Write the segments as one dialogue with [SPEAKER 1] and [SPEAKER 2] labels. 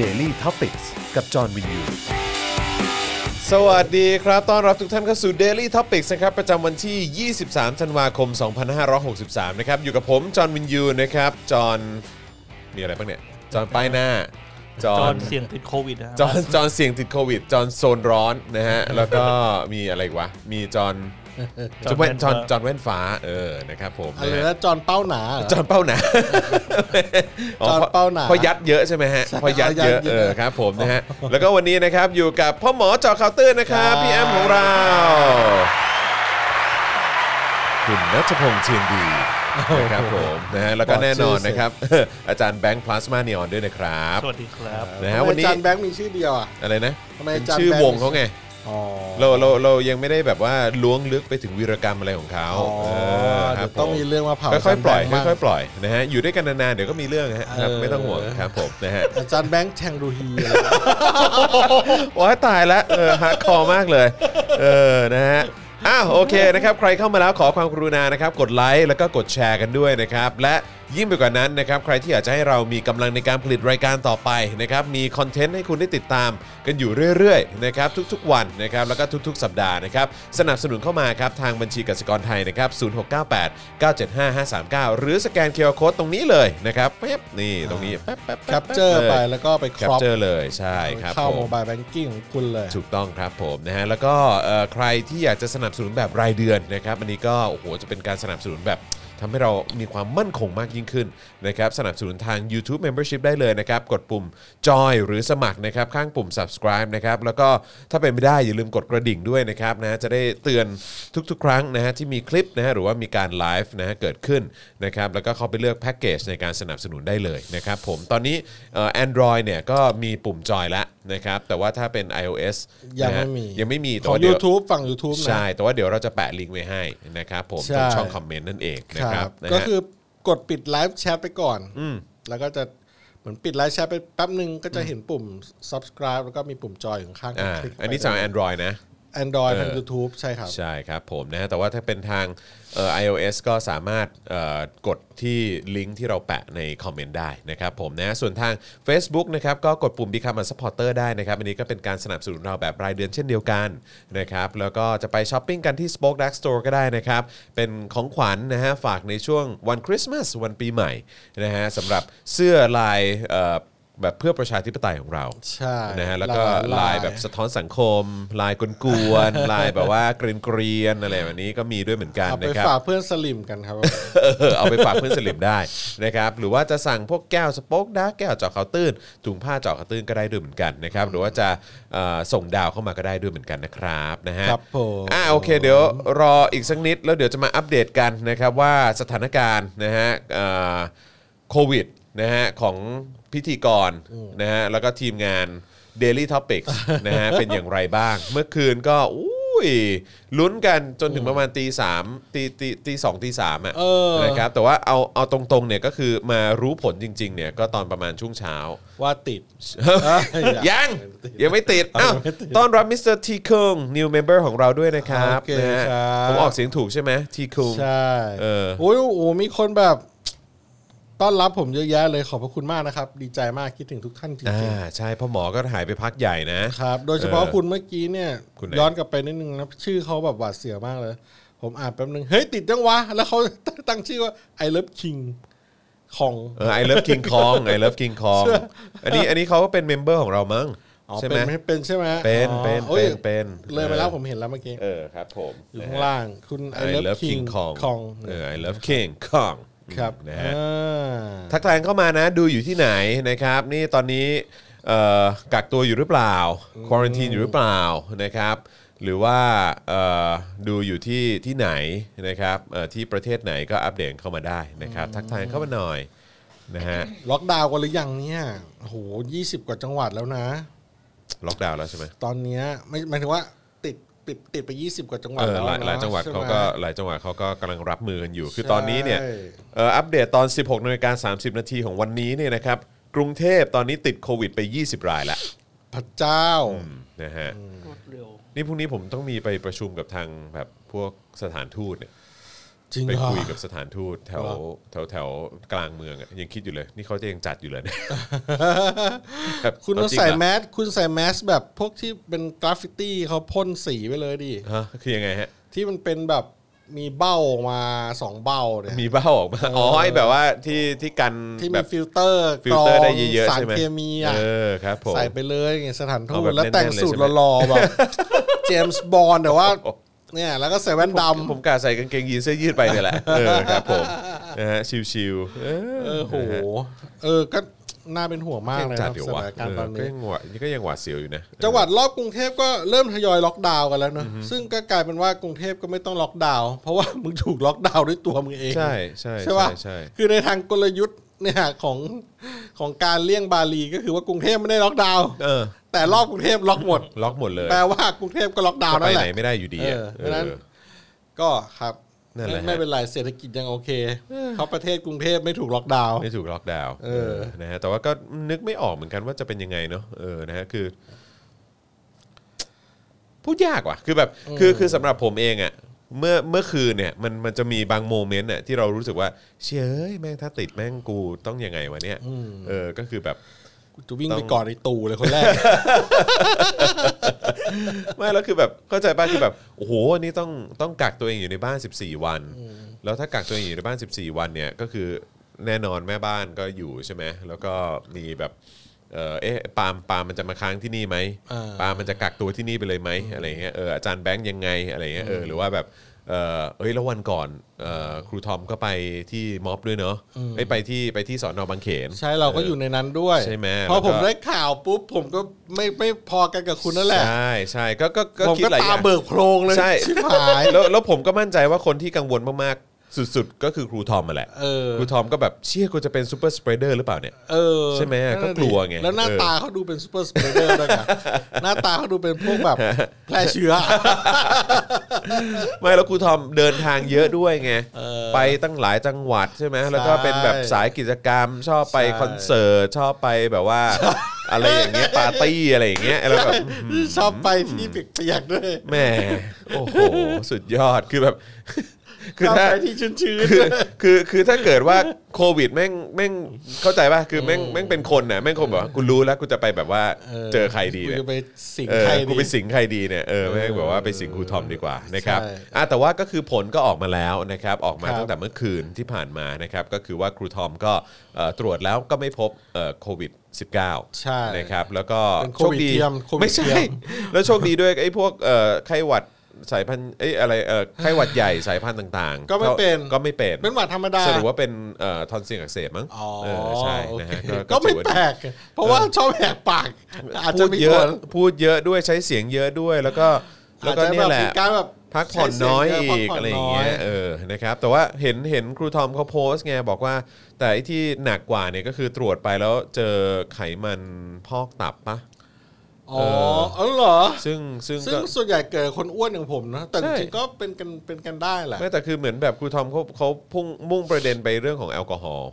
[SPEAKER 1] Daily t o p i c กกับจอห์นวินยู
[SPEAKER 2] สวัสดีครับ ต้อนรับทุกท่านเข้าสู่ Daily Topics นะครับ ประจำวันที่ 23 ธันวาคม 2563 นะครับ อยู่กับผม จอห์นวินยู นะครับ จอห์นมีอะไรบ้างเนี่ย จอห์นป้ายหน้า จอ
[SPEAKER 3] จอ
[SPEAKER 2] ห์
[SPEAKER 3] ห์
[SPEAKER 2] น
[SPEAKER 3] นเสี่ยงติดโควิดนะ
[SPEAKER 2] จอห์นจอห์นเสี่ยงติดโควิด จอห์นโซนร้อนนะฮะ แล้วก็มีอะไรอีกวะ มีจอห์นจอห์นแว่นจอห์นจอห์นแว่นฟ้า เออ นะครับผม
[SPEAKER 4] อะไร
[SPEAKER 2] นะฮะ
[SPEAKER 4] นะจอนเป้าหนาเหรอ
[SPEAKER 2] จอห์นเป้าหนา
[SPEAKER 4] จอห์นเป้าหนา
[SPEAKER 2] พอยัดเยอะใช่ไหมฮะพอยัดเยอะ
[SPEAKER 4] ยัดเยอะ
[SPEAKER 2] เออครับผมนะฮะ แล้วก็วันนี้นะครับอยู่กับพ่อหมอจอเคาน์เตอร์นะครับ
[SPEAKER 4] ครับ
[SPEAKER 2] พี่แอมของเรา คุณนัทพงษ์เทียนดีนะครับผมนะฮะแล้วก็แน่นอนนะครับ อาจารย์แบงค์พลาสมาเนียนด้วยนะครับ
[SPEAKER 3] สวัสดีครับ
[SPEAKER 2] นะฮะ
[SPEAKER 4] ทำไม
[SPEAKER 2] วันนี้
[SPEAKER 4] จานแบงค์มีชื่อเดียวอ่ะ
[SPEAKER 2] อะไรนะ
[SPEAKER 4] ทำไม
[SPEAKER 2] เป็น
[SPEAKER 4] อาจารย์
[SPEAKER 2] ชื่อ
[SPEAKER 4] แบงค์
[SPEAKER 2] วงเขาไง
[SPEAKER 4] อ๋อ
[SPEAKER 2] เราเราเรายังไม่ได้แบบว่าล้วงลึกไปถึงวีรกรรมอะไรของเขา
[SPEAKER 4] อ๋อ
[SPEAKER 2] เออค
[SPEAKER 4] เดี๋
[SPEAKER 2] รับ
[SPEAKER 4] ยวต้อง
[SPEAKER 2] ผ
[SPEAKER 4] มีเรื่องมาเผา
[SPEAKER 2] ค่อยๆ ปล่อย
[SPEAKER 4] าจาแบง
[SPEAKER 2] ค่อ
[SPEAKER 4] บ้าง
[SPEAKER 2] ยๆปล่อยนะฮะอยู่ด้วยกันนานๆเดี๋ยวก็มีเรื่องฮะครับ
[SPEAKER 4] เออ
[SPEAKER 2] ไม่ต้องห่วงครับผมนะฮะ
[SPEAKER 4] อาจารย์แบงค์แทงดูฮีอะไร
[SPEAKER 2] โอ้ยตายแล้วเออฮาร์ดคอร์มากเลยเออนะฮะอ้าวโอเคนะครับใครเข้ามาแล้วขอความกรุณานะครับกดไลค์แล้วก็กดแชร์กันด้วยนะครับและยิ่งไปกว่านั้นนะครับใครที่อยากจะให้เรามีกำลังในการผลิตรายการต่อไปนะครับมีคอนเทนต์ให้คุณได้ติดตามกันอยู่เรื่อยๆนะครับทุกๆวันนะครับแล้วก็ทุกๆ สัปดาห์นะครับสนับสนุนเข้ามาครับทางบัญชีกสิกรไทยนะครับ0698 975 539 หรือสแกนเคอร์โคดตรงนี้เลยนะครับแป๊บนี่ตรงนี้แป๊บแป๊บ
[SPEAKER 4] แคปเจอร์ไปแล้วก็ไปค
[SPEAKER 2] แคป
[SPEAKER 4] รอป
[SPEAKER 2] เจอร์เลยใช่ครับ
[SPEAKER 4] เข้า
[SPEAKER 2] ผม
[SPEAKER 4] โมบายแบงกิ้งของคุณเลย
[SPEAKER 2] ถูกต้องครับผมนะฮะแล้วก็เอ่อใครที่อยากจะสนับสนุนแบบรายเดือนนะครับอันนี้ก็โอ้โหจะเป็นการสนับสนุนแบบทำให้เรามีความมั่นคงมากยิ่งขึ้นนะครับสนับสนุนทาง YouTube Membership ได้เลยนะครับ กดปุ่มจอยหรือสมัครนะครับ ข้างปุ่ม subscribe นะครับ แล้วก็ถ้าเป็นไม่ได้อย่าลืมกดกระดิ่งด้วยนะครับนะจะได้เตือนทุกๆ ครั้งนะฮะที่มีคลิปนะฮะหรือว่ามีการไลฟ์นะฮะเกิดขึ้นนะครับแล้วก็เข้าไปเลือกแพ็กเกจในการสนับสนุนได้เลยนะครับผมตอนนี้แอนดรอยเนี่ยก็มีปุ่มจอยแล้วนะครับแต่ว่าถ้าเป็น iOS
[SPEAKER 4] ยัง
[SPEAKER 2] นะ
[SPEAKER 4] ไม่
[SPEAKER 2] ฮะ
[SPEAKER 4] มี
[SPEAKER 2] ยังไม่มีแต่
[SPEAKER 4] ของ
[SPEAKER 2] ว่าเดี๋ยว
[SPEAKER 4] YouTube ฝั่ง YouTube นะ
[SPEAKER 2] ใช่ แต่ว่าเดี๋ยวเราจะแปะลิงก์ไว้ให้นะครับผม
[SPEAKER 4] ใช่
[SPEAKER 2] ตรงช่องคอมเมนต์นั่นเองนะค
[SPEAKER 4] ค
[SPEAKER 2] รั
[SPEAKER 4] รั
[SPEAKER 2] บบ นะฮะ
[SPEAKER 4] ก็คือกดปิดไลฟ์แชทไปก่อนแล้วก็จะเหมือนปิดไลฟ์แชทไปแป๊บหนึ่งก็จะเห็นปุ่ม subscribe แล้วก็มีปุ่มจอยอยู่ข้างๆ
[SPEAKER 2] อ่า
[SPEAKER 4] คลิกไป
[SPEAKER 2] อันนี้จาก Android นะ
[SPEAKER 4] แอนดรอยทาง
[SPEAKER 2] เออ
[SPEAKER 4] YouTube ใช่ครับ
[SPEAKER 2] ใช่ครับผมนะฮะแต่ว่าถ้าเป็นทางเอ่อ iOS ก็สามารถเอ่อกดที่ลิงก์ที่เราแปะในคอมเมนต์ได้นะครับผมนะส่วนทาง Facebook นะครับก็กดปุ่ม Become a supporter ได้นะครับ อันนี้ก็เป็นการสนับสนุนเราแบบรายเดือนเช่นเดียวกันนะครับแล้วก็จะไปช้อปปิ้งกันที่ Spoke Dark Store ก็ได้นะครับ เป็นของขวัญนะฮะฝากในช่วงวันคริสต์มาสวันปีใหม่นะฮะสำหรับเสื้อลายเอ่อแบบเพื่อประชาธิปไตยของเรา
[SPEAKER 4] ใช่
[SPEAKER 2] นะฮะแล้วก็
[SPEAKER 4] หกห
[SPEAKER 2] ลายแบบสะท้อนสังคม ลายกวนๆ ลายแบบว่าเกรียนเกรียนๆอะไรแบบนี้ก็มีด้วยเหมือนกัน
[SPEAKER 4] เอาไป
[SPEAKER 2] นะครับ
[SPEAKER 4] ฝากเพื่อนสลิมกันครับ
[SPEAKER 2] เออเอาไปฝากเพื่อนสลิปได้นะครับหรือว่าจะสั่งพวกแก้วสป็อกดาร์กแก้วเจาะเขาวตื้นถุงผ้าเจาะเขาวตื้นก็ได้ด้วยเหมือนกันนะครับหรือว่าจะเอ่อส่งดาวเข้ามาก็ได้ด้วยเหมือนกันนะครับนะฮะ
[SPEAKER 4] ครับผม
[SPEAKER 2] อ่าโอเคเดี๋ยวรออีกสักนิด แล้วเดี๋ยวจะมาอัปเดตกันนะครับว่าสถานการณ์นะฮะเอ่อโควิดนะฮะของพิธีกรนะฮะแล้วก็ทีมงาน Daily Topics นะฮะเป็นอย่างไรบ้าง เมื่อคืนก็อุ้ยลุ้นกันจนถึงประมาณตีสามตีตีตีสองตีสามอ่ะ
[SPEAKER 4] เออ
[SPEAKER 2] นะครับแต่ว่าเอาเอาตรงๆเนี่ยก็คือมารู้ผลจริงๆเนี่ยก็ตอนประมาณช่วงเช้า
[SPEAKER 4] ว่าติ ด
[SPEAKER 2] ยัง ยังไม่ติดอ้าวต้อนรับมิสเตอร์ทีคุง new member ของเราด้วยนะครับ
[SPEAKER 4] โอเค
[SPEAKER 2] นะฮะ
[SPEAKER 4] ครับ
[SPEAKER 2] ผมออกเสียงถูกใช่ไหมทีคุง
[SPEAKER 4] ใช่
[SPEAKER 2] เออ
[SPEAKER 4] โอ้ยโอ้โหมีคนแบบ ต้อนรับผมเยอะแยะเลยขอบพระคุณมากนะครับ ดีใจมากคิดถึงทุกท่านจ
[SPEAKER 2] อ่า
[SPEAKER 4] ริง
[SPEAKER 2] ใช่พ่อหมอก็หายไปพักใหญ่นะ
[SPEAKER 4] ๆครับ โดยเฉพาะ
[SPEAKER 2] เออ
[SPEAKER 4] คุณเมื่อกี้เนี่ย
[SPEAKER 2] คุณไหน
[SPEAKER 4] ย้อนกลับไปนิดนึงนะชื่อเขาแบบหวาดเสียวมากเลย ผมอ่านแป๊บนึง เฮ้ย ติดยังวะ แล้วเขา ตั้งชื่อว่า I love king ของ
[SPEAKER 2] เออ I love King Kong I love King Kong อันนี้อันนี้เขาก็เป็นเมมเบอร์ของเรามั้ง
[SPEAKER 4] อ๋อ
[SPEAKER 2] ใช่ไห
[SPEAKER 4] เป็
[SPEAKER 2] ม
[SPEAKER 4] นเป็นใช่ไหม
[SPEAKER 2] เป็น
[SPEAKER 4] อ๋อ
[SPEAKER 2] เป็น
[SPEAKER 4] โอ้ย
[SPEAKER 2] เป็นเป็น
[SPEAKER 4] เลยไปแล้
[SPEAKER 2] เอ
[SPEAKER 4] ว
[SPEAKER 2] อ
[SPEAKER 4] ผมเห็นแล้วเมื่อกี้
[SPEAKER 2] เออครับผม
[SPEAKER 4] อยู่ข้างล่างคุณ I
[SPEAKER 2] I
[SPEAKER 4] love
[SPEAKER 2] love
[SPEAKER 4] king
[SPEAKER 2] King Kong
[SPEAKER 4] ของ
[SPEAKER 2] เออ I love King Kong
[SPEAKER 4] ครับ
[SPEAKER 2] นะฮะ
[SPEAKER 4] อ่า
[SPEAKER 2] ทักทายเข้ามานะดูอยู่ที่ไหนนะครับ นี่ตอนนี้เอ่อกักตัวอยู่หรือเปล่าควอรันทีนอยู่หรือเปล่านะครับ หรือว่าเอ่อดูอยู่ที่ที่ไหนนะครับเอ่อที่ประเทศไหนก็อัปเดตเข้ามาได้นะครับ ทักทายเข้ามาหน่อยนะฮะ
[SPEAKER 4] ล็อกดาวน์กันหรือยังเนี่ยโอ้โหยี่สิบกว่าจังหวัดแล้วนะ
[SPEAKER 2] ล็อกดาวน์แล้วใช่ไหม
[SPEAKER 4] ตอนเนี้ยไม่หมายถึงว่าติดปิดติดไปยี่สิบกว่าจังหวัด
[SPEAKER 2] เออ
[SPEAKER 4] แล้ว
[SPEAKER 2] หลาย
[SPEAKER 4] นะ
[SPEAKER 2] หลายจังหวัด
[SPEAKER 4] ใช่ไม
[SPEAKER 2] เขาก็หลายจังหวัดเขาก็กำลังรับมือกันอยู่ คือ
[SPEAKER 4] ใช่
[SPEAKER 2] ตอนนี้เนี่ยเอ่ออัปเดตตอน 16นาฬิกา30 นาทีของวันนี้เนี่ยนะครับกรุงเทพตอนนี้ติดโควิดไป 20 รายแล้ว
[SPEAKER 4] พระเจ้า
[SPEAKER 2] นะฮะ
[SPEAKER 3] รวดเร็ว
[SPEAKER 2] นี่พรุ่งนี้ผมต้องมีไปประชุมกับทางแบบพวกสถานทูตเนี่ย
[SPEAKER 4] จริงเหร
[SPEAKER 2] ไป
[SPEAKER 4] อ
[SPEAKER 2] คุยกับสถานทูตแถวแถวแถวกลางเมืองอะยังคิดอยู่เลย นี่เขาจะยังจัดอยู่เลยเนี่ยรับ
[SPEAKER 4] คุณ
[SPEAKER 2] เอ
[SPEAKER 4] ต้อง
[SPEAKER 2] จริง
[SPEAKER 4] ใส่
[SPEAKER 2] เหรอ
[SPEAKER 4] แมสคุณใส่แมสแบบพวกที่เป็นกราฟฟิตี้เขาพ่นสีไปเลยดิ
[SPEAKER 2] ฮะคือยังไงฮะ
[SPEAKER 4] ที่มันเป็นแบบมีเบ้าออกมาสองเบ้าเนี่ย
[SPEAKER 2] มีเบ้าออกมาอ๋อไอ้แบบว่าที่ที่กัน
[SPEAKER 4] ที่
[SPEAKER 2] แบ
[SPEAKER 4] มี
[SPEAKER 2] บ
[SPEAKER 4] ฟิลเตอร์
[SPEAKER 2] ฟิ
[SPEAKER 4] ก
[SPEAKER 2] ล
[SPEAKER 4] รอ
[SPEAKER 2] เตอร์
[SPEAKER 4] ง
[SPEAKER 2] ได้เยอะๆ
[SPEAKER 4] สาร
[SPEAKER 2] ใช่ไหม
[SPEAKER 4] เคมีอ่ะ
[SPEAKER 2] เออครับผม
[SPEAKER 4] ใส่ไปเลยไงสถานทู
[SPEAKER 2] เอาแบ
[SPEAKER 4] ต
[SPEAKER 2] บ
[SPEAKER 4] แล้วแต่ง
[SPEAKER 2] แน่นๆเลย
[SPEAKER 4] สูตร
[SPEAKER 2] ใช่ไหม
[SPEAKER 4] หล่อๆแบบ เจมส์บอลแต่ว่าเนี่ยแล้วก็ใส่แว่น
[SPEAKER 2] ผม
[SPEAKER 4] ดำ
[SPEAKER 2] ผมกะใส่กางเกงยีนเสื้อยืดไป เนี่ยแหละเออครับผมนะฮะชิวๆเออ
[SPEAKER 4] เออโหเออก็น่าเป็นห่วงมากเลย
[SPEAKER 2] จัด
[SPEAKER 4] นะ
[SPEAKER 2] เดี๋ยว
[SPEAKER 4] ส
[SPEAKER 2] วะ
[SPEAKER 4] ถาน
[SPEAKER 2] เอ
[SPEAKER 4] การณ์
[SPEAKER 2] อ
[SPEAKER 4] ตอน
[SPEAKER 2] ก็
[SPEAKER 4] นี้
[SPEAKER 2] ยังหวะนี่ก็ยังหวาดเสียวอยู่นะ
[SPEAKER 4] จังหวัดรอบกรุงเทพก็เริ่มทยอยล็อกดาวน์กันแล้วเนอะซึ่งก็กลายเป็นว่ากรุงเทพก็ไม่ต้องล็อกดาวน์เพราะว่า มึงถูกล็อกดาวน์ด้วยตัวมึงเอง
[SPEAKER 2] ใช่ใช่
[SPEAKER 4] ใช่ปะ
[SPEAKER 2] ใช่
[SPEAKER 4] คือในทางกลยุทธ์เนี่ยของของการเลี่ยงบาลีก็คือว่ากรุงเทพไม่ได้ล็อกดาวน์
[SPEAKER 2] เออ
[SPEAKER 4] แต่รอบกรุงเทพล็อกหมด
[SPEAKER 2] ล็อกหมดเลย
[SPEAKER 4] แปลว่ากรุงเทพก็ล็อกดาวน์
[SPEAKER 2] ไป
[SPEAKER 4] นั่นแห
[SPEAKER 2] ไหน
[SPEAKER 4] ละ
[SPEAKER 2] ไม่ได้อยู่ดีะ
[SPEAKER 4] เออเพราะฉะนั้น ก็ครับ
[SPEAKER 2] นั่นแหละฮะ
[SPEAKER 4] ไม่เป็นไรเศรษฐกิจยังโอเคเพราะประเทศกรุงเทพไม่ถูกล็อกดาวน์
[SPEAKER 2] ไม่ถูกล็อกดาวน์
[SPEAKER 4] เออ
[SPEAKER 2] นะฮะแต่ว่าก็นึกไม่ออกเหมือนกันว่าจะเป็นยังไงเนาะเออนะฮะคือ พูดยากว่ะ คือแบบ คือคือสำหรับผมเองอะเมื่อเมื่อคืนเนี่ย มันมันจะมีบางโมเมนต์น่ะที่เรารู้สึกว่า เชยเอ้ยแม่งถ้าติดแม่งกูต้องยังไงวะเนี่ยเออ ก็คือแบบ
[SPEAKER 4] กูจะวิ่งไปก่อนไอ้ตู่เลยคนแรก
[SPEAKER 2] ไม่แล้วคือแบบเข้าใจป่ะคือแบบโอ้โหอันนี่ต้องต้องกักตัวเองอยู่ในบ้าน 14 วัน แล้วถ้ากักตัวเองอยู่ในบ้าน 14 วันเนี่ยก็คือแน่นอนแม่บ้านก็อยู่ใช่ไหมแล้วก็มีแบบเออเอ๊ะปาล์มปาล์มมันจะมาค้างที่นี่ไหม
[SPEAKER 4] อ่า
[SPEAKER 2] ปาล์มมันจะกักตัวที่นี่ไปเลยไหมอะไรเงี้ยเอออาจารย์แบงค์ยังไงอะไรเงี้ยเออหรือว่าแบบเออเอ้ยแล้ววันก่อนเออครูทอมก็ไปที่ม็อบด้วยเนาะไอ้ยไปที่ไปที่สอนอบางเขน
[SPEAKER 4] ใช่เราก็อยู่ในนั้นด้วย
[SPEAKER 2] ใช่ไหม
[SPEAKER 4] พอผม
[SPEAKER 2] แล้วก็
[SPEAKER 4] ได้ข่าวปุ๊บผมก็ไม่ไม่พอกันกับคุณนั่นแหละ
[SPEAKER 2] ใช่ใช่ก็ก็ก็
[SPEAKER 4] ผม
[SPEAKER 2] คิด
[SPEAKER 4] ก็
[SPEAKER 2] หลายอ
[SPEAKER 4] ตา
[SPEAKER 2] ย่าง
[SPEAKER 4] เบิกโพรงเลย
[SPEAKER 2] ใช่
[SPEAKER 4] ชิบหาย
[SPEAKER 2] แล้วแล้วผมก็มั่นใจว่าคนที่กังวลมากๆ สุดๆ ก็คือครูทอมมาแหละ
[SPEAKER 4] เออ
[SPEAKER 2] ครูทอมก็แบบเชี่ยกูจะเป็นซูเปอร์สเปรเดอร์หรือเปล่าเนี่ย
[SPEAKER 4] เออ
[SPEAKER 2] ใช่ไหม
[SPEAKER 4] นั่นน่ะ
[SPEAKER 2] ก็กลัวไง
[SPEAKER 4] แล้วหน้า
[SPEAKER 2] เออ
[SPEAKER 4] ตาเขาดูเป็นซูเปอร์สเปรเดอร์ด้วยกันหน้าตาเขาดูเป็นพวก แบบแพร่เชื้อ
[SPEAKER 2] ไม่แล้วครูทอมเดินทางเยอะด้วยไง
[SPEAKER 4] เออ
[SPEAKER 2] ไปตั้งหลายจังหวัดใช่ไหมแล้วก็
[SPEAKER 4] ใช่
[SPEAKER 2] เป็นแบบสายกิจกรรม ชอบไป
[SPEAKER 4] ใช่
[SPEAKER 2] คอนเสิร์ต ชอบไปแบบว่า อะไรอย่างเงี้ยปาร์ตี้อะไรอย่างเงี้ยแล้วแบบ
[SPEAKER 4] ชอบไปที่เปียกๆด้วย
[SPEAKER 2] แหมโอ้โห สุดยอดคือแบบ
[SPEAKER 4] ชอบไปที่ชื้นๆ
[SPEAKER 2] คื
[SPEAKER 4] ด้
[SPEAKER 2] อ
[SPEAKER 4] วย
[SPEAKER 2] คือคือถ้าเกิดว่าโควิดแม่งแม่งเข้าใจป่ะคือแม่งแม่งเป็นคนน่ะแม่งคงแบบว่ากูรู้แล้วกูจะไปแบบว่าเจอใครดี
[SPEAKER 4] กู
[SPEAKER 2] เนี่ย
[SPEAKER 4] จะไปสิง
[SPEAKER 2] เออ
[SPEAKER 4] ใคร
[SPEAKER 2] กู
[SPEAKER 4] ดี
[SPEAKER 2] ไปสิงใครดีเนี่ยเออแม่งแบบว่าไปสิงครูทอมดีกว่านะครับ
[SPEAKER 4] ใช่
[SPEAKER 2] อ่ะแต่ว่าก็คือผลก็ออกมาแล้วนะครับออกมา
[SPEAKER 4] ครับ
[SPEAKER 2] ตั้งแต่เมื่อคืนที่ผ่านมานะครับก็คือว่าครูทอมก็เอ่อตรวจแล้วก็ไม่พบเอ่อโควิด -19
[SPEAKER 4] ใช่
[SPEAKER 2] นะ
[SPEAKER 4] ค
[SPEAKER 2] ครับ รับแล้วก็
[SPEAKER 4] เป็นโค
[SPEAKER 2] โช
[SPEAKER 4] วิ
[SPEAKER 2] ค
[SPEAKER 4] ด
[SPEAKER 2] ดี
[SPEAKER 4] เทียมโควิด
[SPEAKER 2] ไม่
[SPEAKER 4] เที
[SPEAKER 2] ใช่
[SPEAKER 4] ยม
[SPEAKER 2] แล้วโชคดีด้วยไอ้พวกเอ่อไข้หวัดสายพันธุ์ไอ้ยอะไรเอ่อไข้หวัดใหญ่สายพันธุ์ต่างๆ
[SPEAKER 4] ก็ไม่เป็น
[SPEAKER 2] ก็ไม่เป็น
[SPEAKER 4] เป็นหวัดธรรมดา
[SPEAKER 2] สรุปว่าเป็นเอ่อทอนซิลอักเสบมั้ง
[SPEAKER 4] อ๋อ
[SPEAKER 2] เออใช่นะฮะ
[SPEAKER 4] โอเคก็ไม่
[SPEAKER 2] ถือว่า
[SPEAKER 4] แปลก เพราะว่าชอบแหกปาก อาจจะ
[SPEAKER 2] พูด
[SPEAKER 4] มี
[SPEAKER 2] เย
[SPEAKER 4] ส่
[SPEAKER 2] อะ
[SPEAKER 4] วน
[SPEAKER 2] พูดเยอะด้วยใช้เสียงเยอะด้วยแล้วก็แล้วก็
[SPEAKER 4] อาจจะ
[SPEAKER 2] เนี่ยแหละ
[SPEAKER 4] บบมีการแบบ
[SPEAKER 2] พักผ่อนน้อย
[SPEAKER 4] ใช้
[SPEAKER 2] อี
[SPEAKER 4] เสี
[SPEAKER 2] ก
[SPEAKER 4] งเยอะพัผ่น
[SPEAKER 2] อะไรอย่างเงี้
[SPEAKER 4] น้
[SPEAKER 2] ยเออนะครับแต่ว่าเห็นเห็นครูทอมเขาโพสต์ไงบอกว่า แต่ไอ้ที่หนักกว่าเนี่ยก็คือตรวจไปแล้วเจอไขมันพอกตับปะ
[SPEAKER 4] อ๋ออ๋อเหรอ
[SPEAKER 2] ซึ่งซึ่ง
[SPEAKER 4] ซึ่ง
[SPEAKER 2] ก็
[SPEAKER 4] ส่วนใหญ่เกิดคนอ้วนอย่างผมนะ แต่จ
[SPEAKER 2] ใช่
[SPEAKER 4] ริงๆก็เป็นกันเป็นกันได้แหละ
[SPEAKER 2] ไม่แต่คือเหมือนแบบครูทอมเขาเขาพุ่งมุ่งประเด็นไปเรื่องของแอลกอฮอล์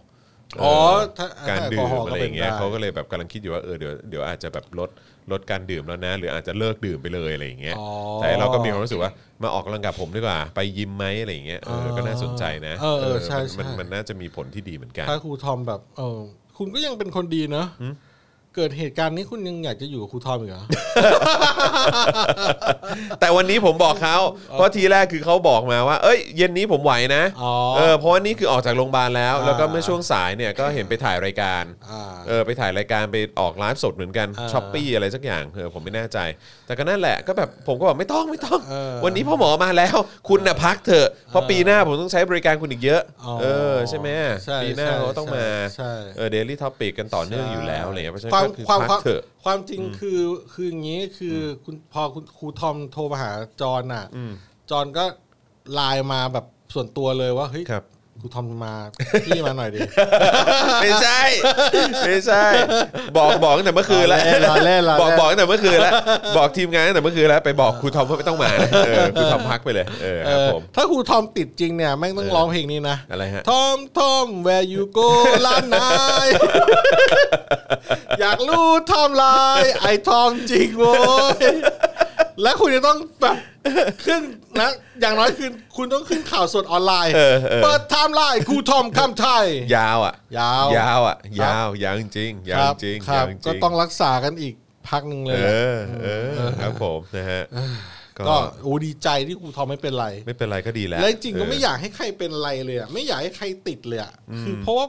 [SPEAKER 4] อ๋อ
[SPEAKER 2] เ
[SPEAKER 4] ถ้า
[SPEAKER 2] การ
[SPEAKER 4] ถ้าแอล
[SPEAKER 2] ดื่
[SPEAKER 4] กอ
[SPEAKER 2] ม
[SPEAKER 4] ฮอล์ก็
[SPEAKER 2] อะไรอย่างเงี้ย
[SPEAKER 4] เป็นได้
[SPEAKER 2] เขาก็เลยแบบกำลังคิดอยู่ว่าเออเดี๋ยวเดี๋ยวอาจจะแบบลดลดการดื่มแล้วนะ หรืออาจจะเลิกดื่มไปเลยอะไรอย่างเงี้ย
[SPEAKER 4] อ๋อ
[SPEAKER 2] แต่เราก็มีความรู้สึกว่ามาออกกำลังกับผมดีกว่า ไปยิมไหมอะไรอย่างเงี้ยเออก็น่าสนใจนะ
[SPEAKER 4] เออเออใช่
[SPEAKER 2] มัน
[SPEAKER 4] ใช่
[SPEAKER 2] มันมันน่าจะมีผลที่ดีเหมือนกัน
[SPEAKER 4] ถ้าครูทอมแบบเออคุณก็ยังเป็นคนดีเนอะเกิดเหตุการณ์นี้คุณยังอยากจะอยู่กับครูทอมอีกเหรอ
[SPEAKER 2] แต่วันนี้ผมบอกเขาเพราะทีแรกคือเขาบอกมาว่า เอ้ย เย็นนี้ผมไหวนะ
[SPEAKER 4] อ๋อ
[SPEAKER 2] เออเพราะว่านี่คือออกจากโรงพยาบาลแล้ว
[SPEAKER 4] อ่า
[SPEAKER 2] แล้วก็เมื่อช่วงสายเนี่ยก็เห็นไปถ่ายรายการ
[SPEAKER 4] อ่า
[SPEAKER 2] เออไปถ่ายรายการไปออกไลฟ์สดเหมือนกัน
[SPEAKER 4] อ่า
[SPEAKER 2] ช้อปปี้อะไรสักอย่างเออผมไม่แน่ใจ แต่ก็นั่นแหละก็แบบผมก็บอกไม่ต้องไม่ต้อง
[SPEAKER 4] เออ
[SPEAKER 2] วันนี้พ่อหมอมาแล้ว คุณน่ะพักเถอะเพราะปีหน้าผมต้องใช้บริการคุณอีกเยอะ
[SPEAKER 4] อ๋อ
[SPEAKER 2] เออใช่ไหม
[SPEAKER 4] ใช่
[SPEAKER 2] ปีหน้า
[SPEAKER 4] ใช่
[SPEAKER 2] เขาต้องมา
[SPEAKER 4] ใช่
[SPEAKER 2] เออเดลี่ท็อปิกกันต่อเนื่องอยู่แล้วอะไรอย่างเงี้ยเพราะฉะนั้น
[SPEAKER 4] ความ
[SPEAKER 2] ก็คือ
[SPEAKER 4] ความค
[SPEAKER 2] พัก
[SPEAKER 4] วาม
[SPEAKER 2] เถอะ
[SPEAKER 4] ความจริงคือคืออย่างนี้คืออคุณพอคุณครูทอมโทรมาหาจอนอ่ะจอนก็ไลน์มาแบบส่วนตัวเลยว่าเฮ้ย
[SPEAKER 2] ครับ
[SPEAKER 4] ครูทอมมา พี่มาหน่อยดิ
[SPEAKER 2] ไม่ใช่ ไม่ใช่ บอกบอกตั้งแต่เมื่อคืนแล้ว
[SPEAKER 4] รอเล่นรอ
[SPEAKER 2] บอกบอก
[SPEAKER 4] เล่น
[SPEAKER 2] ตั้งแต่เมื่อคืนแล้ว บอกทีมงานตั้งแต่เมื่อคืนแล้วไปบอกครูทอมว่าไม่ต้องมานะเออครูทอมพักไปเลยเออ
[SPEAKER 4] เอ
[SPEAKER 2] ครับ
[SPEAKER 4] อ
[SPEAKER 2] ผม
[SPEAKER 4] ถ้าครูทอมติดจริงเนี่ยแม่งต้องร้องเพลงนี้นะ
[SPEAKER 2] อะไรฮะ
[SPEAKER 4] ทอมทอม where you go ล้านนาย อยาก รู้ทอมไลน์ไอทอมจริงโว้ยและคุณจะต้องแบบ ขึ้นนะอย่างน้อยคือคุณต้องขึ้นข่าวสดออนไลน์
[SPEAKER 2] เออเออ
[SPEAKER 4] เปิดไทม์ไลน์ครูทอมคำไทย
[SPEAKER 2] ยาว อ่ะ
[SPEAKER 4] ยาวย
[SPEAKER 2] าวอ่ะยาวยาวจริงๆยา
[SPEAKER 4] คว รับ
[SPEAKER 2] จริงๆ
[SPEAKER 4] ครั
[SPEAKER 2] ยา
[SPEAKER 4] บ
[SPEAKER 2] วจริงๆ
[SPEAKER 4] ก็ต้องรักษากันอีกพักหนึ่งเล
[SPEAKER 2] เอย
[SPEAKER 4] อะ
[SPEAKER 2] อเออครับผมนะฮะ
[SPEAKER 4] ก็
[SPEAKER 2] ก็
[SPEAKER 4] โอ้ดีใจที่ครูทอมไม่เป็นไร
[SPEAKER 2] ไม่เป็นไรก็ดีแล้ว
[SPEAKER 4] แล้วจริงๆก็ไม่
[SPEAKER 2] เ
[SPEAKER 4] อยากให้ใครเป็นอะไรเลยอะไม่อยากให้ใครติดเลยอะคือเพราะว่า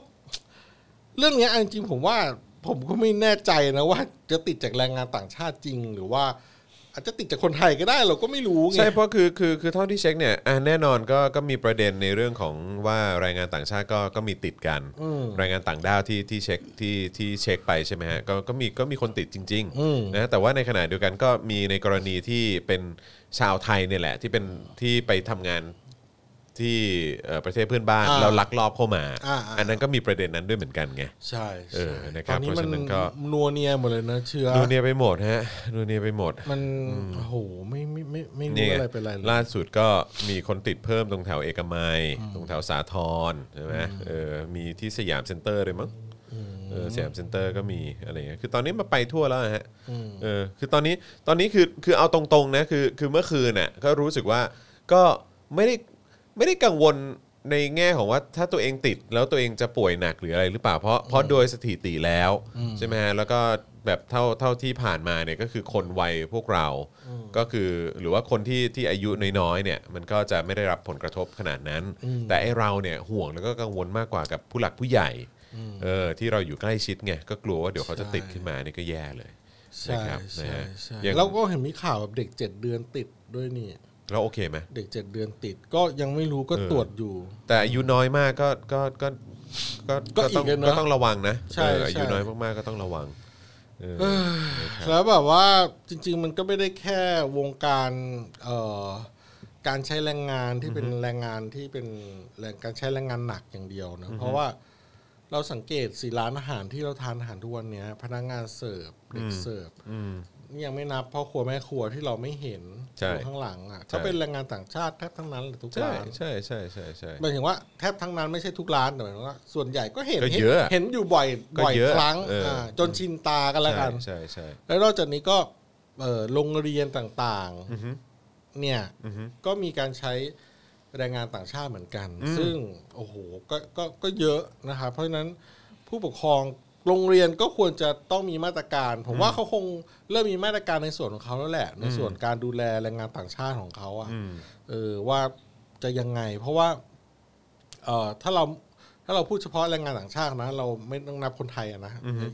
[SPEAKER 4] เรื่องเนี้ยเอาจริงๆผมว่า ผมก็ไม่แน่ใจนะว่า จะติดจากแรงงานต่างชาติจริง หรือว่า อาจจะติดจากคนไทยก็ได้เราก็ไม่รู้ไง
[SPEAKER 2] ใช่เพราะคือคือคือเท่าที่เช็คเนี่ยอ่ะแน่นอนก็ก็มีประเด็นในเรื่องของว่าแรงงานต่างชาติก็ก็มีติดกันแรงงานต่างด้าวที่ที่เช็คที่ที่เช็คไปใช่ไหมฮะก็ก็มีก็มีคนติดจริง
[SPEAKER 4] อืม
[SPEAKER 2] ๆนะแต่ว่าในขณะเดียวกันก็มีในกรณีที่เป็นชาวไทยเนี่ยแหละ ที่เป็นที่ไปทำงานที่เอ่อประเทศเพื่อนบ้าน
[SPEAKER 4] อ่า
[SPEAKER 2] เราลักลอบเข้ามา
[SPEAKER 4] อ่าอ่า
[SPEAKER 2] นนั้นก็มีประเด็นนั้นด้วยเหมือนกันไง
[SPEAKER 4] ใช่
[SPEAKER 2] เอ
[SPEAKER 4] ใช่
[SPEAKER 2] อนะค
[SPEAKER 4] ต
[SPEAKER 2] รั
[SPEAKER 4] อบ นนี้
[SPEAKER 2] เพราะ
[SPEAKER 4] มั
[SPEAKER 2] ฉะ
[SPEAKER 4] น
[SPEAKER 2] นั้นก็
[SPEAKER 4] นัวเนียหมดเลยนะเชื้อ
[SPEAKER 2] นูเนียไปหมดฮะนูเนียไปหมด
[SPEAKER 4] มันโอ้โหไม่ไม่ไม่ไม่
[SPEAKER 2] นี่
[SPEAKER 4] รู้
[SPEAKER 2] ไง
[SPEAKER 4] อะไรเป็นอะไรเลย
[SPEAKER 2] ล่าสุดก็มีคนติดเพิ่มตรงแถวเอกมัย ตรงแถวสาทรใช่ไหมเออมีที่สยามเซ็นเตอร์เลยมั้งเออสยามเซ็นเตอร์ก็มีอะไรเงี้ยคือตอนนี้มาไปทั่วแล้วอะฮะเออคือตอนนี้ตอนนี้คือคือเอาตรงๆนะคือคือเมื่อคืนน่ะก็รู้สึกว่าก็ไม่ได้ไม่ได้กังวลในแง่ของว่าถ้าตัวเองติดแล้วตัวเองจะป่วยหนักหรืออะไรหรือเปล่าเพราะเพราะโดยสถิติแล้วใช่ไหมฮะแล้วก็แบบเท่าเท่าที่ผ่านมาเนี่ยก็คือคนวัยพวกเรา ก็คือหรือว่าคนที่ที่อายุน้อยๆเนี่ยมันก็จะไม่ได้รับผลกระทบขนาดนั้น แต่ไอเราเนี่ยห่วงแล้วก็กังวลมากกว่ากับผู้หลักผู้ใหญ่เออที่เราอยู่ใกล้ชิดไงก็กลัวว่าเดี๋ยวเขาจะติดขึ้นมานี่ก็แย่เลย
[SPEAKER 4] ใช่
[SPEAKER 2] นะครับนะ
[SPEAKER 4] ใช่
[SPEAKER 2] ฮะ
[SPEAKER 4] ใช่
[SPEAKER 2] อย่าง
[SPEAKER 4] แล้วก็เห็นมีข่าวแบบเด็กเจ็ดเดือนติดด้วยนี่
[SPEAKER 2] เราโอเคไหม
[SPEAKER 4] เด็กเจ็ดเดือนติดก็ยังไม่รู้ก็
[SPEAKER 2] เออ
[SPEAKER 4] ตรวจอยู่
[SPEAKER 2] แต่อายุน้อยมากก็ก็ก็ก็
[SPEAKER 4] ก็
[SPEAKER 2] ก็ต้อง
[SPEAKER 4] อีกอะเนอะ
[SPEAKER 2] ก็ต้องระวังนะ
[SPEAKER 4] ใช่
[SPEAKER 2] เอออายุ
[SPEAKER 4] ใช่
[SPEAKER 2] น้อยมากๆก็ต้องระวังเออ
[SPEAKER 4] แล้วแบบว่าจริง ๆ มันก็ไม่ได้แค่วงการเอ่อการใช้แรงงานที่เป็นแรงงานที่เป็นแรงการใช้แรงงานหนักอย่างเดียวนะเพราะว่าเราสังเกตสีร้านอาหารที่เราทานอาหารทุกวันเนี้ยพนักงานเสิร์ฟเด็กเสิร์ฟ
[SPEAKER 2] อืม
[SPEAKER 4] นี่ยังไม่นับพ่อครัวแม่ครัวที่เราไม่เห็น
[SPEAKER 2] ใช่
[SPEAKER 4] อยู่ข้างหลังอ่ะ
[SPEAKER 2] ใช่
[SPEAKER 4] ก็เป็นแรงงานต่างชาติแทบทั้งนั้นเลยทุก
[SPEAKER 2] ใช่
[SPEAKER 4] ร้าน
[SPEAKER 2] ใช่ใช่ใช่ใช่
[SPEAKER 4] หมายถึงว่าแทบทั้งนั้นไม่ใช่ทุกร้านแต่หมายถึงว่า ส่วนใหญ่ก็เห็น
[SPEAKER 2] ก็เยอะ
[SPEAKER 4] เห็นอยู่บ่อย
[SPEAKER 2] ก็
[SPEAKER 4] บ่อย
[SPEAKER 2] เยอะ
[SPEAKER 4] ครั้ง
[SPEAKER 2] เอออ่
[SPEAKER 4] าจนชินตากันแล้วกัน
[SPEAKER 2] ใช่ใช่ใช่
[SPEAKER 4] แล้วนอกจากนี้ก็เอ่อโรงเรียนต่าง
[SPEAKER 2] อือฮึ
[SPEAKER 4] ๆ เนี่ย
[SPEAKER 2] อือฮึ
[SPEAKER 4] ก็มีการใช้แรงงานต่างชาติเหมือนกัน ซึ่งโอ้โหก็ก็ก็เยอะนะครับเพราะฉะนั้นผู้ปกครองโรงเรียนก็ควรจะต้องมีมาตรการ ผมว่าเขาคงเริ่มมีมาตรการในส่วนของเขาแล้วแหละ ในส่วนการดูแลแรงงานต่างชาติของเขาอะ
[SPEAKER 2] อืม
[SPEAKER 4] เออว่าจะยังไง เพราะว่าเอ่อถ้าเราถ้าเราพูดเฉพาะแรงงานต่างชาตินะ เราไม่ต้องนับคนไทยอะนะ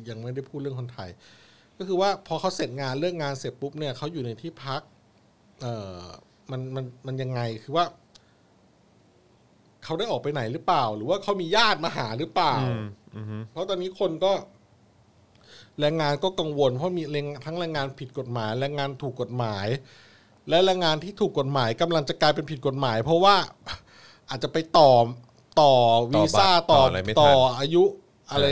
[SPEAKER 4] ยังไม่ได้พูดเรื่องคนไทย ก็คือว่าพอเขาเสร็จงานเลิกงานเสร็จปุ๊บเนี่ยเขาอยู่ในที่พัก เออมันมันมันยังไงคือว่า เขาได้ออกไปไหนหรือเปล่า หรือว่าเขามีญาติมาหาหรือเปล่า
[SPEAKER 2] อืมอืม
[SPEAKER 4] เพราะตอนนี้คนก็แรงงานก็กังวล เพราะมีแรงทั้งแรงงานผิดกฎหมายแรงงานถูกกฎหมาย และแรงงานที่ถูกกฎหมายกำลังจะกลายเป็นผิดกฎหมาย เพราะว่า อาจจะไปต่อต่อวีซ่า
[SPEAKER 2] ต่อ
[SPEAKER 4] ต่อ
[SPEAKER 2] อะไรไม่ทัน
[SPEAKER 4] ต่ออายุอะไร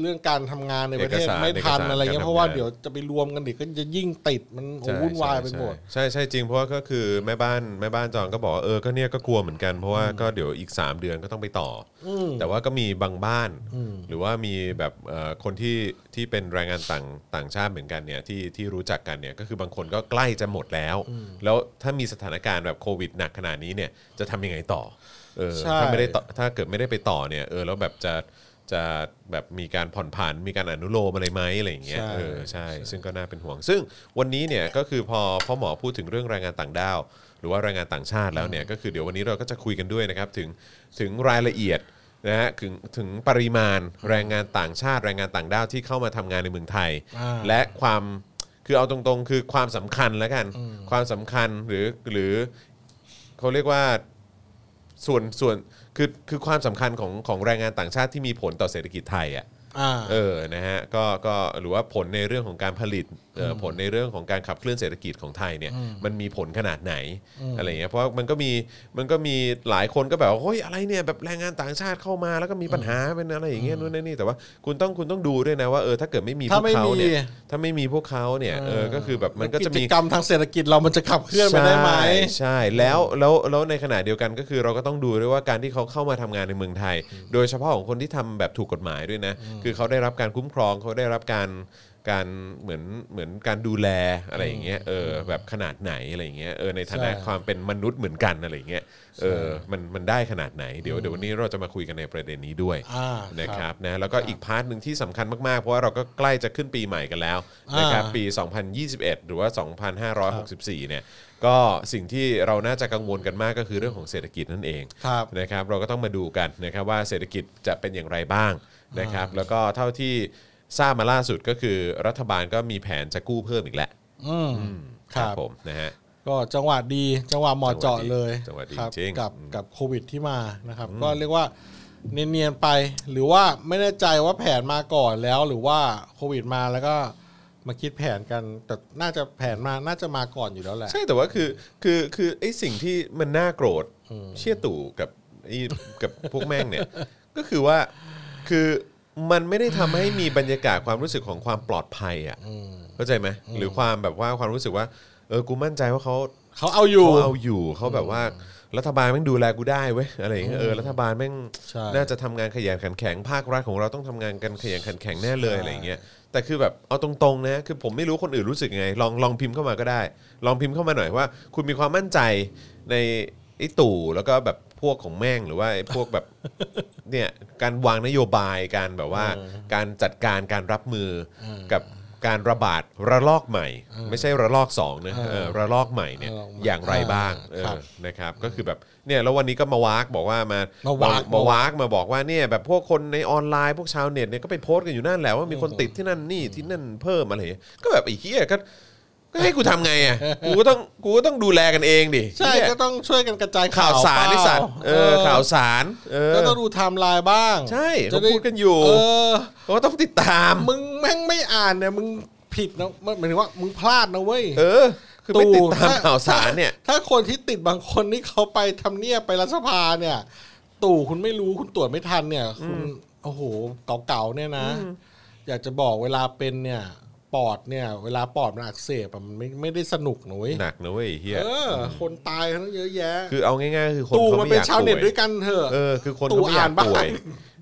[SPEAKER 4] เรื่องการทำงานในประเท
[SPEAKER 2] เอก
[SPEAKER 4] ศ
[SPEAKER 2] สาร
[SPEAKER 4] ไม่ทัน
[SPEAKER 2] เอกสาร
[SPEAKER 4] อะไรเงี้
[SPEAKER 2] การ
[SPEAKER 4] ยเพราะว่า
[SPEAKER 2] ทำงาน
[SPEAKER 4] เดี๋ยวจะไปรวมกันเด็กก็จะยิ่งติดมันโอ้
[SPEAKER 2] ใช่
[SPEAKER 4] วุ่นวายไปหมด
[SPEAKER 2] ใช่ใช่ใช่จริงเพราะว่าก็คือแม่บ้านแม่บ้านจอนก็บอกว่าเออก็เนี่ยก็กลัวเหมือนกันเพราะว่าก็เดี๋ยวอีก 3 เดือนก็ต้องไปต่ออ
[SPEAKER 4] ม
[SPEAKER 2] แต่ว่าก็มีบางบ้าน หรือว่ามีแบบเอ่อคนที่ที่เป็นแรงงานต่างต่างชาติเหมือนกันเนี่ยที่ที่รู้จักกันเนี่ยก็คือบางคนก็ใกล้จะหมดแล้ว แล้วถ้ามีสถานการณ์แบบโควิดหนักขนาดนี้เนี่ยจะทำยังไงต่อเออ
[SPEAKER 4] ใช่
[SPEAKER 2] ถ้าไม่ได้ต่อถ้าเกิดไม่ได้ไปต่อเนี่ยเออแล้วแบบจะจะแบบมีการผ่อนผันมีการอนุโลมอะไรไหมอะไรอย่างเงี้ย
[SPEAKER 4] ใช่
[SPEAKER 2] เออ ใช่ ซึ่งก็น่าเป็นห่วง ซึ่งวันนี้เนี่ยก็คือพอพ่อหมอพูดถึงเรื่องแรงงานต่างด้าว หรือว่าแรงงานต่างชาติแล้วเนี่ยก็คือเดี๋ยววันนี้เราก็จะคุยกันด้วยนะครับถึงถึงรายละเอียดนะฮะถึงถึงปริมาณแรงงานต่างชาติแรงงานต่างด้าวที่เข้ามาทำงานในเมืองไทย
[SPEAKER 4] อ่า
[SPEAKER 2] และความคือเอาตรงๆ คือความสำคัญแล้วกัน ความสำคัญหรือหรือเขาเรียกว่าส่วนส่วนคือคือความสำคัญของของแรงงานต่างชาติที่มีผลต่อเศรษฐกิจไทยอ่ะ
[SPEAKER 4] อ่า
[SPEAKER 2] เออ นะฮะ ก็ ก็ หรือว่าผลในเรื่องของการผลิตเอ่ออผลในเรื่องของการขับเคลื่อนเศรษฐกิจของไทยเนี่ย มันมีผลขนาดไหน อะไรเงี้ย เพราะมันก็มี มันก็มีหลายคนก็แบบว่าเฮ้ย อะไรเนี่ย แบบแรงงานต่างชาติเข้ามา แล้วก็มีปัญหาเป็นอะไรอย่างเงี้ยนู่นนนนี่ แต่ว่าคุณต้อง คุณต้องดูด้วยนะว่า เออ ถ้าเกิดไม่มีพวก
[SPEAKER 4] ถ้าไม่
[SPEAKER 2] เขาเนี่ย
[SPEAKER 4] มี
[SPEAKER 2] ถ้าไม่มีพวกเขาเนี่ย เออ ก็คือแบบมันก็จะมี
[SPEAKER 4] จกรรมทางเศรษฐกิจเรามันจะขับเคลื่อนไปได้ไหม
[SPEAKER 2] ใช่ใช่แล้วแล้วแล้วในขณะเดียวกันก็คือเราก็ต้องดูด้วยว่าการที่เขาเข้ามาทำงานในเมืองไทย โดยเฉพาะของคนที่ทำแบบถูกกฎหมายด้วยนะ คือเขาได้รับการคุ้มครองเขาได้รับการ การเหมือนเหมือนการดูแลอะไรอย่างเงี้ยเออแบบขนาดไหนอะไรอย่างเงี้ยเออในฐานะ
[SPEAKER 4] ใช่
[SPEAKER 2] ความเป็นมนุษย์เหมือนกันอะไรอย่างเงี้ยเออมันมันได้ขนาดไหนเดี๋ยวเดี๋ยววันนี้เราจะมาคุยกันในประเด็นนี้ด้วย
[SPEAKER 4] อ่า
[SPEAKER 2] นะครับนะแล้วก็อีกพาร์ทหนึ่งที่สำคัญมาก ๆ เพราะว่าเราก็ใกล้จะขึ้นปีใหม่กันแล้วนะครับ
[SPEAKER 4] อ่า
[SPEAKER 2] ปี 2021 หรือว่า 2564 เนี่ยก็สิ่งที่เราน่าจะกังวลกันมากก็คือเรื่องของเศรษฐกิจนั่นเอง
[SPEAKER 4] ครับ
[SPEAKER 2] นะครับเราก็ต้องมาดูกันนะครับว่าเศรษฐกิจจะเป็นอย่างไรบ้างนะครับแล้วก็เท่าที่ทราบมาล่าสุดก็คือรัฐบาลก็มีแผนจะกู้เพิ่มอีกแหละ
[SPEAKER 4] ืมครับ
[SPEAKER 2] ผมนะฮะ
[SPEAKER 4] ก็จังหวะดีจังหวะเหมาะเจาะเลย
[SPEAKER 2] จังหวะดี
[SPEAKER 4] ครับ
[SPEAKER 2] จริง
[SPEAKER 4] กับ
[SPEAKER 2] อืม
[SPEAKER 4] กับโควิดที่มานะครับ ก็เรียกว่าเนียนๆไป หรือว่าไม่แน่ใจว่าแผนมาก่อนแล้ว หรือว่าโควิดมาแล้วก็มาคิดแผนกัน แต่น่าจะแผนมาน่าจะมาก่อนอยู่แล้วแหละ
[SPEAKER 2] ใช่แต่ว่าคือคือคือไอ้สิ่งที่มันน่าโกรธเชี่ยตู่กับไอ้กับพวกแม่งเนี่ย ก็คือว่าคือมันไม่ได้ทำให้มีบรรยากาศความรู้สึกของความปลอดภัยอ่ะเข้าใจไหมหรือความแบบว่าความรู้สึกว่าเออกูมั่นใจว่าเขา
[SPEAKER 4] เขาเอาอยู่
[SPEAKER 2] เขาเอาอยู่เขาแบบว่ารัฐบาลแม่งดูแลกูได้เว้ยอะไรอย่างเงี้ยเออรัฐบาลแม่ง
[SPEAKER 4] ใช่
[SPEAKER 2] น่าจะทำงานขยันขันแข็งภาครัฐของเราต้องทำงานกันขยันขันแข็งแน่เลยอะไรอย่างเงี้ย แต่คือแบบเอาตรงๆนะคือผมไม่รู้คนอื่นรู้สึกยังไง ลองลองพิมพ์เข้ามาก็ได้ ลองพิมพ์เข้ามาหน่อยว่า คุณมีความมั่นใจในไอ้ตู่แล้วก็แบบพวกของแม่งหรือว่าไอ้พวก แบบ เนี่ยการวางนโยบายการแบบว่า การจัดการการรับมืออกับการระบาดระลอกใหม่ ไม่ใช่ระลอกสองนะเออระลอกใหม่เนี่ย
[SPEAKER 4] ระลอกใหม่
[SPEAKER 2] อย่างไรบ้าง
[SPEAKER 4] อ่าครับ
[SPEAKER 2] เออนะครับก็คือแบบเนี่ยแล้ววันนี้ก็มาวากบอกว่ามาม
[SPEAKER 4] าวาก
[SPEAKER 2] มาวาก ทักมาบอกว่าเนี่ยแบบพวกคนในออนไลน์พวกชาวเน็ตเนี่ยก็ไปโพสต์กันอยู่นั่นแหละว่ามีคนติดที่นั่นนี่ที่นั่นเพิ่มอะไรอย่างเงี้ยก็แบบไอ้เหี้ยก็ก็ให้กูทำไงอ่ะกูก็ต้องกูก็ต้องดูแลกันเองดิ
[SPEAKER 4] ใช่
[SPEAKER 2] เหี้ย
[SPEAKER 4] ก็ต้องช่วยกันกระจายข่า
[SPEAKER 2] ข่าว
[SPEAKER 4] ว
[SPEAKER 2] สาร
[SPEAKER 4] เปล่
[SPEAKER 2] ไอ้สัตว์เออข่าวสารเออ
[SPEAKER 4] ก็ต้องดูไทม์ไลน์บ้าง
[SPEAKER 2] ใช่
[SPEAKER 4] จะ
[SPEAKER 2] เขา
[SPEAKER 4] ได้
[SPEAKER 2] พูดกันอยู่
[SPEAKER 4] เออ
[SPEAKER 2] เขาก็ต้องติดตาม
[SPEAKER 4] มึงแม่งไม่อ่านเนี่ยมึงผิดนะหมายถึงว่ามึงพลาดนะเว้ย
[SPEAKER 2] เออ คือไม่ติดตาม
[SPEAKER 4] ถ้
[SPEAKER 2] ข่าวสารเนี่ย
[SPEAKER 4] ถ้าถ้าคนที่ติดบางคนนี่เขาไปทำเนียบไปรัฐสภาเนี่ย ตู่คุณไม่รู้คุณตรวจไม่ทันเนี่ย คุณโอ้โหเก่าๆเนี่ยนะ อยากจะบอกเวลาเป็นเนี่ย ปอดเนี่ย เวลาปอดมันอักเสบอะมันไม่ไม่ได้สนุกหนุย
[SPEAKER 2] หนักนะเว้ยไอ้เหี้ย
[SPEAKER 4] เออ คนตายทั้งเยอะแยะ
[SPEAKER 2] คือเอาง่ายๆคือคน
[SPEAKER 4] ตู่
[SPEAKER 2] เขา
[SPEAKER 4] มัน
[SPEAKER 2] ไม่
[SPEAKER 4] เป็
[SPEAKER 2] อน ยาก
[SPEAKER 4] ชาวเน็ต
[SPEAKER 2] ป่วย
[SPEAKER 4] ด้วยกันเถอะ
[SPEAKER 2] เออคือคน
[SPEAKER 4] ตู่
[SPEAKER 2] เขาไม่อยา
[SPEAKER 4] อ่าก นบ้าง
[SPEAKER 2] ป่วย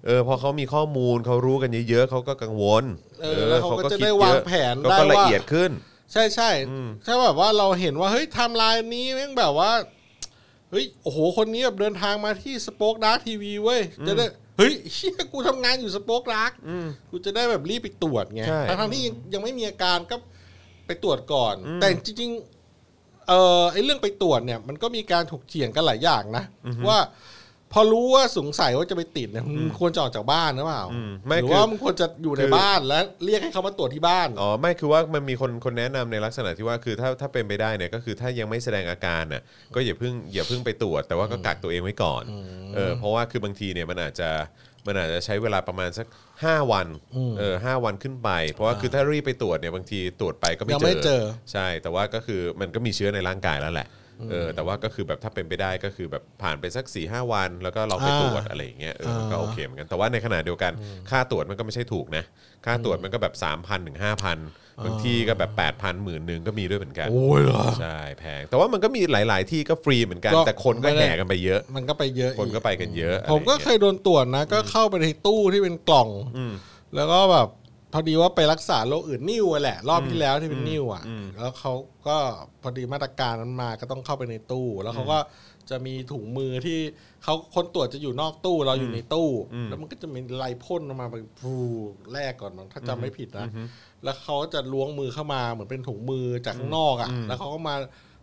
[SPEAKER 2] เออพอเขามีข้อมูลเขารู้กันเยอะๆเขาก็กังวล
[SPEAKER 4] เออแล้วเขาก็จะได้วางแผน
[SPEAKER 2] เขา
[SPEAKER 4] ได้
[SPEAKER 2] ก็ละ
[SPEAKER 4] ว่า
[SPEAKER 2] เอียดขึ้น
[SPEAKER 4] ใช่ใช่ถ้าแบบว่าเราเห็นว่าเฮ้ยไทำลายนี้แม่งแบบว่าเฮ้ยโอ้โหคนนี้แบบเดินทางมาที่สป็อคดาร์กทีวีเว้ยจะได้เฮ้ยเชี่ยกูทำงานอยู่สป็อคดาร์กกูจะได้แบบรีบไปตรวจไง
[SPEAKER 2] ใช่
[SPEAKER 4] ทั้งๆที่ยังยังไม่มีอาการก็ไปตรวจก่อน แต่จริงๆเอ่อไอ้เรื่องไปตรวจเนี่ย มันก็มีการถกเถียงกันหลายอย่างนะว่า พอรู้ว่าสงสัยว่าจะไปติดเนี่ยมึงควรจะออกจากบ้านหรือเปล่า
[SPEAKER 2] อืมไม่
[SPEAKER 4] หรื
[SPEAKER 2] คือ อ
[SPEAKER 4] ว่ามึงควรจะอยู่ใน
[SPEAKER 2] คือ
[SPEAKER 4] บ้านและเรียกให้เขามาตรวจที่บ้าน
[SPEAKER 2] อ๋อไม่คือว่ามันมีคนคนแนะนำในลักษณะที่ว่าคือถ้าถ้าเป็นไปได้เนี่ยก็คือถ้ายังไม่แสดงอาการน่ะก็อย่าเพิ่งอย่าเพิ่งไปตรวจ แต่ว่าก็กักตัวเองไว้ก่อนเออเพราะว่าคือบางทีเนี่ยมันอาจจะมันอาจจะใช้เวลาประมาณสัก 5 วันเออห้าวันขึ้นไป เพราะว่าคือถ้ารีบไปตรวจเนี่ยบางทีตรวจไปก็ไม่
[SPEAKER 4] ยังไม่เจอ
[SPEAKER 2] ใช่ แต่ว่าก็คือมันก็มีเชื้อในร่างกายแล้วแหละเออแต่ว่าก็คือแบบถ้าเป็นไปได้ก็คือแบบผ่านไปสัก4ีหวัน แล้วก็ลองไปตรวจอะไรอย่างเงี้ยเออมันก็โอเคเหมือนกันแต่ว่าในขณะเดียวกันค่าตรวจมันก็ไม่ใช่ถูกนะค่าตรวจมันก็แบบ 3 0 0 0ถึง5,000 บางที่ก็แบบ 8 0 0 0หมื่นหนึ่งก็มีด้วยเหมือนกัน
[SPEAKER 4] โอ้ยเหรอ
[SPEAKER 2] ใช่แพง แต่ว่ามันก็มีหลาย ๆ ที่ก็ฟรีเหมือนกัน
[SPEAKER 4] ก็
[SPEAKER 2] แต่คนก็แห่กันไปเยอะ
[SPEAKER 4] มันก็ไปเยอะ
[SPEAKER 2] คน
[SPEAKER 4] อีก
[SPEAKER 2] ก็ไปกันเยอะ
[SPEAKER 4] ผมก็
[SPEAKER 2] อะไรอางงี้
[SPEAKER 4] เคยโดนตรวจนะ ก็เข้าไปในตู้ที่เป็นกล่องแล้วก็แบบพอดีว่าไปรักษาโรคอื่นนิ่วอะแหละ รอบที่แล้วที่เป็นนิ่วอ่ะ แล้วเขาก็พอดีมาตรการนั้นมาก็ต้องเข้าไปในตู้ แล้วเขาก็จะมีถุงมือที่เขาคนตรวจจะอยู่นอกตู้เราอยู่ในตู้ แล้วมันก็จะมีลายพ่นออกมาเป็นฟูแรกก่อนมั้งถ้าจำไม่ผิดนะแล้วเขาจะล้วงมือเข้ามาเหมือนเป็นถุงมือจากข้างนอกอ่ะ แล้วเขาก็มา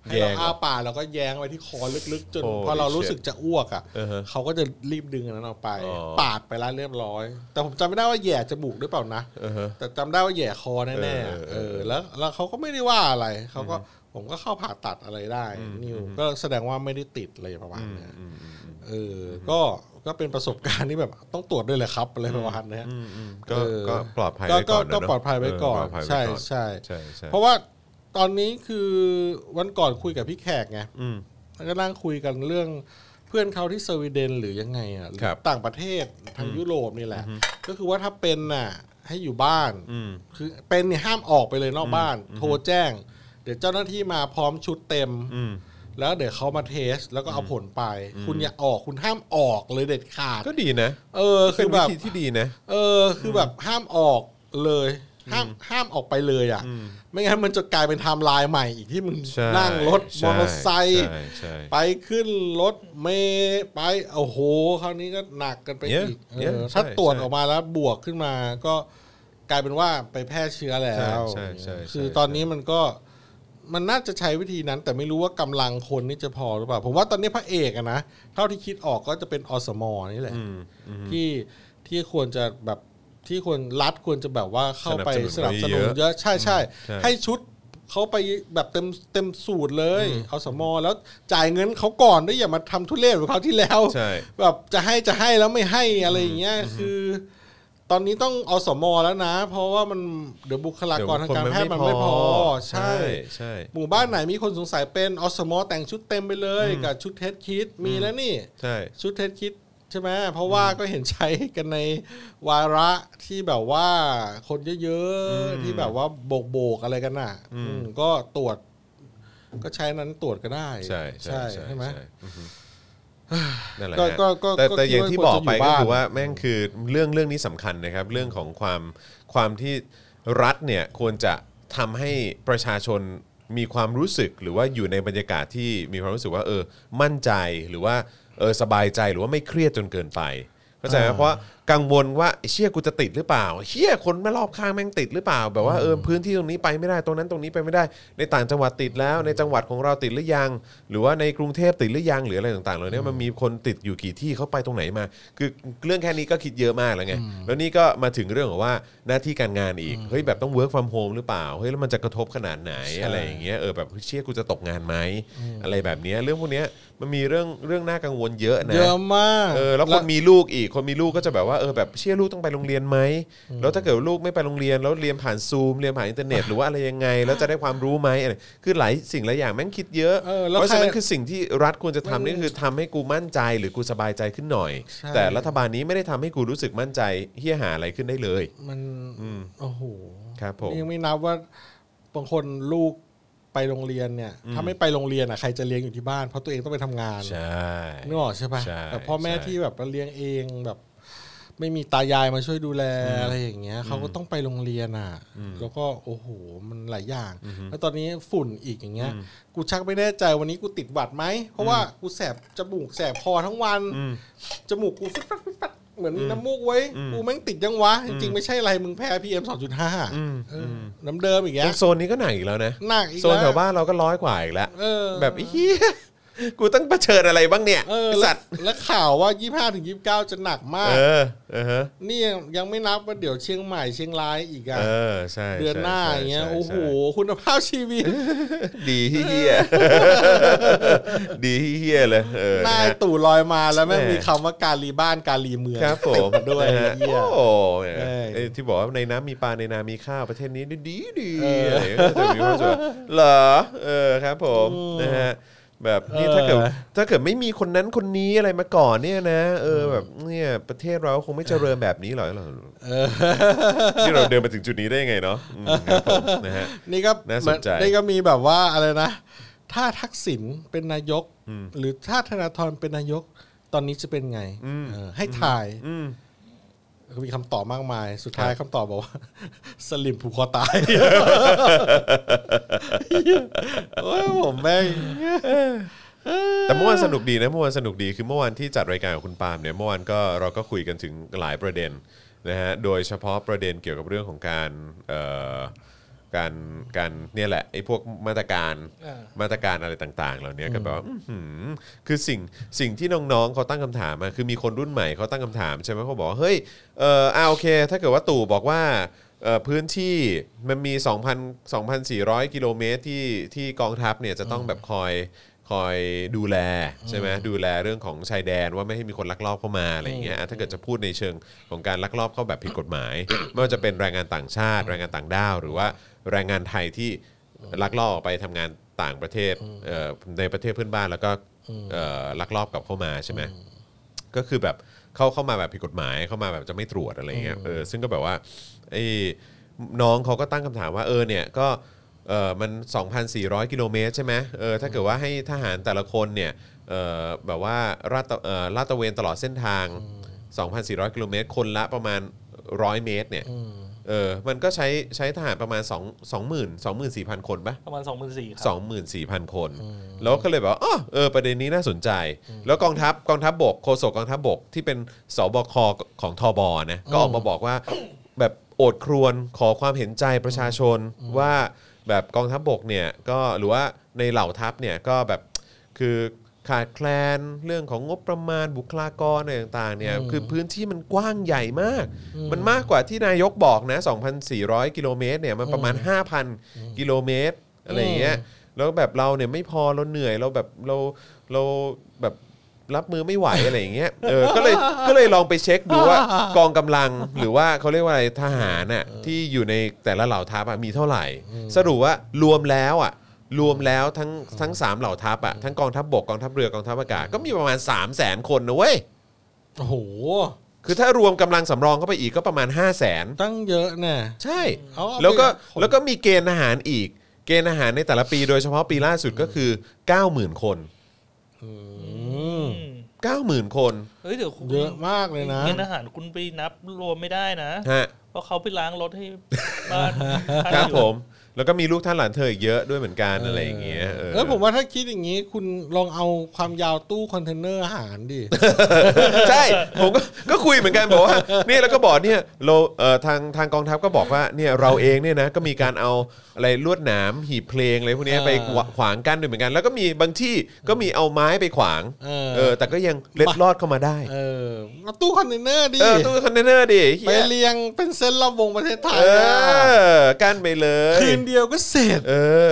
[SPEAKER 4] ให้เรา
[SPEAKER 2] แยงออก
[SPEAKER 4] อ้าปากแล้วก็แย้งไว้ที่คอลึกๆ จน
[SPEAKER 2] โอ้
[SPEAKER 4] พอเรา
[SPEAKER 2] ดิ
[SPEAKER 4] รู้
[SPEAKER 2] เชี่ย
[SPEAKER 4] สึก จะอ้วกอ่ะ
[SPEAKER 2] อือฮะ
[SPEAKER 4] เขาก็จะรีบดึงอันนั้นออกไป
[SPEAKER 2] อ๋อ
[SPEAKER 4] ปาดไปแล้วเรียบร้อย แต่ผมจำไม่ได้ว่าแหย่จมูกหรือเปล่านะ
[SPEAKER 2] อือฮะ
[SPEAKER 4] แต่จำได้ว่าแหย่คอแน่ๆอะ
[SPEAKER 2] เออเออเออ
[SPEAKER 4] เออแล้วแล้วเขาก็ไม่ได้ว่าอะไรเขาก็ผมก็เข้าผ่าตัดอะไรได้ นิวก็แสดงว่าไม่ได้ติดอะไรประมาณเนี้ยเอออก็ก็เป็นประสบการณ์ที่แบบต้องตรวจด้วยเลยครับอะไรประมาณเนี้ย
[SPEAKER 2] อืมอืมก็
[SPEAKER 4] เออ
[SPEAKER 2] ก็ปลอดภัย
[SPEAKER 4] ก็
[SPEAKER 2] ไว้
[SPEAKER 4] ก็
[SPEAKER 2] ก่อนนะ
[SPEAKER 4] ก็
[SPEAKER 2] เนะ
[SPEAKER 4] ปลอดภัยไว้ก่อน
[SPEAKER 2] เปลดภัยไว้
[SPEAKER 4] ใช่
[SPEAKER 2] ก่อน
[SPEAKER 4] ใช่
[SPEAKER 2] ใช่ใช่
[SPEAKER 4] เพราะว่าตอนนี้คือวันก่อนคุยกับพี่แขกไง
[SPEAKER 2] อืม
[SPEAKER 4] แล้วก็นั่งคุยกันเรื่องเพื่อนเขาที่สวีเดนหรือยังไงอ่ะหรือ
[SPEAKER 2] ครับ
[SPEAKER 4] ต่างประเทศทางยุโรปนี่แหละ ก็คือว่าถ้าเป็นน่ะให้อยู่บ้าน
[SPEAKER 2] อืม
[SPEAKER 4] คือเป็นเนี่ยห้ามออกไปเลยนอกบ้าน โทรแจ้ง เดี๋ยวเจ้าหน้าที่มาพร้อมชุดเต็ม
[SPEAKER 2] อืม
[SPEAKER 4] แล้วเดี๋ยวเขามาเทส แล้วก็เอาผลไป คุณอย่าออกคุณห้ามออกเลยเด็ดขาด
[SPEAKER 2] ก็ดีนะ
[SPEAKER 4] เออ
[SPEAKER 2] เป็น
[SPEAKER 4] คือ
[SPEAKER 2] วิ
[SPEAKER 4] แบบ
[SPEAKER 2] ธีที่ดีนะ
[SPEAKER 4] เออ คือแบบห้ามออกเลย ห้ามห้ามออกไปเลยอ่ะ ไม่งั้นมันจะกลายเป็นไทม์ไลน์ใหม่อีกที่มึง
[SPEAKER 2] ใช่
[SPEAKER 4] นั่งรถม
[SPEAKER 2] ใช่
[SPEAKER 4] อเตอร์ไซค์
[SPEAKER 2] ใช่ใช่
[SPEAKER 4] ไปขึ้นรถเมย์ไปโอ้โหคราวนี้ก็หนักกันไป
[SPEAKER 2] เยอะ
[SPEAKER 4] อีกเออ
[SPEAKER 2] เยอะ
[SPEAKER 4] ถ้า
[SPEAKER 2] ใช่
[SPEAKER 4] ตรวจ
[SPEAKER 2] ใช่
[SPEAKER 4] ออกมาแล้วบวกขึ้นมา ก็กลายเป็นว่าไปแพร่เชื้อแล้ว
[SPEAKER 2] ใช่ใช่ใช่
[SPEAKER 4] คือ
[SPEAKER 2] ใช่
[SPEAKER 4] ตอนนี้มันก็มันน่าจะใช้วิธีนั้น แต่ไม่รู้ว่ากำลังคนนี่จะพอหรือเปล่า ผมว่าตอนนี้พระเอกอะนะเท่าที่คิดออกก็จะเป็นอสมนี่แหละ
[SPEAKER 2] อืมอืม
[SPEAKER 4] ที่ที่ควรจะแบบที่ควรรัฐควรจะแบบว่าเข้าไป
[SPEAKER 2] ส
[SPEAKER 4] ส
[SPEAKER 2] นั
[SPEAKER 4] นั
[SPEAKER 2] บบ ส
[SPEAKER 4] ส
[SPEAKER 2] นุ
[SPEAKER 4] นุ
[SPEAKER 2] น
[SPEAKER 4] น
[SPEAKER 2] เยอะ
[SPEAKER 4] เยอะใช่ใช่
[SPEAKER 2] ใช่
[SPEAKER 4] ให้ชุดเขาไปแบบเต็มเต็มสูตรเลย เอาสมอแล้วจ่ายเงินเขาก่อนด้วยอย่ามาทำทุเรศแบบเขาวที่แล้ว
[SPEAKER 2] ใช่
[SPEAKER 4] แบบจะให้จะให้แล้วไม่ให้อะไรอย่างเงี้ยคือ ตอนนี้ต้องเอาสมอแล้วนะ เพราะว่ามันเดี๋ยวบุคลากรทางการแพทย์มันไม่พอใช่
[SPEAKER 2] ใช่
[SPEAKER 4] หมู่บ้านไหนมีคนสงสัยเป็นอสมอแต่งชุดเต็มไปเลยกับชุดเทสคิดมีแล้วนี่
[SPEAKER 2] ใช่
[SPEAKER 4] ชุดเทสคิดใช่ไหมเพราะว่าก็เห็นใช้กันในวาระที่แบบว่าคนเยอะๆ ที่แบบว่าโบกๆอะไรกันน่ะ อืมก็ตรวจ ก็ใช้นั้นตรวจก็ได้
[SPEAKER 2] ใช่ใช่
[SPEAKER 4] ใช่ไหม
[SPEAKER 2] อือฮึนั่นแหละ
[SPEAKER 4] ก็
[SPEAKER 2] ฮะ
[SPEAKER 4] ก็ก็
[SPEAKER 2] แต่
[SPEAKER 4] ก็
[SPEAKER 2] แต่
[SPEAKER 4] คิด
[SPEAKER 2] อย่าง
[SPEAKER 4] ว่า
[SPEAKER 2] ที่บอกไป
[SPEAKER 4] ควรจะอยู่
[SPEAKER 2] ก็
[SPEAKER 4] บ้าน
[SPEAKER 2] คือว่าแม่งคือเรื่องเรื่องนี้สำคัญนะครับ เรื่องของความความที่รัฐเนี่ยควรจะทำให้ประชาชนมีความรู้สึกหรือว่าอยู่ในบรรยากาศที่มีความรู้สึกว่า เออ มั่นใจหรือว่าเออสบายใจหรือว่าไม่เครียดจนเกินไปเข้าใจไหม
[SPEAKER 4] อ่า
[SPEAKER 2] เพราะ กังวลว่าไอ้เชี่ยกูจะติดหรือเปล่าเชี่ยคนไม่รอบข้างแม่งติดหรือเปล่า แบบว่าเออพื้นที่ตรงนี้ไปไม่ได้ตรงนั้นตรงนี้ไปไม่ได้ ในต่างจังหวัดติดแล้ว ในจังหวัดของเราติดหรือยัง หรือว่าในกรุงเทพติดหรือยังหรืออะไรต่างๆเหล่านี้มันมีคนติดอยู่กี่ที่เขาไปตรงไหนมา คือเรื่องแค่นี้ก็คิดเยอะมากแล้วไงแล้วนี่ก็มาถึงเรื่องของว่าหน้าที่การงานอีกเฮ้ยแบบต้อง work from home หรือเปล่าเฮ้ยแล้วมันจะกระทบขนาดไหนอะไรอย่างเงี้ยเออแบบเฮ้ยเชี่ยกูจะตกงานไหมอะไรแบบเนี้ยเรื่องพวกเนี้ยมันมีเรื่องเรื่องน่ากังวลเยอะนะ
[SPEAKER 4] เยอะมาก
[SPEAKER 2] เออแล้วคนมีลูกอีกคนมีลูกก็จะแบบว่าเออแบบเชื่อลูกต้องไปโรงเรียนไหมแล้วถ้าเกิดลูกไม่ไปโรงเรียนแล้วเรียนผ่านซูมเรียนผ่านอินเทอร์เน็ตหรือว่าอะไรยังไง แล้วจะได้ความรู้ไหมอะไรคือหลายสิ่งหลายอย่างแม่งคิดเยอะ
[SPEAKER 4] เออแล้ว
[SPEAKER 2] เพราะฉะนั้น
[SPEAKER 4] ใคร
[SPEAKER 2] คือสิ่งที่รัฐควรจะทำนี่คือทำให้กูมั่นใจหรือกูสบายใจขึ้นหน่อย
[SPEAKER 4] ใช่
[SPEAKER 2] แต่รัฐบาลนี้ไม่ได้ทำให้กูรู้สึกมั่นใจเฮี้ยหาอะไรขึ้นได้เลย
[SPEAKER 4] มันโอ้โห
[SPEAKER 2] ครับผม
[SPEAKER 4] นี่ยังไม่นับว่าบางคนลูกไปโรงเรียนเนี่ย ถ้าไม่ไปโรงเรียนอ่ะใครจะเลี้ยงอยู่ที่บ้านเพราะตัวเองต้องไปทำงาน
[SPEAKER 2] ใช่
[SPEAKER 4] นึกออกใช่ปะ
[SPEAKER 2] ใช่
[SPEAKER 4] แต่พ่อแม่
[SPEAKER 2] ใช่
[SPEAKER 4] ที่แบบเลี้ยงเองแบบ ไม่มีตายายมาช่วยดูแลอะไรอย่างเงี้ยเขาก็ต้องไปโรงเรียนอ่ะ แล้วก็โอ้โหมันหลายอย่าง แล้วตอนนี้ฝุ่นอีกอย่างเงี้ย กูชักไม่แน่ใจวันนี้กูติดหวัดไหมเพราะว่ากูแสบจมูกแสบคอทั้งวันจมูกกูฟึดฟัดฟึดฟัดเหมือนมีน้ำมูกไว้กูแม่งติดยังวะจริงๆไม่ใช่อะไรมึงแพ้พีเอ็มสองจุดห้าน้ำเดิมอีก
[SPEAKER 2] ตร
[SPEAKER 4] แล้
[SPEAKER 2] ง
[SPEAKER 4] ว
[SPEAKER 2] โซนนี้ก็หนักอีกแล้วนะ
[SPEAKER 4] หนักอีก
[SPEAKER 2] โซน
[SPEAKER 4] แล้ว
[SPEAKER 2] แถวบ้านเราก็ร้อยกว่าอีกแล้ว
[SPEAKER 4] เออ
[SPEAKER 2] แบบเฮี้ยกูต้องเผชิญอะไรบ้างเนี่ย
[SPEAKER 4] เออ
[SPEAKER 2] ไอ้
[SPEAKER 4] แล้ว
[SPEAKER 2] สัตว์
[SPEAKER 4] แล้วข่าวว่ายี่ห้าถึงยี่สิบเก้าจะหนักมาก
[SPEAKER 2] เออเออฮะ
[SPEAKER 4] นี่ยังยังไม่นับว่าเดี๋ยวเชียงใหม่เชียงรายอีกอะ
[SPEAKER 2] เออใช่
[SPEAKER 4] เดือนหน้า
[SPEAKER 2] ใช่
[SPEAKER 4] อย่างเงี้ย
[SPEAKER 2] ใช่
[SPEAKER 4] โอ้โห
[SPEAKER 2] ใช่
[SPEAKER 4] คุณภาพชีวิต
[SPEAKER 2] ดีเฮีย ดีเฮียเลยเออ
[SPEAKER 4] หน้า
[SPEAKER 2] นะฮะ
[SPEAKER 4] ตู่ลอยมาแล้วแม่ง
[SPEAKER 2] แม่
[SPEAKER 4] มีคำว่าการรีบ้านการรีเมือง
[SPEAKER 2] ครับผม
[SPEAKER 4] ติดาด้วย
[SPEAKER 2] นะฮะ
[SPEAKER 4] เหี้ย
[SPEAKER 2] โอ้โห
[SPEAKER 4] เอ้ย
[SPEAKER 2] ไอ้ที่บอกว่าในน้ำมีปลาในนามีข้าวประเทศนี้ดีดี
[SPEAKER 4] เออ
[SPEAKER 2] อะไรก็จะมีความสุขเหรอเออครับผม
[SPEAKER 4] อืม
[SPEAKER 2] นะฮะแบบนี่
[SPEAKER 4] เออ
[SPEAKER 2] ถ้าเกิดถ้าเกิดไม่มีคนนั้นคนนี้อะไรมาก่อนเนี่ยนะ เออแบบเนี่ยประเทศเราคงไม่เจริญแบบนี้หรอกที่เราเดินมาถึงจุดนี้ได้ยังไงเนาะอืมครับผมนะฮะ
[SPEAKER 4] นี่ก็
[SPEAKER 2] น่าสนใจ
[SPEAKER 4] มันนี่ก็มีแบบว่าอะไรนะ ถ้าทักษิณเป็นนายก หรือถ้าธนาธรเป็นนายก ตอนนี้จะเป็นไงเออให้ถ่าย
[SPEAKER 2] อืม
[SPEAKER 4] ก็มีคำตอบมากมาย สุดท้ายคำตอบบอกว่า สลิมผูกคอตาย โอ้ยผมแม่ง
[SPEAKER 2] แต่เมื่อวานสนุกดีนะเมื่อวานสนุกดีคือเมื่อวานที่จัดรายการกับคุณปาล์มเนี่ยเมื่อวานก็เราก็คุยกันถึงหลายประเด็นนะฮะโดยเฉพาะประเด็นเกี่ยวกับเรื่องของการเอ่อการการเนี่ยแหละไอ้พวกมาตรการ
[SPEAKER 4] อ่า
[SPEAKER 2] มาตรการอะไรต่างๆเหล่านี้ก็แบบว่าอื้อหือคือสิ่งสิ่งที่น้องๆเขาตั้งคำถามอะคือมีคนรุ่นใหม่เขาตั้งคำถามใช่ไหมเขาบอกว่าเฮ้ยเอออ่าโอเค ถ้าเกิดว่าตู่บอกว่า เอ่อพื้นที่มันมี 2,000 2,400 กิโลเมตรที่ที่กองทัพเนี่ยจะต้องแบบคอยคอยดูแลใช่ไหมดูแลเรื่องของชายแดนว่าไม่ให้มีคนลักลอบเข้ามาอะไรอย่างเงี้ยอ่ะถ้าเกิดจะพูดในเชิงของการลักลอบเข้าแบบผิดกฎหมาย ไม่ว่าจะเป็นแรงงานต่างชาติ แรงงานต่างด้าว หรือว่าแรงงานไทยที่ลักลอบออกไปทำงานต่างประเทศเอ่อในประเทศเพื่อนบ้านแล้วก็เอ่อลักลอบกลับเข้ามาใช่ไหม ก็คือแบบเข้าเข้ามาแบบผิดกฎหมายเข้ามาแบบจะไม่ตรวจอะไรเงี้ยเออซึ่งก็แบบว่าไอ้น้องเขาก็ตั้งคำถามว่าเออเนี่ยก็เออมัน 2,400 กิโลเมตรใช่ไหมเออถ้าเกิดว่าให้ทหารแต่ละคนเนี่ยเออแบบว่าลาดตระเออลาดตระเวนตลอดเส้นทาง 2,400 กิโลเมตรคนละประมาณ 100 เมตรเนี่ย เออมันก็ใช้ใช้ทหารประมาณ 2 2 0 0 0 2 4 0 0 0 คนปะ
[SPEAKER 3] ประมาณ2 4 0 0 0ครับ
[SPEAKER 2] 24,000 คน แล้วก็เลยแบบว่าอ้อเออประเด็นนี้น่าสนใจ แล้วกองทัพกองทัพบกโฆษกกองทัพบกที่เป็นสบคของทบนะก็ออกมาบอกว่า แบบโอดครวญขอความเห็นใจประชาชนว่าแบบกองทัพบกเนี่ยก็หรือว่าในเหล่าทัพเนี่ยก็แบบคือขาดแคลนเรื่องของงบประมาณบุคลากรอะไรต่างๆเนี่ย
[SPEAKER 4] อืม
[SPEAKER 2] คือพื้นที่มันกว้างใหญ่มาก มันมากกว่าที่นายกบอกนะ 2,400 กิโลเมตรเนี่ยมันประมาณ 5,000 กิโลเมตร อะไรอย่างเงี้ยแล้วแบบเราเนี่ยไม่พอเราเหนื่อยเราแบบเราเราแบบรับมือไม่ไหว อะไรอย่างเงี้ยเออก็เลยก็เลยลองไปเช็คดู ว่ากองกำลังหรือว่าเขาเรียกว่าอะไรทหารน่ะที่อยู่ในแต่ละเหล่าทัพอะมีเท่าไหร่ สรุปว่ารวมแล้วอ่ะรวมแล้วทั้งทั้งสามเหล่าทัพอ่ะทั้งกองทัพบกกองทัพเรือกองทัพอากาศก็มีประมาณ 3 0 0แสนคนนะเว้ย
[SPEAKER 4] โอ้โห
[SPEAKER 2] คือถ้ารวมกำลังสำรองเข้าไปอีกก็ประมาณ 5 0 0แสน
[SPEAKER 4] ตั้งเยอะแน่
[SPEAKER 2] ใช่
[SPEAKER 4] เอาเอาไป
[SPEAKER 2] แล้วก็
[SPEAKER 4] คน
[SPEAKER 2] แล้วก็มีเกณฑ์อาหารอีก เกณฑ์อาหารในแต่ละปีโดยเฉพาะปีล่าสุดก็คือ 90,000 คน
[SPEAKER 4] อืม
[SPEAKER 3] อืม
[SPEAKER 2] 90,000 คน
[SPEAKER 3] เฮ้ยเดี๋ยวคุณ
[SPEAKER 4] เยอะมากเลยนะ
[SPEAKER 3] เงินอาหารคุณไปนับรวมไม่ได้นะ
[SPEAKER 2] ฮะ
[SPEAKER 3] เพราะเขาไปล้างรถให้บ้าน
[SPEAKER 2] ค
[SPEAKER 3] ท่าน
[SPEAKER 2] รับ
[SPEAKER 3] อยู่
[SPEAKER 2] ผม แล้วก็มีลูกท่านหลานเธออีกเยอะด้วยเหมือนกันอะไรอย่างเงี้ยเออ
[SPEAKER 4] แล้วผมว่าถ้าคิดอย่างนี้คุณลองเอาความยาวตู้คอนเทนเนอร์อาหารดิ
[SPEAKER 2] ใช่ ผมก็ก็คุยเหมือนกันบอกว่าเนี่ยแล้วก็บอกเนี่ยเราเอ่อทางทางกองทัพก็บอกว่าเนี่ยเราเองเนี่ยนะก็มีการเอาอะไรลวดหนามหีบเพลงอะไรพวกเนี้ย
[SPEAKER 4] เออ
[SPEAKER 2] ไปขวางกั้นด้วยเหมือนกัน แล้วก็มีบางที่ก็มีเอาไม้ไปขวาง
[SPEAKER 4] เอ
[SPEAKER 2] เออ
[SPEAKER 4] อ
[SPEAKER 2] แต่ก็ยังเล็ดลอดเข้ามาได้
[SPEAKER 4] เออเอาตู้คอนเทนเนอร์ดิ
[SPEAKER 2] เออตู้คอนเทนเนอร์ดิเหี้
[SPEAKER 4] ไป
[SPEAKER 2] ย
[SPEAKER 4] เรียงเป็นเส้นรอบวงประเทศไทย
[SPEAKER 2] เอ
[SPEAKER 4] อะ
[SPEAKER 2] อกั้นไปเลย
[SPEAKER 4] คืนเดียวก็เสร็จ
[SPEAKER 2] เออ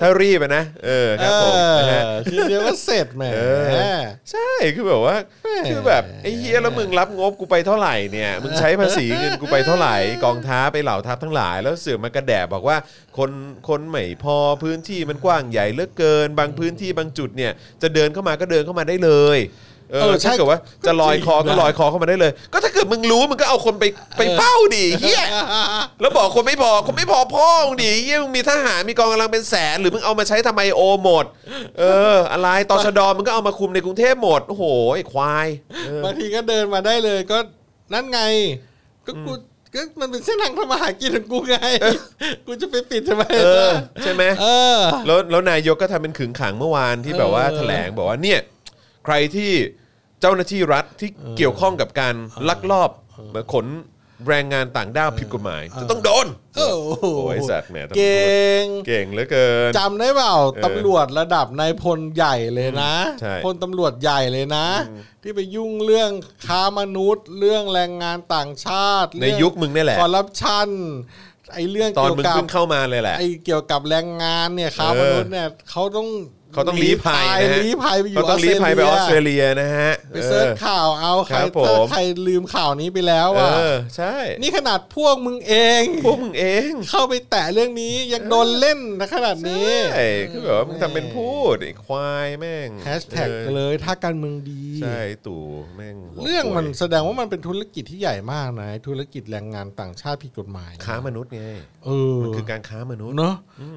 [SPEAKER 2] ถ้ารีบอะนะเออครับผมนะฮะ
[SPEAKER 4] เออคืนเดียวก็เสร็จแหม
[SPEAKER 2] เออ ใช่คือแบบว่าคือแบบไอ้เฮียแล้วมึงรับงบกูไปเท่าไหร่เนี่ยมึงใช้ภาษีเงินกูไปเท่าไหร่กองทัพไปเหล่าทัพทั้งหลาย แล้วเสือกมากระแดะบอกว่า คนคนไม่พอพื้นที่มันกว้างใหญ่เหลือเกิน บางพื้นที่บางจุดเนี่ย จะเดินเข้ามาก็เดินเข้ามาได้เลยเอ
[SPEAKER 4] เอ
[SPEAKER 2] อ
[SPEAKER 4] อใช่
[SPEAKER 2] ถ้าเกิดว่าจะลอยคอ
[SPEAKER 4] จริ
[SPEAKER 2] ก็
[SPEAKER 4] งนะ
[SPEAKER 2] ลอยคอเข้ามาได้เลย ก็ถ้าเกิดมึงรู้มึงก็เอาคนไปไปเฝ้าดิเฮีย แล้วบอกคนไม่พอคนไม่พอพ่อมึงดิเหี้ยมึงมีทหารมีกองกำลังเป็นแสน หรือมึงเอามาใช้ทำไมโอหมด เออ อะไรตชดมึงก็เอามาคุมในกรุงเทพหมด โอ้โหไอ้ควายเออบ
[SPEAKER 4] างทีก็เดินมาได้เลยก็นั่นไง ก็กูก็มันเป็นเส้นทางทำมาหากินของกูไง กูจะไปปิดทำไม
[SPEAKER 2] เออ
[SPEAKER 4] ล่ะ
[SPEAKER 2] ใช่ไหม
[SPEAKER 4] เออ
[SPEAKER 2] แล้วแล้วนายกก็ทำเป็นขึงขังเมื่อวานที่แบบว่า
[SPEAKER 4] เออ
[SPEAKER 2] แถลงบอกว่าเนี่ย ใครที่เจ้าหน้าที่รัฐที่เกี่ยวข้องกับการลักลอบขนแรงงานต่างด้าวผิดกฎหมายจะต้องโดน
[SPEAKER 4] โอ้โห
[SPEAKER 2] โอ้ยสัตว์แหมตำรวจ
[SPEAKER 4] เก่ง
[SPEAKER 2] เก่งเหลือเกิน
[SPEAKER 4] จำได้เปล่าตำรวจระดับนายพลใหญ่เลยนะ
[SPEAKER 2] ใช่
[SPEAKER 4] พลตำรวจใหญ่เลยนะ ที่ไปยุ่งเรื่องค้ามนุษย์ เรื่องแรงงานต่างชาติ
[SPEAKER 2] ในยุคมึงนี่แหละ
[SPEAKER 4] คอร์รัปชันไอ้เรื่อง
[SPEAKER 2] ตอน
[SPEAKER 4] เกี่ยว
[SPEAKER 2] มึง
[SPEAKER 4] กับ
[SPEAKER 2] เพิ่งเข้ามาเลยแหละ
[SPEAKER 4] ไอ้เกี่ยวกับแรงงานเนี่ยค้ามนุษย์เนี่ยเขาต้อง
[SPEAKER 2] เขาต้องลี้ภัยนะฮะ
[SPEAKER 4] ลี้ภัยไปอยู่
[SPEAKER 2] เขาต้องลี้ภัยไปออสเตรเลียนะฮะ
[SPEAKER 4] ไปเซิร์ช
[SPEAKER 2] ออ
[SPEAKER 4] ข่าวเอาใคร
[SPEAKER 2] ครับผม
[SPEAKER 4] ถ้าใครลืมข่าวนี้ไปแล้วอ่ะ
[SPEAKER 2] เออใช่
[SPEAKER 4] นี่ขนาดพวกมึงเอง
[SPEAKER 2] พวกมึงเอง
[SPEAKER 4] เข้าไปแตะเรื่องนี้ยังโดนเล่นนะขนาดนี้
[SPEAKER 2] ใช่คือแบบว่ามึงทำเป็นพูดไอ้ควายแม่ง
[SPEAKER 4] แฮชแท็ก
[SPEAKER 2] ออ
[SPEAKER 4] เลยถ้าการเมืองดี
[SPEAKER 2] ใช่ตู่แม่งหัว
[SPEAKER 4] เรื่องมัน
[SPEAKER 2] ป่วย
[SPEAKER 4] แสดงว่ามันเป็นธุรกิจที่ใหญ่มากนะธุรกิจแรงงานต่างชาติผิดกฎหมาย
[SPEAKER 2] ค้ามนุษย์ไง
[SPEAKER 4] เออ
[SPEAKER 2] มันคือการค้ามนุษย์
[SPEAKER 4] เนอะ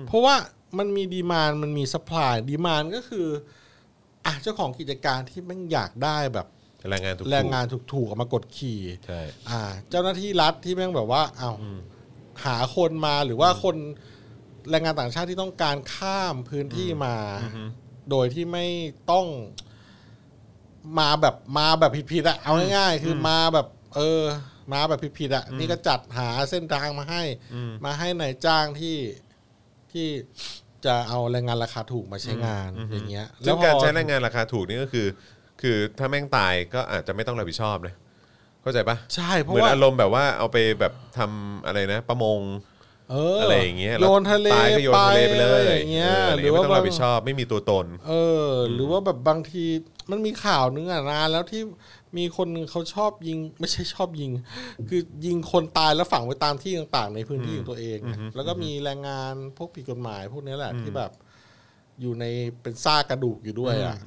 [SPEAKER 4] เพราะว่ามันมีดีมานมันมีสปายดีมานก็คืออ่ะเจ้าของกิจการที่แม่งอยากได้แบบ
[SPEAKER 2] แรงงานถูกๆ
[SPEAKER 4] แรงงานถูกๆเอามากดขี่
[SPEAKER 2] ใช่
[SPEAKER 4] อ่า เจ้าหน้าที่รัฐที่แม่งแบบว่าเอาหาคนมาหรือว่าคนแรงงานต่างชาติที่ต้องการข้ามพื้นที่มา โดยที่ไม่ต้องมาแบบมาแบบผิดๆอะเอาง่ายๆคืออมาแบบ เออ มาแบบผิดๆอะนี่ก็จัดหาเส้นทางมาให้
[SPEAKER 2] อืม
[SPEAKER 4] มาให้นายจ้างที่ที่จะเอาแรงงานราคาถูกมาใช้งานอย่างเงี้ย
[SPEAKER 2] ซึ่ง
[SPEAKER 4] พอ
[SPEAKER 2] การใช้แรงงานราคาถูกนี่ก็คือ คือถ้าแม่งตายก็อาจจะไม่ต้องรับผิดชอบนะเข้าใจปะ
[SPEAKER 4] ใช่เพ
[SPEAKER 2] เห
[SPEAKER 4] ราะ
[SPEAKER 2] มือน
[SPEAKER 4] ว่า
[SPEAKER 2] อารมณ์แบบว่าเอาไปแบบทำอะไรนะ ประมง
[SPEAKER 4] เอออ
[SPEAKER 2] อะไรอย่างเงี้ย
[SPEAKER 4] โยนทะเล
[SPEAKER 2] ตายก็โยนทะเลไปเลย
[SPEAKER 4] อะไรอย่างเงี้ย
[SPEAKER 2] อออะไร
[SPEAKER 4] ห
[SPEAKER 2] ห
[SPEAKER 4] รื
[SPEAKER 2] รืออ
[SPEAKER 4] ว่า
[SPEAKER 2] ว่าไม่ต้อง
[SPEAKER 4] บา
[SPEAKER 2] รั
[SPEAKER 4] ง
[SPEAKER 2] บผิดชอบไม่มีตัวตน
[SPEAKER 4] เออ หรือว่าแบบบางทีมันมีข่าวนึงอ่ะนานแล้วที่มีคนหนึงเขาชอบยิง ไม่ใช่ชอบยิง คือยิงคนตายแล้วฝังไว้ตามที่ต่างๆ ในพื้นที่ของตัวเองอะแล้วก็มีแรงงานพวกผิดกฎหมาย พวกเนี้ยแหละที่แบบ อยู่ในเป็นซากกระดูกอยู่ด้วยอ่ะ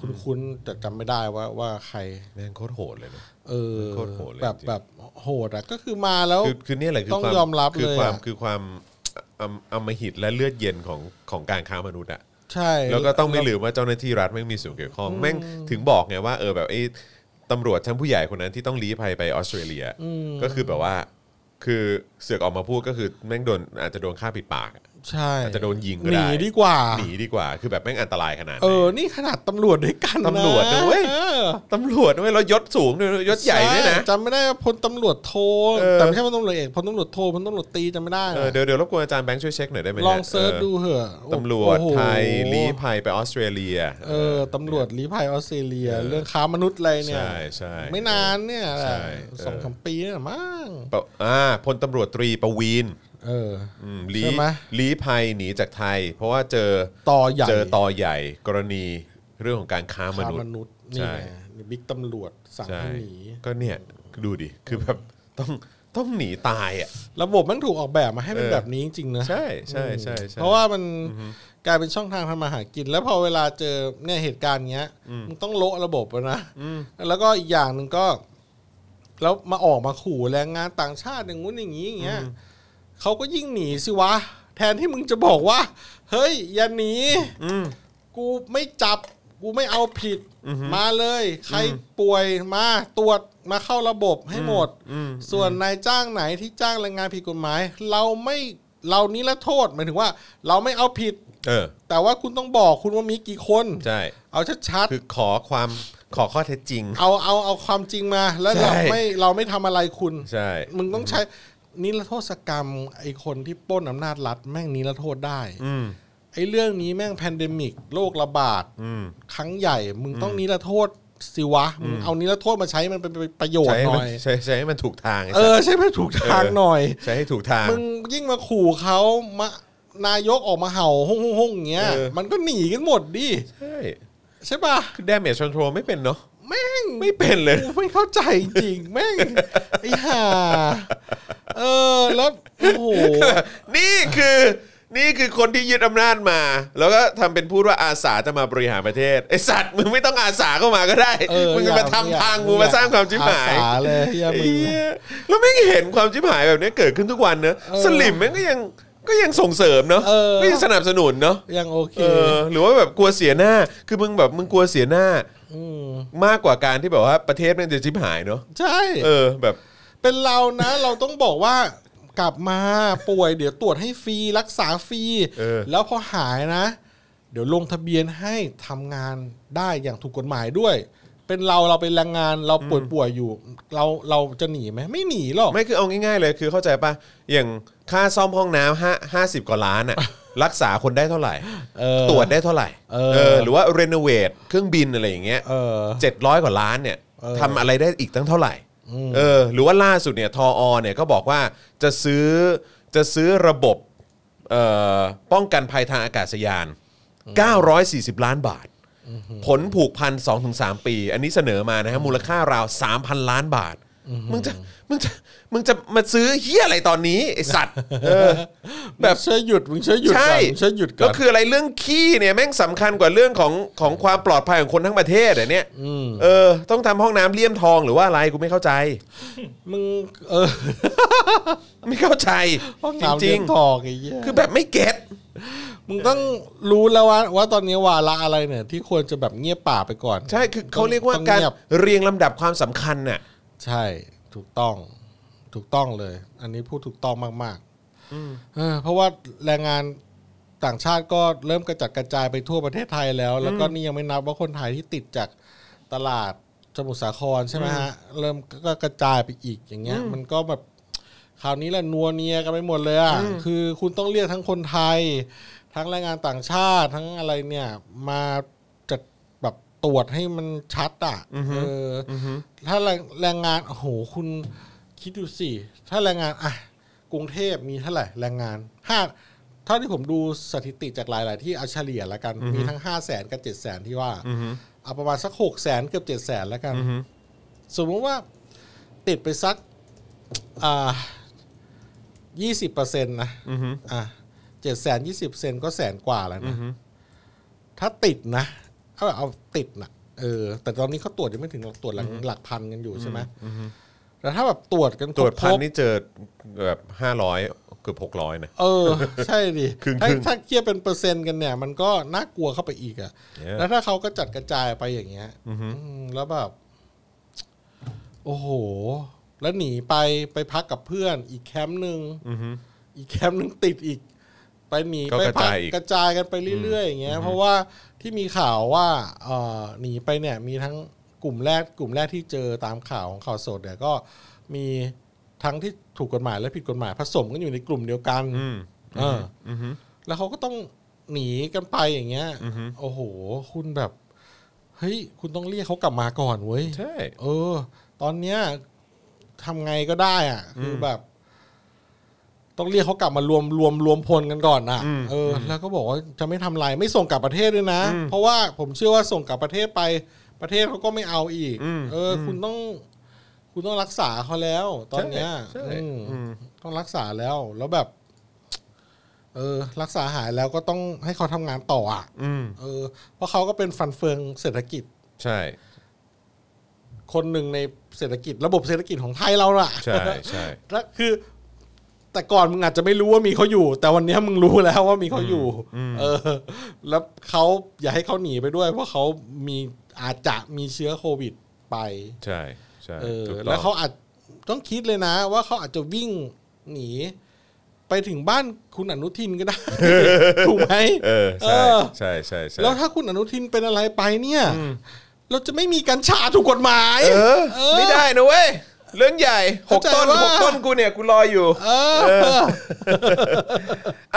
[SPEAKER 4] คุ้นๆแต่จำไม่ได้ว่าว่าใคร
[SPEAKER 2] แม่งโคตรโหดเลยนะ
[SPEAKER 4] เออ
[SPEAKER 2] โคตรโหดเลย
[SPEAKER 4] แบบ
[SPEAKER 2] จริง
[SPEAKER 4] แบบโหดอ่ะก็คือมาแล้ว
[SPEAKER 2] คือคือเนี่ยแหละคื
[SPEAKER 4] ต้อง
[SPEAKER 2] ความ
[SPEAKER 4] ยอมรับ
[SPEAKER 2] คือ
[SPEAKER 4] เลย
[SPEAKER 2] ความ
[SPEAKER 4] อะ
[SPEAKER 2] คือความอำอำมหิตและเลือดเย็นของของการค้ามนุษย์อะ
[SPEAKER 4] ใช่
[SPEAKER 2] แล้วก็ต้องไม่ลืมว่าเจ้าหน้าที่รัฐไม่งมีส่วนเกี่ยวข้องแม่งถึงบอกไงว่าเออแบบไอ้ตำรวจชั้นผู้ใหญ่คนนั้นที่ต้องลี้ภัยไปออสเตรเลีย
[SPEAKER 4] อืม
[SPEAKER 2] ก็คือแบบว่า คือเสือกออกมาพูดก็คือแม่งโดนอาจจะโดนฆ่าปิดปากอะ
[SPEAKER 4] ใช่
[SPEAKER 2] อาจจะโดนยิงก็
[SPEAKER 4] หนี
[SPEAKER 2] ได้
[SPEAKER 4] ดีกว่า
[SPEAKER 2] หนีดีกว่าคือแบบแม่งอันตรายขนาดไหน
[SPEAKER 4] เออ นี่ขนาดตำรวจด้วยกันนะ
[SPEAKER 2] ตำรวจนะเว้ย
[SPEAKER 4] ออ
[SPEAKER 2] ตำรวจด้วยแล้วยศสูงด้วยยศใหญ่ด้วยนะ
[SPEAKER 4] จำไม่ได้ว่าพลตำรวจโท
[SPEAKER 2] เออ
[SPEAKER 4] แต่ไม่ใช่พลตำรวจเอกพลตำรวจโทพลตำรวจตีจำไม่ได้นะ
[SPEAKER 2] เออเดี๋ยวเดี๋ยวรบกวนอาจารย์แบงค์ช่วยเช็คหน่อยได้ไหมฮะ
[SPEAKER 4] ลองเซิร์ช
[SPEAKER 2] ออ
[SPEAKER 4] ดูเหอะโอ้
[SPEAKER 2] ตำรวจ
[SPEAKER 4] โอ้โห
[SPEAKER 2] ไทยลี้ภัยไปออสเตรเลีย
[SPEAKER 4] เออตำรวจลี้ภัยออสเตรเลีย เรื่องค้ามนุษย์อะไรเนี่ย
[SPEAKER 2] ใช่ใช่
[SPEAKER 4] ไม่นานเนี่ยแหละ
[SPEAKER 2] ใช่เออ
[SPEAKER 4] สองสามปีนี่แหละมั้ง
[SPEAKER 2] ปะอ่าพลตำรวจตรีประวีน
[SPEAKER 4] เออ
[SPEAKER 2] อืมลี้
[SPEAKER 4] ใช่ไหม
[SPEAKER 2] ลี้ภัยหนีจากไทย เพราะว่าเจอ
[SPEAKER 4] ต่อใหญ่
[SPEAKER 2] เจอต่อใหญ่กรณีเรื่องของการค้าม
[SPEAKER 4] ค้า
[SPEAKER 2] นุษ
[SPEAKER 4] ม
[SPEAKER 2] ย์
[SPEAKER 4] นุษย์นี่
[SPEAKER 2] ใช่
[SPEAKER 4] ไงนี่บิ๊กตำรวจสั่ง
[SPEAKER 2] ใช่
[SPEAKER 4] ให้หนี
[SPEAKER 2] ก็เนี่ยดูดิคือแบบต้องต้องหนีตายอ่ะ
[SPEAKER 4] ระบบมันถูกออกแบบมาให้เป็น
[SPEAKER 2] เออ
[SPEAKER 4] แบบนี้จริงๆนะ
[SPEAKER 2] ใช่ใช่ใช่ใช่
[SPEAKER 4] เพราะว่ามันกลายเป็นช่องทางทำมาหากิน แล้วพอเวลาเจอเนี่ยเหตุการณ์เงี้ยมึงต้องโละระบบอะนะแล้วก็อีกอย่างหนึ่งก็ แล้วมาออกมาขู่แรงงานต่างชาติอย่างงู้นอย่างนี้อย่างเงี้ยเขาก็ยิ่งหนีสิวะ แทนที่มึงจะบอกว่า เฮ้ย อย่าหนี
[SPEAKER 2] อืม
[SPEAKER 4] กูไม่จับ กูไม่เอาผิด มาเลย ใครป่วยมาตรวจมาเข้าระบบให้หมด
[SPEAKER 2] อืม
[SPEAKER 4] ส่วนนายจ้างไหนที่จ้างแรงงานผิดกฎหมาย เราไม่เรานี้ละโทษหมายถึงว่า เราไม่เอาผิด
[SPEAKER 2] เออ
[SPEAKER 4] แต่ว่าคุณต้องบอกคุณว่ามีกี่คน
[SPEAKER 2] ใช่
[SPEAKER 4] เอาชัด
[SPEAKER 2] คือขอความขอข้อเท็จจริง
[SPEAKER 4] ๆเอาเอาเอาความจริงมา แล้วเรา
[SPEAKER 2] ใช่
[SPEAKER 4] ไม่เราไม่ทำอะไรคุณ
[SPEAKER 2] ใช่
[SPEAKER 4] มึงต้องใช้นิรโทษกรรมไอ้คนที่ปล้นอำนาจรัฐแม่งนิรโทษได้
[SPEAKER 2] อืม
[SPEAKER 4] ไอ้เรื่องนี้แม่งแพนเดมิกโรคระบาด
[SPEAKER 2] อืม
[SPEAKER 4] ครั้งใหญ่ มึงต้องนิรโทษสิวะ มึงเอานิรโทษมาใช้มันเป็นประโยช
[SPEAKER 2] ใช้
[SPEAKER 4] น์
[SPEAKER 2] ให้
[SPEAKER 4] ห
[SPEAKER 2] มัน
[SPEAKER 4] น่อย
[SPEAKER 2] ใช้ใช้ให้มันถูกทางไอ้
[SPEAKER 4] เอ
[SPEAKER 2] สั
[SPEAKER 4] อ
[SPEAKER 2] ส
[SPEAKER 4] ใช่ไหมถูกทางหน่อย
[SPEAKER 2] ใช้ให้ถูกทาง
[SPEAKER 4] มึงยิ่งมาขู่เขามานายกออกมาเห่าห้องห้องเงี้ย
[SPEAKER 2] เออ
[SPEAKER 4] มันก็หนีกันหมดดิ
[SPEAKER 2] ใช่
[SPEAKER 4] ใช่ป่ะ
[SPEAKER 2] คือ damage control ไม่เป็นเนาะ
[SPEAKER 4] แม่ง
[SPEAKER 2] ไม่เป็นเลย
[SPEAKER 4] กูไม่เข้าใจ จริง แม่ง ไอ้ห่า เออ แล้วโอ้โห
[SPEAKER 2] นี่คือนี่คือคนที่ยึดอำนาจมา แล้วก็ทำเป็นพูดว่าอาสาจะมาบริหารประเทศไอสัตว์มึงไม่ต้องอาสาเข้ามาก็ได้
[SPEAKER 4] เออ
[SPEAKER 2] มึงจะมาทำทางกูมาสร้างความชิบหาย
[SPEAKER 4] อสเลยเหี้ยมึง
[SPEAKER 2] เหี้ยแล้วไม่เห็นความชิบหายแบบนี้เกิดขึ้นทุกวันเนอะ
[SPEAKER 4] เออ
[SPEAKER 2] สลิมแม่งก็ยังก็ยังส่งเสริมเนอะ
[SPEAKER 4] เออ
[SPEAKER 2] ก็ยังสนับสนุนเนอะ
[SPEAKER 4] ยังโอเค
[SPEAKER 2] เออหรือว่าแบบกลัวเสียหน้า คือมึงแบบมึงกลัวเสียหน้า
[SPEAKER 4] ม
[SPEAKER 2] มากกว่าการที่แบบว่าประเทศแมันจะชิบหายเนอะ
[SPEAKER 4] ใช่
[SPEAKER 2] เออแบบ
[SPEAKER 4] เป็นเรานะ เราต้องบอกว่ากลับมาป่วยเดี๋ยวตรวจให้ฟรีรักษาฟรี
[SPEAKER 2] เออ
[SPEAKER 4] แล้วพอหายนะ เดี๋ยวลงทะเบียนให้ทำงานได้อย่างถูกกฎหมายด้วย เป็นเราเราเป็นแรงงานเราป่วยป่วยๆอยู่ เราเราจะหนีไหมไม่หนีหรอก
[SPEAKER 2] ไม่คือเอาง่ายๆเลยคือเข้าใจปะอย่างค่าซ่อมห้องน้ำห้าห้าสิบกว่าล้าน อะ รักษาคนได้เท่าไหร่
[SPEAKER 4] เออ
[SPEAKER 2] ตรวจได้เท่าไหร่
[SPEAKER 4] เออ
[SPEAKER 2] หรือว่ารีโนเวทเครื่องบินอะไรอย่างเงี้ย
[SPEAKER 4] เออ
[SPEAKER 2] เจ็ดร้อยกว่าล้านเนี่ย
[SPEAKER 4] เออ
[SPEAKER 2] ทำอะไรได้อีกตั้งเท่าไหร่เออหรือว่าล่าสุดเนี่ยทออเนี่ยก็บอกว่าจะซื้อจะซื้อระบบเอ่อป้องกันภัยทางอากาศยาน 940 ล้านบาท ผลผูกพัน 2-3 ปี อันนี้เสนอมานะฮะมูลค่าราว 3,000 ล้านบาท มึงจะมึงจะมึงจะมาซื้อเฮียอะไรตอนนี้ ไอสัตว์เออ แบ
[SPEAKER 4] แบบ บเชื่อหยุดมึงเชื่อหยุดก่อน
[SPEAKER 2] ใช่
[SPEAKER 4] มึงเชื่อหยุดก่
[SPEAKER 2] แล้
[SPEAKER 4] อ
[SPEAKER 2] วน คืออะไรเรื่องขี้เนี่ยแม่งสำคัญกว่าเรื่องของของความปลอดภัยของคนทั้งประเทศอะเนี่ยเออ ต้องทำห้องน้ำเลี่ยมทองหรือว่าอะไรกูไม่เข้าใจ
[SPEAKER 4] มึงเออ
[SPEAKER 2] ไม่เข้าใจ
[SPEAKER 4] ห้อง
[SPEAKER 2] จ
[SPEAKER 4] น้ำ
[SPEAKER 2] ริ
[SPEAKER 4] เลี้
[SPEAKER 2] ง
[SPEAKER 4] ยงทองไอ้เหี้ย
[SPEAKER 2] ๆคือแบบไม่เก็ต
[SPEAKER 4] มึงต้องรู้แล้วว่าว่าตอนนี้วาระอะไรเนี่ย ที่ควรจะแบบเงียบป่าไปก่อน
[SPEAKER 2] ใช่คือเขาเรียกว่าการ
[SPEAKER 4] ต้องเงียบ
[SPEAKER 2] เรียงลำดับความสำคัญน่ะ
[SPEAKER 4] ใช่ถูกต้องถูกต้องเลย อันนี้พูดถูกต้องมากๆเออเพราะว่าแรงงานต่างชาติก็เริ่มกระจัดกระจายไปทั่วประเทศไทยแล้ว แล้วก็นี่ยังไม่นับว่าคนไทยที่ติดจากตลาดสมุทรสาครใช่ไหมฮะ เริ่มก็กระจายไปอีกอย่างเงี้ย มันก็แบบคราวนี้แหละนัวเนียกันไปหมดเลยอ่ะคือคุณต้องเรียกทั้งคนไทย ทั้งแรงงานต่างชาติทั้งอะไรเนี่ย มาจัดแบบตรวจให้มันชัดอ่ะเอออ ถ้าแรงแรงงานโอ้โหคุณคิดดูสิถ้าแรงงานอ่ะกรุงเทพมีเท่าไหร่แรงงานห้าเท่าที่ผมดูสถิติจากหลาย ๆ ที่เอาเฉลี่ยละกัน มีทั้งห้าแสนกับเจ็ดแสนที่ว่าเอาประมาณสักหกแสนเกือบเจ็ดแสนละกัน สมมติว่าติดไปสักอ่ายี่สิบเปอร์เซ็นต์นะอ่ะเจ็ดแสนยี่สิบเซนก็แสนกว่าแล้วนะ ถ้าติดนะเอาเอาติดนะเออ แต่ตอนนี้เขาตรวจยังไม่ถึงหรอกตรวจหลักหลักพันกันอยู่ใช่ไหมแต่ถ้าแบบตรวจกัน
[SPEAKER 2] ตรวจพัน
[SPEAKER 4] คบ
[SPEAKER 2] นี่เจอแบบห้าร้อยเกือบหกร้อยนะ
[SPEAKER 4] เออ ใช่ดิ
[SPEAKER 2] ครึ่งๆ
[SPEAKER 4] ถ้าถ้าเทียบเป็นเปอร์เซ็นต์กันเนี่ย มันก็น่ากลัวเข้าไปอีกอะ
[SPEAKER 2] เนี่ย
[SPEAKER 4] แล้วถ้าเขาก็จัดกระจายไปอย่างเงี้ยอืมแล้วแบบ โอ้โห แล้วหนีไปไปพักกับเพื่อน อีกแคมป์หนึ่ง
[SPEAKER 2] อือฮึ
[SPEAKER 4] อีกแคมป์หนึ่งติดอีก ไปหนี
[SPEAKER 2] ก็
[SPEAKER 4] ไป
[SPEAKER 2] กระ
[SPEAKER 4] พั
[SPEAKER 2] จายอีก
[SPEAKER 4] กระจายกันไปเรื่อยๆอย่างเงี้ย เพราะว่าที่มีข่าวว่าเอ่อหนีไปเนี่ยมีทั้งกลุ่มแรกกลุ่มแรกที่เจอตามข่าวของข่าวสดเนี่ยก็มีทั้งที่ถูกกฎหมายและผิดกฎหมายผสมกันอยู่ในกลุ่มเดียวกัน
[SPEAKER 2] อืม
[SPEAKER 4] เออ
[SPEAKER 2] อือฮึ
[SPEAKER 4] แล้วเขาก็ต้องหนีกันไปอย่างเงี้ย
[SPEAKER 2] อือฮึ
[SPEAKER 4] โอ้โห คุณแบบ เฮ้ย คุณต้องเรียกเขากลับมาก่อนเว้ย
[SPEAKER 2] ใช่
[SPEAKER 4] เออ ตอนเนี้ยทำไงก็ได้อ่ะ คือแบบ ต้องเรียกเขากลับมารวมรวมรวมพลกันก่อนอ่ะ
[SPEAKER 2] อืม
[SPEAKER 4] เออ แล้วก็บอกว่าจะไม่ทำลายไม่ส่งกลับประเทศด้วยนะ เพราะว่าผมเชื่อว่าส่งกลับประเทศไป ประเทศเขาก็ไม่เอาอีก
[SPEAKER 2] อืม
[SPEAKER 4] เอออ
[SPEAKER 2] ม
[SPEAKER 4] คุณต้อง คุณต้องรักษาเขาแล้ว ตอนเนี้ย
[SPEAKER 2] ใช่
[SPEAKER 4] อืม
[SPEAKER 2] อืม
[SPEAKER 4] ต้องรักษาแล้วแล้วแบบ เออ รักษาหายแล้วก็ต้องให้เขาทำงานต่ออ่ะ
[SPEAKER 2] อืม
[SPEAKER 4] เออ เพราะเขาก็เป็นฟันเฟืองเศรษฐกิจ
[SPEAKER 2] ใช่
[SPEAKER 4] คนหนึ่งในเศรษฐกิจ ระบบเศรษฐกิจของไทยเราล่ะ
[SPEAKER 2] ใช่ใช่
[SPEAKER 4] แล้วคือ แต่ก่อนมึงอาจจะไม่รู้ว่ามีเขาอยู่ แต่วันเนี้ยมึงรู้แล้วว่ามีเขาอยู่ เออ แล้วเขาอย่าให้เขาหนีไปด้วย เพราะเขามีอาจจะมีเชื้อโควิดไป
[SPEAKER 2] ใช่ใช่
[SPEAKER 4] เออ
[SPEAKER 2] ถูกต้อง
[SPEAKER 4] แล้วเขาอาจต้องคิดเลยนะ ว่าเขาอาจจะวิ่งหนี ไปถึงบ้านคุณอนุทินก็ ได้ ถูกไหม
[SPEAKER 2] เออใช่
[SPEAKER 4] เออ
[SPEAKER 2] ใช่ใช่ใช่
[SPEAKER 4] แล้วถ้าคุณอนุทินเป็นอะไรไปเนี่ย เราจะไม่มีกัญชาถูกกฎหมาย
[SPEAKER 2] เออ ไม่ได้นะเว้ย เรื่องใหญ่หก
[SPEAKER 4] เข้าใจ
[SPEAKER 2] ต้น
[SPEAKER 4] ว่า
[SPEAKER 2] หกต้นกูเนี่ยกูรออยู่
[SPEAKER 4] เออ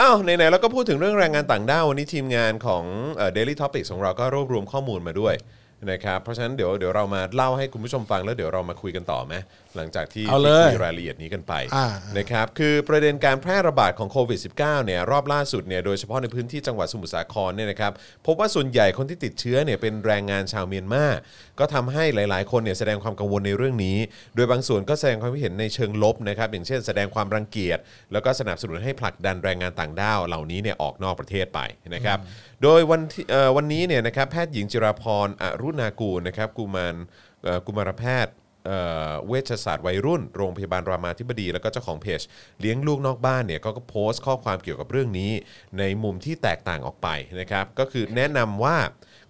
[SPEAKER 2] อ้าวไหนๆเราก็พูดถึงเรื่องแรงงานต่างด้าววันนี้ทีมงานของเอ่อ Daily Topics ของเราก็รวบรวมข้อมูลมาด้วยนะครับเพราะฉะนั้นเดี๋ยวเดี๋ยวเรามาเล่าให้คุณผู้ชมฟังแล้วเดี๋ยวเรามาคุยกันต่อไหมหลังจากที่
[SPEAKER 4] เอาเลย
[SPEAKER 2] คุยรายละเอียดนี้กันไป
[SPEAKER 4] อ่า
[SPEAKER 2] นะครับคือประเด็นการแพร่ระบาดของโควิด -19 เนี่ยรอบล่าสุดเนี่ยโดยเฉพาะในพื้นที่จังหวัดสมุทรสาครเนี่ยนะครับพบว่าส่วนใหญ่คนที่ติดเชื้อเนี่ยเป็นแรงงานชาวเมียนมาก็ทำให้หลาย ๆ คนเนี่ยแสดงความกังวลในเรื่องนี้ โดยบางส่วนก็แสดงความคิดเห็นในเชิงลบนะครับอย่างเช่นแสดงความรังเกียจแล้วก็สนับสนุนให้ผลักดันแรงงานต่างด้าวเหล่านี้เนี่ยออกนอกประเทศไปนะครับโดยวันที่เอ่อวันนี้เนี่ยนะครับแพทย์หญิงจิราพรอรุณากูลนะครับกุมารเอ่อกุมารแพทย์ เอ่อเวชศาสตร์วัยรุ่น โรงพยาบาลรามาธิบดี แล้วก็เจ้าของเพจเลี้ยงลูกนอกบ้านเนี่ยเขาก็โพสต์ข้อความเกี่ยวกับเรื่องนี้ ในมุมที่แตกต่างออกไปนะครับก็คือแนะนำว่า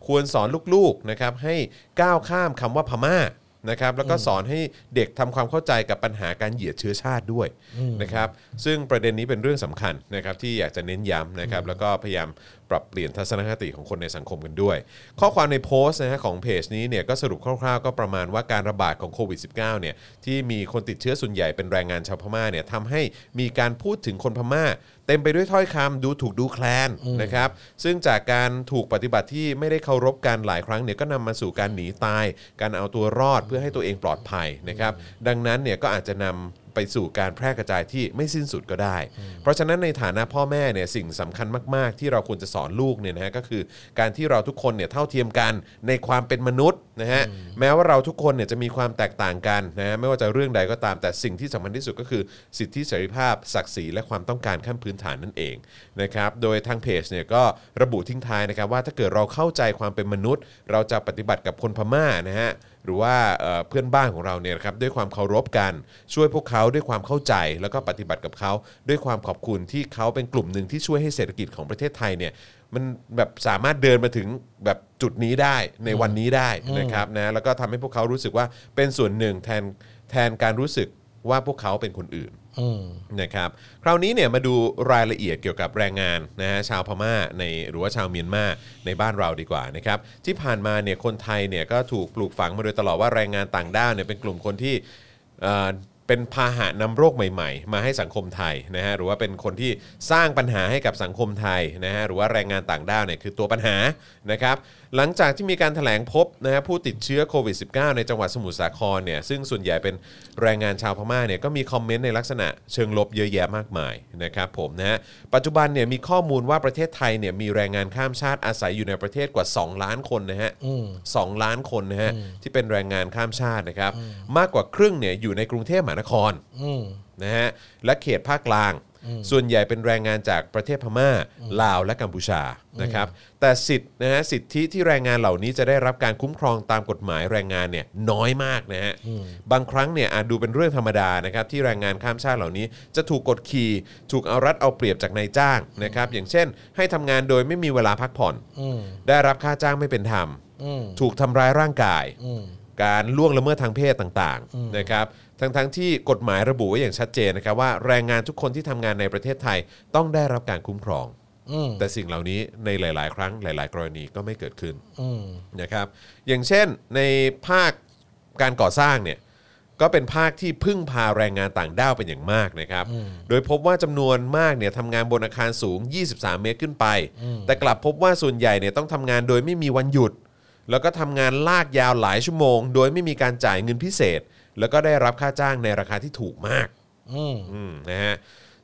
[SPEAKER 2] ควรสอนลูกๆนะครับให้ก้าวข้ามคำว่าพม่านะครับแล้วก็สอนให้เด็กทำความเข้าใจกับปัญหาการเหยียดเชื้อชาติด้วยนะครับซึ่งประเด็นนี้เป็นเรื่องสำคัญนะครับที่อยากจะเน้นย้ำนะครับแล้วก็พยายามปรับเปลี่ยนทัศนคติของคนในสังคมกันด้วย ข้อความในโพสต์นะฮะของเพจนี้เนี่ยก็สรุปคร่าวๆ ก็ประมาณว่าการระบาดของโควิด -19 เนี่ยที่มีคนติดเชื้อส่วนใหญ่เป็นแรงงานชาวพม่าเนี่ยทำให้มีการพูดถึงคนพม่า เต็มไปด้วยถ้อยคำดูถูกดูแคลนนะครับซึ่งจากการถูกปฏิบัติที่ไม่ได้เคารพกันหลายครั้งเนี่ยก็นำมาสู่การหนีตาย การเอาตัวรอดเพื่อให้ตัวเองปลอดภัยนะครับดังนั้นเนี่ยก็อาจจะนำ ไปสู่การแพร่กระจายที่ไม่สิ้นสุดก็ได้ เพราะฉะนั้นในฐานะพ่อแม่เนี่ยสิ่งสำคัญมาก ๆ ที่เราควรจะสอนลูกเนี่ยนะฮะก็คือการที่เราทุกคนเนี่ยเท่าเทียมกันในความเป็นมนุษย์นะฮะแม้ว่าเราทุกคนเนี่ยจะมีความแตกต่างกันนะฮะไม่ว่าจะเรื่องใดก็ตามแต่สิ่งที่สำคัญที่สุดก็คือสิทธิเสรีภาพ ศักดิ์ศรีและความต้องการขั้นพื้นฐานนั่นเองนะครับโดยทางเพจเนี่ยก็ระบุทิ้งท้ายนะครับว่าถ้าเกิดเราเข้าใจความเป็นมนุษย์ เราจะปฏิบัติกับคนพม่านะฮะ หรือว่าเอ่อเพื่อนบ้านของเราเนี่ยนะครับด้วยความเคารพกันช่วยพวกเขาด้วยความเข้าใจ แล้วก็ปฏิบัติกับเขา ด้วยความขอบคุณที่เขาเป็นกลุ่มหนึ่งที่ช่วยให้เศรษฐกิจของประเทศไทยเนี่ยมันแบบสามารถเดินมาถึงแบบจุดนี้ได้ในวันนี้ได้นะครับนะแล้วก็ทำให้พวกเขารู้สึกว่าเป็นส่วนหนึ่งแทนแทนการรู้สึกว่าพวกเขาเป็นคนอื่น
[SPEAKER 4] อืม
[SPEAKER 2] นะครับคราวนี้เนี่ยมาดูรายละเอียดเกี่ยวกับแรงงานนะฮะชาวพม่าในหรือว่าชาวเมียนมาในบ้านเราดีกว่านะครับที่ผ่านมาเนี่ยคนไทยเนี่ยก็ถูกปลูกฝังมาโดยตลอดว่าแรงงานต่างด้าวเนี่ยเป็นกลุ่มคนที่เอ่อเป็นพาหะนำโรคใหม่ ๆ มาให้สังคมไทยนะฮะหรือว่าเป็นคนที่สร้างปัญหาให้กับสังคมไทยนะฮะหรือว่าแรงงานต่างด้าวเนี่ยคือตัวปัญหานะครับหลังจากที่มีการแถลงพบนะฮะผู้ติดเชื้อโควิด -19 ในจังหวัดสมุทรสาครเนี่ยซึ่งส่วนใหญ่เป็นแรงงานชาวพม่าเนี่ยก็มีคอมเมนต์ในลักษณะเชิงลบเยอะแยะมากมายนะครับผมนะฮะปัจจุบันเนี่ยมีข้อมูลว่าประเทศไทยเนี่ยมีแรงงานข้ามชาติอาศัยอยู่ในประเทศกว่า 2 ล้านคนนะฮะสองล้านคนนะฮะที่เป็นแรงงานข้ามชาตินะครับมากกว่าครึ่งเนี่ยอยู่ในกรุงเทพมหานคร
[SPEAKER 4] อืม
[SPEAKER 2] นะฮะและเขตภาคกลาง ส่วนใหญ่เป็นแรงงานจากประเทศพม่า ลาวและกัมพูชานะครับแต่สิทธินะฮะสิทธิที่แรงงานเหล่านี้จะได้รับการคุ้มครองตามกฎหมายแรงงานเนี่ยน้อยมากนะฮะบางครั้งเนี่ยอาจดูเป็นเรื่องธรรมดานะครับที่แรงงานข้ามชาติเหล่านี้ จะถูกกดขี่ถูกเอารัดเอาเปรียบจากนายจ้างนะครับอย่างเช่น ให้ทำงานโดยไม่มีเวลาพักผ่อน
[SPEAKER 4] อืม
[SPEAKER 2] ได้รับค่าจ้างไม่เป็นธรรม
[SPEAKER 4] อืม
[SPEAKER 2] ถูกทำร้ายร่างกาย
[SPEAKER 4] อืม
[SPEAKER 2] การล่วงละเมิดทางเพศต่างๆนะครับ ทั้งๆที่กฎหมายระบุไว้อย่างชัดเจนนะครับว่าแรงงานทุกคนที่ทำงานในประเทศไทยต้องได้รับการคุ้มครอง
[SPEAKER 4] อืม
[SPEAKER 2] แต่สิ่งเหล่านี้ในหลาย ๆ ครั้งหลาย ๆ กรณีก็ไม่เกิดขึ้น
[SPEAKER 4] อืม
[SPEAKER 2] นะครับอย่างเช่นในภาคการก่อสร้างเนี่ยก็เป็นภาคที่พึ่งพาแรงงานต่างด้าวเป็นอย่างมากนะครับ โดยพบว่าจำนวนมากเนี่ยทำงานบนอาคารสูง 23 เมตรขึ้นไป แต่กลับพบว่าส่วนใหญ่เนี่ยต้องทำงานโดยไม่มีวันหยุด แล้วก็ทำงานลากยาวหลายชั่วโมง โดยไม่มีการจ่ายเงินพิเศษ แล้วก็ได้รับค่าจ้างในราคาที่ถูกมาก
[SPEAKER 4] อืม
[SPEAKER 2] อืมนะฮะ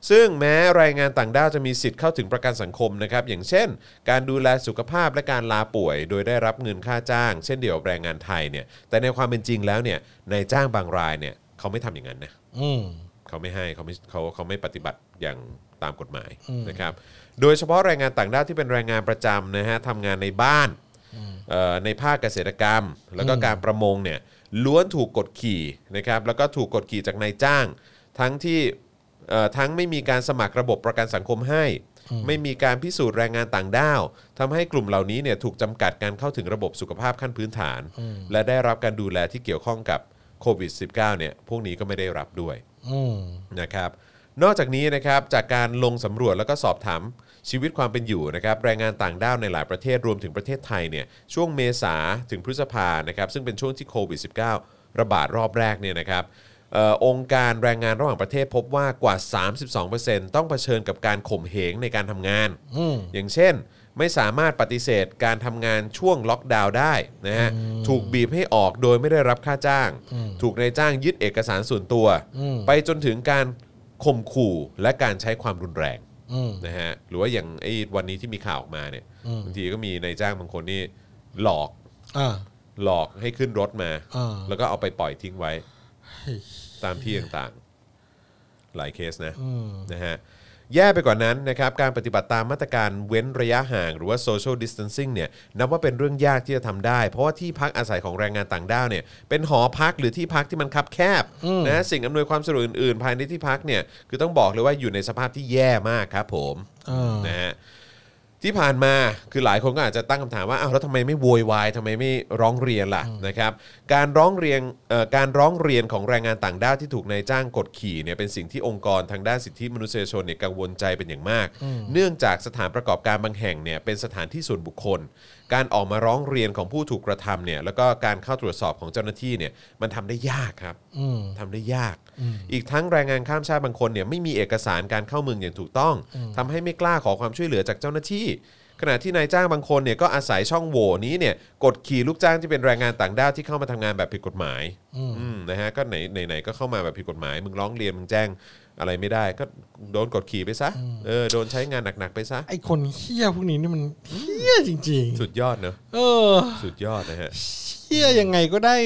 [SPEAKER 2] ซึ่งแม้แรายงานต่างด้าวจะมีสิทธิ์เข้าถึงประกันสังคมนะครับ อย่างเช่น การดูแลสุขภาพและการลาป่วย โดยได้รับเงินค่าจ้าง เช่นเดียวกับแรงงานไทยเนี่ยแต่ในความเป็นจริงแล้วเนี่ยนายจ้างบางรายเนี่ยเขาไม่ทำอย่างนั้นนะ
[SPEAKER 4] อืม
[SPEAKER 2] เขาไม่ให้เขาไม่เขาเขาไม่ปฏิบัติอย่างตามกฎหมายนะครับ โดยเฉพาะแรงงานต่างด้าวที่เป็นแรงงานประจำนะฮะทำงานในบ้านเอ่อในภาคเกษตรกรรม แล้วก็การประมงเนี่ยล้วนถูกกดขี่นะครับแล้วก็ถูกกดขี่จากนายจ้าง ทั้งที่เอ่อทั้งไม่มีการสมัครระบบประกันสังคมให้ ไม่มีการพิสูจน์แรงงานต่างด้าวทำให้กลุ่มเหล่านี้เนี่ยถูกจำกัดการเข้าถึงระบบสุขภาพขั้นพื้นฐาน และได้รับการดูแลที่เกี่ยวข้องกับโควิด -19 เนี่ยพวกนี้ก็ไม่ได้รับด้วย
[SPEAKER 4] อืม
[SPEAKER 2] นะครับนอกจากนี้นะครับจากการลงสำรวจแล้วก็สอบถามชีวิตความเป็นอยู่นะครับแรงงานต่างด้าวในหลายประเทศรวมถึงประเทศไทยเนี่ยช่วงเมษาถึงพฤษภานะครับซึ่งเป็นช่วงที่โควิด -19 ระบาดรอบแรกเนี่ยนะครับเอ่อองค์การแรงงานระหว่างประเทศพบว่ากว่า 32%ต้องเผชิญกับการข่มเหงในการทำงาน
[SPEAKER 4] อืม
[SPEAKER 2] อย่างเช่น ไม่สามารถปฏิเสธการทำงานช่วงล็อกดาวน์ได้นะฮะถูกบีบให้ออกโดยไม่ได้รับค่าจ้าง ถูกนายจ้างยึดเอกสารส่วนตัว
[SPEAKER 4] อืม
[SPEAKER 2] ไปจนถึงการข่มขู่และการใช้ความรุนแรง
[SPEAKER 4] อืม
[SPEAKER 2] นะฮะหรือว่าอย่างไอ้วันนี้ที่มีข่าวออกมาเนี่ย
[SPEAKER 4] อืม
[SPEAKER 2] บางทีก็มีนายจ้างบางคนนี่หลอก
[SPEAKER 4] อ่า
[SPEAKER 2] หลอกให้ขึ้นรถมา
[SPEAKER 4] อ่า
[SPEAKER 2] แล้วก็เอาไปปล่อยทิ้งไว้ ตามที่ต่างๆ หลายเคสนะ
[SPEAKER 4] อืม
[SPEAKER 2] นะฮะแย่ไปกว่านั้นนะครับการปฏิบัติตามมาตรการเว้นระยะห่าง หรือว่า social distancing เนี่ยนับว่าเป็นเรื่องยากที่จะทำได้ เพราะว่าที่พักอาศัยของแรงงานต่างด้าวเนี่ยเป็นหอพักหรือที่พักที่มันคับแคบนะสิ่งอำนวยความสะดวกอื่นๆ ภายในที่พักเนี่ยคือต้องบอกเลยว่าอยู่ในสภาพที่แย่มากครับผม
[SPEAKER 4] อ่าน
[SPEAKER 2] นะฮะที่ผ่านมาคือหลายคนก็อาจจะตั้งคำถามว่าอ้าวแล้วทำไมไม่โวยวายทำไมไม่ร้องเรียนล่ะนะครับการร้องเรียนเอ่อการร้องเรียนของแรงงานต่างด้าวที่ถูกนายจ้างกดขี่เนี่ยเป็นสิ่งที่องค์กรทางด้านสิทธิมนุษยชนเนี่ยกังวลใจเป็นอย่างมาก เนื่องจากสถานประกอบการบางแห่งเนี่ยเป็นสถานที่ส่วนบุคคล การออกมาร้องเรียนของผู้ถูกกระทำเนี่ยแล้วก็การเข้าตรวจสอบของเจ้าหน้าที่เนี่ยมันทำได้ยากครับ
[SPEAKER 4] อืม
[SPEAKER 2] ทำได้ยาก อีกทั้งแรงงานข้ามชาติบางคนเนี่ยไม่มีเอกสารการเข้าเมืองอย่างถูกต้องทำให้ไม่กล้าขอความช่วยเหลือจากเจ้าหน้าที่ ขณะที่นายจ้างบางคนเนี่ยก็อาศัยช่องโหว่นี้เนี่ยกดขี่ลูกจ้างที่เป็นแรงงานต่างด้าวที่เข้ามาทำงานแบบผิดกฎหมายอืมนะฮะก็ไหนไหนไหนก็เข้ามาแบบผิดกฎหมาย มึงร้องเรียนมึงแจ้งอะไรไม่ได้ ก็โดนกดขี่ไปซะเออโดนใช้งานหนักๆไปซะ
[SPEAKER 4] ไอคนเฮี้ยพวกนี้นี่มันเฮี้ยจริง
[SPEAKER 2] สุดยอดเนอะ
[SPEAKER 4] ๆ เออ
[SPEAKER 2] สุดยอดนะฮะ
[SPEAKER 4] เฮี้ยยังไงก็ได้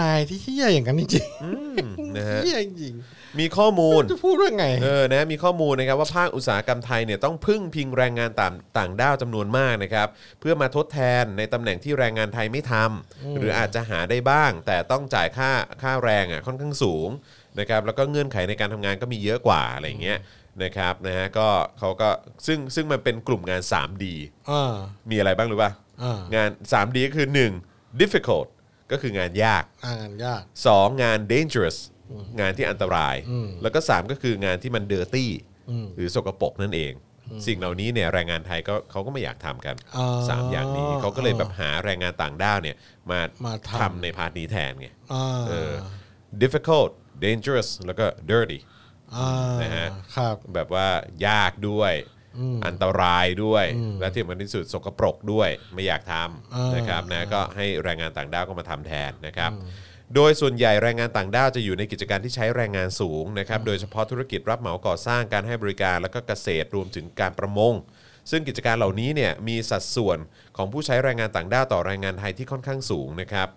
[SPEAKER 4] นายที่เฮี้ยอย่างนั้นจริง
[SPEAKER 2] อืม
[SPEAKER 4] ๆ
[SPEAKER 2] นะฮะ
[SPEAKER 4] เฮี้ยจริง
[SPEAKER 2] มีข้อมูล
[SPEAKER 4] ๆจะพูดว่าไง
[SPEAKER 2] เออ นะ มีข้อมูลนะครับว่าภาคอุตสาหกรรมไทยเนี่ยต้องพึ่งพิงแรงงานต่างต่างด้าวจำนวนมากนะครับเพื่อมาทดแทนในตำแหน่งที่แรงงานไทยไม่ทำหรืออาจจะหาได้บ้าง แต่ต้องจ่ายค่าค่าแรงอ่ะค่อนข้างสูงนะครับแล้วก็เงื่อนไขในการทำงานก็มีเยอะกว่าอะไรอย่างเงี้ยนะครับนะฮะก็เขาก็ซึ่งซึ่งมันเป็นกลุ่มงาน 3D
[SPEAKER 4] อ่า
[SPEAKER 2] มีอะไรบ้างรู้ป่ะ
[SPEAKER 4] อ่าง
[SPEAKER 2] าน 3D ก็คือ 1. difficult ก็คืองานยาก
[SPEAKER 4] อ่านยาก
[SPEAKER 2] สองงาน dangerous งานที่อันตราย แล้วก็สามก็คืองานที่มัน dirty หรือสกปรกนั่นเอง สิ่งเหล่านี้เนี่ยแรงงานไทยก็เขาก็ไม่อยากทำกัน
[SPEAKER 4] อ๋อ
[SPEAKER 2] สามอย่างนี้เขาก็เลยแบบหาแรงงานต่างด้าวเนี่ยมา
[SPEAKER 4] มาทำ
[SPEAKER 2] ทำในพาร์ทนี้แทนไง
[SPEAKER 4] อ่า
[SPEAKER 2] เออ difficult dangerous แล้วก็ dirty
[SPEAKER 4] อ่า
[SPEAKER 2] นะฮะ
[SPEAKER 4] ครับ
[SPEAKER 2] แบบว่ายากด้วย อันตรายด้วย และที่มันที่สุดสกปรกด้วยไม่อยากท
[SPEAKER 4] อ่า
[SPEAKER 2] ำ
[SPEAKER 4] น
[SPEAKER 2] นะครับนะก็ให้แรงงานต่างด้าวก็มาทำแทนนะครับ โดยส่วนใหญ่แรงงานต่างด้าวจะอยู่ในกิจการที่ใช้แรงงานสูงนะครับโดยเฉพาะธุรกิจรับเหมาก่อสร้างการให้บริการแล้วก็เกษตรรวมถึงการประมง ซึ่งกิจการเหล่านี้เนี่ยมีสัดส่วนของผู้ใช้แรงงานต่างด้าวต่อแรงงานไทยที่ค่อนข้างสูงนะครับ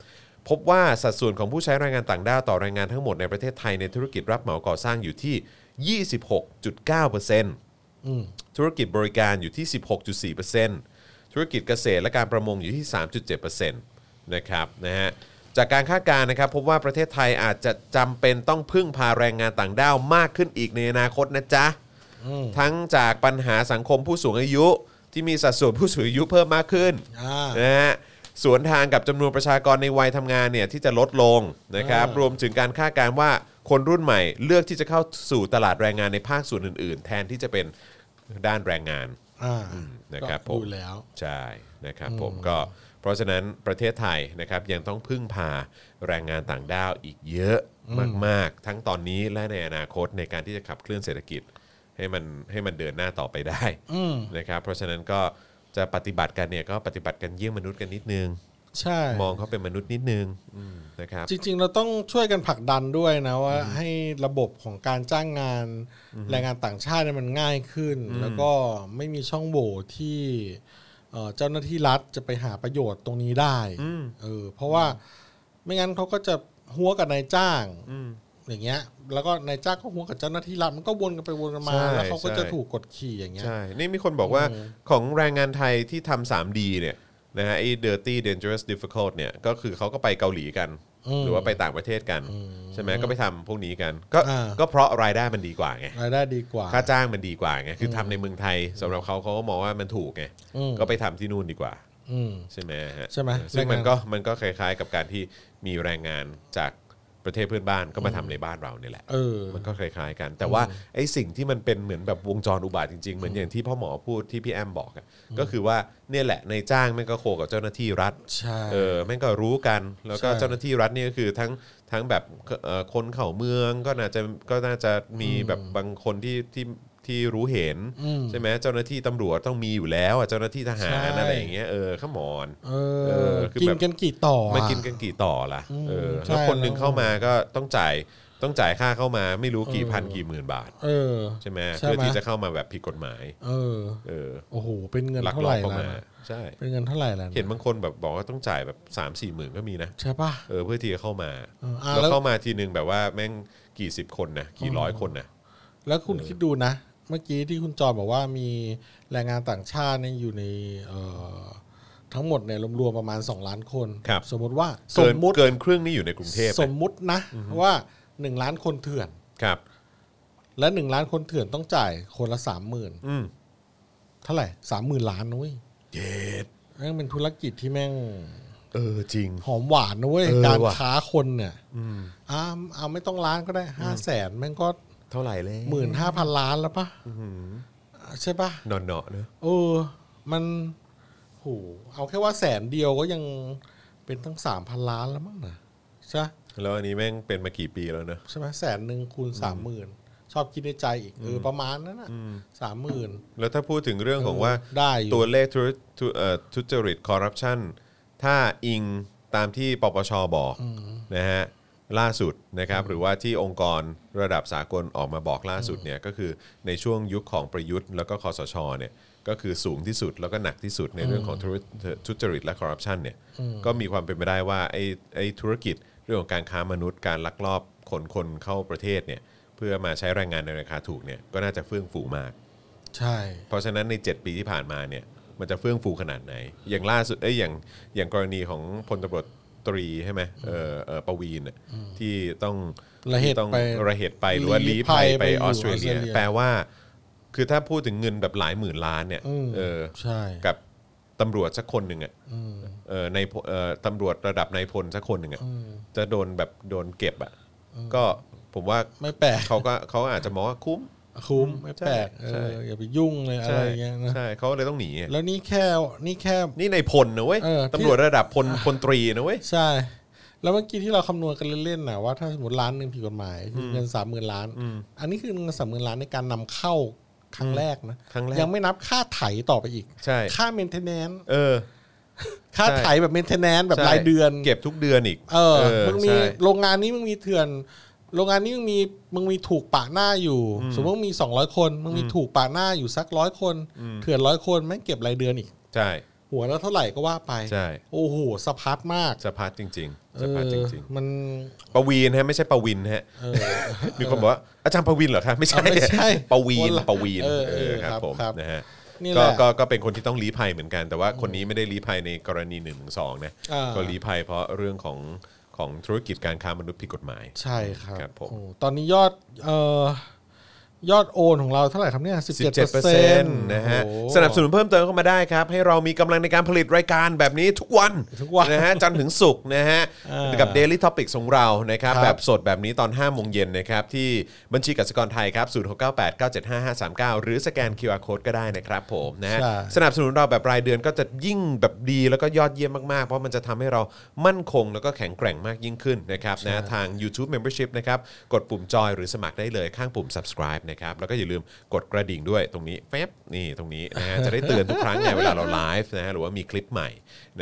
[SPEAKER 2] พบว่าสัดส่วนของผู้ใช้แรงงานต่างด้าวต่อแรงงานทั้งหมดในประเทศไทยในธุรกิจรับเหมาก่อสร้างอยู่ที่
[SPEAKER 4] อืม
[SPEAKER 2] 26.9%ธุรกิจบริการอยู่ที่ 16.4%ธุรกิจเกษตรและการประมงอยู่ที่ 3.7%นะครับนะฮะจากการคาดการณ์นะครับพบว่าประเทศไทยอาจจะจำเป็นต้องพึ่งพาแรงงานต่างด้าวมากขึ้นอีกในอนาคตนะจ๊ะ
[SPEAKER 4] อืม
[SPEAKER 2] ทั้งจากปัญหาสังคมผู้สูงอายุที่มีสัดส่วนผู้สูงอายุเพิ่มมากขึ้น
[SPEAKER 4] อ่า
[SPEAKER 2] นะฮะ สวนทางกับจำนวนประชากรในวัยทำงานเนี่ยที่จะลดลงนะครับ
[SPEAKER 4] อ่าร ร
[SPEAKER 2] วมถึงการคาดการณ์ว่าคนรุ่นใหม่เลือกที่จะเข้าสู่ตลาดแรงงานในภาคส่วนอื่น ๆ แทนที่จะเป็นด้านแรงงาน
[SPEAKER 4] อ่า
[SPEAKER 2] นะครับ
[SPEAKER 4] ก็ดู
[SPEAKER 2] ผม
[SPEAKER 4] แล้ว
[SPEAKER 2] ใช่นะครับผมก็เพราะฉะนั้นประเทศไทยนะครับยังต้องพึ่งพาแรงงานต่างด้าวอีกเยอะมาก ๆ ทั้งตอนนี้และในอนาคตในการที่จะขับเคลื่อนเศรษฐกิจให้มันให้มันเดินหน้าต่อไปได้
[SPEAKER 4] อืม
[SPEAKER 2] นะครับเพราะฉะนั้นก็จะปฏิบัติกันเนี่ยก็ปฏิบัติกันเยี่ยงมนุษย์กันนิดนึง
[SPEAKER 4] ใช่
[SPEAKER 2] มองเขาเป็นมนุษย์นิดนึงอืมนะครับ
[SPEAKER 4] จริงๆ เราต้องช่วยกันผลักดันด้วยนะว่าให้ระบบของการจ้างงานแรงงานต่างชาติเนี่ยมันง่ายขึ้น แล้วก็ไม่มีช่องโหว่ที่เอ่อเจ้าหน้าที่รัฐจะไปหาประโยชน์ตรงนี้ได้
[SPEAKER 2] อืม
[SPEAKER 4] เออเพราะว่าไม่งั้นเขาก็จะหัวกับนายจ้าง
[SPEAKER 2] อืม
[SPEAKER 4] อย่างเงี้ย แล้วก็นายจ้างก็หัวกับเจ้าหน้าที่รัฐมันก็วนกันไปวนกันมา
[SPEAKER 2] ใช่
[SPEAKER 4] แล้วเขาก็
[SPEAKER 2] ใช่
[SPEAKER 4] จะถูกกดขี่อย่างเงี้ย
[SPEAKER 2] ใช่ นี่มีคนบอกว่าของแรงงานไทยที่ทำ 3D เนี่ยนะฮะไอ้ dirty dangerous difficult เนี่ยก็คือเขาก็ไปเกาหลีกัน
[SPEAKER 4] อืม
[SPEAKER 2] หรือว่าไปต่างประเทศกัน ใช่ไหมก็ไปทำพวกนี้กัน ก็
[SPEAKER 4] อ่า
[SPEAKER 2] ก็เพราะรายได้มันดีกว่าไง
[SPEAKER 4] รายได้ดีกว่า
[SPEAKER 2] ค่าจ้างมันดีกว่าไงคือทำในเมืองไทยสำหรับเขาเขาก็มองว่ามันถูกไง
[SPEAKER 4] อืม
[SPEAKER 2] ก็ไปทำที่นู่นดีกว่า
[SPEAKER 4] อืม
[SPEAKER 2] ใช่ไหมฮะ
[SPEAKER 4] ใช่ไหม
[SPEAKER 2] ซึ่งมัน
[SPEAKER 4] แรงงาน
[SPEAKER 2] ก็มันก็คล้าย ๆ กับการที่มีแรงงานจากประเทศเพื่อนบ้านก็มาทำในบ้านเราเนี่ยแหละ
[SPEAKER 4] เออ
[SPEAKER 2] มันก็คล้ายๆกัน แต่ว่าไอ้สิ่งที่มันเป็นเหมือนแบบวงจรอุบาทจริง ๆ เหมือนอย่างที่พ่อหมอพูดที่พี่แอมบอกอะก็คือว่าเนี่ยแหละในจ้างแม่งก็โคกับเจ้าหน้าที่รัฐ
[SPEAKER 4] ใช่
[SPEAKER 2] เออแม่งก็รู้กัน แล้วก็
[SPEAKER 4] ใช่
[SPEAKER 2] เจ้าหน้าที่รัฐเนี่ยก็คือทั้งทั้งแบบเอ่อคนเข่าเมืองก็น่าจะก็น่าจะมีแบบบางคนที่ที่ที่รู้เห็น
[SPEAKER 4] ม
[SPEAKER 2] ใช่ไหมเจ้าหน้าที่ตำรวจต้องมีอยู่แล้วอะเจ้าหน้าที่ทหาร
[SPEAKER 4] ใช่
[SPEAKER 2] อะไรอย่างเงี้ยเออขมอน
[SPEAKER 4] เอ
[SPEAKER 2] เอ
[SPEAKER 4] อ
[SPEAKER 2] อคือ
[SPEAKER 4] กิน
[SPEAKER 2] แบบ
[SPEAKER 4] กันกี่ต่อ
[SPEAKER 2] มา
[SPEAKER 4] อะ
[SPEAKER 2] กินกันกี่ต่อล่ะ
[SPEAKER 4] อืม
[SPEAKER 2] เออ
[SPEAKER 4] ใช่
[SPEAKER 2] แล้วคนหนึ่ง
[SPEAKER 4] แล้ว
[SPEAKER 2] เข้ามาก็ต้องจ่ายต้องจ่ายค่าเข้ามาไม่รู้กี่พันกี่หมื่นบาท
[SPEAKER 4] เออ
[SPEAKER 2] ใช่ไหม
[SPEAKER 4] ใช่
[SPEAKER 2] เพื่อ
[SPEAKER 4] ไหม
[SPEAKER 2] ที่จะเข้ามาแบบผิดกฎหมาย
[SPEAKER 4] เออ
[SPEAKER 2] เออ
[SPEAKER 4] โอ้โห เป็นเงิน
[SPEAKER 2] หลัก
[SPEAKER 4] เท่า
[SPEAKER 2] ล
[SPEAKER 4] ไห
[SPEAKER 2] อบ
[SPEAKER 4] ร่
[SPEAKER 2] เข้า
[SPEAKER 4] แล้ว
[SPEAKER 2] มา
[SPEAKER 4] นะ
[SPEAKER 2] ใช่
[SPEAKER 4] เป็นเงินเท่าไหร่แล้วะ
[SPEAKER 2] เห็นบางคนแบบบอกว่าต้องจ่ายแบบ3 4มสี่หมื่นก็มีนะ
[SPEAKER 4] ใช่ป่ะ
[SPEAKER 2] เออเพื่อที่จะเข้ามา
[SPEAKER 4] เอออ่ะ
[SPEAKER 2] แล้ว
[SPEAKER 4] แล้ว
[SPEAKER 2] เข้ามาทีหนึ่งแบบว่าแม่งกี่สิบคนนะกี่ร้อยคนนะ
[SPEAKER 4] แล้วคุณคิดดูนะ เมื่อกี้ที่คุณจอบอกว่ามีแรงงานต่างชาติเนี่ยอยู่ในเอ่อทั้งหมดเนี่ยรวมๆประมาณ 2 ล้านคน สมมติว่าส
[SPEAKER 2] เกิน
[SPEAKER 4] มมุติ
[SPEAKER 2] เกินครึ่งนี่อยู่ในกรุงเทพนะ
[SPEAKER 4] สมมุตินะ ว่า 1 ล้านคนเถื่อน
[SPEAKER 2] ครับ
[SPEAKER 4] และ 1 ล้านคนเถื่อนต้องจ่ายคนละ3 0,000ื่น
[SPEAKER 2] อืม
[SPEAKER 4] เท่าไหร่สามหมื่นล้านนุ้ย
[SPEAKER 2] เย็ด
[SPEAKER 4] แม่งเป็นธุรกิจที่แม่ง
[SPEAKER 2] เออจริง
[SPEAKER 4] หอมหวานนะเว้ย
[SPEAKER 2] เออ
[SPEAKER 4] การ
[SPEAKER 2] ว่ะ
[SPEAKER 4] ค้าคนเนี่ย
[SPEAKER 2] อืม
[SPEAKER 4] อ้ามเอาไม่ต้องล้านก็ได้ห้าแสนแม่งก็
[SPEAKER 2] เท่าไหร่เลย
[SPEAKER 4] หมื่นห้าพันล้านแล้วปะใช่ปะ
[SPEAKER 2] นอนเนาะเนอะ
[SPEAKER 4] เออ มันโหเอาแค่ว่าแสนเดียวก็ยังเป็นตั้งสามพันล้านแล้วมั้งนะใช่
[SPEAKER 2] แล้วอันนี้แม่งเป็นมากี่ปีแล้วเนอะ
[SPEAKER 4] ใช่ไหมแสนหนึ่งคูณสามหมื่นชอบคิดในใจอีกเออประมาณนั้นนะสามหมื่น
[SPEAKER 2] แล้วถ้าพูดถึงเรื่องของว่า
[SPEAKER 4] ได้อยู่
[SPEAKER 2] ตัวเลขทุทุเอ่อทุจริตคอร์รัปชันถ้าอิงตามที่ปปชบอกนะฮะล่าสุดนะครับหรือว่าที่องค์กรระดับสากลออกมาบอกล่าสุดเนี่ยก็คือในช่วงยุคของประยุทธ์แล้วก็คอสชเนี่ยก็คือสูงที่สุดแล้วก็หนักที่สุดในเรื่องของทุทุจริตและคอร์รัปชันเนี่ยก็มีความเป็นไปได้ว่าไอ้ไอ้ธุรกิจเรื่องของการค้ามนุษย์การลักลอบขนคนเข้าประเทศเนี่ยเพื่อมาใช้แรงงานในราคาถูกเนี่ยก็น่าจะเฟื่องฟูมาก
[SPEAKER 4] ใช่
[SPEAKER 2] เพราะฉะนั้นใน 7 ปีที่ผ่านมาเนี่ยมันจะเฟื่องฟูขนาดไหน อย่างล่าสุดเอ้ยอย่างอย่างกรณีของพลตำรวจตรีใช่ไหมเออเออประวีนน่ะที่ต้อง
[SPEAKER 4] ระเหตุ
[SPEAKER 2] ที่ต้อง
[SPEAKER 4] ไประ
[SPEAKER 2] เหตุไปหรือว่า
[SPEAKER 4] ลี้
[SPEAKER 2] ลี้
[SPEAKER 4] ภั
[SPEAKER 2] ภัย
[SPEAKER 4] ย
[SPEAKER 2] ไป
[SPEAKER 4] ไปอยู่
[SPEAKER 2] ออสเตรเลีย
[SPEAKER 4] ออสเตรเลีย
[SPEAKER 2] แปลว่า คือถ้าพูดถึงเงินแบบหลายหมื่นล้านเนี่ย
[SPEAKER 4] อืม
[SPEAKER 2] เออ
[SPEAKER 4] ใช่
[SPEAKER 2] กับตำรวจสักคนหนึ่งอ่ะ
[SPEAKER 4] อืม
[SPEAKER 2] เออในพลเออตำรวจระดับนายพลสักคนหนึ่งอ่ะ
[SPEAKER 4] อืม
[SPEAKER 2] จะโดนแบบโดนเก็บอ่ะก็ผมว่า
[SPEAKER 4] ไม่แปลก
[SPEAKER 2] เขาก็เขาอาจจะมองว่าคุ้ม
[SPEAKER 4] คุ้มไม่แปลกเอ
[SPEAKER 2] ใช่
[SPEAKER 4] ออย่าไปยุ่งเลยอะไร
[SPEAKER 2] ใช่
[SPEAKER 4] อย่างเงี้ยนะ
[SPEAKER 2] ใช่เขาเลยต้องหนีอะ
[SPEAKER 4] แล้วนี่แค่นี่แค่
[SPEAKER 2] นี่ในพลนะเว้ย
[SPEAKER 4] เออ
[SPEAKER 2] ตำรวจระดับพลพลตรีนะเว้ย
[SPEAKER 4] ใช่ แล้วเมื่อกี้ที่เราคำนวณกันเล่นๆนะว่าถ้าสมมติล้านหนึ่งผิดกฎหมายคือเงินสามหมื่นล้าน อันนี้คือเงินสามหมื่นล้านในการนำเข้าครั้งแรกนะ
[SPEAKER 2] ครั้งแรก
[SPEAKER 4] ยังไม่นับค่าไถต่อไปอีก
[SPEAKER 2] ใช่
[SPEAKER 4] ค่าเมนเทนแนน
[SPEAKER 2] เออ
[SPEAKER 4] ค่า
[SPEAKER 2] ใช่
[SPEAKER 4] ไถแบบเมนเทนแนนแบบ
[SPEAKER 2] ใช่
[SPEAKER 4] รายเดือน
[SPEAKER 2] เก็บทุกเดือนอีก
[SPEAKER 4] เออมึงมี
[SPEAKER 2] ใช่
[SPEAKER 4] โรงงานนี้มึงมีเถื่อน โรงงานนี้มึงมีมึงมีถูกปะหน้าอยู่ สมมติมึงมีสองร้อยคนมึงมีถูกปะหน้าอยู่สักร้อยคน เถื่อนร้อยคนแม่งเก็บรายเดือนอีก
[SPEAKER 2] ใช่
[SPEAKER 4] หัวแล้วเท่าไหร่ก็ว่าไป
[SPEAKER 2] ใช่
[SPEAKER 4] โอ้โหสะพัดมาก
[SPEAKER 2] สะพัดจริงๆสะพัดจริง
[SPEAKER 4] เออมัน
[SPEAKER 2] ๆประวีนฮะไม่ใช่ประวินฮะ
[SPEAKER 4] เออ
[SPEAKER 2] มีคนบอกว่าอาจารย์ประวินเหรอคะไม่ใช่
[SPEAKER 4] เออไม่ใช่
[SPEAKER 2] ประวีน
[SPEAKER 4] คนละ
[SPEAKER 2] ประวีน
[SPEAKER 4] เออเออ
[SPEAKER 2] เออครับ
[SPEAKER 4] ครับ
[SPEAKER 2] ผม
[SPEAKER 4] ครับ
[SPEAKER 2] นะฮะ
[SPEAKER 4] นี่แห
[SPEAKER 2] ก็
[SPEAKER 4] ละ
[SPEAKER 2] ก็ก็เป็นคนที่ต้องลี้ภัยเหมือนกันแต่ว่าคนนี้ไม่ได้ลี้ภัยในกรณีหนึ่งสองนะ
[SPEAKER 4] อ่า
[SPEAKER 2] ก็ลี้ภัยเพราะเรื่องของของธุรกิจการค้ามนุษย์ผิดกฎหมาย
[SPEAKER 4] ใช่ครับ
[SPEAKER 2] ครับผม
[SPEAKER 4] โอ้ตอนนี้ยอดเอ่อ ยอดโอนของเราเท่าไหร่ครับเนี่ย17
[SPEAKER 2] 17%นะฮะสนับสนุนเพิ่มเติมเข้ามาได้ครับ ให้เรามีกำลังในการผลิตรายการแบบนี้ทุกวัน
[SPEAKER 4] ทุกวัน
[SPEAKER 2] นะฮะจันทร์ถึงศุกร์นะฮะ
[SPEAKER 4] อ่า
[SPEAKER 2] กับ Daily Topics ของเรานะครับ
[SPEAKER 4] ครับ
[SPEAKER 2] แบบสดแบบนี้ตอน 5 โมงเย็นนะครับ ที่บัญชีกสิกรไทยครับ0698 975 539 หรือสแกน QR Code ก็ได้นะครับผมนะฮะ
[SPEAKER 4] ใช่
[SPEAKER 2] สนับสนุนเราแบบรายเดือนก็จะยิ่งแบบดีแล้วก็ยอดเยี่ยมมากๆ เพราะมันจะทำให้เรามั่นคงแล้วก็แข็งแกร่งมากยิ่งขึ้นนะครับนะทาง YouTube Membership นะครับกดปุ่มจอยหรือสมัครได้เลยข้างปุ่ม subscribe นะครับแล้วก็อย่าลืมกดกระดิ่งด้วยตรงนี้แป๊บนี่ตรงนี้นะฮะจะได้เตือนทุกครั้ งไงเวลาเราไลฟ์นะฮะหรือว่ามีคลิปใหม่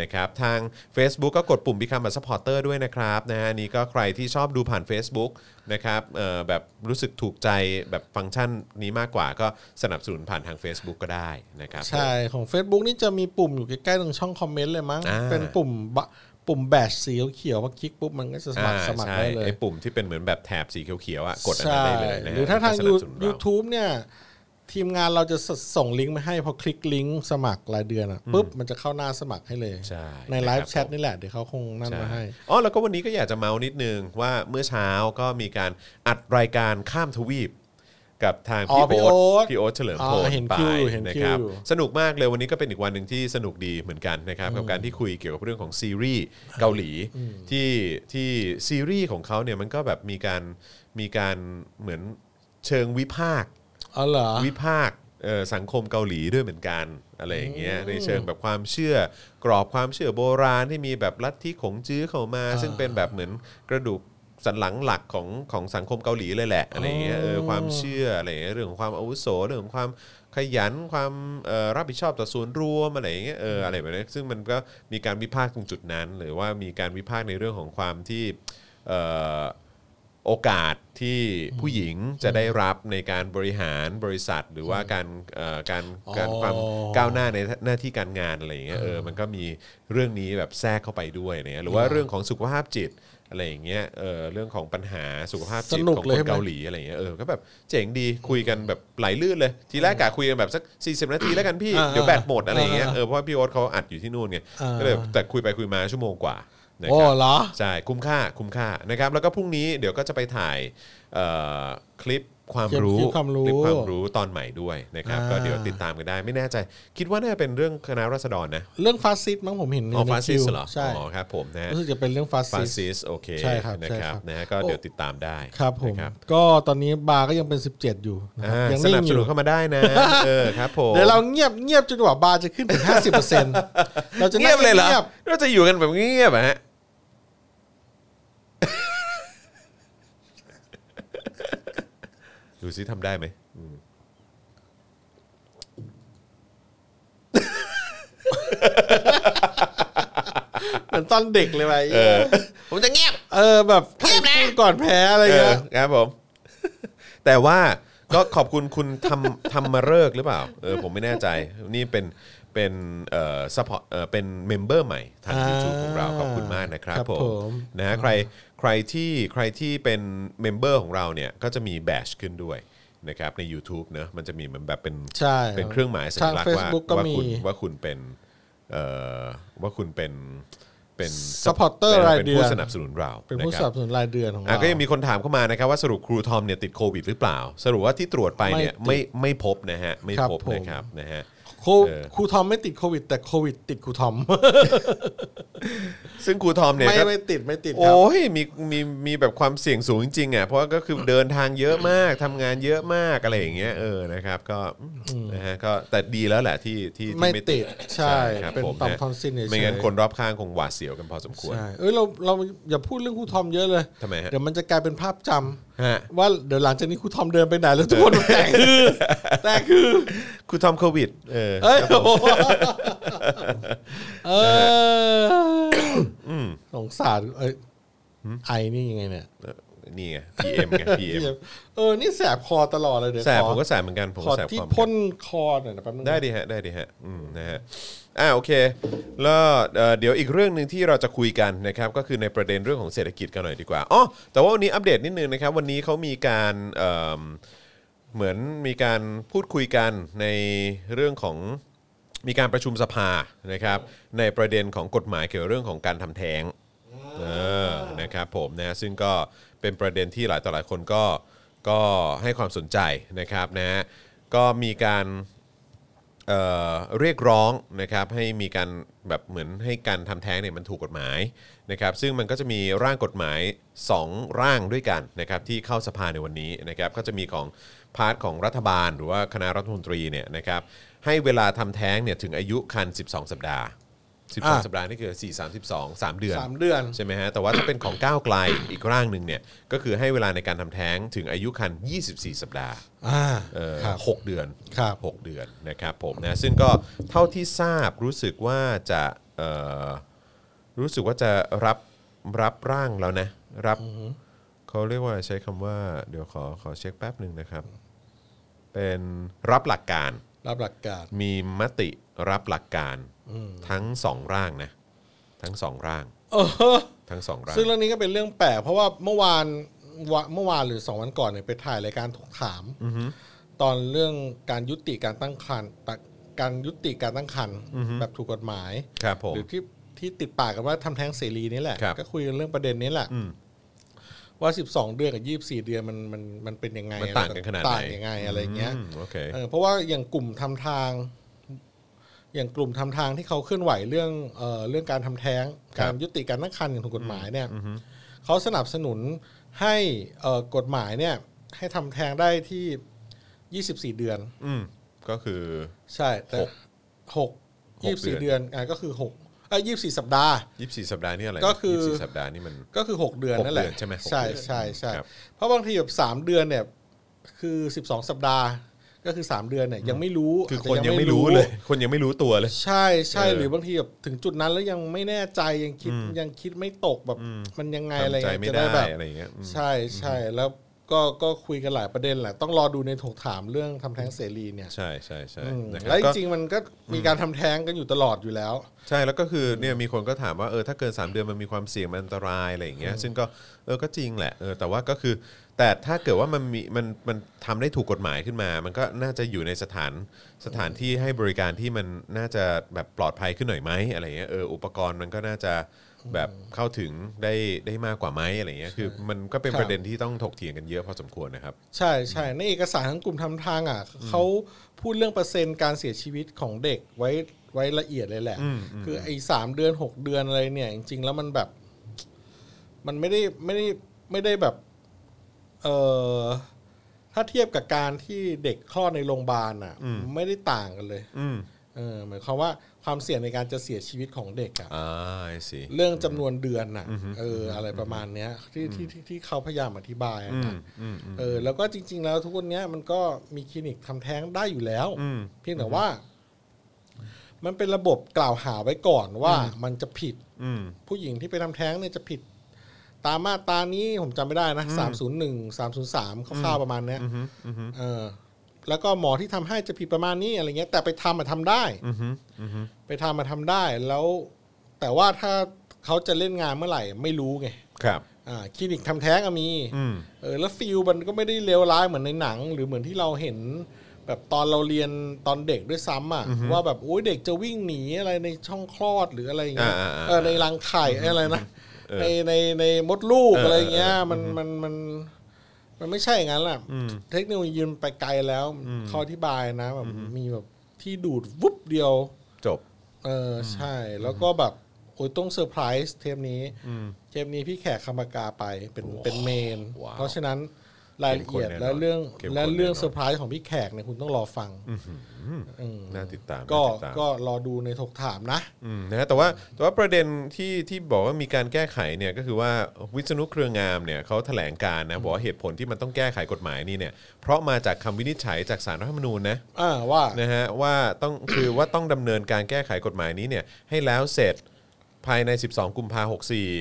[SPEAKER 2] นะครับทาง Facebook ก็กดปุ่ม Become a supporter ด้วยนะครับนะฮะนี่ก็ใครที่ชอบดูผ่าน Facebook นะครับเอ่อแบบรู้สึกถูกใจแบบฟังก์ชันนี้มากกว่าก็สนับสนุนผ่านทาง Facebook ก็ได้นะครับ
[SPEAKER 4] ใช่ของ Facebook นี่จะมีปุ่มอยู่ใกล้ๆตรงช่องคอมเมนต์เลยมั้ง
[SPEAKER 2] อ่า
[SPEAKER 4] เป็นปุ่มบะปุ่มแบชสีเขียวๆพอคลิกปุ๊บมันก็จะสมัคร
[SPEAKER 2] อ่า
[SPEAKER 4] สมัคร
[SPEAKER 2] ใช่
[SPEAKER 4] ได้เลย
[SPEAKER 2] ไอ้ปุ่มที่เป็นเหมือนแบบแถบสีเขียวๆอ่ะกดอันนั้นได้เลยนะฮะ
[SPEAKER 4] ใช่หรือถ้าทาง
[SPEAKER 2] สนับสนุนเรา
[SPEAKER 4] u t u b e เนี่ยทีมงานเราจะสส่งลิงก์มาให้พอคลิกลิงก์สมัครรายเดือนอ่ะปุ๊บมันจะเข้าหน้าสมัครให้เลย
[SPEAKER 2] ใช่
[SPEAKER 4] ไล
[SPEAKER 2] นะครับ
[SPEAKER 4] ฟ์แชท
[SPEAKER 2] ผม
[SPEAKER 4] นี่แหละเดี๋ยวเขาคงนั่นมาให้
[SPEAKER 2] อ๋อแล้วก็วันนี้ก็อยากจะเมานิดนึงว่าเมื่อเช้าก็มีการอัดรายการข้ามทวีป กับทาง
[SPEAKER 4] อ๋อ
[SPEAKER 2] พี่
[SPEAKER 4] พี่
[SPEAKER 2] โอ๊
[SPEAKER 4] โอ๊
[SPEAKER 2] ต
[SPEAKER 4] ต
[SPEAKER 2] พี่โอ๊ตเฉลิม
[SPEAKER 4] อ๋อ
[SPEAKER 2] พล
[SPEAKER 4] เห็น
[SPEAKER 2] ไป
[SPEAKER 4] คิวเห็น
[SPEAKER 2] นะ
[SPEAKER 4] คิ
[SPEAKER 2] คว รับสนุกมากเลยวันนี้ก็เป็นอีกวันหนึ่งที่สนุกดีเหมือนกันนะครับกับการที่คุยเกี่ยวกับเรื่องของซีรีส์เกาหลีที่ที่ซีรีส์ของเขาเนี่ยมันก็แบบมีการมีการเหมือนเชิงวิพากษ์
[SPEAKER 4] อ๋อเหรอ
[SPEAKER 2] วิพากษ์เอ่อสังคมเกาหลีด้วยเหมือนกันอะไรอย่างเงี้ยในเชิงแบบความเชื่อกรอบความเชื่อโบราณที่มีแบบลัทธิของจื้อเข้ามา
[SPEAKER 4] อ่า
[SPEAKER 2] ซึ่งเป็นแบบเหมือนกระดูกสันหลังหลักของของสังคมเกาหลีเลยแหละอะไรอย่างเงี้ยเออ
[SPEAKER 4] อ๋อ
[SPEAKER 2] ความเชื่ออะไรอย่างเงี้ยเรื่องของความอาวุโสเรื่องของความขยันความเอ่อรับผิดชอบต่อส่วนรวมอะไรอย่างเงี้ยเอออะไรแบบนี้ซึ่งมันก็มีการวิพากษ์ตรงจุดนั้น หรือว่ามีการวิพากษ์ในเรื่องของความที่เอ่อ โอกาสที่ผู้หญิงจะได้รับในการบริหารบริษัท หรือว่าการเอ่อการการ
[SPEAKER 4] อ๋อ
[SPEAKER 2] ความก้าวหน้าในหน้าที่การงานอะไรอย่างเงี้ยเออมันก็มีเรื่องนี้แบบแทรกเข้าไปด้วยเนี่ยหรือว่าเรื่องของสุขภาพจิตอะไรอย่างเงี้ยเออเรื่องของปัญหาสุขภาพจิตของคนเกาหลีอะไรอย่างเงี้ยเออก็แบบเจ๋งดีคุยกันแบบไหลลื่นเลย ทีแรกกะคุยกันแบบสัก 40 นาทีแล้วกันพี่เดี๋ยวแบตหมดอะไรอย่างเงี้ยเออเพราะว่าพี่โอ๊ตเขาอัดอยู่ที่นู่นไงก็เลยแต่คุยไปคุยมาชั่วโมงกว่านะ
[SPEAKER 4] โอ้
[SPEAKER 2] ครับ
[SPEAKER 4] เหรอ
[SPEAKER 2] ใช่ คุ้มค่าคุ้มค่านะครับแล้วก็พรุ่งนี้เดี๋ยวก็จะไปถ่ายเอ่อคลิปความรู้
[SPEAKER 4] คลิปความรู้
[SPEAKER 2] คลิปความรู้ตอนใหม่ด้วยนะครับ
[SPEAKER 4] อ่า
[SPEAKER 2] ก็เดี๋ยวติดตามกันได้ไม่แน่ใจ คิดว่าน่าจะเป็นเรื่องคณะราษฎรนะ
[SPEAKER 4] เรื่องฟาสซิสต์มั้งผมเห็นใน
[SPEAKER 2] อ๋อฟาสซิส
[SPEAKER 4] คิว
[SPEAKER 2] เหรอ
[SPEAKER 4] ใช่
[SPEAKER 2] อ๋อครับผมนะฮะ
[SPEAKER 4] รู้สึกจะเป็นเรื่องฟาส
[SPEAKER 2] ฟาส
[SPEAKER 4] ซิสต์
[SPEAKER 2] ซิสโอเค
[SPEAKER 4] ใช่ครับ
[SPEAKER 2] นะครั
[SPEAKER 4] ใช่ครับ บ
[SPEAKER 2] นะฮะก็เดี๋ยวติดตามได้
[SPEAKER 4] ครับผม
[SPEAKER 2] นะ
[SPEAKER 4] ก็ตอนนี้บาร์ก็ยังเป็น 17 อยู่นะครั
[SPEAKER 2] อ่า
[SPEAKER 4] บยัง
[SPEAKER 2] สนั
[SPEAKER 4] นิ่
[SPEAKER 2] บส
[SPEAKER 4] งอ
[SPEAKER 2] นุ
[SPEAKER 4] ยู่
[SPEAKER 2] นเข้ามาได้นะ เออครับผม
[SPEAKER 4] เดี๋ยวเราเงียบเงียบจนกว่าบาร์จะขึ้นถึง 50%เรา จะนั่
[SPEAKER 2] เงียบเลยเหรอ
[SPEAKER 4] งีบ
[SPEAKER 2] เราจะอยู่กันแบบเงียบๆอะฮะ ดูซิทำได้ไหม
[SPEAKER 4] เหมือนตอนเด็กเลยไป
[SPEAKER 2] ผมจะเงียบ
[SPEAKER 4] เออแบบเงียบนะก่อนแพ้อะไรเงี้ย
[SPEAKER 2] เออครับผม แต่ว่าก็ขอบคุณคุณทำทำมาเลิกษ์หรือเปล่าเออผมไม่แน่ใจ นี่เป็นเป็นเอ่อซัพพอร์ตเอ่อเป็นเมมเบอร์ใหม่ทาง YouTube ข
[SPEAKER 4] อ่า
[SPEAKER 2] องเราขอบคุณมากนะครับ
[SPEAKER 4] ครับ
[SPEAKER 2] ผ
[SPEAKER 4] ผม ม
[SPEAKER 2] นะฮะใครใครที่ใครที่เป็นเมมเบอร์ของเราเนี่ยก็จะมีแบชขึ้นด้วยนะครับใน YouTube เนอะมันจะมีเหมือนแบบเป็น
[SPEAKER 4] ใช่
[SPEAKER 2] เป็นเครื่องหมายสัญลักษ
[SPEAKER 4] ทาง
[SPEAKER 2] ณ์ว่า
[SPEAKER 4] Facebook ก็
[SPEAKER 2] ว่าคุณ
[SPEAKER 4] มี
[SPEAKER 2] ว่าคุณเป็นเอ่อว่าคุณเป็นเป็น
[SPEAKER 4] Supporter รายเดือน
[SPEAKER 2] ป็ผู้สนับสนุนเรา
[SPEAKER 4] เป็นผู้
[SPEAKER 2] ะค
[SPEAKER 4] ส
[SPEAKER 2] รับ
[SPEAKER 4] นับสนุนรายเดือนของ
[SPEAKER 2] อ่ะ
[SPEAKER 4] เรา
[SPEAKER 2] ก็ยังมีคนถามเข้ามานะครับว่าสรุปครูทอมเนี่ยติดโควิดหรือเปล่า สรุปว่าที่ตรวจไปเนี่ย
[SPEAKER 4] ไม่
[SPEAKER 2] ไม่ไม่
[SPEAKER 4] ติด
[SPEAKER 2] พบนะฮะไม่
[SPEAKER 4] ครับ
[SPEAKER 2] พบ
[SPEAKER 4] ผม
[SPEAKER 2] นะครับนะฮะ
[SPEAKER 4] ครู
[SPEAKER 2] เออ
[SPEAKER 4] ครูทอมไม่ติดโควิด แต่โควิดติดครูทอม
[SPEAKER 2] ซึ่งครูทอมเนี่ย
[SPEAKER 4] ไม่
[SPEAKER 2] ก็
[SPEAKER 4] ไม่ติดไม่ติดครับ
[SPEAKER 2] โอ้ยมีมีมีแบบความเสี่ยงสูงจริงๆอ่ะเพราะว่าก็คือเดินทางเยอะมากทำงานเยอะมากอะไรอย่างเงี้ยเออนะครับก็นะฮะก็แต่ดีแล้วแหละที่ที่ที่
[SPEAKER 4] ไม่ติดใช่
[SPEAKER 2] ครับ
[SPEAKER 4] เป็น
[SPEAKER 2] ผม
[SPEAKER 4] ต่อม
[SPEAKER 2] นะ
[SPEAKER 4] ทอนซิลเฉยๆ
[SPEAKER 2] ไม่งั้นคนรอบข้างคงหวาดเสียวกันพอสมควร
[SPEAKER 4] ใช่เอ้ยเราเราอย่าพูดเรื่องครูทอมเยอะเลย
[SPEAKER 2] ทำไมฮะ
[SPEAKER 4] เดี๋ยวมันจะกลายเป็นภาพจำ
[SPEAKER 2] ฮะ
[SPEAKER 4] ว่าเดี๋ยวหลังจากนี้ครูทอมเดินไปไหนแล้ว ทุกคนแต่คือแต่คือ
[SPEAKER 2] ครูทอมโควิดเออ
[SPEAKER 4] เอ้ย
[SPEAKER 2] ครับ
[SPEAKER 4] โอ้
[SPEAKER 2] ผม
[SPEAKER 4] โหเออสงสารเอ้ยไอนี่ยังไงเนี่ย
[SPEAKER 2] นี่ไง PM ไง PM
[SPEAKER 4] เออ นี่แสบคอตลอดเลยเดี๋ยว
[SPEAKER 2] แสบ
[SPEAKER 4] ขอ
[SPEAKER 2] ผมก็แสบเหมือนกันผม
[SPEAKER 4] ขอ
[SPEAKER 2] ก็แสบ
[SPEAKER 4] ที่
[SPEAKER 2] ความ
[SPEAKER 4] พ่นคอหน่อยนะแป๊บนึงนะ
[SPEAKER 2] ได้ดีฮะได้ดีฮะอืมนะฮะอ่าโอเคแล้วเอ่อเดี๋ยวอีกเรื่องหนึ่งที่เราจะคุยกันนะครับก็คือในประเด็นเรื่องของเศรษฐกิจกันหน่อยดีกว่าอ๋อแต่ว่าวันนี้อัปเดตนิดนึงนะครับวันนี้เขามีการเอิ่มเหมือนมีการพูดคุยกันในเรื่องของมีการประชุมสภานะครับในประเด็นของกฎหมายเกี่ยวกับเรื่องของการทำแท้ง เออนะครับผมนะซึ่งก็เป็นประเด็นที่หลายต่อหลายคนก็ ก็ให้ความสนใจนะครับนะฮะก็มีการ เอ่อเรียกร้องนะครับให้มีการแบบเหมือนให้การทำแท้งเนี่ยมันถูกกฎหมายนะครับซึ่งมันก็จะมีร่างกฎหมาย 2 ร่างด้วยกันนะครับที่เข้าสภาในวันนี้นะครับก็จะมีของพาร์ทของรัฐบาล หรือว่าคณะรัฐมนตรีเนี่ยนะครับให้เวลาทำแท้งเนี่ยถึงอายุคัน 12 สัปดาห์
[SPEAKER 4] อ่า
[SPEAKER 2] 12 สัปดาห์นี่คือ 4 32 3 เดือน
[SPEAKER 4] สามเดือน
[SPEAKER 2] ใช่ไหมฮะแต่ว่าถ้าเป็นของก้าวไกลอีกร่างหนึ่งเนี่ยก็คือให้เวลาในการทำแท้งถึงอายุคัน 24 สัปดาห์
[SPEAKER 4] อ่า
[SPEAKER 2] เอ่อ
[SPEAKER 4] ครับ
[SPEAKER 2] หกเดือน
[SPEAKER 4] ครับ
[SPEAKER 2] หกเดือนนะครับผมนะซึ่งก็เท่าที่ทราบรู้สึกว่าจะเอ่อรู้สึกว่าจะรับรับร่างแล้วนะรับเขาเรียกว่าใช้คำว่า เดี๋ยวขอขอเช็คแป๊บหนึ่งนะครับ เป็นรับหลักการ
[SPEAKER 4] รับหลักการ
[SPEAKER 2] มีมติรับหลักการทั้งสองร่างนะทั้งสองร่างทั้งสองร่าง
[SPEAKER 4] ซึ่งเรื่องนี้ก็เป็นเรื่องแปลกเพราะว่าเมื่อวานวะเมื่อวานหรือสองวันก่อนเนี่ยไปถ่ายรายการถกถามตอนเรื่องการยุติการตั้งครรภ์ตะการยุติการตั้งครรภ์แบบถูกกฎหมาย
[SPEAKER 2] ครับผม
[SPEAKER 4] หรือที่ที่ติดปากกันว่าทำแท้งเสรีนี่แหละ
[SPEAKER 2] ครับ
[SPEAKER 4] ก็คุยกันเรื่องประเด็นนี้แหละ
[SPEAKER 2] อืม
[SPEAKER 4] ว่า 12 เดือนกับ 24 เดือนมันมันมันเป็นยังไง
[SPEAKER 2] มันต่างกันขนาดไหน
[SPEAKER 4] ต่างยังไงอะไรเงี้ย
[SPEAKER 2] มโอเค
[SPEAKER 4] เออเพราะว่าอย่างกลุ่มทำทาง อย่างกลุ่มทำทางที่เขาเคลื่อนไหวเรื่องเอ่อเรื่องการทำแท้ง
[SPEAKER 2] ครับ
[SPEAKER 4] การยุติการตั้งครรภ์อย่างถูกกฎหมายเนี่ยเขาสนับสนุนให้เอ่อกฎหมายเนี่ย ให้ทำแท้งได้ที่ 24 เดือน
[SPEAKER 2] ืมก็คือ
[SPEAKER 4] ใช่แต่
[SPEAKER 2] หก
[SPEAKER 4] หก
[SPEAKER 2] ห
[SPEAKER 4] ยี่
[SPEAKER 2] ก
[SPEAKER 4] สิ
[SPEAKER 2] เดื
[SPEAKER 4] บสี่
[SPEAKER 2] อน
[SPEAKER 4] เดือนอ่ะก็คือหกเอ่ยี่สิบสี่สัปดาห์
[SPEAKER 2] ยี่สิบสี่สัปดาห์นี่อะไร
[SPEAKER 4] ก็คือ
[SPEAKER 2] ยี่สิบสี่สัปดาห์นี่มัน
[SPEAKER 4] ก็คือหกเดือน
[SPEAKER 2] หก
[SPEAKER 4] นั่นแหละ
[SPEAKER 2] เดือนใช่ไหมหก
[SPEAKER 4] ใช่
[SPEAKER 2] เดือน
[SPEAKER 4] ใช่ใช่
[SPEAKER 2] ครับ
[SPEAKER 4] เพราะบางทีแบบสามเดือนเนี่ย คือสิบสองสัปดาห์ ก็คือสามเดือนเนี่ยยังไม่รู้
[SPEAKER 2] คือ
[SPEAKER 4] อาจ
[SPEAKER 2] คน
[SPEAKER 4] จะ
[SPEAKER 2] ยังไม่รู้เลย คนยังไม่รู้ตัวเลย
[SPEAKER 4] ใช่ใช่
[SPEAKER 2] เออ
[SPEAKER 4] หรือบางทีแบบถึงจุดนั้นแล้วยังไม่แน่ใจยังคิดยังคิดไม่ตกแบบมันยังไงอะไร
[SPEAKER 2] ทำใจ
[SPEAKER 4] เงี้ย
[SPEAKER 2] ไม่
[SPEAKER 4] จะ
[SPEAKER 2] ได้
[SPEAKER 4] ได้แบบ
[SPEAKER 2] อะไรอย่างเงี้ยอืม
[SPEAKER 4] ใช่ใช่แล้วก็ก็คุยกันหลายประเด็นแหละต้องรอดูในถกถามเรื่องทำแท้งเสรีเนี่ย
[SPEAKER 2] ใช่ใช่ใช่
[SPEAKER 4] อืม
[SPEAKER 2] นะครั
[SPEAKER 4] แล้
[SPEAKER 2] บ
[SPEAKER 4] วจ
[SPEAKER 2] ก็
[SPEAKER 4] ริงๆมันก็มีการทำแท้งกันอยู่ตลอดอยู่แล้ว
[SPEAKER 2] ใช่แล้วก็คือเนี่ยมีคนก็ถามว่าเออถ้าเกิน 3 เดือนมันมีความเสี่ยงมันอันตรายอะไรอย่างเงี้ยซึ่งก็เออก็จริงแหละเออแต่ว่าก็คือ แต่ถ้าเกิดว่ามันมีมันมันทำได้ถูกกฎหมายขึ้นมา มันก็น่าจะอยู่ในสถานสถานที่ให้บริการที่มันน่าจะแบบปลอดภัยขึ้นหน่อยไหมอะไรเงี้ยเอออุปกรณ์มันก็น่าจะแบบเข้าถึงได้ได้มากกว่าไหมอะไรเงี้ยคือมันก็เป็น
[SPEAKER 4] ครับ
[SPEAKER 2] ประเด็นที่ต้องถกเถียงกันเยอะพอสมควรนะครับ
[SPEAKER 4] ใช่ใช่ในเอกสารของกลุ่มทำทางอ่ะเขาพูดเรื่องเปอร์เซ็นต์การเสียชีวิตของเด็กไว้ไว้ละเอียดเลยแหละ คือไอ้สามเดือนหกเดือนอะไรเนี่ย จริง ๆ แล้วมันแบบ มันไม่ได้ไม่ได้ไม่ได้แบบ เออถ้าเทียบกับการที่เด็กคลอดในโรงพยาบาลอ่ะ ไม่ได้ต่างกันเลย
[SPEAKER 2] อืม
[SPEAKER 4] เออหมายความว่าความเสี่ยงในการจะเสียชีวิตของเด็กอ่ะ
[SPEAKER 2] อ่าไอซี
[SPEAKER 4] เรื่องจำนวนเดือนน่ะเออ อะไรประมาณเนี้ยที่ที่ที่ที่เขาพยายามอธิบายอะนะเออ แล้วก็จริง ๆ แล้วทุกวันเนี้ยมันก็มีคลินิกทำแท้งได้อยู่แล้ว เพียงแต่ว่า มันเป็นระบบกล่าวหาไว้ก่อนว่ามันจะผิด
[SPEAKER 2] อืม
[SPEAKER 4] ผู้หญิงที่ไปทำแท้งเนี่ยจะผิด ตามมาตรานี้ผมจำไม่ได้นะสามศูนย์หนึ่งสามศูนย์สามคร่าวๆประมาณเนี้ยเออ แล้วก็หมอที่ทำให้จะผิดประมาณนี้อะไรเงี้ย แต่ไปทำมาทำได้
[SPEAKER 2] อือฮึอือฮึ
[SPEAKER 4] ไปทำมาทำได้แล้ว แต่ว่าถ้าเขาจะเล่นงานเมื่อไหร่ไม่รู้ไง
[SPEAKER 2] ครับ
[SPEAKER 4] อ่าคลินิกทำแท้งก็มี
[SPEAKER 2] อืม
[SPEAKER 4] เออแล้วฟิลมันก็ไม่ได้เลวร้ายเหมือนในหนัง หรือเหมือนที่เราเห็น แบบตอนเราเรียนตอนเด็กด้วยซ้ำอ่ะว่าแบบโอ้ยเด็กจะวิ่งหนีอะไรในช่องคลอดหรืออะไรอย่างเงี้ย
[SPEAKER 2] อ่าอ่าอ่า
[SPEAKER 4] เออในรังไข่อะไรนะ
[SPEAKER 2] เออ
[SPEAKER 4] ในในในมดลูก
[SPEAKER 2] เอออ
[SPEAKER 4] อะไรอย่างเงี้ยมันมันมันมันไม่ใช่อย่างนั้นแหละเทคโนโลยีมันไปไกลแล้วเขาอธิบายนะแบบมีแบบที่ดูดวุบเดียว
[SPEAKER 2] จบ
[SPEAKER 4] เอออใช่แล้วก็แบบโอ้ยต้องเซอร์ไพรส์เทปนี้เทปนี้พี่แขกคำปากกาไปเป็นเป็นเมน
[SPEAKER 2] ว้าว
[SPEAKER 4] เพราะฉะนั้นรายละเอียด
[SPEAKER 2] เข้มข้นแน่นอน
[SPEAKER 4] และเรื่อง
[SPEAKER 2] เข้มข้น
[SPEAKER 4] และเรื่อง
[SPEAKER 2] แน่นอน
[SPEAKER 4] เซอร์ไพรส์ของพี่แขกเนี่ยคุณต้องรอฟังอืม
[SPEAKER 2] น่าติดตาม
[SPEAKER 4] ก็
[SPEAKER 2] น่าติดตาม
[SPEAKER 4] ก็รอดูในถกถามนะ
[SPEAKER 2] อืมนะฮะแต่ว่าแต่ว่าประเด็นที่ที่บอกว่ามีการแก้ไขเนี่ยก็คือว่าวิษณุเครืองามเนี่ยเขาแถลงการนะบอกว่าเหตุผลที่มันต้องแก้ไขกฎหมายนี่เนี่ยเพราะมาจากคำวินิจฉัยจากสารรัฐธรรมนูญนะ
[SPEAKER 4] อ่าว่า
[SPEAKER 2] นะฮะว่าต้องคือว่าต้องดำเนินการแก้ไขกฎหมายนี้เนี่ยให้แล้วเสร็จภายใน 12 กุมภาพันธ์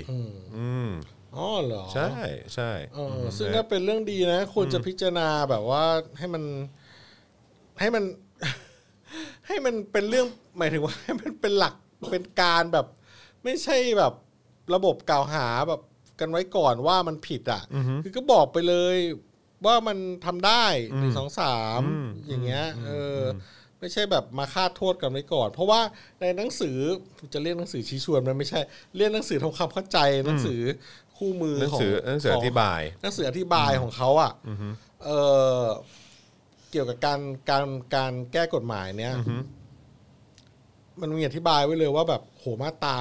[SPEAKER 2] 64อืม
[SPEAKER 4] อ๋อเหรอ
[SPEAKER 2] ใช่ใช่
[SPEAKER 4] เอออซึ่งก็เป็นเรื่องดีนะควรจะพิจารณาแบบว่าให้มัน ให้มัน ให้มันเป็นเรื่องหมายถึงว่า ให้มันเป็นหลักเป็นการแบบ ไม่ใช่แบบระบบกล่าวหาแบบกันไว้ก่อนว่ามันผิดอ่ะคือก็บอกไปเลยว่ามันทำได้หนึ่งสองสามอย่างเงี้ยเอออไม่ใช่แบบมาคาดโทษกันไว้ก่อน เพราะว่าในหนังสือจะเรียกหนังสือชี้ชวนมันไม่ใช่เรียกหนังสือทำความเข้าใจหนังสือคู่มือ
[SPEAKER 2] หนัง
[SPEAKER 4] ของ
[SPEAKER 2] สือหนังสืออธิบาย
[SPEAKER 4] หนังสืออธิบายของเขาอ่ะเ เอ่อเกี่ยวกับการการการแก้กฎหมายเนี่ยมันมีอธิบายไว้เลยว่าแบบโหมาตรา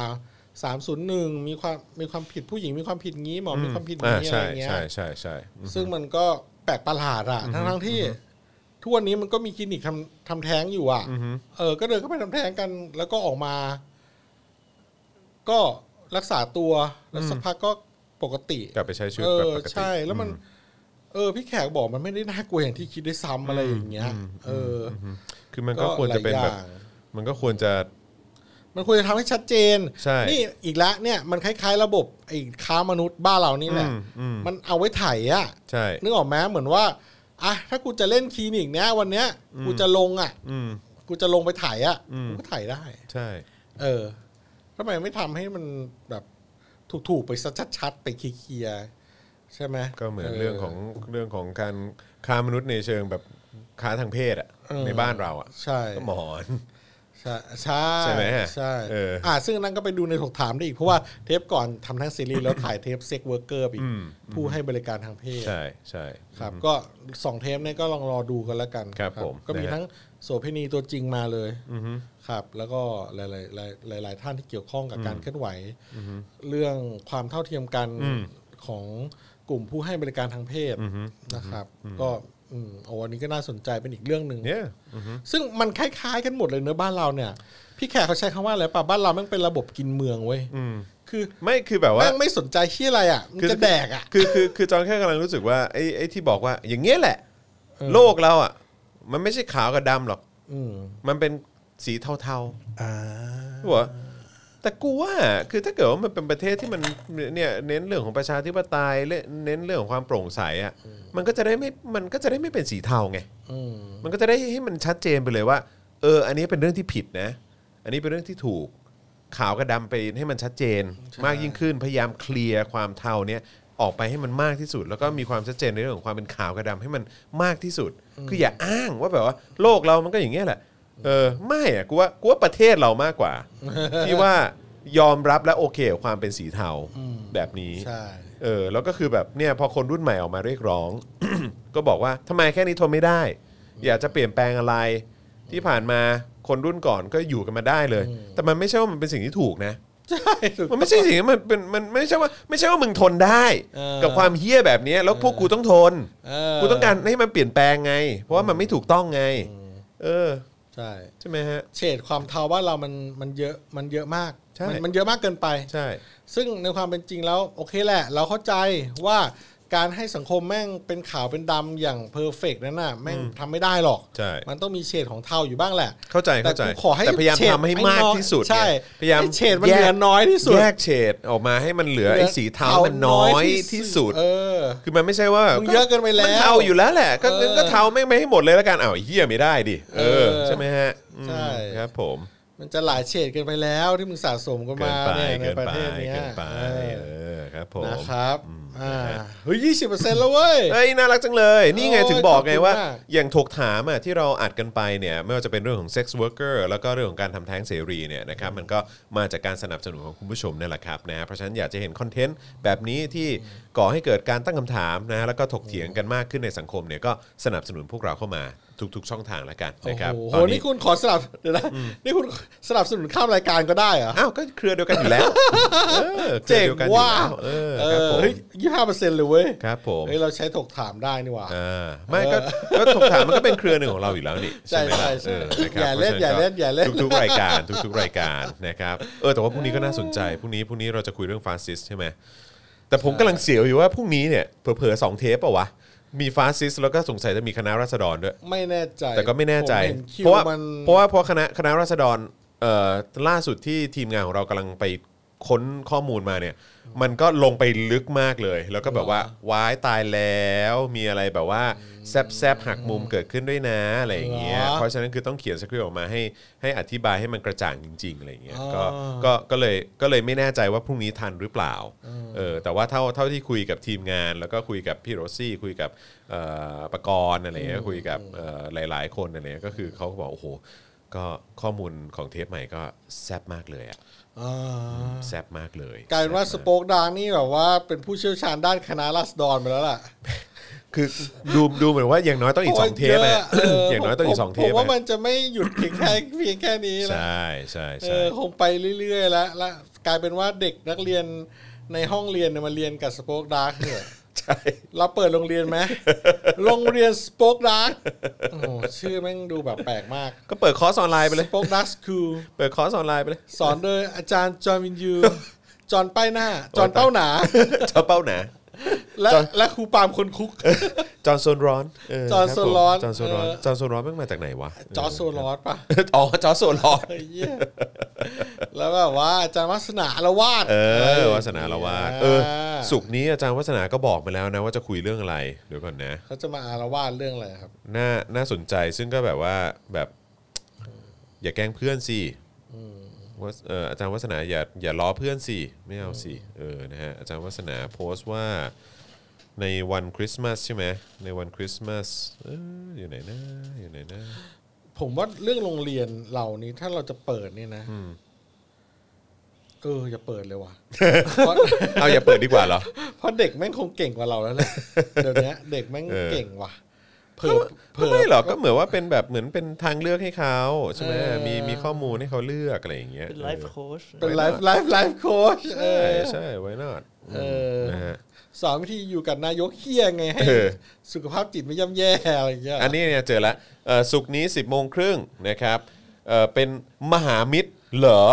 [SPEAKER 4] สามศูนย์หนึ่งมีความมีความผิดผู้หญิงมีความผิดงี้หมอมีความผิด
[SPEAKER 2] อ่า
[SPEAKER 4] งี้อะไร
[SPEAKER 2] ใช่
[SPEAKER 4] เงี้ย
[SPEAKER 2] ใช่ใช่ใช่อืม
[SPEAKER 4] ซึ่งมันก็แปลกประหลาดอะทั้งทั้งๆที่ ทุกวันนี้มันก็มีคลินิกทำทำแท้งอยู่อะเออ ก็เดินเข้าไปทำแท้งกัน แล้วก็ออกมา ก็รักษาตัวแล้วสักพักก็ปกติ
[SPEAKER 2] กลับไปใช้ชีวิต
[SPEAKER 4] เอ
[SPEAKER 2] แบบ
[SPEAKER 4] อ
[SPEAKER 2] ปกติ
[SPEAKER 4] ใช่ แล้วมัน เออ พี่แขกบอกมันไม่ได้น่ากลัวอย่างที่คิดด้วยซ้ำอะไรอย่างเงี้ย เอออ
[SPEAKER 2] คือมันก็ควรจะเป็น
[SPEAKER 4] หลาย
[SPEAKER 2] แบ
[SPEAKER 4] อบ ย่าง
[SPEAKER 2] มันก็ควรจะ
[SPEAKER 4] มันควรจะทำให้ชัดเจน
[SPEAKER 2] ใช่
[SPEAKER 4] นี่อีกละเนี่ยมันคล้ายๆ ระบบไอ้ค้ามนุษย์บ้านเรานี่แหละ
[SPEAKER 2] อืมอืม
[SPEAKER 4] มันเอาไว้ไถ่อะ
[SPEAKER 2] ใช่
[SPEAKER 4] นึกออกไหมเหมือนว่าอ่ะถ้ากูจะเล่นคลินิกเนี้ยวันเนี้ยกูจะลงอ่ะ
[SPEAKER 2] อืม
[SPEAKER 4] กูจะลงไปถ่ายอ่ะ
[SPEAKER 2] อืม
[SPEAKER 4] กูก็ถ่ายได้
[SPEAKER 2] ใช่
[SPEAKER 4] เออทำไมไม่ทำให้มันแบบถูกๆไปซะชัดๆไปเคลียร์ๆใช่ไหม
[SPEAKER 2] ก็เหมือนเรื่องของเรื่องของการค้ามนุษย์ในเชิงแบบค้าทางเพศอ่ะในบ้านเราอ่ะ
[SPEAKER 4] ใช่
[SPEAKER 2] ก็หมอน
[SPEAKER 4] ใช่ใช่
[SPEAKER 2] ใช่ไหม
[SPEAKER 4] ใช่
[SPEAKER 2] เอออ่
[SPEAKER 4] อ่าซึ่งนั่นก็ไปดูในถกถามได้อีก เพราะว่าเทปก่อนทำทั้งซีรีส์แล้วถ่ายเทปเซ็กเวิร์กเกอร์อีก
[SPEAKER 2] อืม
[SPEAKER 4] ผู้ให้บริการทางเพศ
[SPEAKER 2] ใช่ใช่
[SPEAKER 4] ครับก็สองเทปเนี่ยก็ลองรอดูกันแล้วกัน
[SPEAKER 2] ครับผม
[SPEAKER 4] ก็มี
[SPEAKER 2] นะฮะ
[SPEAKER 4] ทั้งโสเภณีตัวจริงมาเลยครับ แล้วก็หลายๆหลายหลายๆท่านที่เกี่ยวข้องกับการเคลื่อนไหวเรื่องความเท่าเทียมกันของกลุ่มผู้ให้บริการทางเพศนะครับ ก็อืมโอ้วันนี้ก็น่าสนใจเป็นอีกเรื่องหนึ่ง
[SPEAKER 2] เนี่ย
[SPEAKER 4] ซึ่งมันคล้ายๆกันหมดเลยเนื้อะบ้านเราเนี่ย พี่แขกเขาใช้คำว่าอะไรป่ะบ้านเราแม่งเป็นระบบกินเมืองเว้ยคือ
[SPEAKER 2] ไม่คือแบบว่า
[SPEAKER 4] แม่งไม่สนใจที่อะไรอ่ะมัน
[SPEAKER 2] คือ
[SPEAKER 4] จะแดกอ่ะ
[SPEAKER 2] คือคือคือจอนแค่กำลังรู้สึกว่าไอ้ไอ้ที่บอกว่าอย่างเงี้ยแหละ
[SPEAKER 4] เออ
[SPEAKER 2] โลกเราอ่ะ มันไม่ใช่ขาวกับดำหรอก
[SPEAKER 4] อืม
[SPEAKER 2] มันเป็นสีเทา
[SPEAKER 4] อ่า
[SPEAKER 2] ๆหัวาแต่กูว่าคือถ้าเกิดว่ามันเป็นประเทศที่มันเนี่ยเน้นเรื่องของประชาธิปไตยและเน้นเรื่องของความโปร่งใสอ่ะมันก็จะได้ไม่มันก็จะได้ไม่เป็นสีเทาไง
[SPEAKER 4] อืม
[SPEAKER 2] มันก็จะได้ให้มันชัดเจนไปเลยว่า เออ อันนี้เป็นเรื่องที่ผิดนะ อันนี้เป็นเรื่องที่ถูกขาวกับดำไปให้มันชัดเจน มากยิ่งขึ้นพยายามเคลียร์ความเทาเนี่ยออกไปให้มันมากที่สุด แล้วก็มีความชัดเจนในเรื่องของความเป็นขาวกับดำให้มันมากที่สุด คืออย่าอ้างว่าแบบว่า โลกเรามันก็อย่างเงี้ยแหละ เออไม่อะกูว่ากูว่าประเทศเรามากกว่า ที่ว่ายอมรับและโอเคกับความเป็นสีเทา
[SPEAKER 4] อืม
[SPEAKER 2] แบบนี้
[SPEAKER 4] ใช่
[SPEAKER 2] เออแล้วก็คือแบบเนี่ยพอคนรุ่นใหม่ออกมาเรียกร้อง ก็บอกว่าทำไมแค่นี้ทนไม่ได้ อยากจะเปลี่ยนแปลงอะไรที่ผ่านมาคนรุ่นก่อนก็อยู่กันมาได้เลย แต่มันไม่ใช่ว่ามันเป็นสิ่งที่ถูกนะ
[SPEAKER 4] ใช่ถูก
[SPEAKER 2] มันไม่ใช่สิ่งที่มันเป็นมันไม่ใช่ว่าไม่ใช่ว่ามึงทนได้
[SPEAKER 4] เออ
[SPEAKER 2] กับความเฮี้ยแบบเนี้ยแล้วพวกกูต้องทน
[SPEAKER 4] เ
[SPEAKER 2] กูต้องการให้มันเปลี่ยนแปลงไง เพราะว่ามันไม่ถูกต้องไง เออ
[SPEAKER 4] ใช่
[SPEAKER 2] ใช่ไหมฮะ
[SPEAKER 4] เฉดความเทาบ้านเรามันมันเยอะมันเยอะมาก
[SPEAKER 2] ใช่
[SPEAKER 4] มันมันเยอะมากเกินไป
[SPEAKER 2] ใช่
[SPEAKER 4] ซึ่งในความเป็นจริงแล้ว โอเคแหละ เราเข้าใจว่าการให้สังคมแม่งเป็นขาวเป็นดำอย่างเพอร์เฟกนั้นน่ะแม่งทำไม่ได้หรอก
[SPEAKER 2] ใช่
[SPEAKER 4] มันต้องมีเฉดของเทาอยู่บ้างแหละ
[SPEAKER 2] เข้าใจ
[SPEAKER 4] แต่
[SPEAKER 2] เข้าใจ
[SPEAKER 4] กูขอให้
[SPEAKER 2] แต่พยายาม
[SPEAKER 4] เฉด
[SPEAKER 2] ทำให้มาก
[SPEAKER 4] ไม่น้อย
[SPEAKER 2] ที่สุด
[SPEAKER 4] ใช่
[SPEAKER 2] ไงพยายาม
[SPEAKER 4] ให้เฉดมันเหลือ
[SPEAKER 2] แก
[SPEAKER 4] น้อยที่สุด
[SPEAKER 2] แยกเฉดออกมาให้มันเหลือไอ้สีเทามันน้อยที่สุด
[SPEAKER 4] เออ
[SPEAKER 2] คือมันไม่ใช่ว่า
[SPEAKER 4] เยอะเกินไปแล้ว
[SPEAKER 2] มัเทาอยู่แล้วแหละ ก็
[SPEAKER 4] เออ
[SPEAKER 2] ก็เทาแม่งไปให้หมดเลยแล้วกันอ้าวเฮียไม่ได้ดิเอ
[SPEAKER 4] เอ
[SPEAKER 2] อ
[SPEAKER 4] อ
[SPEAKER 2] ใช่ไหมฮะอืม
[SPEAKER 4] ใช่
[SPEAKER 2] ครับผม
[SPEAKER 4] มันจะหลายเฉดเกินไปแล้วที่มึงสะสมกัน
[SPEAKER 2] เกิน
[SPEAKER 4] มา
[SPEAKER 2] ไป
[SPEAKER 4] เนี่ยใน
[SPEAKER 2] เกิน
[SPEAKER 4] ประ
[SPEAKER 2] ไป
[SPEAKER 4] เทศเนี้ย
[SPEAKER 2] เกินไป
[SPEAKER 4] เออ
[SPEAKER 2] เออครับผม
[SPEAKER 4] นะครับ
[SPEAKER 2] อืม
[SPEAKER 4] อ่า
[SPEAKER 2] นะฮะ
[SPEAKER 4] เฮ้ยยี่สิบเปอร์เซ็นต์แล้วเว้ย
[SPEAKER 2] เอ้ยน่ารักจังเลย นี่ไง
[SPEAKER 4] โอ้ย
[SPEAKER 2] ถึงบอกไงว่า
[SPEAKER 4] ขอบคุณมาก
[SPEAKER 2] อย่างถกถามอ่ะที่เราอัดกันไปเนี่ยไม่ว่าจะเป็นเรื่องของ sex worker แล้วก็เรื่องของการทำแท้งเสรีเนี่ยนะครับมันก็มาจากการสนับสนุนของคุณผู้ชมนั่นแหละครับนะฮะเพราะฉะนั้นอยากจะเห็นคอนเทนต์แบบนี้ที่ก่อให้เกิดการตั้งคำถามนะฮะแล้วก็ถกเถียงกันมากขึ้นในสังคมเนี่ยก็สนับสนุนพวกเราเข้ามาทุกๆ ช่องทางละกันนะครับต
[SPEAKER 4] โอ้โห
[SPEAKER 2] อนนี้
[SPEAKER 4] นี่คุณขอสนับเดี๋ยวนะนี่คุณสนับสนุนข้ามรายการก็ได้เหรอ
[SPEAKER 2] อ้าวก็เครือเดียวกันอยู่แล้วออครื
[SPEAKER 4] เจ๋
[SPEAKER 2] อง ดียกันอยู่
[SPEAKER 4] ว่า
[SPEAKER 2] แล้วเออ
[SPEAKER 4] เอ
[SPEAKER 2] ครับ
[SPEAKER 4] อ
[SPEAKER 2] ผม
[SPEAKER 4] เฮ้ยยี่ห้าเปอร์เซ็นต์เลยเว้ย
[SPEAKER 2] ครับผม
[SPEAKER 4] เฮ้ยเราใช้ถกถามได้นี่หว่า
[SPEAKER 2] อ่าไม่ก็ก็ถกถามมันก็เป็นเครือหนึ่งของเราอยู่แล้วนี่ใช่ไหมล่ะ
[SPEAKER 4] ใช่ใช่
[SPEAKER 2] เออนะครับ
[SPEAKER 4] อย่าเล่นอย่าเล่นอย่าเล่น
[SPEAKER 2] ทุกๆรายการทุกๆรายการนะครับเออแต่ว่าพรุ่งนี้ก็น่าสนใจพรุ่งนี้พรุ่งนี้เราจะคุยเรื่องฟาสซิสใช่ไหมแต่ผมกำลังเสียวอยู่ว่าพรุ่งนี้เนี่ยเผลอๆสองเทปเปล่าวะมีฟาสซิสแล้วก็สงสัยจะมีคณะราษฎรด้วย
[SPEAKER 4] ไม่แน่ใจ
[SPEAKER 2] แต่ก็ไม่แน่ใจ
[SPEAKER 4] ผเห็นคิ
[SPEAKER 2] เพราะว่า
[SPEAKER 4] มัน
[SPEAKER 2] เพราะว่าเพราะคณะคณะราษฎรเอ่อล่าสุดที่ทีมงานของเรากำลังไปค้นข้อมูลมาเนี่ย มันก็ลงไปลึกมากเลย แล้วก็แบบว่าว้ายตายแล้วมีอะไรแบบว่าแซบแซบหักมุมเกิดขึ้นด้วยนะอะไรอย่างเงี้ยเพราะฉะนั้นคือต้องเขียนสคริปต์ออกมาให้ให้อธิบายให้มันกระจ่างจริง ๆอะไรอย่างเงี้ยก็ก็ก็เลยก็เลยไม่แน่ใจว่าพรุ่งนี้ทันหรือเปล่าเออแต่ว่าเท่าเท่าที่คุยกับทีมงาน แล้วก็คุยกับพี่โรซี่คุยกับเอ่อประกรณ์อะไรอย่างเงี้ยคุยกับเอ่อหลาย ๆ คนอะไรเงี้ยก็คือเขาก็บอกโอ้โหก็ข้อมูลของเทปใหม่ก็แซบมากเลยอะ
[SPEAKER 4] อ่า
[SPEAKER 2] แซบมากเลย
[SPEAKER 4] กลายเป็นว่าสโปกดาร์กนี่แบบว่าเป็นผู้เชี่ยวชาญด้านคณะราษฎรไปแล้วล่ะ
[SPEAKER 2] คือดูดูเหมือนว่าอย่างน้อยต้องอีกสองเทปอะ
[SPEAKER 4] พราะว่า เะ
[SPEAKER 2] อย่างน้อยต้องอีกสองเท
[SPEAKER 4] ผม
[SPEAKER 2] ป
[SPEAKER 4] ว่ามั
[SPEAKER 2] อะ
[SPEAKER 4] นจะไม่หยุดเพียงแค่เพียงแค่นี้
[SPEAKER 2] ใช
[SPEAKER 4] นะ
[SPEAKER 2] ่ใช่
[SPEAKER 4] เอ
[SPEAKER 2] ใช่
[SPEAKER 4] อคงไปเรื่อยๆแล้วและกลายเป็นว่าเด็กนักเรียนในห้องเรียนเนี่ยมาเรียนกับสป o อ e ดาร์กเหรอ
[SPEAKER 2] ใช่
[SPEAKER 4] เราเปิดโรงเรียน ไหมโรงเรียนสป o อ e ดาร์กโอ้โหชื่อแม่งดูแบบแปลกมาก
[SPEAKER 2] ก็เปิดคอร์สออนไลน์ไปเลย
[SPEAKER 4] สป o อ e ดาร์กสคูล
[SPEAKER 2] เปิดคอร์สออนไลน์ไปเลย
[SPEAKER 4] สอนโดยอาจารย์จอห์นวิน ยูจอห์นป้ายหน้า จอห์นเป้าหนา
[SPEAKER 2] เจ้าเป้าหนา
[SPEAKER 4] และและครูปาล์มคนคุก
[SPEAKER 2] จอห์นโซนร้อนเ
[SPEAKER 4] จอห์นโซนร้อน
[SPEAKER 2] จอห์นโซนร้อน
[SPEAKER 4] เออ
[SPEAKER 2] จอห์นโซนร้อนแม่งมาจากไหนวะ
[SPEAKER 4] จอร์จโซลอสป่ะ
[SPEAKER 2] อ๋ อจอห์นโซนร้อน
[SPEAKER 4] เฮ้ยเหี้ยแล้วแบบว่าอาจารย์วัฒนาละวาด
[SPEAKER 2] เออวาสนาละวาดเออ สุกร์นี้อาจารย์วัสนาก็บอกมาแล้วนะว่าจะคุยเรื่องอะไรเดี๋ยวก่อนนะ
[SPEAKER 4] เขาจะมาอาละวาดเรื่องอะไรครับ
[SPEAKER 2] น่าน่าสนใจซึ่งก็แบบว่าแบบอย่าแกล้งเพื่อนสิว่าเอ่ออาจารย์วัฒนาอย่าอย่าล้อเพื่อนสิไม่เอาสิเออนะฮะอาจารย์วัฒนาโพสต์ว่าในวันคริสต์มาสใช่ไหมในวันคริสต์มาสเอออยู่ไหนนะอยู่ไหนนะ
[SPEAKER 4] ผมว่าเรื่องโรงเรียนเหล่านี้ถ้าเราจะเปิดเนี่ยนะเอออย่าเปิด เลยว่ะ เพราะ
[SPEAKER 2] เอาอย่าเปิดดีกว่าเหรอ
[SPEAKER 4] เพราะเด็กแม่งคงเก่งกว่าเราแล้วแห ละเดี๋ยวนี้เด็กแม่ง
[SPEAKER 2] เออ
[SPEAKER 4] เก่งว่ะเผิ่
[SPEAKER 2] ก็
[SPEAKER 4] ม
[SPEAKER 2] ก็
[SPEAKER 4] เผิ่
[SPEAKER 2] ไม่หรอกก็เหมือนว่าเป็นแบบเหมือนเป็นทางเลือกให้เขาใช่ไหม
[SPEAKER 4] เออ
[SPEAKER 2] มีมีข้อมูลให้เขาเลือกอะไรอย่างเงี้ย
[SPEAKER 3] เป็นไลฟ์
[SPEAKER 2] เออ
[SPEAKER 3] โค้ช
[SPEAKER 4] เป็นไลฟ์ไลฟ์ไลฟ์โค้ชเอ
[SPEAKER 2] ใช่
[SPEAKER 4] อ
[SPEAKER 2] ใช่ why not
[SPEAKER 4] เออ
[SPEAKER 2] นะฮะ
[SPEAKER 4] สอนวิธีอยู่กับนายกเฮียไงให้
[SPEAKER 2] เออ
[SPEAKER 4] สุขภาพจิตไม่ย่ำแย่อะไรอย่างเงี้ย
[SPEAKER 2] อันนี้เนี่ยเจอละเอ่อศุกร์นี้ 10บโมงครึ่งนะครับเอ่อเป็นมหามิตรเหรอ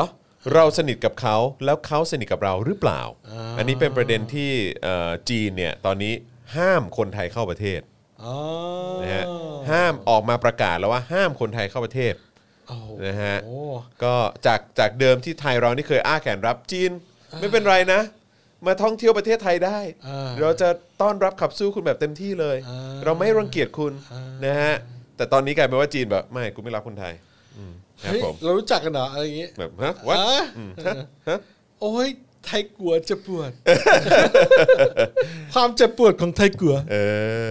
[SPEAKER 2] เราสนิทกับเขาแล้วเขาสนิทกับเราหรือเปล่า อันนี้เป็นประเด็นที่เอ่อจีนเนี่ยตอนนี้ห้ามคนไทยเข้าประเทศ
[SPEAKER 4] อ๋อ
[SPEAKER 2] นะฮะห้ามออกมาประกาศแล้วว่าห้ามคนไทยเข้าประเทศ
[SPEAKER 4] โอ้โห
[SPEAKER 2] นะฮะก็จากจากเดิมที่ไทยเรานี่เคยอ้าแขนรับจีน ไม่เป็นไรนะ มาท่องเที่ยวประเทศไทยได้
[SPEAKER 4] อ่า
[SPEAKER 2] เราจะต้อนรับขับสู้คุณแบบเต็มที่เลย
[SPEAKER 4] อ่า
[SPEAKER 2] เราไม่รังเกียจคุณนะฮะแต่ตอนนี้กลายเป็นว่าจีนแบบไม่กูไม่รับคนไทยอืมครับ
[SPEAKER 4] เฮ้ย
[SPEAKER 2] ผม
[SPEAKER 4] เรารู้จักกันเหรออะไรอย่างเงี้ย
[SPEAKER 2] แบบฮะวัด
[SPEAKER 4] อ่ะโอ้ยไทยกลัวเจะปวด ความเจ็บปวดของไทยกลัว
[SPEAKER 2] เอ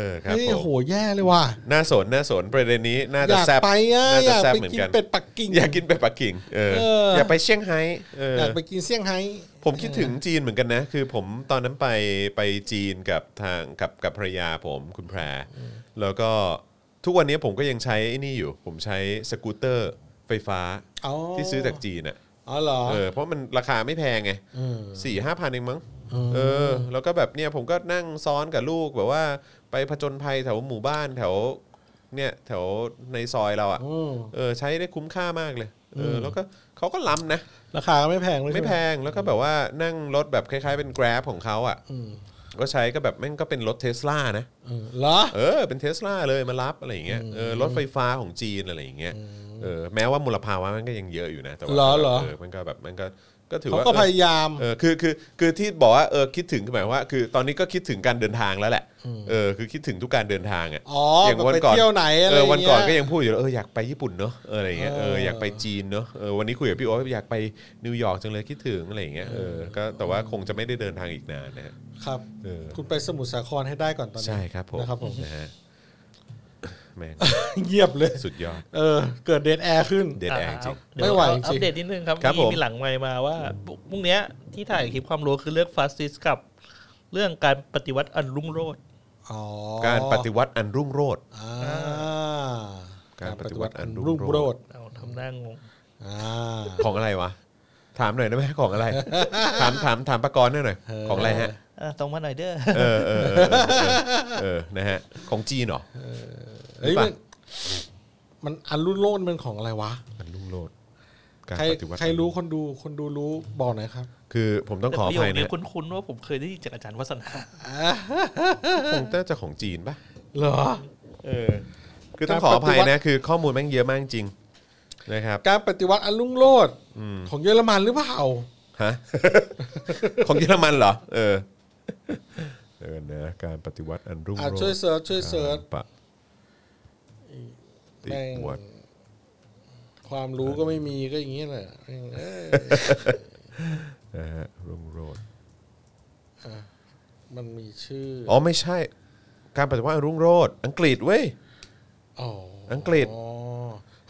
[SPEAKER 2] อครับ
[SPEAKER 4] นี่
[SPEAKER 2] ผ
[SPEAKER 4] โอ้โห
[SPEAKER 2] ม
[SPEAKER 4] แย่เลยว่ะ
[SPEAKER 2] น่าสนน่าสนประเด็นนี้น่า
[SPEAKER 4] อ
[SPEAKER 2] จะ
[SPEAKER 4] ยาก
[SPEAKER 2] แซ่บ
[SPEAKER 4] ไปอ่ะ
[SPEAKER 2] น่า
[SPEAKER 4] อ
[SPEAKER 2] จะ
[SPEAKER 4] ยาก
[SPEAKER 2] แซ่บ
[SPEAKER 4] ไป
[SPEAKER 2] เหมือน
[SPEAKER 4] กิน
[SPEAKER 2] กัน
[SPEAKER 4] เป็ดปักกิ่ง
[SPEAKER 2] อยากกินเป็ดปักกิ่งเออ
[SPEAKER 4] เอออ
[SPEAKER 2] อยากไปเซี่ยงไฮ้เอออย
[SPEAKER 4] อากไปกินเซี่ยงไฮ้
[SPEAKER 2] ผมคิดถึงจีนเหมือนกันนะ คือผมตอนนั้นไปไปจีนกับทางกับกับภรรยาผมคุณแพรแล้วก็ทุกวันนี้ผมก็ยังใช้ไอ้นี่อยู่ ผมใช้สกูตเตอร์ไฟฟ้า
[SPEAKER 4] อ๋อ
[SPEAKER 2] ที่ซื้อจากจีนอ่ะ
[SPEAKER 4] อ๋อเหรอ
[SPEAKER 2] เออเพราะมันราคาไม่แพงไง
[SPEAKER 4] ม
[SPEAKER 2] สี่ห้าพันเองมั้งเออ แล้วก็แบบเนี่ยผมก็นั่งซ้อนกับลูกแบบว่าไปผจญภัยแถวหมู่บ้านแถวเนี่ยแถวในซอยเราอะ
[SPEAKER 4] อืม
[SPEAKER 2] เออใช้ได้คุ้มค่ามากเลยเออแล้วก็เขาก็ล้ำนะ
[SPEAKER 4] ราคาไม่แพงเลย
[SPEAKER 2] ไม่แพ
[SPEAKER 4] ใช่ห
[SPEAKER 2] งแล้วก็แบบว่านั่งรถแบบคล้ายๆเป็น Grab ของเขาอะ
[SPEAKER 4] อืม
[SPEAKER 2] ก็ใช้ก็แบบแม่งก็เป็นรถเทสลานะ
[SPEAKER 4] เออเหรอ
[SPEAKER 2] เออเป็นเทสลาเลยมารับอะไรอย่างเงี้ยเออรถไฟฟ้าของจีนอะไรอย่างเงี้ยเออแม้ว่ามลภาวะมันก็ยังเยอะอยู่นะแต่ว่า
[SPEAKER 4] เหรอเหรอ
[SPEAKER 2] เออมันก็แบบมันก็ก็ถือ
[SPEAKER 4] เขา
[SPEAKER 2] ว่า
[SPEAKER 4] ก็
[SPEAKER 2] เออ
[SPEAKER 4] พยายาม
[SPEAKER 2] เออคือคือคือที่บอกว่าเออคิดถึงคือหมายความว่า คือตอนนี้ก็คิดถึงการเดินทางแล้วแหละเออคือคิดถึงทุกการเดินทางอ่ะ
[SPEAKER 4] อ๋อ
[SPEAKER 2] อ
[SPEAKER 4] อย่าง
[SPEAKER 2] วันก่อน
[SPEAKER 4] ไปเที่ยวไหนอะไร
[SPEAKER 2] เออวันก่อนก็
[SPEAKER 4] เย
[SPEAKER 2] ยังพูดอยู่เลยเอออยากไปญี่ปุ่นเนอะเอออะไรอย่างเงี้ยเออ
[SPEAKER 4] เออ
[SPEAKER 2] อ
[SPEAKER 4] อ
[SPEAKER 2] ยากไปจีนเนอะเออวันนี้คุยกับพี่โอ๊ตอยากไปนิวยอร์กจังเลยคิดถึงอะไรอย่างเงี้ยเออก็แต่ว่าคงจะไม่ได้เดินทางอีกนานนะฮะ
[SPEAKER 4] ครับ
[SPEAKER 2] เออ
[SPEAKER 4] คุณไปสมุทรสาครให้ได้ก่อนตอนนี้
[SPEAKER 2] ใช่ครับผม
[SPEAKER 4] นะครับผม
[SPEAKER 2] นะฮะแม่ง
[SPEAKER 4] เงียบเลย
[SPEAKER 2] สุดยอ ด
[SPEAKER 4] เออ เกิดเด a แอร์ขึ้น
[SPEAKER 2] เด็ดแองจริง
[SPEAKER 3] เดี๋ย
[SPEAKER 4] ไม่ไหว
[SPEAKER 3] เอา
[SPEAKER 4] จริง
[SPEAKER 3] อัปเดตนิดนึงครับ
[SPEAKER 2] ครับ
[SPEAKER 3] มี
[SPEAKER 2] ผม
[SPEAKER 3] มีหลังไมค์มาว่าพรุ่งเนี้ยที่ถ่ายคลิปความรู้คือเรื่องฟาสซิสกับ เรื่องการปฏิวัติอันรุ่งโรจน์
[SPEAKER 4] อ๋อ
[SPEAKER 2] การปฏิวัติอันรุ่งโรจน์
[SPEAKER 4] อ่า
[SPEAKER 2] การปฏิวัติอันรุ่
[SPEAKER 4] รุ่
[SPEAKER 2] ง
[SPEAKER 4] ง
[SPEAKER 2] โร
[SPEAKER 4] โร
[SPEAKER 2] จ
[SPEAKER 4] จ
[SPEAKER 2] น์
[SPEAKER 4] น์
[SPEAKER 3] เอาทำหน้างง
[SPEAKER 4] อ่า
[SPEAKER 2] ของอะไรวะถามหน่อยได้ไหมของอะไร ถามถามถามประกรณ์หน่อย
[SPEAKER 4] เออ
[SPEAKER 2] ของอะไรฮะ
[SPEAKER 3] อ่ะส่งมาหน่อยเด้อ
[SPEAKER 2] เออเออเออเออเออ นะฮะ ของจีนเหรอ
[SPEAKER 4] เฮ้
[SPEAKER 2] หรือ
[SPEAKER 4] ย
[SPEAKER 2] เปล่า
[SPEAKER 4] มันมันอันรุ่งโรจน์มันของอะไรวะ
[SPEAKER 2] มันรุ่งโรดการ
[SPEAKER 4] ใคร
[SPEAKER 2] ปฏิวัติ
[SPEAKER 4] ใครรู้คนดูคนดูรู้บอกหน่อยครับ
[SPEAKER 2] คือผมต้อง
[SPEAKER 3] แต่
[SPEAKER 2] ขอ
[SPEAKER 3] ป
[SPEAKER 2] อ
[SPEAKER 3] ระโยค
[SPEAKER 2] ภัยนะ
[SPEAKER 3] นี้คุ้นๆว่าผมเคยได้ยินจากอาจารย์วัฒนา
[SPEAKER 2] คงน่าจะของจีนปะ
[SPEAKER 4] เหรอ
[SPEAKER 2] เออ คือต้องขออภัยนะ คือข้อมูลแม่งเยอะมากจริงนะครับ
[SPEAKER 4] การปฏิวัติอันรุ่งโรจน์ของเยอรมันหรือเปล่า
[SPEAKER 2] ฮะ ของเยอรมันเหรอ เออ เออนะการปฏิวัติอันรุ่ง
[SPEAKER 4] อ่ะ
[SPEAKER 2] โร
[SPEAKER 4] ช่วย
[SPEAKER 2] จน์
[SPEAKER 4] เสิร์ชช่วยเสิร์ช
[SPEAKER 2] ปะติ
[SPEAKER 4] แม่ง
[SPEAKER 2] วัด
[SPEAKER 4] ความรู้ก็ไม่มีก็อย่างนี้แหละแม่งเอ้ย
[SPEAKER 2] นะฮะรุ่งโรด
[SPEAKER 4] มันมีชื่อ
[SPEAKER 2] อ๋อไม่ใช่ การปฏิวัติอันรุ่งโรจน์อังกฤษเว้ย
[SPEAKER 4] อ๋อ
[SPEAKER 2] อังกฤษ
[SPEAKER 4] อ๋อ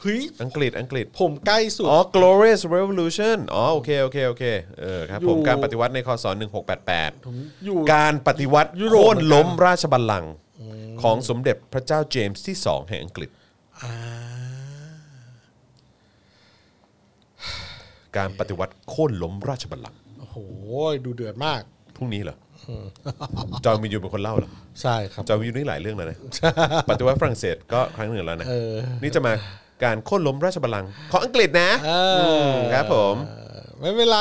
[SPEAKER 4] เฮ้ย
[SPEAKER 2] อังกฤษ อังกฤษ
[SPEAKER 4] ผมใกล้สุด
[SPEAKER 2] อ๋อ glorious revolution อ๋อ โอเค โอเค โอเค เออ ครับผม
[SPEAKER 4] อยู่
[SPEAKER 2] การปฏิวัติในคศ
[SPEAKER 4] ผมอยู่
[SPEAKER 2] 1688 การปฏิวัติ
[SPEAKER 4] ยุโรป
[SPEAKER 2] โค่นล้ม
[SPEAKER 4] เหมือนกัน
[SPEAKER 2] ราชบัลลังก์ ของสมเด็จพระเจ้าเจมส์ที่ 2 แห่งอังกฤษ
[SPEAKER 4] อ่า
[SPEAKER 2] การปฏิวัติโค่นล้มราชบัลลังก์
[SPEAKER 4] โอ้โหดูเดือดมาก
[SPEAKER 2] พรุ่ง นี้เหรอจอห์นวินยูเป็นคนเล่าเหรอ
[SPEAKER 4] ใช่ครับ
[SPEAKER 2] จอห์นวินยูนี่หลายเรื่องแล้ว นะ ปฏิวัติฝรั่งเศสก็ครั้งหนึ่งแล้วนะ
[SPEAKER 4] เออ
[SPEAKER 2] นี่จะมาการโค่นล้มราชบัลลังก์ของอังกฤษนะ
[SPEAKER 4] เออ
[SPEAKER 2] ครับผม
[SPEAKER 4] เออไม่เป็นไร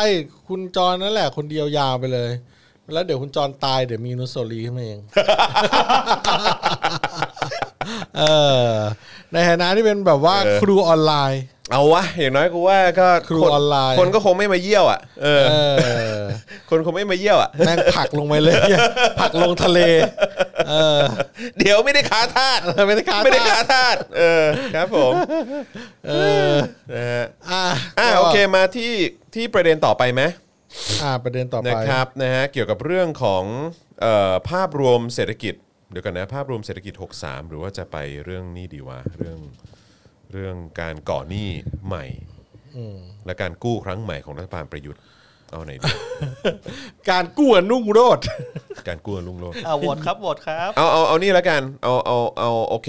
[SPEAKER 4] คุณจอนนั่นแหละ คนเดียวยาวไปเลย แล้วเดี๋ยวคุณจอนตายเดี๋ยวมีอนุสาวรีย์ขึ้นมาเอง เออในฐานะที่เป็นแบบว่า
[SPEAKER 2] เออ
[SPEAKER 4] ครูออนไลน์
[SPEAKER 2] เอาวะอย่างน้อยกูว่าก็
[SPEAKER 4] ครู
[SPEAKER 2] น
[SPEAKER 4] ออนไลน์
[SPEAKER 2] คนก็คงไม่มาเยี่ยวอ่ะเออ
[SPEAKER 4] เออ
[SPEAKER 2] คนคงไม่มาเยี่ยวอ่ะ
[SPEAKER 4] แม่งผลักลงไปเลย ผลักลงทะเล เออ
[SPEAKER 2] เดี๋ยวไม่ได้ค้าทาส
[SPEAKER 4] ไม่ได้ค้าทาส
[SPEAKER 2] ไม่ได้ค้าทาสเออครับผม
[SPEAKER 4] เออ
[SPEAKER 2] นะฮะ
[SPEAKER 4] อ่ะ
[SPEAKER 2] อ่ะ
[SPEAKER 4] ก็
[SPEAKER 2] โอเคมาที่ที่ประเด็นต่อไปไหม
[SPEAKER 4] อ่ะประเด็นต่อไป
[SPEAKER 2] นะครับนะฮะเกี่ยวกับเรื่องของเออภาพรวมเศรษฐกิจเดี๋ยวกันนะภาพรวมเศรษฐกิจ 63 หรือว่าจะไปเรื่องนี้ดีวะเรื่องเรื่องการก่อหนี้ใหม่และการกู้ครั้งใหม่ของรัฐบาลประยุทธ์เอาไหนดี
[SPEAKER 4] การกู้อนุ่งโรด
[SPEAKER 2] การกู้ลุงโลด
[SPEAKER 3] อ่าโหวตครับโหวตครับ
[SPEAKER 2] เอาเอาเอานี่ละกันเอาเอาเอาโอเค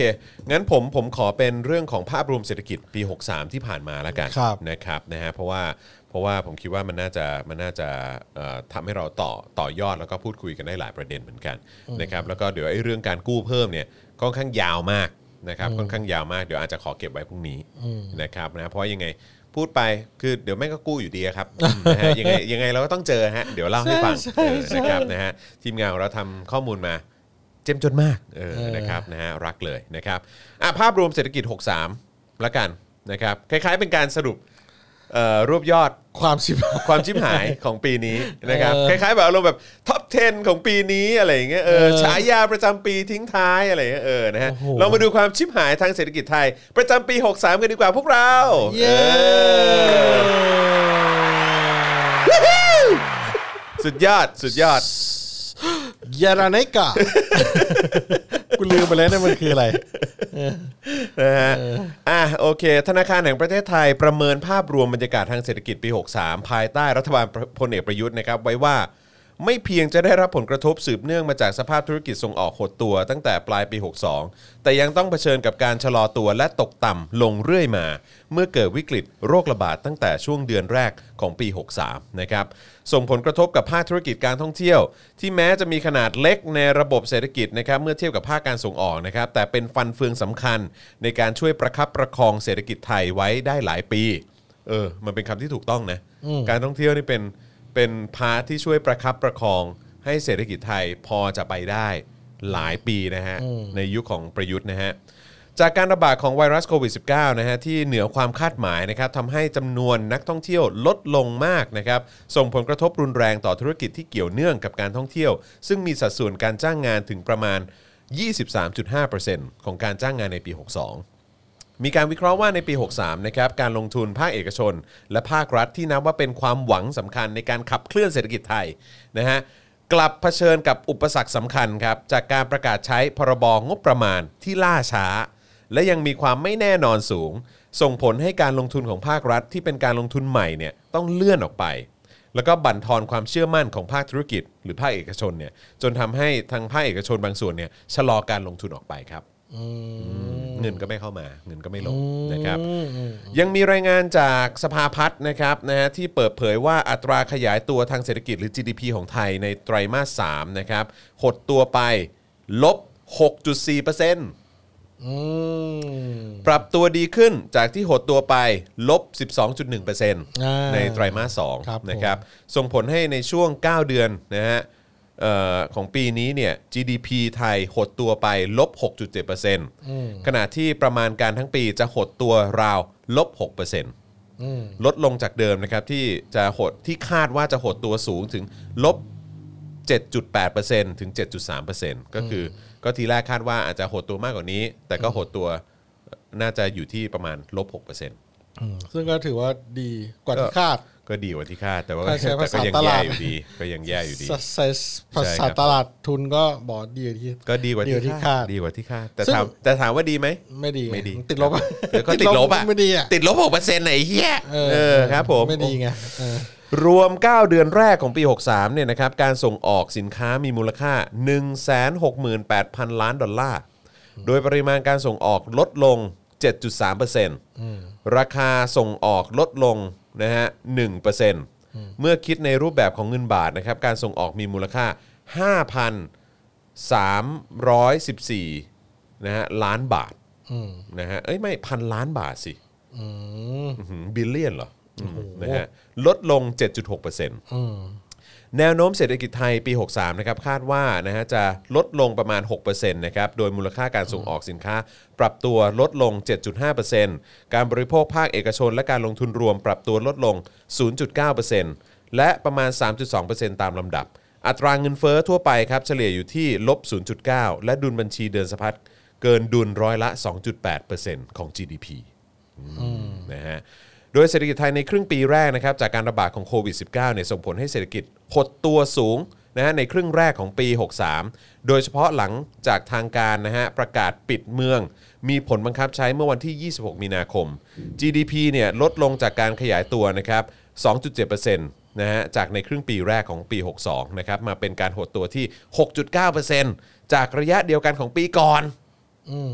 [SPEAKER 2] งั้นผมผมขอเป็นเรื่องของภาพรวมเศรษฐกิจปี 63 ที่ผ่านมาละกัน
[SPEAKER 4] ครับ
[SPEAKER 2] นะครับนะฮะเพราะว่าเพราะว่าผมคิดว่ามันน่าจะมันน่าจะเอ่อทำให้เราต่อต่อยอดแล้วก็พูดคุยกันได้หลายประเด็นเหมือนกันนะครับแล้วก็เดี๋ยวไอ้เรื่องการกู้เพิ่มเนี่ยค่อนข้างยาวมากนะครับค่อนข้างยาวมากเดี๋ยวอาจจะขอเก็บไว้พรุ่งนี้นะครับนะเพราะยังไงพูดไปคือเดี๋ยวแม่งก็กู้อยู่ดีอะ ครับ นะฮะยังไงยังไงเราก็ต้องเจอฮะเดี๋ยวเล่าให้ฟังเออนะครับนะฮะทีมงานของเราทำข้อมูลมา เจ้มจนมากเออ
[SPEAKER 4] เออ
[SPEAKER 2] นะครับนะฮะรักเลยนะครับอ่ะภาพรวมเศรษฐกิจ 63ละกันนะครับคล้ายๆเป็นการสรุปเอ่อรวบยอด
[SPEAKER 4] ความชิบหาย
[SPEAKER 2] ความชิบหายของปีนี้นะครับ
[SPEAKER 4] เออ
[SPEAKER 2] คล้ายๆแบบอารมณ์แบบท็อป 10 ของปีนี้อะไรอย่างเงี้ยเออ
[SPEAKER 4] เออ
[SPEAKER 2] ฉายาประจำปีทิ้งท้ายอะไรอย่างเงี้ยเออนะฮะ
[SPEAKER 4] โอ้โห
[SPEAKER 2] เรามาดูความชิบหายทางเศรษฐกิจไทย ประจำปี 63 กันดีกว่าพวกเรา
[SPEAKER 4] เย้
[SPEAKER 2] เออสุดยอดสุดยอด
[SPEAKER 4] ยาราเน กะกูลืมไปแล้วเนี่ยมันคืออะไร
[SPEAKER 2] นะฮะอ่ะโอเค ธนาคารแห่งประเทศไทยประเมินภาพรวมบรรยากาศทางเศรษฐกิจปี 63 ภายใต้รัฐบาลพลเอกประยุทธ์นะครับ ไว้ว่าไม่เพียงจะได้รับผลกระทบสืบเนื่องมาจากสภาพธุรกิจส่งออกหดตัวตั้งแต่ปลายปี 62 แต่ยังต้องเผชิญกับการชะลอตัวและตกต่ำลงเรื่อยมา เมื่อเกิดวิกฤตโรคระบาดตั้งแต่ช่วงเดือนแรกของปี 63 นะครับ ส่งผลกระทบกับภาคธุรกิจการท่องเที่ยว ที่แม้จะมีขนาดเล็กในระบบเศรษฐกิจนะครับเมื่อเทียบกับภาคการส่งออกนะครับแต่เป็นฟันเฟืองสำคัญในการช่วยประคับประคองเศรษฐกิจไทยไว้ได้หลายปีเออมันเป็นคำที่ถูกต้องนะการท่องเที่ยวนี่เป็นเป็นพาร์ทที่ช่วยประคับประคองให้เศรษฐกิจไทยพอจะไปได้หลายปีนะฮะในยุคของประยุทธ์นะฮะ จากการระบาดของไวรัสโควิด -19 นะฮะที่เหนือความคาดหมายนะครับทำให้จำนวนนักท่องเที่ยวลดลงมากนะครับส่งผลกระทบรุนแรงต่อธุรกิจที่เกี่ยวเนื่องกับการท่องเที่ยว ซึ่งมีสัดส่วนการจ้างงานถึงประมาณ 23.5%ของการจ้างงานในปี 62 มีการวิเคราะห์ว่าในปี 63 นะครับ การลงทุนภาคเอกชน และภาครัฐที่นับว่าเป็นความหวังสำคัญในการขับเคลื่อนเศรษฐกิจไทยนะฮะกลับเผชิญกับอุปสรรคสำคัญครับ จากการประกาศใช้พรบงบประมาณที่ล่าช้า และยังมีความไม่แน่นอนสูง ส่งผลให้การลงทุนของภาครัฐที่เป็นการลงทุนใหม่เนี่ยต้องเลื่อนออกไป แล้วก็บั่นทอนความเชื่อมั่นของภาคธุรกิจ หรือภาคเอกชนเนี่ยจนทำให้ทางภาคเอกชนบางส่วนเนี่ยชะลอการลงทุนออกไปครับ เงินก็ไม่เข้ามาเงินก็ไม่ลงนะครับ ยังมีรายงานจากสภาพัฒน์นะครับนะฮะที่เปิดเผยว่าอัตราขยายตัวทางเศรษฐกิจหรือ GDP ของไทยในไตรมาส3นะครับหดตัวไปลบ 6.4%
[SPEAKER 4] อืม
[SPEAKER 2] ปรับตัวดีขึ้นจากที่หดตัวไปลบ 12.1%ในไตรามาส
[SPEAKER 4] ครับ
[SPEAKER 2] 2นะครับ ส่งผลให้ในช่วง 9 เดือนนะฮะเอ่อของปีนี้เนี่ย GDP ไทยหดตัวไปลบ 6.7%ขณะที่ประมาณการทั้งปีจะหดตัวราวลบ 6%
[SPEAKER 4] อืม
[SPEAKER 2] ลดลงจากเดิมนะครับที่จะหดที่คาดว่าจะหดตัวสูงถึงลบ 7.8%ถึง 7.3%ก็คืออก็ทีแรกคาดว่าอาจจะหดตัวมากกว่านี้ แต่ก็หดตัวน่าจะอยู่ที่ประมาณลบ 6%
[SPEAKER 4] อืมซึ่งก็ถือว่าดีกว่าที่คาด
[SPEAKER 2] ก็ดีกว่าที่คาดแต่ว่า
[SPEAKER 4] ถ้าใช้
[SPEAKER 2] แต่ก็
[SPEAKER 4] ภาษา
[SPEAKER 2] ยัง
[SPEAKER 4] ต
[SPEAKER 2] แย่
[SPEAKER 4] ลาด
[SPEAKER 2] อยู่ดีก็ยังแย่ อยู่ดี
[SPEAKER 4] สสายภา
[SPEAKER 2] ใช่ครั
[SPEAKER 4] ษา
[SPEAKER 2] บ
[SPEAKER 4] ตลาดทุนก็บอกดีกว่าที่
[SPEAKER 2] ก็ดีกว่า
[SPEAKER 4] ดีกว่าที่
[SPEAKER 2] ที่
[SPEAKER 4] คา
[SPEAKER 2] คา
[SPEAKER 4] ด
[SPEAKER 2] ดดีกว่าที่คาดแต่
[SPEAKER 4] ซึ่ง
[SPEAKER 2] ถามแต่ถามว่าดีไหม
[SPEAKER 4] ไม่ดี
[SPEAKER 2] ไม่ดี
[SPEAKER 4] นติดลบอะ
[SPEAKER 2] เดี๋ยวก็ติดลบอ่ะ
[SPEAKER 4] ไม่ดีอ่ะ
[SPEAKER 2] ติดลบหกเปอร์เซ็นต์ไหนเฮีย
[SPEAKER 4] เออ
[SPEAKER 2] เออครับผม
[SPEAKER 4] ไม่ดีไงเออ
[SPEAKER 2] รวม 9 เดือนแรกของปี 63เนี่ยนะครับการส่งออกสินค้ามีมูลค่า 168,000 ล้านดอลลาร์ โดยปริมาณการส่งออกลดลง 7.3%ราคาส่งออกลดลงนะฮะ1%เมื่อคิดในรูปแบบของเงินบาทนะครับ การส่งออกมีมูลค่า 5,314นะฮะล้านบาทนะฮะเอ้ยไม่พันล้านบาทสิ
[SPEAKER 4] อืม
[SPEAKER 2] บิลเลียนเหรออืมนะฮะลดลง 7.6%แนวโน้มเศรษฐกิจไทยปี 63 นะครับ คาดว่านะฮะจะลดลงประมาณ 6%นะครับ โดยมูลค่าการส่งออกสินค้า ปรับตัวลดลง 7.5%การบริโภคภาคเอกชนและการลงทุนรวมปรับตัวลดลง 0.9%และประมาณ 3.2%ตามลำดับ อัตราเงินเฟ้อทั่วไปครับเฉลี่ยอยู่ที่ลบ 0.9 และดุลบัญชีเดินสะพัดเกินดุลร้อยละ 2.8%ของ GDP นะฮะ โดยเศรษฐกิจไทยในครึ่งปีแรกนะครับจากการระบาดของโควิด -19 เนี่ยส่งผลให้เศรษฐกิจหดตัวสูงนะฮะในครึ่งแรกของปี 63 โดยเฉพาะหลังจากทางการนะฮะประกาศปิดเมือง มีผลบังคับใช้เมื่อวันที่ 26 มีนาคม GDP เนี่ยลดลงจากการขยายตัวนะครับ 2.7%นะฮะจากในครึ่งปีแรกของปี 62 นะครับมาเป็นการหดตัวที่ 6.9%จากระยะเดียวกันของปีก่อน
[SPEAKER 4] อืม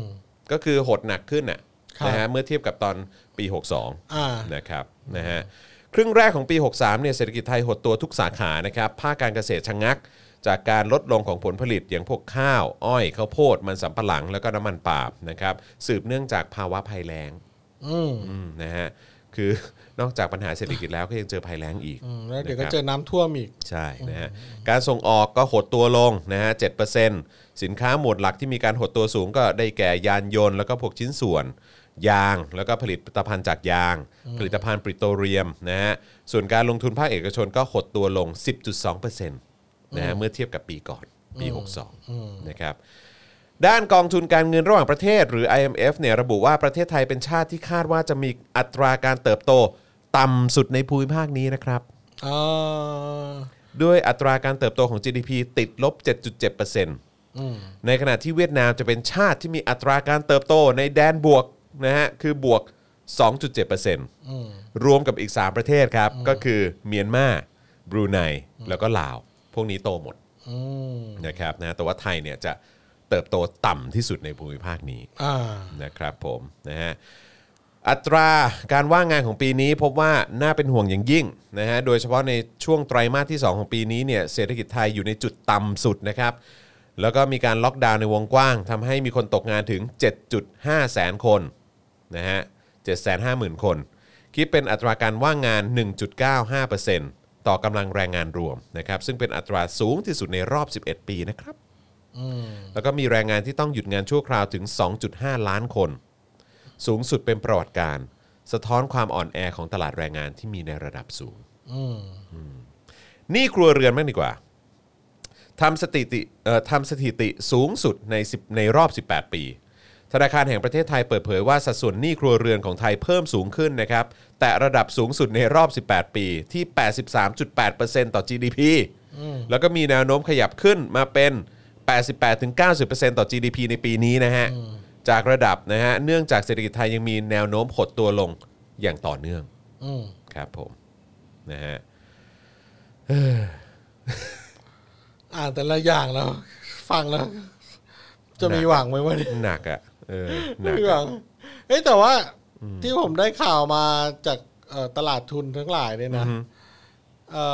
[SPEAKER 2] ก็คือหดหนักขึ้นน่ะ
[SPEAKER 4] ครับ
[SPEAKER 2] นะฮะเมื่อเทียบกับตอนปี 62
[SPEAKER 4] อ่า
[SPEAKER 2] นะครับนะฮะครึ่งแรกของปี 63เนี่ยเศรษฐกิจไทยหดตัวทุกสาขานะครับภาคการเกษตรชะงัก จากการลดลงของผลผลิตอย่างพวกข้าว อ้อยข้าวโพด มันสำปะหลังแล้วก็น้ำมันปาล์มนะครับสืบเนื่องจากภาวะภัยแล้ง
[SPEAKER 4] อืม
[SPEAKER 2] อืมนะฮะคือนอกจากปัญหาเศรษฐกิจแล้วก็ยังเจอภัยแล้งอีก
[SPEAKER 4] อืมแล้วเดี๋ยวก็เจอน้ำท่วมอีก
[SPEAKER 2] ใช่นะฮะการส่งออกก็หดตัวลงนะฮะเสินค้าหมวดหลักที่มีการหดตัวสูงก็ได้แก่ยานยนต์แล้วก็พวกชิ้นส่วน ยาง แล้วก็ผลิตภัณฑ์จากยาง ผลิตภัณฑ์ปิโตรเลียมนะฮะส่วนการลงทุนภาคเอกชนก็หดตัวลง 10.2%นะฮะเมื่อเทียบกับปีก่อนปี 62นะครับ ด้านกองทุนการเงินระหว่างประเทศ หรือ IMF เนี่ยระบุว่าประเทศไทยเป็นชาติที่คาดว่าจะมีอัตราการเติบโตต่ำสุดในภูมิภาคนี้นะครับ
[SPEAKER 4] อ่า
[SPEAKER 2] ด้วยอัตราการเติบโตของ GDP ติดลบ 7.7%ในขณะที่เวียดนามจะเป็นชาติที่มีอัตราการเติบโตในแดนบวกนะฮะ คือบวก 2.7%รวมกับอีก 3 ประเทศครับ ก็คือเมียนมา บรูไน แล้วก็ลาว พวกนี้โตหมด
[SPEAKER 4] อืม
[SPEAKER 2] นะครับนะ แต่ว่าไทยเนี่ยจะเติบโตต่ำที่สุดในภูมิภาคนี้
[SPEAKER 4] อ่า
[SPEAKER 2] นะครับผมนะฮะอัตราการว่างงานของปีนี้พบว่าน่าเป็นห่วงอย่างยิ่งนะฮะโดยเฉพาะในช่วงไตรมาสที่ 2 ของปีนี้เนี่ยเศรษฐกิจไทยอยู่ในจุดต่ำสุดนะครับ แล้วก็มีการล็อกดาวน์ในวงกว้างทำให้มีคนตกงานถึง 7.5 แสนคนนะฮะ750,000 คน คิดเป็นอัตราการว่างงาน 1.95%ต่อกำลังแรงงานรวมนะครับซึ่งเป็นอัตราสูงที่สุดในรอบ 11 ปีนะครับ แล้วก็มีแรงงานที่ต้องหยุดงานชั่วคราวถึง 2.5 ล้านคน สูงสุดเป็นประวัติการณ์สะท้อนความอ่อนแอของตลาดแรงงานที่มีในระดับสูงอืมหนี่ครัวเรือนมากดีกว่าทำสถิติเอ่อทำสถิติสูงสุดใน10ในรอบ 18 ปี ธนาคารแห่งประเทศไทยเปิดเผยว่าสัดส่วนหนี้ครัวเรือนของไทยเพิ่มสูงขึ้นนะครับ แต่ระดับสูงสุดในรอบ 18 ปีที่ 83.8%ต่อ GDP แล้วก็มีแนวโน้มขยับขึ้นมาเป็น 88-90%ต่อ GDP ในปีนี้นะฮะ จากระดับนะฮะ เนื่องจากเศรษฐกิจไทยยังมีแนวโน้มหดตัวลงอย่างต่อเนื่อง
[SPEAKER 4] อืม
[SPEAKER 2] ครับผม นะฮะ
[SPEAKER 4] อ่านแต่ละอย่างแล้ว ฟังแล้ว จะมีหวังไหมวะเนี่ย
[SPEAKER 2] หนักอ่ะ เออ ห
[SPEAKER 4] ไม่
[SPEAKER 2] นัก
[SPEAKER 4] มีหวัง เอ้ยแต่ว่าที่ผมได้ข่าวมาจากเอ่อตลาดทุนทั้งหลายเนี่ยนะ เอ่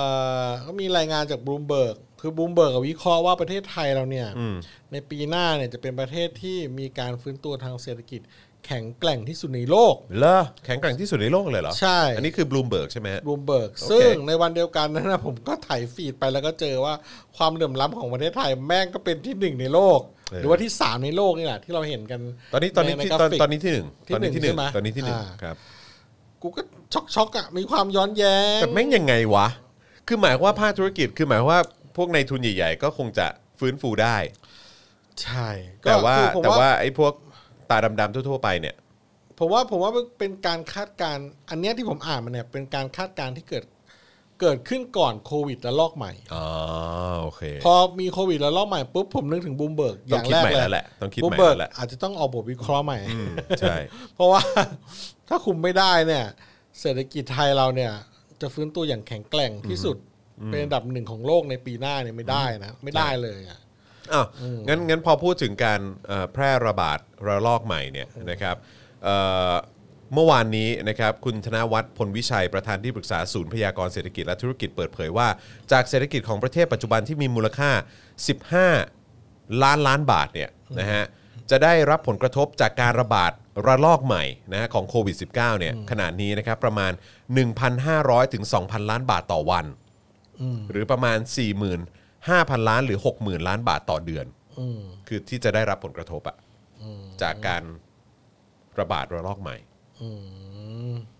[SPEAKER 4] อก็มีรายงานจากบลูมเบิร์ก คือบลูมเบิร์กวิเคราะห์ว่าประเทศไทยเราเนี่ย ในปีหน้าเนี่ยจะเป็นประเทศที่มีการฟื้นตัวทางเศรษฐกิจ แข็งแกร่งที่สุดในโลก
[SPEAKER 2] เลอแข็งแกร่งที่สุดในโลกเลยเหรอ
[SPEAKER 4] ใช่
[SPEAKER 2] อันนี้คือบลูมเบิร์กใช่ไหมฮะ
[SPEAKER 4] บลูมเบิร์ก
[SPEAKER 2] โอเค
[SPEAKER 4] ซึ่งในวันเดียวกันนั้นนะผมก็ไถ่ายฟีดไปแล้วก็เจอว่าความเหลื่อมล้ำของประเทศไทยแม่งก็เป็นที่หนึ่งในโลก หรือว่าที่สามในโลกนี่แหละที่เราเห็นกัน
[SPEAKER 2] ตอนนี้ตอนนี้
[SPEAKER 4] ใใ
[SPEAKER 2] ที่ตอน
[SPEAKER 4] กราฟิก
[SPEAKER 2] ตอนนี้ที่หนึ่ง
[SPEAKER 4] ที่
[SPEAKER 2] ตอนนี้ที่หนึ่ง
[SPEAKER 4] หนึ่งใช่ไหม
[SPEAKER 2] ตอนนี้ที่หนึ่ง
[SPEAKER 4] อ่า
[SPEAKER 2] ครับ
[SPEAKER 4] กูก็ช็อกช็อกๆอ่ะมีความย้อนแย้ง
[SPEAKER 2] แต่แม่งยังไงวะ คือหมายความว่าภาคธุรกิจ คือหมายความว่าพวกในายทุนใหญ่ ๆ ก็คงจะฟื้นฟูได้
[SPEAKER 4] ใช่ก็
[SPEAKER 2] แต่ว่า
[SPEAKER 4] คือผม
[SPEAKER 2] แต่ว่าไอ้พวกตาดำๆทั่วๆไปเนี่ย
[SPEAKER 4] ผมว่าผมว่าเป็นการคาดการณ์อันเนี้ยที่ผมอ่านมาเนี่ยเป็นการคาดการณ์ที่เกิดเกิดขึ้นก่อนโควิดและลอกใหม่
[SPEAKER 2] อ๋อโอเค
[SPEAKER 4] พอมีโควิดและลอกใหม่ปุ๊บผมนึกถึงบลูมเบิร์กอ
[SPEAKER 2] ต้อง
[SPEAKER 4] ย่าง
[SPEAKER 2] คิด
[SPEAKER 4] แรก
[SPEAKER 2] ใหม่
[SPEAKER 4] เล
[SPEAKER 2] แล้
[SPEAKER 4] ยว
[SPEAKER 2] แหละ ต้องคิด
[SPEAKER 4] บลู
[SPEAKER 2] ให
[SPEAKER 4] ม
[SPEAKER 2] ม่
[SPEAKER 4] เบิร์
[SPEAKER 2] แล้ว
[SPEAKER 4] ก
[SPEAKER 2] แหละ
[SPEAKER 4] อาจจะต้องออกบทวิเคราะห์ใหม่
[SPEAKER 2] อืมใช่
[SPEAKER 4] เพราะว่า ถ้าคุมไม่ได้เนี่ย เศรษฐกิจไทยเราเนี่ย จะฟื้นตัวอย่างแข็งแกร่งที่สุด เป็นอันดับหนึ่งของโลกในปีหน้าเนี่ยไม่ได้นะ ไม่ได้เลยอ่ะ
[SPEAKER 2] อ้าวงั้นงั้นพอพูดถึงการเอ่อแพร่ระบาดระลอกใหม่เนี่ยนะครับเอ่อเมื่อวานนี้นะครับคุณธนวัฒน์พลวิชัยประธานที่ปรึกษาศูนย์พยากรณ์เศรษฐกิจและธุรกิจเปิดเผยว่า จากเศรษฐกิจของประเทศปัจจุบันที่มีมูลค่า 15 ล้านล้านบาทเนี่ยนะฮะจะได้รับผลกระทบจากการระบาดระลอกใหม่นะฮะของโควิด -19 เนี่ยขนาดนี้นะครับประมาณ 1,500ถึง2,000 ล้านบาทต่อวัน หรือประมาณ 45,000 ล้านหรือ 60,000 ล้านบาทต่อเดือน คือที่จะได้รับผลกระทบอะจากการระบาดระลอกใหม่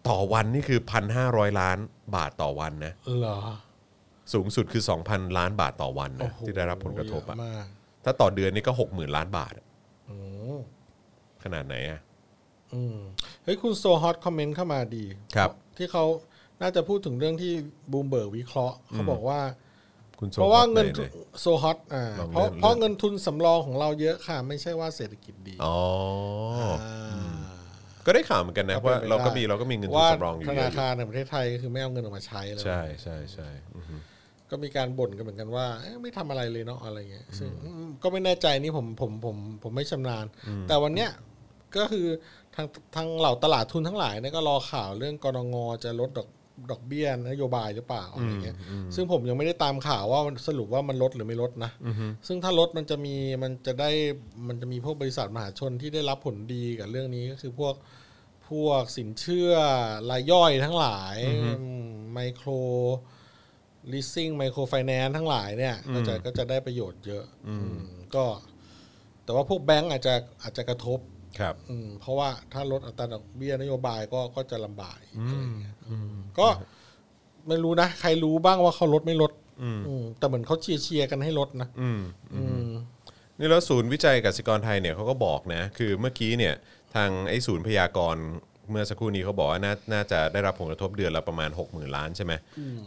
[SPEAKER 2] ต่อวันนี่คือ 1,500 ล้านบาทต่อวันนะ
[SPEAKER 4] เหรอ
[SPEAKER 2] สูงสุดคือ 2,000 ล้านบาทต่อวันนะ ที่ได้รับผลกระทบอะ
[SPEAKER 4] เยมาก
[SPEAKER 2] ถ้าต่อเดือนนี่ก็ 60,000 ล้านบาทอะขนาดไหนอะ
[SPEAKER 4] อืมเฮ้ยคุณโซฮอตคอมเมนต์เข้ามาดี
[SPEAKER 2] ครับ
[SPEAKER 4] ที่เขาน่าจะพูดถึงเรื่องที่บูมเบิร์กวิเคราะห์เขาบอกว่า
[SPEAKER 2] คุณโซ
[SPEAKER 4] เพราะว่า
[SPEAKER 2] ฮอต
[SPEAKER 4] เงิน
[SPEAKER 2] ไห
[SPEAKER 4] ทุน
[SPEAKER 2] ย
[SPEAKER 4] โซฮอตอ่า
[SPEAKER 2] ลอง
[SPEAKER 4] เพราะ
[SPEAKER 2] เลื่อน
[SPEAKER 4] เพราะเงินทุนสำรองของเราเยอะค่ะ ไม่ใช่ว่าเศรษฐกิจดี
[SPEAKER 2] อ๋ออา ก็ได้ข่าวเหมือนกันนะว่า
[SPEAKER 4] ป็นไป
[SPEAKER 2] เราก็มี
[SPEAKER 4] ได้
[SPEAKER 2] เราก็มีเงินทุน
[SPEAKER 4] ว่า
[SPEAKER 2] สำรองอยู่
[SPEAKER 4] ธ
[SPEAKER 2] เย
[SPEAKER 4] นา
[SPEAKER 2] อะอยู่
[SPEAKER 4] คารในประเทศไทยก็คือไม่เอาเงินออกมาใช้แล้ว
[SPEAKER 2] ใช่ใช่ใช่อือฮึ
[SPEAKER 4] ก็มีการบ่นกันเหมือนกันว่าเอ๊ะไม่ทำอะไรเลยเนาะอะไรเงี้ยซึ่งอืมก็ไม่แน่ใจนี่ผมผมผมผมไม่ชำนาญ แต่วันเนี้ยก็คือทางทางเหล่าตลาดทุนทั้งหลายเนี่ยก็รอข่าวเรื่องกรงจะลดดอกดอกเบี้ยนโยบายหรือเปล่าอะไรเงี้ยซึ่งผมยังไม่ได้ตามข่าวว่ามันสรุปว่ามันลดหรือไม่ลดนะ ซึ่งถ้าลดมันจะมีมันจะได้มันจะมีพวกบริษัทมหาชนที่ได้รับผลดีกับเรื่องนี้ก็คือพวกพวกสินเชื่อรายย่อยทั้งหลายไมโครลิสซิ่งไมโครไฟแนนซ์ทั้งหลายเนี่ยก็จะก็จะได้ประโยชน์เยอะอืมก็ แต่ว่าพวกแบงก์อาจจะอาจจะกระทบ
[SPEAKER 2] ครับ
[SPEAKER 4] อืมเพราะว่าถ้าลดอัตราดอกเบี้ยนโยบายก็ก็จะลำบากอีกอะไรเงี้ยก็ไม่รู้นะ ใครรู้บ้างว่าเขาลดไม่ลด อืมแต่เหมือนเขาเชียร์เชียร์ๆกันให้ลดนะ
[SPEAKER 2] อืม
[SPEAKER 4] อืม
[SPEAKER 2] นี่แล้วศูนย์วิจัยกสิกรไทยเนี่ยเขาก็บอกนะ คือเมื่อกี้เนี่ยทางไอ้ศูนย์พยากรณ์เมื่อสักครู่นี้เขาบอกว่านาน่าจะได้รับผลกระทบเดือนละประมาณ 60,000 ล้านใช่ไหม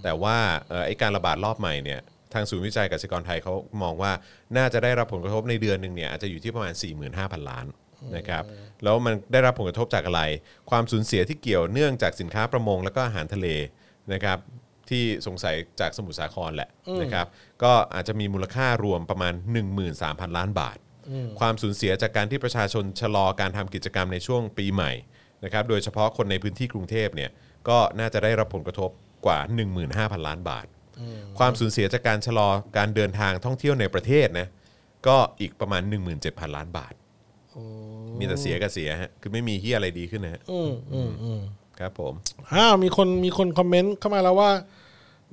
[SPEAKER 2] แต่ว่าเอ่อไอ้การระบาดรอบใหม่เนี่ยทางศูนย์วิจัยกสิกรไทยเขามองว่าน่าจะได้รับผลกระทบในเดือนหนึ่งเนี่ยอาจจะอยู่ที่ประมาณ 45,000 ล้านนะครับแล้วมันได้รับผลกระทบจากอะไร ความสูญเสียที่เกี่ยวเนื่องจากสินค้าประมงแล้วก็อาหารทะเลนะครับ ที่สงสัยจากสมุทรสาครแหละนะครับก็อาจจะมีมูลค่ารวมประมาณ 13,000 ล้านบาท ความสูญเสียจากการที่ประชาชนชะลอการทำกิจกรรมในช่วงปีใหม่นะครับโดยเฉพาะคนในพื้นที่กรุงเทพเนี่ยก็น่าจะได้รับผลกระทบกว่า 15,000 ล้านบาท ความสูญเสียจากการชะลอการเดินทางท่องเที่ยวในประเทศนะก็อีกประมาณ 17,000 ล้านบาท มีแต่เสียกับเสียฮะคือไม่มีที่อะไรดีขึ้นนะฮะ
[SPEAKER 4] อืมอืมอืม
[SPEAKER 2] ครับผม
[SPEAKER 4] อ้าวมีคนมีคนคอมเมนต์เข้ามาแล้วว่า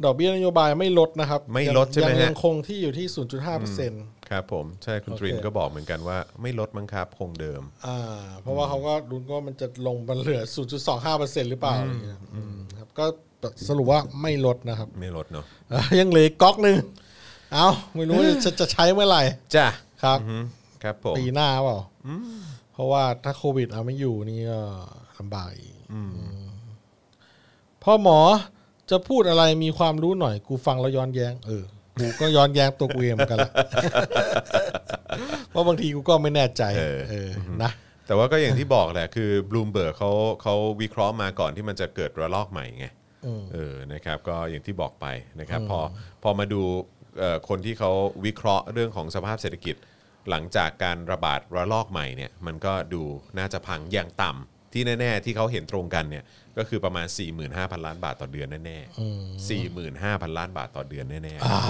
[SPEAKER 4] ดอกเบี้ยนโยบายไม่ลดนะครับ
[SPEAKER 2] ไม่ลดใช่ไหม
[SPEAKER 4] ยัง
[SPEAKER 2] ฮะ
[SPEAKER 4] ยังคงที่อยู่ที่ 0.5เปอร์เซ็นต์
[SPEAKER 2] ครับผมใช่คุณตรินก็บอกเหมือนกันว่าไม่ลดมั้งครับคงเดิม
[SPEAKER 4] อ่า เพราะว่าเขาก็รุ้นว่ามันจะลงมันเหลือ 0.25เปอร์เซ็นต์หรือเปล่าอะไรเงี้ยอืมครับ ก็สรุปว่าไม่ลดนะครับ
[SPEAKER 2] ไม่ลดเนาะ
[SPEAKER 4] เอ้ยยังเหลืออีกก๊อกหนึ่งเอาไม่รู้ว่าจะจะใช้เมื่อไหร่
[SPEAKER 2] จ้ะ
[SPEAKER 4] ครับ
[SPEAKER 2] ครับผม
[SPEAKER 4] ปีหน้าเปล่าเพราะว่าถ้าโควิดเอาไม่อยู่นี่ก็ลำบากอีกอืมพ่อหมอจะพูดอะไรมีความรู้หน่อย กูฟังแล้วย้อนแย้งเออกูก็ย้อนแย้งตัวกูเองเหมือนกันละ ว่าะบางทีกูก็ไม่แน่ใจ เออนะ
[SPEAKER 2] แต่ว่าก็อย่างที่บอกแหละ คือบลูมเบิร์กเขาเขาวิเคราะห์มาก่อนที่มันจะเกิดระลอกใหม่ไงเออนะครับ ก็อย่างที่บอกไปนะครับ พอพอมาดูเอ่อคนที่เขาวิเคราะห์เรื่องของสภาพเศรษฐกิจ หลังจากการระบาดระลอกใหม่เนี่ย มันก็ดูน่าจะพังอย่างต่ำที่แน่ ๆ ที่เขาเห็นตรงกันเนี่ยก็คือประมาณ 45,000 ล้านบาทต่อเดือนแน่ๆ45,000 ล้านบาทต่อเดือนแน่ๆครับผ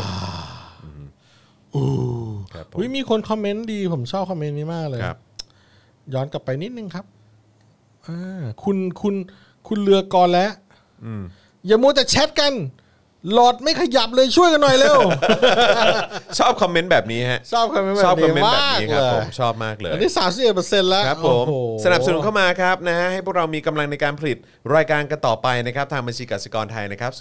[SPEAKER 2] ม
[SPEAKER 4] อู้
[SPEAKER 2] ครับผม
[SPEAKER 4] วิมีคนคอมเมนต์ดีผมชอบคอมเมนต์นี้มากเลย
[SPEAKER 2] ครับ
[SPEAKER 4] ย้อนกลับไปนิดนึงครับอ่าคุณคุณคุณเรือกรและอย่ามัวแต่แชทกัน หลอดไม่ขยับเลยช่วยกันหน่อยเร็ว
[SPEAKER 2] ชอบคอมเมนต์แบบนี้ฮะ
[SPEAKER 4] ชอบคอมเมนต์แบบ
[SPEAKER 2] ชอบคอม
[SPEAKER 4] นี้
[SPEAKER 2] เมนต์แบบ
[SPEAKER 4] มาก
[SPEAKER 2] นี้
[SPEAKER 4] เล
[SPEAKER 2] ครับ
[SPEAKER 4] ย
[SPEAKER 2] ผมชอบมากเลย
[SPEAKER 4] อันนี้สามสิบเอ็ดเปอร์เซ็นต์แล้ว
[SPEAKER 2] ครับผม
[SPEAKER 4] โอ้โห
[SPEAKER 2] สนับสนุนเข้ามาครับนะฮะให้พวกเรามีกำลังในการผลิตรายการกันต่อไปนะครับ ทางบัญชีกสิกรไทยนะครับ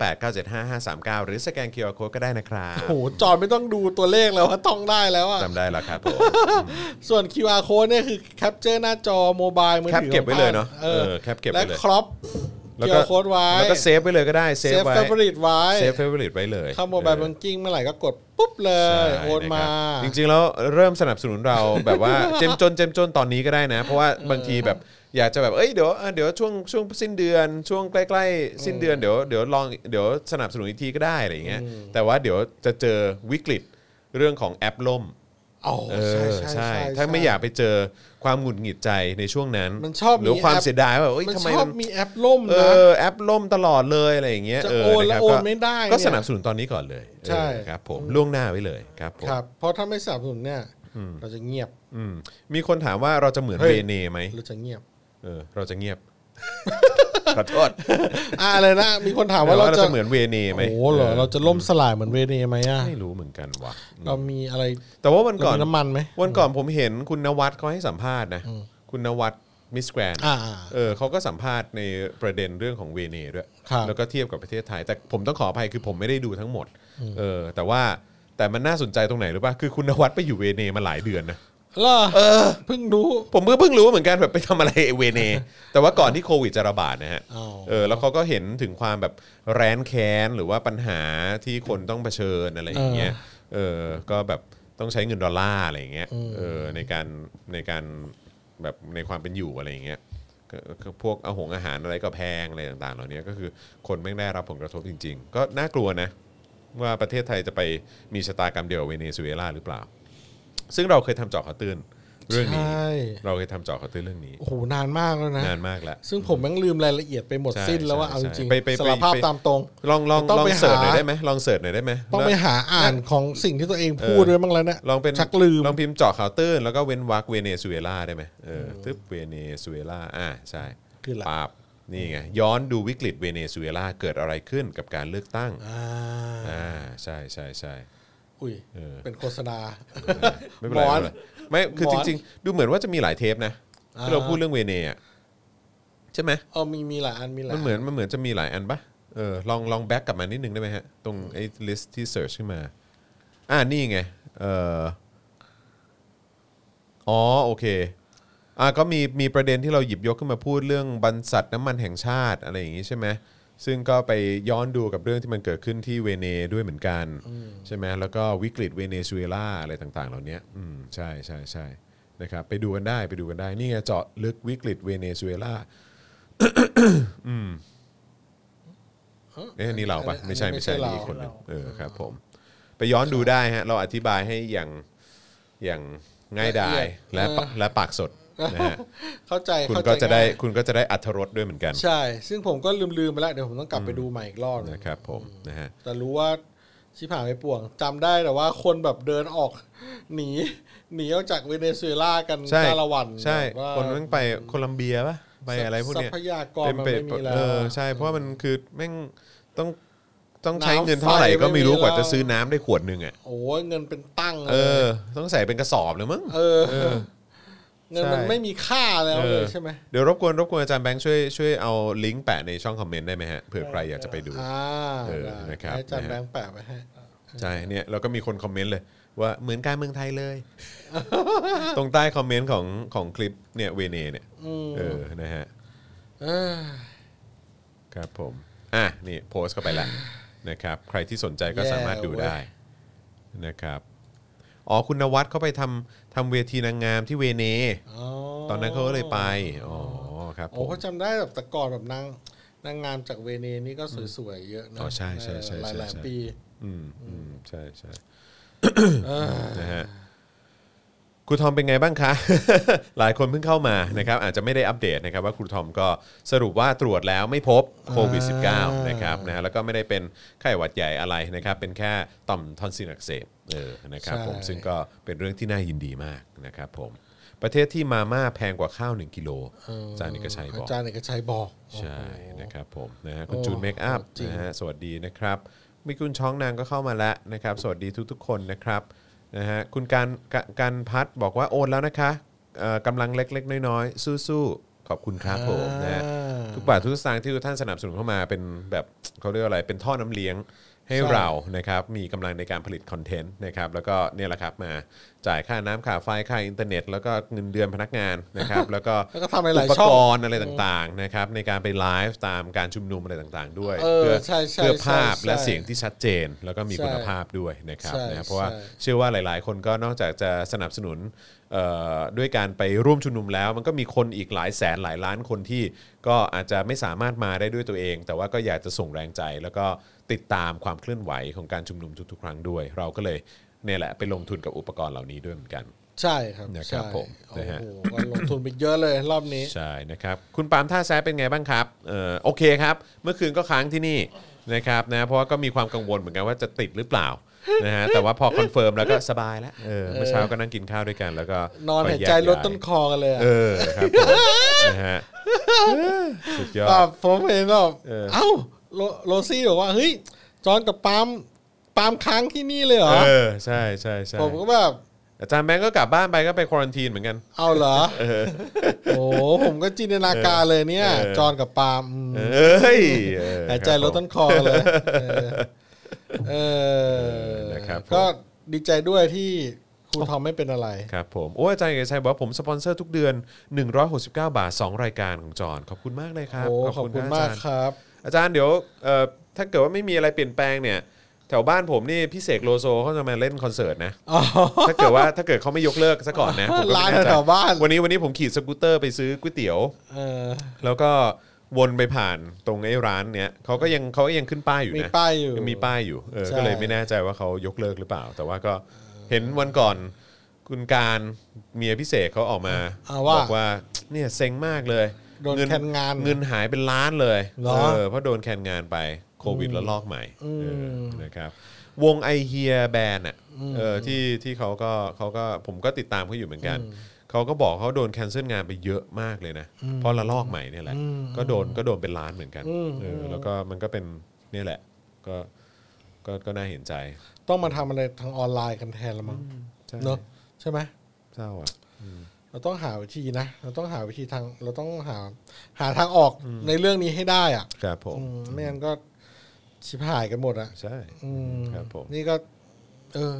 [SPEAKER 2] 0698975539 หรือสแกนเคอร์โคก็ได้นะครับ
[SPEAKER 4] โอ้โหจอดไม่ต้องดูตัวเลขแล้วว่าต้องได้แล้วอะ
[SPEAKER 2] จำได้แล้วครับผม
[SPEAKER 4] ส่วน QR code เนี่ยคือแคปเจอร์หน้าจอโมบายมือ
[SPEAKER 2] แคป
[SPEAKER 4] ถือ
[SPEAKER 2] เก็บไว้เลยเนอะ
[SPEAKER 4] ออ
[SPEAKER 2] เออแคปเก็บไว้
[SPEAKER 4] และ
[SPEAKER 2] เลย
[SPEAKER 4] ครอป
[SPEAKER 2] แล้วก็
[SPEAKER 4] QR code ไว้
[SPEAKER 2] แล้วก็เซฟไว้เลยก็ได้เซ
[SPEAKER 4] เซ
[SPEAKER 2] ฟ
[SPEAKER 4] ฟ
[SPEAKER 2] ไว้
[SPEAKER 4] เฟอร์ริตไว้
[SPEAKER 2] เซฟเฟเวอริตไว้เลย
[SPEAKER 4] เข้าโมบาย
[SPEAKER 2] เออ
[SPEAKER 4] บังกิ้งเมื่อไหร่ก็กดปุ๊บเลย
[SPEAKER 2] ใช่
[SPEAKER 4] โอนมา
[SPEAKER 2] นะครับจริงๆแล้วเริ่มสนับสนุนเราแบบ ว่า เจมจนเจมจนตอนนี้ก็ได้นะ เพราะว่าบางทีแบบอยากจะแบบเอ้ยเดี๋ยวเออเดี๋ยวช่วงช่วงสิ้นเดือน ช่วงใกล้ๆ สิ้นเดือนเดี๋ยวเดี๋ยวลองเดี๋ยวสนับสนุนอีกทีก็ได้อะไรอย่างเงี้ยแต่ว่าเดี๋ยวจะเจอวิกฤตเรื่องของแอปล่ม
[SPEAKER 4] อ๋อ
[SPEAKER 2] เอ
[SPEAKER 4] ใช่
[SPEAKER 2] อ
[SPEAKER 4] ใช่
[SPEAKER 2] ใช่
[SPEAKER 4] ใช่
[SPEAKER 2] ถ้าไม่อยากไปเจอความหงุดหงิดใจในช่วงนั้น
[SPEAKER 4] มันชอบ
[SPEAKER 2] หรือ
[SPEAKER 4] มี
[SPEAKER 2] ความ
[SPEAKER 4] แอป
[SPEAKER 2] เสียดายว่าเอ้ย
[SPEAKER 4] มัน
[SPEAKER 2] ทำไม
[SPEAKER 4] ชอบ
[SPEAKER 2] มัน
[SPEAKER 4] มีแอปล่ม
[SPEAKER 2] เอ
[SPEAKER 4] นะ
[SPEAKER 2] อแอปล่มตลอดเลยอะไรอย่างเงี้ย
[SPEAKER 4] จะ
[SPEAKER 2] เออ
[SPEAKER 4] โอน
[SPEAKER 2] นะคว
[SPEAKER 4] แล้
[SPEAKER 2] รับ
[SPEAKER 4] โอน
[SPEAKER 2] ก็
[SPEAKER 4] ไม่ได้
[SPEAKER 2] ก็
[SPEAKER 4] เนี่ย
[SPEAKER 2] สนับสนุนตอนนี้ก่อนเลย
[SPEAKER 4] ใช่
[SPEAKER 2] เออครับผมล่วงหน้าไว้เลยครับผม
[SPEAKER 4] ครับ เพราะถ้าไม่สนับสนุนเนี่ย เราจะเงียบ
[SPEAKER 2] อืมมีคนถามว่าเราจะเหมือน
[SPEAKER 4] เฮ้ย
[SPEAKER 2] เบเน่ไหม
[SPEAKER 4] เราจะเงียบ
[SPEAKER 2] เออเราจะเงียบ ขอโทษ
[SPEAKER 4] อ่าเลยนะ มีคนถามว่า
[SPEAKER 2] แต่
[SPEAKER 4] เรา
[SPEAKER 2] ว่าเรา
[SPEAKER 4] จะ
[SPEAKER 2] จะเหมือนเวเน่ไหม
[SPEAKER 4] โอ้โหเหรอเราจะล่มสลายเหมือนเวเนไหมอ่ะ
[SPEAKER 2] ไม่รู้เหมือนกันว่ะ
[SPEAKER 4] เรามีอะไร
[SPEAKER 2] แต่ว่าวันก่
[SPEAKER 4] เรา
[SPEAKER 2] อน
[SPEAKER 4] มีน้ำมันไหม
[SPEAKER 2] วันก่อนผมเห็นคุณนวัดเขาให้สัมภาษณ์นะคุณนวัดมิสแกรน
[SPEAKER 4] อ่า
[SPEAKER 2] เออเขาก็สัมภาษณ์ในประเด็นเรื่องของเวเนด้วย
[SPEAKER 4] ครับ
[SPEAKER 2] แล้วก็เทียบกับประเทศไทย แต่ผมต้องขออภัยคือผมไม่ได้ดูทั้งหมด เออ แต่ว่าแต่มันน่าสนใจตรงไหนรู้ป่ะ คือคุณนวัดไปอยู่เวเนมาหลายเดือนนะ
[SPEAKER 4] เหรอเพิ่งรู้
[SPEAKER 2] ผมเพิ่งเพิ่งรู้เหมือนกันแบบไปทำอะไรเวเน แต่ว่าก่อนที่โควิดจะระบาดนะฮะ
[SPEAKER 4] อ๋อ
[SPEAKER 2] เออ แล้วเขาก็เห็นถึงความแบบแร้นแค้นหรือว่าปัญหาที่คนต้องเผชิญอะไรอย่างเงี้ย เออ ก็แบบต้องใช้เงินดอลลาร์อะไรอย่างเงี้ย เออ ในการในการแบบในความเป็นอยู่อะไรอย่างเงี้ยก็ก็พวกอาหงอาหารอะไรก็แพงอะไรต่างๆ เหล่านี้ก็คือคนไม่งได้รับผลกระทบจริง ๆ ก็น่ากลัวนะ ว่าประเทศไทยจะไปมีชะตากรรมเดียวกับเวเนซุเอลาหรือเปล่า ซึ่งเราเคยทำเจาะข่าวตื้นเรื่องนี้
[SPEAKER 4] ใช่
[SPEAKER 2] เราเคยทำเจาะข่าวตื้นเรื่องนี้
[SPEAKER 4] โอ้โหนานมากแล้วนะ
[SPEAKER 2] นานมากแล้ว
[SPEAKER 4] ซึ่งผมแม่งลืมรายละเอียดไปหมด
[SPEAKER 2] ใช่
[SPEAKER 4] สิ้นแล้วว่า
[SPEAKER 2] ใช่
[SPEAKER 4] เอาจริง
[SPEAKER 2] ใช่ไปไป
[SPEAKER 4] ๆสารภาพ
[SPEAKER 2] ไป
[SPEAKER 4] ตามตรง
[SPEAKER 2] ลองลอง
[SPEAKER 4] ต้อง
[SPEAKER 2] ลอง
[SPEAKER 4] ไป
[SPEAKER 2] เสิร์ชห
[SPEAKER 4] หา
[SPEAKER 2] น่อยได้ไหมลองเสิร์ชหน่อยได้ไหม
[SPEAKER 4] ต้องไป
[SPEAKER 2] แล้ว
[SPEAKER 4] หาอ่านของสิ่งที่ตัวเองพูด
[SPEAKER 2] เออ
[SPEAKER 4] ด้วยบ้างแล้วเนี่ย
[SPEAKER 2] ลองเป็น
[SPEAKER 4] ชักลืม
[SPEAKER 2] ลองพิมพ์เจาะข่าวตื้นแล้วก็เว้นวรรคเวเนซุเอลาได้ไหมเออตึ๊บเวเนซุเอลาอ่าใช่
[SPEAKER 4] คืออะไร
[SPEAKER 2] ปาบนี่ไงย้อนดูวิกฤตเวเนซุเอลาเกิดอะไรขึ้นกับการเลือกตั้ง
[SPEAKER 4] อ่า
[SPEAKER 2] อ่าใช่ใช่ใช่
[SPEAKER 4] อุ้ย
[SPEAKER 2] เออ
[SPEAKER 4] เป็นโฆษณา
[SPEAKER 2] ไม่เป็นไร
[SPEAKER 4] หมอน
[SPEAKER 2] ไม่เป็นไรไม่คือ
[SPEAKER 4] หม
[SPEAKER 2] จ
[SPEAKER 4] อน
[SPEAKER 2] ริง ๆ ดูเหมือนว่าจะมีหลายเทปนะ
[SPEAKER 4] อ่า
[SPEAKER 2] ที่เราพูดเรื่องเวเนอะใช่ไหม
[SPEAKER 4] เออมีมีหลายอันมีหลาย
[SPEAKER 2] มันเหมือนมันเหมือนจะมีหลายอันปะเออลองลองแบ็กกลับมานิดนึงได้ไหมฮะตรงไอ้ลิสต์ที่เสิร์ชขึ้นมาอ่านี่ไงเออ อ๋อโอเคอ่ะก็มีมีประเด็นที่เราหยิบยกขึ้นมาพูดเรื่องบรรษัทน้ำมันแห่งชาติอะไรอย่างนี้ใช่ไหมซึ่งก็ไปย้อนดูกับเรื่องที่มันเกิดขึ้นที่เวเนด้วยเหมือนกัน ใช่ไหมแล้วก็วิกฤตเวเนซุเอลาอะไรต่างๆ เหล่านี้อืมใช่ใช่ใช่นะครับไปดูกันได้ไปดูกันได้ นี่ไงเจาะลึกวิกฤตเวเนซุเอลา อืมเอ๊ะอันนี่เราปะไม่ใช่ไม่ใช่นี่อีกคนหนึงเออครับผมไปย้อนดูได้ฮะเราอธิบายให้อย่างอย่างง่ายดายและปะและปากสดนะฮะ
[SPEAKER 4] เข้าใจ
[SPEAKER 2] คุณ
[SPEAKER 4] เข้า
[SPEAKER 2] ก็จะได้
[SPEAKER 4] ง่าย
[SPEAKER 2] คุณก็จะได้อัธรสด้วยเหมือนกัน
[SPEAKER 4] ใช่ ซึ่งผมก็ลืมลืมๆไปแล้วเดี๋ยวผมต้องกลับไปดูใหม่อีกรอบหนึ่ง
[SPEAKER 2] นะครับผมนะฮะ
[SPEAKER 4] แต่รู้ว่าชิบหายไปป่วงจำได้แต่ว่าคนแบบเดินออก หนี หนีออกจากเวเนซุเอลากัน
[SPEAKER 2] ใช่
[SPEAKER 4] จ้าละวัน
[SPEAKER 2] ใช่
[SPEAKER 4] แบบว่า
[SPEAKER 2] คนต้องไปโคลัมเบียปะไปอะไรพวกเนี้ย
[SPEAKER 4] ทรัพยากร
[SPEAKER 2] เต็
[SPEAKER 4] มัน
[SPEAKER 2] ป
[SPEAKER 4] ไม่มีแล้ว
[SPEAKER 2] เออใช่เพราะว่ามันคือแม่งต้องต้องใช้
[SPEAKER 4] น้ำ
[SPEAKER 2] เงินเท่าไหร่ก็
[SPEAKER 4] ไฟไม่
[SPEAKER 2] ไม่รู้
[SPEAKER 4] มี
[SPEAKER 2] กว่า
[SPEAKER 4] แล้ว
[SPEAKER 2] จะซื้อน้ำได้ขวดหนึ่งอ่ะ
[SPEAKER 4] โอ้ยเงินเป็นตั้งลย
[SPEAKER 2] เออ ต้องใส่เป็นกระสอบเลยมั้ง
[SPEAKER 4] เออ เงินมัน
[SPEAKER 2] ใช่
[SPEAKER 4] ไม่มีค่าแล้ว
[SPEAKER 2] เออ
[SPEAKER 4] เลยใช่ไหม
[SPEAKER 2] เดี๋ยวรบกวนรบกวนอาจารย์แบงค์ช่วยช่วยเอาลิงก์แปะในช่องคอมเมนต์ได้ไหมฮะเผื่อใครอยากจะไปดู
[SPEAKER 4] อ่า
[SPEAKER 2] เออ
[SPEAKER 4] ได้
[SPEAKER 2] นะครับ
[SPEAKER 4] ให้อาจารย์แบงค์แปะไว้ให้
[SPEAKER 2] ใช่เนี่ยเราก็มีคนคอมเมนต์เลย ว่าเหมือนการเมืองไทย เลย ตรงใต้คอมเมนต์ของของคลิปเนี่ยเวเนเนี่ยเออนะฮะ
[SPEAKER 4] เออ
[SPEAKER 2] ครับผม อ่ะ นี่โพสต์เข้าไปแล้ว นะครับ ใครที่สนใจก็
[SPEAKER 4] แย่
[SPEAKER 2] สามารถดู
[SPEAKER 4] เว้ย
[SPEAKER 2] ได้นะครับ อ๋อ คุณนวัดเขาไปทำทำเวทีนางงามที่เวเน
[SPEAKER 4] อ๋อ
[SPEAKER 2] ตอนนั้นเขาก็เลยไป อ๋อ ครับผ
[SPEAKER 4] โอ้
[SPEAKER 2] ม
[SPEAKER 4] เขาจำได้แบบแต่ก่อนแบบนางนางงามจากเวเนนี่ก็สวยๆเยอะนะ
[SPEAKER 2] อ๋อใช่ใช่ใช่
[SPEAKER 4] ห
[SPEAKER 2] ใช่
[SPEAKER 4] ลายหลาย
[SPEAKER 2] ใช่
[SPEAKER 4] ปี
[SPEAKER 2] อืมอืมใช่ใช่
[SPEAKER 4] เออ
[SPEAKER 2] นะฮะครูทอมเป็นไงบ้างคะ หลายคนเพิ่งเข้ามานะครับ อาจจะไม่ได้อัปเดตนะครับว่าครูทอมก็สรุปว่าตรวจแล้วไม่พบโควิด -19 นะครับนะฮะแล้วก็ไม่ได้เป็นไข้หวัดใหญ่อะไรนะครับ เป็นแค่ต่อมทอนซิลอักเสบเออนะครับผมซึ่งก็เป็นเรื่องที่น่ายินดีมากนะครับผมประเทศที่มาม่าแพงกว่าข้าว 1 กิโลอาจารย์เอกชัยบอก
[SPEAKER 4] อาจารย์เอกชัยบอก
[SPEAKER 2] ใช่นะครับผมนะฮะคุณ
[SPEAKER 4] โอ้
[SPEAKER 2] จูนเมคอัพ
[SPEAKER 4] จริง
[SPEAKER 2] นะฮะสวัสดีนะครับมีคุณช้องนางก็เข้ามาแล้วนะครับ สวัสดีทุกๆคนนะครับนะฮะคุณการกะการพัดบอกว่าโอนแล้วนะคะเอ่อกำลังเล็กๆ น้อยๆ สู้ๆ ขอบคุณครับผมนะฮะทุกบาททุกสตางค์ที่ทุกท่านสนับสนุนเข้ามาเป็นแบบเขาเรียกว่าอะไรเป็นท่อน้ำเลี้ยงให้เรานะครับมีกำลังในการผลิตคอนเทนต์นะครับแล้วก็เนี่ยแหละครับมาจ่ายค่าน้ำค่าไฟค่าอินเทอร์เน็ต แล้วก็เงินเดือนพนักงานนะครับแล้วก็
[SPEAKER 4] แล้วก็ทำหลายๆ
[SPEAKER 2] อุป
[SPEAKER 4] ช่อก ง
[SPEAKER 2] รณ์อะไรต่างๆนะครับในการไปไลฟ์ตามการชุมนุมอะไรต่างๆ ด้วย
[SPEAKER 4] เออ
[SPEAKER 2] อ
[SPEAKER 4] ใช่ใช่
[SPEAKER 2] เพื่อภาพ
[SPEAKER 4] ใช่
[SPEAKER 2] และเสียงที่ชัดเจน แล้วก็มี
[SPEAKER 4] ใช่
[SPEAKER 2] คุณภาพด้วยนะครับ
[SPEAKER 4] ใช่
[SPEAKER 2] นะครับเพราะว่า
[SPEAKER 4] ใช่
[SPEAKER 2] เชื่อว่าหลาย ๆ คนก็นอกจากจะสนับสนุนเอ่อด้วยการไปร่วมชุมนุมแล้ว มันก็มีคนอีกหลายแสนหลายล้านคนที่ก็อาจจะไม่สามารถมาได้ด้วยตัวเอง แต่ว่าก็อยากจะส่งแรงใจ แล้วก็ติดตามความเคลื่อนไหวของการชุมนุมทุกๆ ครั้งด้วย เราก็เลย เนี่ยแหละไปลงทุนกับอุปกรณ์เหล่านี้ด้วยเหมือนกัน
[SPEAKER 4] ใช่ครับ
[SPEAKER 2] นะครับ
[SPEAKER 4] ใช่
[SPEAKER 2] ผม
[SPEAKER 4] โอ้
[SPEAKER 2] นะฮะ
[SPEAKER 4] โหก็ลงทุนไปเยอะเลยรอบนี้
[SPEAKER 2] ใช่นะครับ คุณปาล์มท่าแซะเป็นไงบ้างครับเออโอเคครับ เมื่อคืนก็ค้างที่นี่นะครับนะเพราะว่าก็มีความกังวลเหมือนกันว่าจะติดหรือเปล่านะฮะแต่ว่าพอคอนเฟิร์มแล้วก็สบายแล้วเออเมื่อเช้าก็นั่งกินข้าวด้วยกัน แล้วก็
[SPEAKER 4] นอน
[SPEAKER 2] ค่
[SPEAKER 4] หาย
[SPEAKER 2] แก
[SPEAKER 4] ใจลด
[SPEAKER 2] ย้าย
[SPEAKER 4] ต้นคอกันเลยอะ
[SPEAKER 2] เออครับผมนะฮะสุดยอ
[SPEAKER 4] แบบ
[SPEAKER 2] ด
[SPEAKER 4] ผมเห็นแบบ
[SPEAKER 2] เออ
[SPEAKER 4] เอ้าโรโรซี่บอกว่าเฮ้ยจอนกับปาล์มปาล์มค้างที่นี่เลยเหรอ
[SPEAKER 2] เออใช่ใช่ใช่
[SPEAKER 4] ผมก็แบบ
[SPEAKER 2] อาจารย์แบงก์ก็กลับบ้านไปก็ไปควอรันทีนเหมือนกัน
[SPEAKER 4] เอาเหรอ
[SPEAKER 2] เออ
[SPEAKER 4] โอ้โหผมก็จินตนาการเลยเนี่ย
[SPEAKER 2] เออ
[SPEAKER 4] จอนกับปาล์มอืม
[SPEAKER 2] เอ้ยเออ
[SPEAKER 4] หายใจลดต้น
[SPEAKER 2] ครับ
[SPEAKER 4] คอเลย เออ
[SPEAKER 2] เออนะครับผม
[SPEAKER 4] ก็ดีใจด้วยที่ครูทอมไม่เป็นอะไร
[SPEAKER 2] ผมครับผมโอ้ยอาจารย์เอกชัยบอกว่าผมสปอนเซอร์ทุกเดือน 169 บาท 2 รายการของจอนขอบคุณมากเลยครับ
[SPEAKER 4] โอ้ขอบคุณมาก
[SPEAKER 2] นะอจรย์
[SPEAKER 4] ครับ
[SPEAKER 2] อาจารย์เดี๋ยวเอ่อถ้าเกิดว่าไม่มีอะไรเปลี่ยนแปลงเนี่ย แถวบ้านผมนี่พี่เสกโลโซเขาจะมาเล่นคอนเสิร์ต นะ ถ้าเกิดว่าถ้าเกิดเขาไม่ยกเลิกซะก่อนนะผมก็ไม่
[SPEAKER 4] ร้าน
[SPEAKER 2] แน่ใจ
[SPEAKER 4] แถวบ้าน
[SPEAKER 2] วันนี้วันนี้ผมขี่สกูตเตอร์ไปซื้อก๋วยเตี๋ยว
[SPEAKER 4] เออ
[SPEAKER 2] แล้วก็วนไปผ่านตรงไอ้ร้านเนี้ยเขาก็ยังเขาก็ยังขึ้นป้ายอยู่
[SPEAKER 4] มี
[SPEAKER 2] นะ
[SPEAKER 4] ป้ายอยู่
[SPEAKER 2] ยังมีป้ายอยู่เออ
[SPEAKER 4] ใช่
[SPEAKER 2] ก็เลยไม่แน่ใจว่าเขายกเลิกหรือเปล่า แต่ว่าก็เห็นวันก่อนคุณการเมียพิเศษเขาออกมา
[SPEAKER 4] อ่าว่า
[SPEAKER 2] บอกว่าเนี่ยเซ็งมากเลย
[SPEAKER 4] โดน
[SPEAKER 2] เ
[SPEAKER 4] แคนงาน
[SPEAKER 2] เงินหายเป็นล้านเลย
[SPEAKER 4] เหรอ
[SPEAKER 2] อเพราะโดนแคนงานไปโควิดแล้วลอกใหม่
[SPEAKER 4] อืม
[SPEAKER 2] เออนะครับวงไอเฮียแบนอ่ะเออที่ที่เขาก็เขาก็ผมก็ติดตามเขาอยู่เหมือนกัน เขาก็บอกเขาโดนแคนเซิลงานไปเยอะมากเลยนะเพราะละลอกใหม่เนี่ยแหละ
[SPEAKER 4] อืม
[SPEAKER 2] ก็โดนก็โดนเป็นล้านเหมือนกัน
[SPEAKER 4] อืม
[SPEAKER 2] เออแล้วก็มันก็เป็นเนี่ยแหละ ก็ก็ก็น่าเห็นใจ
[SPEAKER 4] ต้องมาทำอะไรทางออนไลน์กันแทนละมั้ง
[SPEAKER 2] ใช่
[SPEAKER 4] เนอะใช่ไหม
[SPEAKER 2] เศร้าอ่ะ
[SPEAKER 4] เราต้องหาวิธีนะ เราต้องหาวิธีทางเราต้องหาหาทางออกในเรื่องนี้ให้ได้อ่ะ
[SPEAKER 2] ครับผม
[SPEAKER 4] อืมไม่งั้นก็ชิบหายกันหมดอ่ะ
[SPEAKER 2] ใช่
[SPEAKER 4] อืม
[SPEAKER 2] ครับผม
[SPEAKER 4] นี่ก็ เออ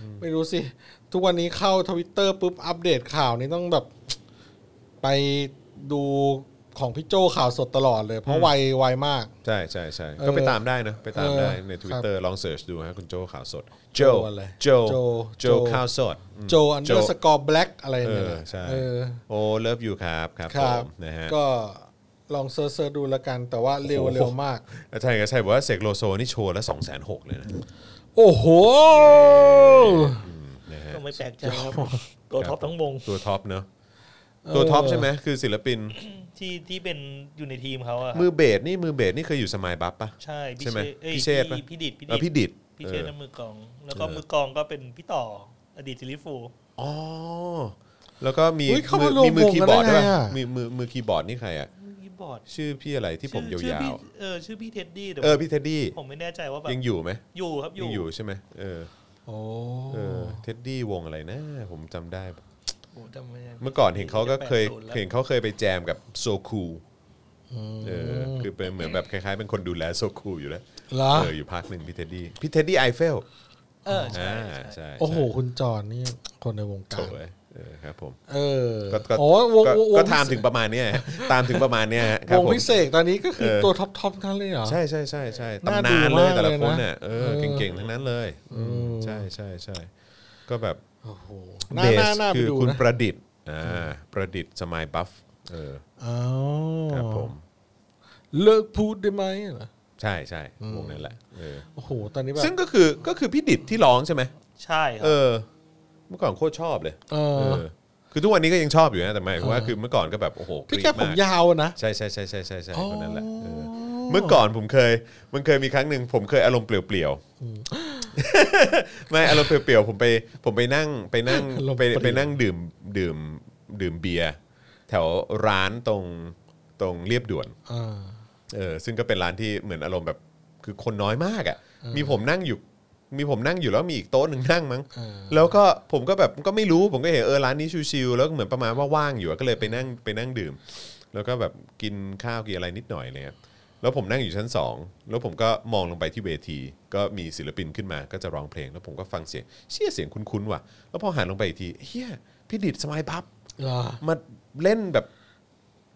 [SPEAKER 4] อไม่รู้สิ ทุกวันนี้เข้าทวิตเตอร์ปุ๊บ อัปเดตข่าวนี้ต้องแบบ ไปดูของพี่โจข่าวสดตลอดเลย เพ
[SPEAKER 2] อื
[SPEAKER 4] ราะ
[SPEAKER 2] ม
[SPEAKER 4] ไวไวมาก
[SPEAKER 2] ใช่ใช่ใช่
[SPEAKER 4] เออ
[SPEAKER 2] ก็ไปตามได้นะ ไปตามได้
[SPEAKER 4] เออ
[SPEAKER 2] ใน Twitter ลองเสิร์ชดูฮะคุณโจข่าวสด โจ
[SPEAKER 4] โจอะไร
[SPEAKER 2] โจ
[SPEAKER 4] โจ
[SPEAKER 2] โจ
[SPEAKER 4] โจ
[SPEAKER 2] ข่าวสดม
[SPEAKER 4] โจอันเดอร์สกอร์แบล็กอะไรเนี่ย
[SPEAKER 2] เอ
[SPEAKER 4] นะ
[SPEAKER 2] อใช่
[SPEAKER 4] เออ
[SPEAKER 2] โอ้เลิฟอยู่ครับครับ
[SPEAKER 4] ค
[SPEAKER 2] ผ
[SPEAKER 4] รับ
[SPEAKER 2] มนะฮะ
[SPEAKER 4] ก็ลองเซิร์ชๆดูละกัน แต่ว่าเร็ว
[SPEAKER 2] โอ้โห
[SPEAKER 4] เร็วมาก
[SPEAKER 2] อาจารย์เอกชัยบอกว่าเสกโลโซนี่โชว์ละ2องแสนหกเลยนะ
[SPEAKER 4] โอ้โห
[SPEAKER 2] อืมนะฮะ
[SPEAKER 3] ก็ไม่แปลกใจครับตัวท็อปทั้งวง
[SPEAKER 2] ตัวท็อปเนอะ
[SPEAKER 4] เออ
[SPEAKER 2] ตัวท็อปใช่ไหมคือศิลปิน
[SPEAKER 3] ที่ที่เป็นอยู่ในทีมเขาอะครับ
[SPEAKER 2] มือเบสนี่มือเบสนี่เคยอยู่สมัยบัฟปะ
[SPEAKER 3] ใช่พี่
[SPEAKER 2] ใช่ไหม
[SPEAKER 3] เชษอ้ย
[SPEAKER 2] พี่เชษปะ
[SPEAKER 3] พี่ดิดพี่
[SPEAKER 2] เออ
[SPEAKER 3] ดิ
[SPEAKER 2] พี่
[SPEAKER 3] ด
[SPEAKER 2] ดิด
[SPEAKER 3] พี่เชษ
[SPEAKER 2] เอ
[SPEAKER 3] นั่
[SPEAKER 2] อ
[SPEAKER 3] นมือกลอง แล้วก็
[SPEAKER 2] เออ
[SPEAKER 3] มือกลองก็เป็นพี่ต่อ อดีตซิลิฟูลส์
[SPEAKER 2] อ๋อ แล้วก็มี
[SPEAKER 4] อุ๊ยเข้า
[SPEAKER 2] มื
[SPEAKER 4] มารวม
[SPEAKER 2] มีมือคีย์บอร์ด
[SPEAKER 4] วงกัน
[SPEAKER 2] ด้ว
[SPEAKER 4] ได้
[SPEAKER 2] ย
[SPEAKER 4] ไง
[SPEAKER 2] ป่ะ
[SPEAKER 4] อะ
[SPEAKER 2] มีมือมือคีย์บอร์ดนี่ใครอ่ะ
[SPEAKER 3] พี่บอร์ด
[SPEAKER 2] ชื่อพี่อะไรที่ผมยา
[SPEAKER 3] ชื่อ
[SPEAKER 2] ว
[SPEAKER 3] พี่เออชื่อพี่เท็ดดี้แต่
[SPEAKER 2] ๆ เออพี่เท็ดดี้
[SPEAKER 3] ผมไม่แน่ใจว่าแบบ
[SPEAKER 2] ยังอยู่ไหม
[SPEAKER 3] อยู่ครับอ
[SPEAKER 2] ยั
[SPEAKER 3] ยู่
[SPEAKER 2] งอยู่ใช่ไหมเออ
[SPEAKER 4] โอ้
[SPEAKER 2] เออเท็ดดี้วงอะไรนะ ผมจำได้
[SPEAKER 3] โอ้จำไได้
[SPEAKER 2] เมื่อก่อนเห็นเขาก็เคย
[SPEAKER 3] 80แล้ว
[SPEAKER 2] เห็นเขาเคยไปแจมกับโซคูเออคือเป็นเหมือนแบบคล้ายๆ เป็นคนดูแลโซคูอยู่แล้ว
[SPEAKER 4] เหรอ
[SPEAKER 2] เอออยู่พักหนึ่งพี่เท็ดดี้พี่เท็ดดี้ไอเฟล
[SPEAKER 3] เออใช่
[SPEAKER 2] อ่า
[SPEAKER 3] ใช่
[SPEAKER 2] ใช่
[SPEAKER 4] โอ้โห คุณจอนนี่คนในวง
[SPEAKER 2] โถ
[SPEAKER 4] การ
[SPEAKER 2] ยเออครับผม
[SPEAKER 4] เออ
[SPEAKER 2] ก็ก็
[SPEAKER 4] โอ้วง
[SPEAKER 2] ก็
[SPEAKER 4] วง
[SPEAKER 2] ก็ตามถึงประมาณเนี้ยฮะตามถึงประมาณเนี้ยฮะคว รับ
[SPEAKER 4] ง
[SPEAKER 2] ผม
[SPEAKER 4] พิเศษตอนนี้ก็คือ
[SPEAKER 2] เออ
[SPEAKER 4] ตัวท็อปทอปทั้งเลยเหรอ
[SPEAKER 2] ใช่ใช่ใช่ใช่
[SPEAKER 4] น่า
[SPEAKER 2] ตำ
[SPEAKER 4] ดู
[SPEAKER 2] นานเลย
[SPEAKER 4] มาก
[SPEAKER 2] แต่ละ
[SPEAKER 4] เลย
[SPEAKER 2] คน
[SPEAKER 4] นะ
[SPEAKER 2] เนี่ยเออ
[SPEAKER 4] เออ
[SPEAKER 2] เก่งๆทั้งนั้นเลยอืมใช่ใช่ใช่ก็แบบ
[SPEAKER 4] โอ้โห
[SPEAKER 2] เบ
[SPEAKER 4] น่าน่า
[SPEAKER 2] ส
[SPEAKER 4] น่าไป
[SPEAKER 2] คือ
[SPEAKER 4] ดู
[SPEAKER 2] คุณ
[SPEAKER 4] นะ
[SPEAKER 2] ประดิษฐ์อ่าประดิษฐ์สมัยบัฟเออ
[SPEAKER 4] อ๋อ
[SPEAKER 2] ครับผม
[SPEAKER 4] เลิกพูดได้ไหมเหรอ
[SPEAKER 2] ใช่ใช่วงนั้นแหละเออ
[SPEAKER 4] โอ้โห ตอนนี้แบบ
[SPEAKER 2] ซึ่งก็คือก็คือพี่ดิษฐ์ที่ร้องใช่ไหม
[SPEAKER 3] ใช่ครั
[SPEAKER 2] เอบ อ เมื่อก่อนโคตรชอบเลย
[SPEAKER 4] เอ
[SPEAKER 2] เอ
[SPEAKER 4] อ
[SPEAKER 2] อคือทุกวันนี้ก็ยังชอบอยู่นะแต่หมายถึงว่า
[SPEAKER 4] เออ
[SPEAKER 2] คือเมื่อก่อนก็แบบโอ้โห
[SPEAKER 4] ที่
[SPEAKER 2] รี๊
[SPEAKER 4] แค่
[SPEAKER 2] ด
[SPEAKER 4] ผม
[SPEAKER 2] ก
[SPEAKER 4] ยาวนะ
[SPEAKER 2] ใช่ใช่ใช่ใช่ใช่ใช่
[SPEAKER 4] อ๋อ
[SPEAKER 2] คนนั้นแหละเออเมื่อก่อนผมเคย มันเคยมีครั้งหนึ่งผมเคยอารมณ์เปลี่ยวๆ ไม่อารมณ์เปลี่ยวๆผมไปผมไปนั่งไปนั่งไปไปนั่งดื่มดื่มดื่มเบียร์แถวร้านตรงตรงเรียบด่วน
[SPEAKER 4] เออ
[SPEAKER 2] เออซึ่งก็เป็นร้านที่เหมือนอารมณ์แบบคือคนน้อยมากอะ่ะ มีผมนั่งอยู่ มีผมนั่งอยู่แล้วมีอีกโต๊ะหนึ่งนั่งมั้ง
[SPEAKER 4] เออ
[SPEAKER 2] แล้วก็ผมก็แบบก็ไม่รู้ผมก็เห็นเออร้านนี้ชิวๆแล้วก็เหมือนประมาณว่าว่างอยู่อะก็เลยไปนั่งไปนั่งดื่ม แล้วก็แบบกินข้าวกินอะไรนิดหน่อยอะไรเลยแล้วผมนั่งอยู่ชั้นสองแล้วผมก็มองลงไปที่เวที ก็มีศิลปินขึ้นมาก็จะร้องเพลงแล้วผมก็ฟังเสียงเชี่ยเสียงคุ้นๆว่ะ แล้วพอหันลงไปอีกทีเฮียพี่ดิดสมายพับ
[SPEAKER 4] เหรอ
[SPEAKER 2] มาเล่นแบบ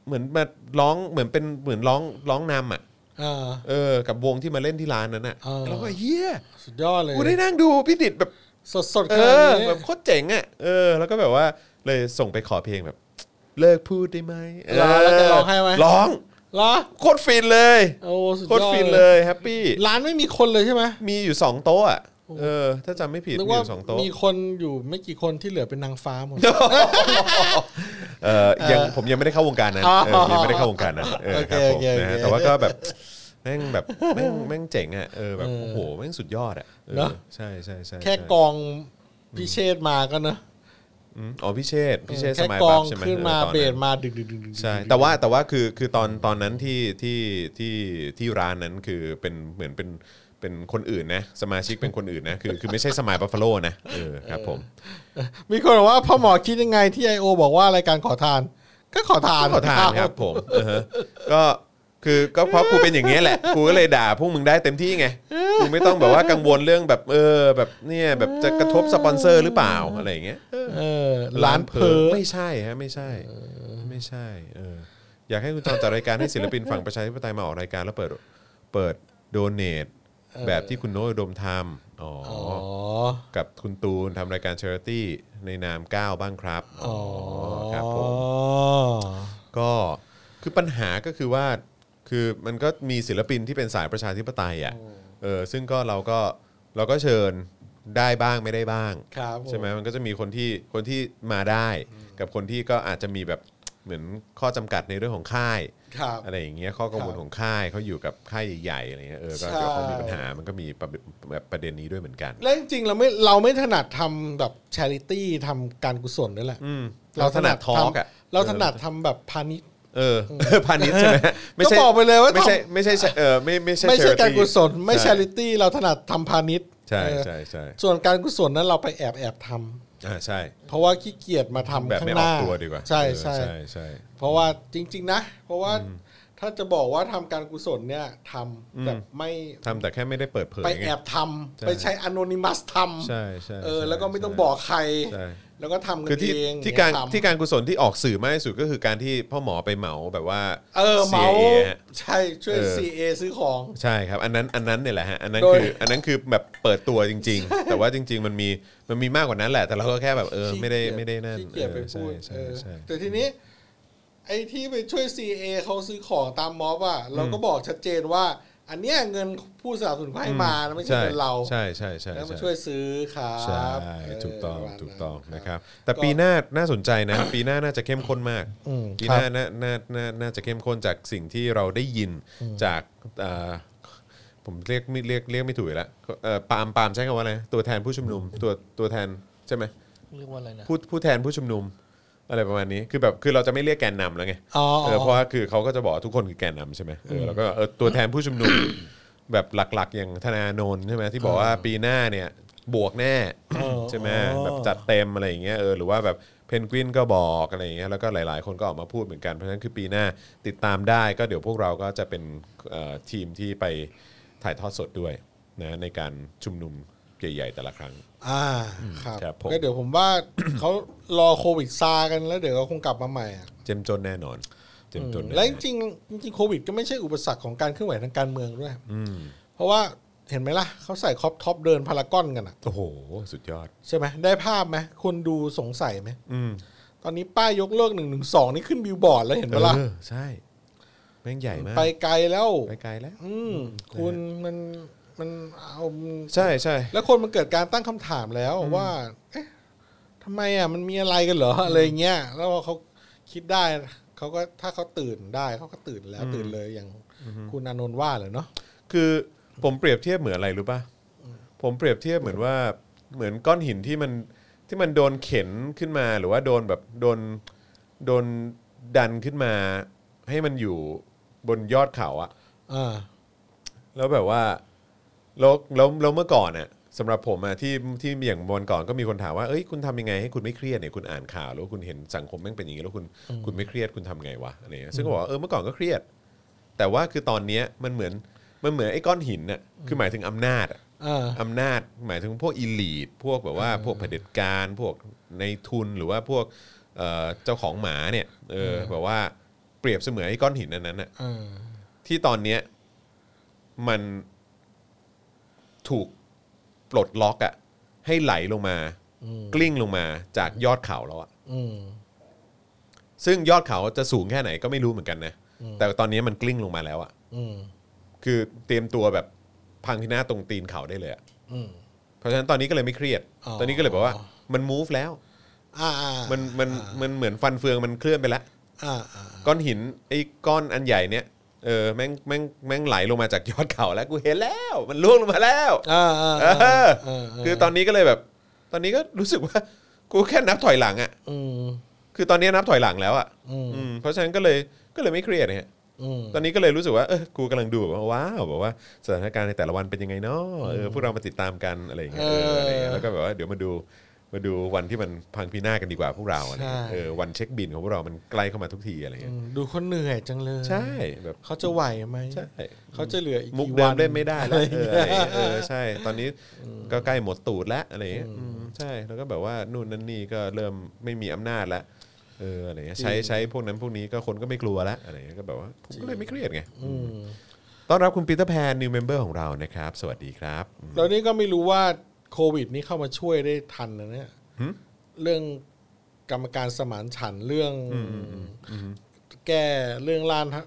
[SPEAKER 2] เหมือนมาร้องเหมือนเป็นเหมือนร้องร้องนำอ่ะ
[SPEAKER 4] เออ
[SPEAKER 2] เออ กับวงที่มาเล่นที่ร้านนั้นน่ะ
[SPEAKER 4] เออ
[SPEAKER 2] แล้วก็เฮีย
[SPEAKER 4] สุดยอดเลย
[SPEAKER 2] กูได้นั่งดูพี่ดิดแบบ
[SPEAKER 4] สดสดๆ
[SPEAKER 2] เอ
[SPEAKER 4] ขนาด
[SPEAKER 2] อ
[SPEAKER 4] นี้
[SPEAKER 2] แบบโคตรเจ๋งอ่ะ เออ แล้วก็แบบว่าเลยส่งไปขอเพลงแบบ เลิกพูดได้ไหม
[SPEAKER 4] เหรอแล้วจะร้องให้ไหม
[SPEAKER 2] ร้อง
[SPEAKER 4] เหรอ
[SPEAKER 2] โคตรฟินเลย
[SPEAKER 4] โอ้สุด
[SPEAKER 2] โคตร
[SPEAKER 4] ยอด
[SPEAKER 2] ฟินเลยแฮปปี้
[SPEAKER 4] ร้านไม่มีคนเลยใช่ไหม
[SPEAKER 2] มีอยู่สองโต๊ะอะ
[SPEAKER 4] โอ้
[SPEAKER 2] เออ ถ้าจำไม่ผิด
[SPEAKER 4] นึ
[SPEAKER 2] มีอ
[SPEAKER 4] กว่า
[SPEAKER 2] ยู่สองโต๊ะ
[SPEAKER 4] มีคนอยู่ไม่กี่คนที่เหลือเป็นนางฟ้าหมด
[SPEAKER 2] เออยังผมยังไม่ได้เข้าวงการนั้น
[SPEAKER 4] อ๋อ
[SPEAKER 2] เออยังไม่ได้เข้าวงการนั้นเออ
[SPEAKER 4] โอเค
[SPEAKER 2] ครับผม
[SPEAKER 4] โอเคโอเค
[SPEAKER 2] นะฮะแต่ว่าก็แบบแม่งแบบแม่งแม่งเจ๋งอ่ะเออแบบโอ้โหแม่งสุดยอดอ่ะออ
[SPEAKER 4] เนอะ
[SPEAKER 2] ใช่ใช่ใช่
[SPEAKER 4] แค่
[SPEAKER 2] ใช่
[SPEAKER 4] กองพิเชษมาก็เนอะ
[SPEAKER 2] อืมอ๋อพี่เชษฐ์พี่เชษฐ์ส
[SPEAKER 4] แค่
[SPEAKER 2] มัย
[SPEAKER 4] ก
[SPEAKER 2] บั
[SPEAKER 4] อ
[SPEAKER 2] ฟ
[SPEAKER 4] ง
[SPEAKER 2] ใช่ไหม
[SPEAKER 4] ขึ้นมา
[SPEAKER 2] ออตอ
[SPEAKER 4] เบสมาดึงดึงดึง
[SPEAKER 2] ใช่แต่ว่าแต่ว่าคือคือตอนตอนนั้นที่ที่ที่ที่ร้านนั้นคือเป็นเหมือนเป็นเป็นคนอื่นนะ สมาชิกเป็นคนอื่นนะคือคือไม่ใช่สมัยบัฟฟาโลนะเออครับผม
[SPEAKER 4] มีคนบอกว่าพ่อหมอคิดยังไงที่ไอโอบอกว่ารายการขอทาน ก็ขอทาน
[SPEAKER 2] ขอทานครับผมเออฮะก็คือก็เพราะกูเป็นอย่างนี้ยแหละ กูก็เลยด่าพวกมึงได้เต็มที่ไงกูไม่ต้องแบบว่ากังวลเรื่องแบบเออแบบเนี่ยแบบจะกระทบสปอนเซอร์หรือเปล่าอะไรอย่างเงี้ย
[SPEAKER 4] เออร้านเพอ
[SPEAKER 2] ไม่ใช่ฮะไม่ใช่ไม่ใช่เอออยากให้คุณจอนจัดรายการให้ศิลปินฝั่งประชาธิปไตยมาออกรายการแล้วเปิดเปิดโดเนทแบบที่คุณโน้ตอุดมทำอ๋อ
[SPEAKER 4] อ๋อ
[SPEAKER 2] อกับคุณตูนทำรายการชาริตี้ในนามก้าวบ้างครับ
[SPEAKER 4] อ๋อ
[SPEAKER 2] ครับผม ก็คือปัญหาก็คือว่าคือมันก็มีศิลปินที่เป็นสายประชาธิปไตยอ่ะเออซึ่งก็เราก็เราก็เชิญได้บ้างไม่ได้บ้าง
[SPEAKER 4] ครับผ
[SPEAKER 2] ใช่ไหมมันก็จะมีคนที่คนที่มาได้ กับคนที่ก็อาจจะมีแบบเหมือนข้อจำกัดในเรื่องของค่าย
[SPEAKER 4] ครับ
[SPEAKER 2] อะไรอย่างเงี้ยข้อกังวล
[SPEAKER 4] ครับ
[SPEAKER 2] ของค่ายเขาอยู่กับค่ายใหญ่ๆอะไรเงี้ยเออก็
[SPEAKER 4] ใช่
[SPEAKER 2] เดี๋ยวเขามีปัญหามันก็มีประเด็นแบบประเด็นนี้ด้วยเหมือนกัน
[SPEAKER 4] แล้วจริงๆเราไม่เราไม่ถนัดทำแบบชาริตี้ทำการกุศลด้วยแหละ
[SPEAKER 2] อืมเราถนัดทอล์กอ่ะ
[SPEAKER 4] เราถนัดทำแบบพาณิชย์
[SPEAKER 2] เออพาณิชย์ใช่ไหมไม่ใช่
[SPEAKER 4] ก็บอกไปเลยว่าทำ
[SPEAKER 2] ไม่ใช่ไม่ใช่เออไม่ไม่ใช่
[SPEAKER 4] ไม่ใช่การ
[SPEAKER 2] charity
[SPEAKER 4] กุศลไม่
[SPEAKER 2] ใ
[SPEAKER 4] ชาริตี้เราถนัดทำพาณิชย์
[SPEAKER 2] ใช่
[SPEAKER 4] เออ
[SPEAKER 2] ใช่ใช่
[SPEAKER 4] ส่วนการกุศลนั้นเราไปแอบแอบท
[SPEAKER 2] อ่าใช่
[SPEAKER 4] ำเพราะว่าขี้เกียจมาทำ
[SPEAKER 2] แบบ
[SPEAKER 4] ข้า
[SPEAKER 2] ไม่
[SPEAKER 4] ง
[SPEAKER 2] ออก
[SPEAKER 4] หน้า
[SPEAKER 2] ตัวดีกว่า
[SPEAKER 4] ใช่
[SPEAKER 2] เออ
[SPEAKER 4] ใช่
[SPEAKER 2] ใช่ใช่
[SPEAKER 4] เพราะว่าจริง ๆ นะ เพราะว่าถ้าจะบอกว่าทำการกุศลเนี่ยทำแบบไม่
[SPEAKER 2] ทำแต่แค่ไม่ได้เปิดเผย
[SPEAKER 4] ไป
[SPEAKER 2] ไง
[SPEAKER 4] แอบทำ
[SPEAKER 2] ใช่
[SPEAKER 4] ไปใช้อนอนิมัสทำ
[SPEAKER 2] ใช่ใช่
[SPEAKER 4] เออ
[SPEAKER 2] ใช่
[SPEAKER 4] แล้วก็ไม่ต้อง
[SPEAKER 2] ใช่
[SPEAKER 4] บอกใคร
[SPEAKER 2] ใช่
[SPEAKER 4] แล้วก็ทำกัน
[SPEAKER 2] คือที่
[SPEAKER 4] เอง
[SPEAKER 2] ที่การ
[SPEAKER 4] ทำ
[SPEAKER 2] ที่การกุศลที่ออกสื่อมากที่สุดก็คือการที่พ่อหมอไปเหมาแบบว่า
[SPEAKER 4] เออเหมา
[SPEAKER 2] CIA ฮะ
[SPEAKER 4] ใช่ช่วย
[SPEAKER 2] เออ
[SPEAKER 4] CA ซื้อของ
[SPEAKER 2] ใช่ครับ อันนั้นอันนั้นเนี่ยแหละฮะอันนั้น
[SPEAKER 4] โดย
[SPEAKER 2] คืออันนั้นคือแบบเปิดตัวจริง ๆ แต่ว่าจริง ๆ มันมีมันมีมากกว่านั้นแหละ แต่เราก็แค่แบบเออ
[SPEAKER 4] ขี้
[SPEAKER 2] ไม่ได้
[SPEAKER 4] เกียจ
[SPEAKER 2] ไม่ได้นั่น
[SPEAKER 4] ขี้เกียจไป
[SPEAKER 2] ออ
[SPEAKER 4] พูด
[SPEAKER 2] ใช่
[SPEAKER 4] เออ
[SPEAKER 2] ใช่ใช่
[SPEAKER 4] แต่ทีนี้ ไอ้ที่ไปช่วย CA เขาซื้อของตามม็อบอ่ะเราก็บอกชัดเจนว่า อันเนี้ยเงินผู้สนับสนุนให้มานะไม่ใช่เงินเรา
[SPEAKER 2] ใช่ใช่ใช่
[SPEAKER 4] แล้วมา
[SPEAKER 2] ใช่
[SPEAKER 4] ช่วยซื้อครับ
[SPEAKER 2] ใช่
[SPEAKER 4] เ
[SPEAKER 2] ถูกต้อง
[SPEAKER 4] ประมาณ
[SPEAKER 2] ถูกต้อง
[SPEAKER 4] นั้น
[SPEAKER 2] นะครับ แต่ปีหน้าน่าสนใจนะ ปีหน้าน่าจะเข้มข้นมาก
[SPEAKER 4] อืม
[SPEAKER 2] ปีหน้าน่าน่าน่าน่าจะเข้มข้นจากสิ่งที่เราได้ยินจากเอ่อผมเรียกไม่เรียกเรียกไม่ถูกอีกแล้วเอ่อปาล์มปาล์มใช้คำว่าอะไรตัวแทนผู้ชุมนุมตัวตัวแทนใช่ไหม
[SPEAKER 3] เรียกว่าอะไรนะ
[SPEAKER 2] ผู้ผู้แทนผู้ชุมนุม อะไรประมาณนี้คือแบบคือเราจะไม่เรียกแกนนำแล้วไง
[SPEAKER 4] อ๋อ
[SPEAKER 2] เออเพราะว่าคือเขาก็จะบอกว่าทุกคนคือแกนนำใช่ไหมเออแล้วก็เออตัวแทนผู้ชุมนุม แบบหลักๆ อย่างธนาโนนใช่ไหมที่บอกว่าปีหน้าเนี่ยบวกแน่ ใช่ไหมแบบจัดเต็มอะไรอย่างเงี้ยเออหรือว่าแบบเพนกวินก็บอกอะไรอย่างเงี้ยแล้วก็หลาย ๆ คนก็ออกมาพูดเหมือนกันเพราะฉะนั้นคือปีหน้าติดตามได้ก็เดี๋ยวพวกเราก็จะเป็นเอ่อทีมที่ไปถ่ายทอดสดด้วยนะในการชุมนุมใหญ่ ๆ แต่ละครั้ง
[SPEAKER 4] อ่าครับ
[SPEAKER 2] ครับผม
[SPEAKER 4] ก็เดี๋ยวผมว่า เขารอโควิดซากันแล้วเดี๋ยวก็คงกลับมาใหม่อะ
[SPEAKER 2] เจ้มจนแน่นอน เจ้มจนน่นอน
[SPEAKER 4] และจริงๆจริงๆโควิด ก็ไม่ใช่อุปสรรคของการเคลื่อนไหวทางการเมืองด้วย
[SPEAKER 2] อืม
[SPEAKER 4] เพราะว่าเห็นไหมล่ะเขาใส่ครอปท็อปเดินพารากอนกันอ่ะ
[SPEAKER 2] โอ้โห สุดยอด
[SPEAKER 4] ใช่ไหมได้ภาพไหมคนดูสงสัยไหม
[SPEAKER 2] อืม
[SPEAKER 4] ตอนนี้ป้ายยกเลิกหนึ่งหนึ่งสองนี่ขึ้นบิลบอร์ดแล้วเห็น
[SPEAKER 2] เอ
[SPEAKER 4] ปะล่ะ
[SPEAKER 2] อใช่ แม่งใหญ่มาก
[SPEAKER 4] ไปไกลแล้ว
[SPEAKER 2] ไปไกลแล้ว
[SPEAKER 4] อืมคุณมันมันเอา
[SPEAKER 2] ใช่ใช่
[SPEAKER 4] แล้วคนมันเกิดการตั้งคำถามแล้วว่า เอ๊ะทำไมอ่ะมันมีอะไรกันเหรออะไรเงี้ยแล้วพอเขาคิดได้เขาก็ถ้าเขาตื่นได้เขาก็ตื่นแล้วตื่นเลยอย่างคุณอานนท์ว่าเลยเนาะ
[SPEAKER 2] คือผมเปรียบเทียบเหมือนอะไรรู้ป่ะ ผมเปรียบเทียบเหมือนว่าเหมือนก้อนหินที่มันที่มันโดนเข็นขึ้นมาหรือว่าโดนแบบโดนโดนดันขึ้นมา ให้มันอยู่บนยอดเขาอะ
[SPEAKER 4] อ่า
[SPEAKER 2] แล้วแบบว่าแล้วแล้วแล้วเมื่อก่อนอะสำหรับผมอะที่ที่อย่างวันก่อนก็มีคนถามว่าเอ้ยคุณทำยังไงให้คุณไม่เครียดเนี่ยคุณอ่านข่าวหรือว่าคุณเห็นสังคมแม่งเป็นอย่างนี้แล้วคุณคุณไม่เครียดคุณทำไงวะอะไรเงี้ยซึ่งก็บอกว่าเออเมื่อก่อนก็เครียด แต่ว่าคือตอนเนี้ยมันเหมือนมันเหมือนไอ้ก้อนหินน่ะคือหมายถึงอำนาจอะ
[SPEAKER 4] อ่า
[SPEAKER 2] อำนาจหมายถึงพวกอีลีทพวกแบบว่าพวกเผด็จการพวกในทุนหรือว่าพวกเอ่อเจ้าของหมาเนี่ยเออแบบว่าเปรียบเสมือนไอ้ก้อนหินอันนั้นน่ะ
[SPEAKER 4] อ่า
[SPEAKER 2] ที่ตอนเนี้ยมันถูกปลดล็อกอะให้ไหลลงมา กลิ้งลงมาจากยอดเขาแล้วอะ
[SPEAKER 4] อืม
[SPEAKER 2] ซึ่งยอดเขาจะสูงแค่ไหนก็ไม่รู้เหมือนกันนะแต่ตอนนี้มันกลิ้งลงมาแล้วอะ
[SPEAKER 4] อืม
[SPEAKER 2] คือเตรียมตัวแบบพังพินาศตรงตีนเขาได้เลยอะ
[SPEAKER 4] อืม
[SPEAKER 2] เพราะฉะนั้นตอนนี้ก็เลยไม่เครียด
[SPEAKER 4] อ๋อ
[SPEAKER 2] ตอนนี้ก็เลยบอกว่ามัน move แล้ว
[SPEAKER 4] อ่าอ่า
[SPEAKER 2] มันมันมันเหมือนฟันเฟืองมันเคลื่อนไปแล้ว
[SPEAKER 4] อ่าอ่า
[SPEAKER 2] ก้อนหินไอ้ก้อนอันใหญ่เนี่ยเออแม่งแม่งแม่งไหลลงมาจากยอดเขาแล้วกูเห็นแล้ว มันล่วงลงมาแล้ว
[SPEAKER 4] อ่าอ่า
[SPEAKER 2] เอ
[SPEAKER 4] อ่า
[SPEAKER 2] อา
[SPEAKER 4] า
[SPEAKER 2] คือตอนนี้ก็เลยแบบ ตอนนี้ก็รู้สึกว่า กูแค่นับถอยหลังอ่ะ
[SPEAKER 4] อืม
[SPEAKER 2] คือตอนนี้นับถอยหลังแล้วอ่ะ
[SPEAKER 4] อืม
[SPEAKER 2] อืมเพราะฉะนั้นก็เลยก็เลยไม่เครียดนะฮะ
[SPEAKER 4] อืม
[SPEAKER 2] ตอนนี้ก็เลยรู้สึกว่าเออกูกำลังดูแบบว่าว้าวแบบว่าสถานการณ์ในแต่ละวันเป็นยังไงเนาะเออพวกเรามาติดตามกันอะไรอย่างเงี้ยเอออะไรอย่างเงี้ยแล้วก็แบบว่าเดี๋ยวมาดูมาดูวันที่มันพังพินาศกันดีกว่าพวกเราอะไรอย่างเงี้ยเออวันเช็คบินของพวกเรามันใกล้เข้ามาทุกทีอะไรอย่าง
[SPEAKER 4] อื
[SPEAKER 2] เงี้ย
[SPEAKER 4] มดูเขาเหนื่อยจังเลย
[SPEAKER 2] ใช่แบบ
[SPEAKER 4] เขาจะไหวไหม
[SPEAKER 2] ใช่
[SPEAKER 4] เขาจะเหลืออีก
[SPEAKER 2] มุก
[SPEAKER 4] กี่
[SPEAKER 2] เดิ
[SPEAKER 4] วั
[SPEAKER 2] ม
[SPEAKER 4] น
[SPEAKER 2] เล่นไม่ได้แล้วเอออะไรอย่างเงี้ยเออใช่ ตอนนี้ก็ใกล้หมดตูดแล้วอะไรอย่างเงี้ยอืมใช่แล้วก็แบบว่านู่นนั่นนี่ก็เริ่มไม่มีอำนาจแล้วเอออะไรเงี้ยใช้ใช้พวกนั้นพวกนี้ก็คนก็ไม่กลัวแล้วอะไรเงี้ยก็แบบว่าผมก็เลยไม่เครียดไง
[SPEAKER 4] อืม
[SPEAKER 2] ต้อนรับคุณปีเตอร์แพนนิวเมมเบอร์ของเรานะครับ สวัสดีครับอืม
[SPEAKER 4] แล้วนี่ก็ไม่รู้ว่าโควิดนี่เข้ามาช่วยได้ทันนะเนี่ยเรื่องกรรมการสมานฉันท์เรื่อง แก้เรื่องร่างรัฐ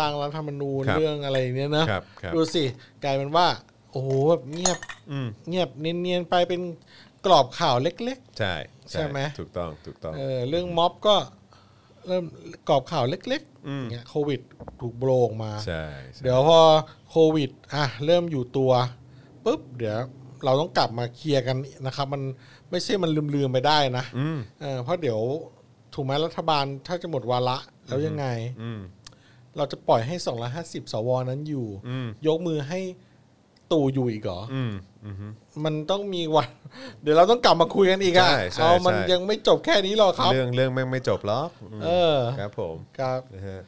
[SPEAKER 4] ร่างรัฐธรรมนูญเรื่องอะไรเนี้ยนะครับ
[SPEAKER 2] ครับ
[SPEAKER 4] ดูสิกลายเป็นว่า โอ้โหแบบเงียบ
[SPEAKER 2] อืม
[SPEAKER 4] เงียบเนียนๆไปเป็นกรอบข่าวเล็ก
[SPEAKER 2] ใช่
[SPEAKER 4] ใช่ไหม
[SPEAKER 2] ถูกต้องถูกต้อง
[SPEAKER 4] ๆเออเรื่องม็อบก็เริ่มกรอบข่าวเล็กๆเนี่ยโควิดถูกโบรออกมา
[SPEAKER 2] ใช่ใช่
[SPEAKER 4] เดี๋ยวพอโควิดอ่ะเริ่มอยู่ตัวปุ๊บเดี๋ยวเราต้องกลับมาเคลียร์กันนะครับ มันไม่ใช่มันลืมๆไปได้นะ
[SPEAKER 2] อืม
[SPEAKER 4] เออเพราะเดี๋ยวถูกไหมรัฐบาลถ้าจะหมดวาระแล้วยังไง
[SPEAKER 2] อืม
[SPEAKER 4] เราจะปล่อยให้ 250 สวนั้นอยู่
[SPEAKER 2] อืม
[SPEAKER 4] ยกมือให้ตู่อยู่อีกเหรอ
[SPEAKER 2] อืมอืม
[SPEAKER 4] มันต้องมีวัน เดี๋ยวเราต้องกลับมาคุยกันอีกอะ
[SPEAKER 2] ใช่ใช่
[SPEAKER 4] เอามัน
[SPEAKER 2] ใช่
[SPEAKER 4] ยังไม่จบแค่นี้หรอกครับ
[SPEAKER 2] เรื่องเรื่องแม่งไม่จบหรอกอืม
[SPEAKER 4] เออ
[SPEAKER 2] ครับผม
[SPEAKER 4] ครับ
[SPEAKER 2] นะฮะ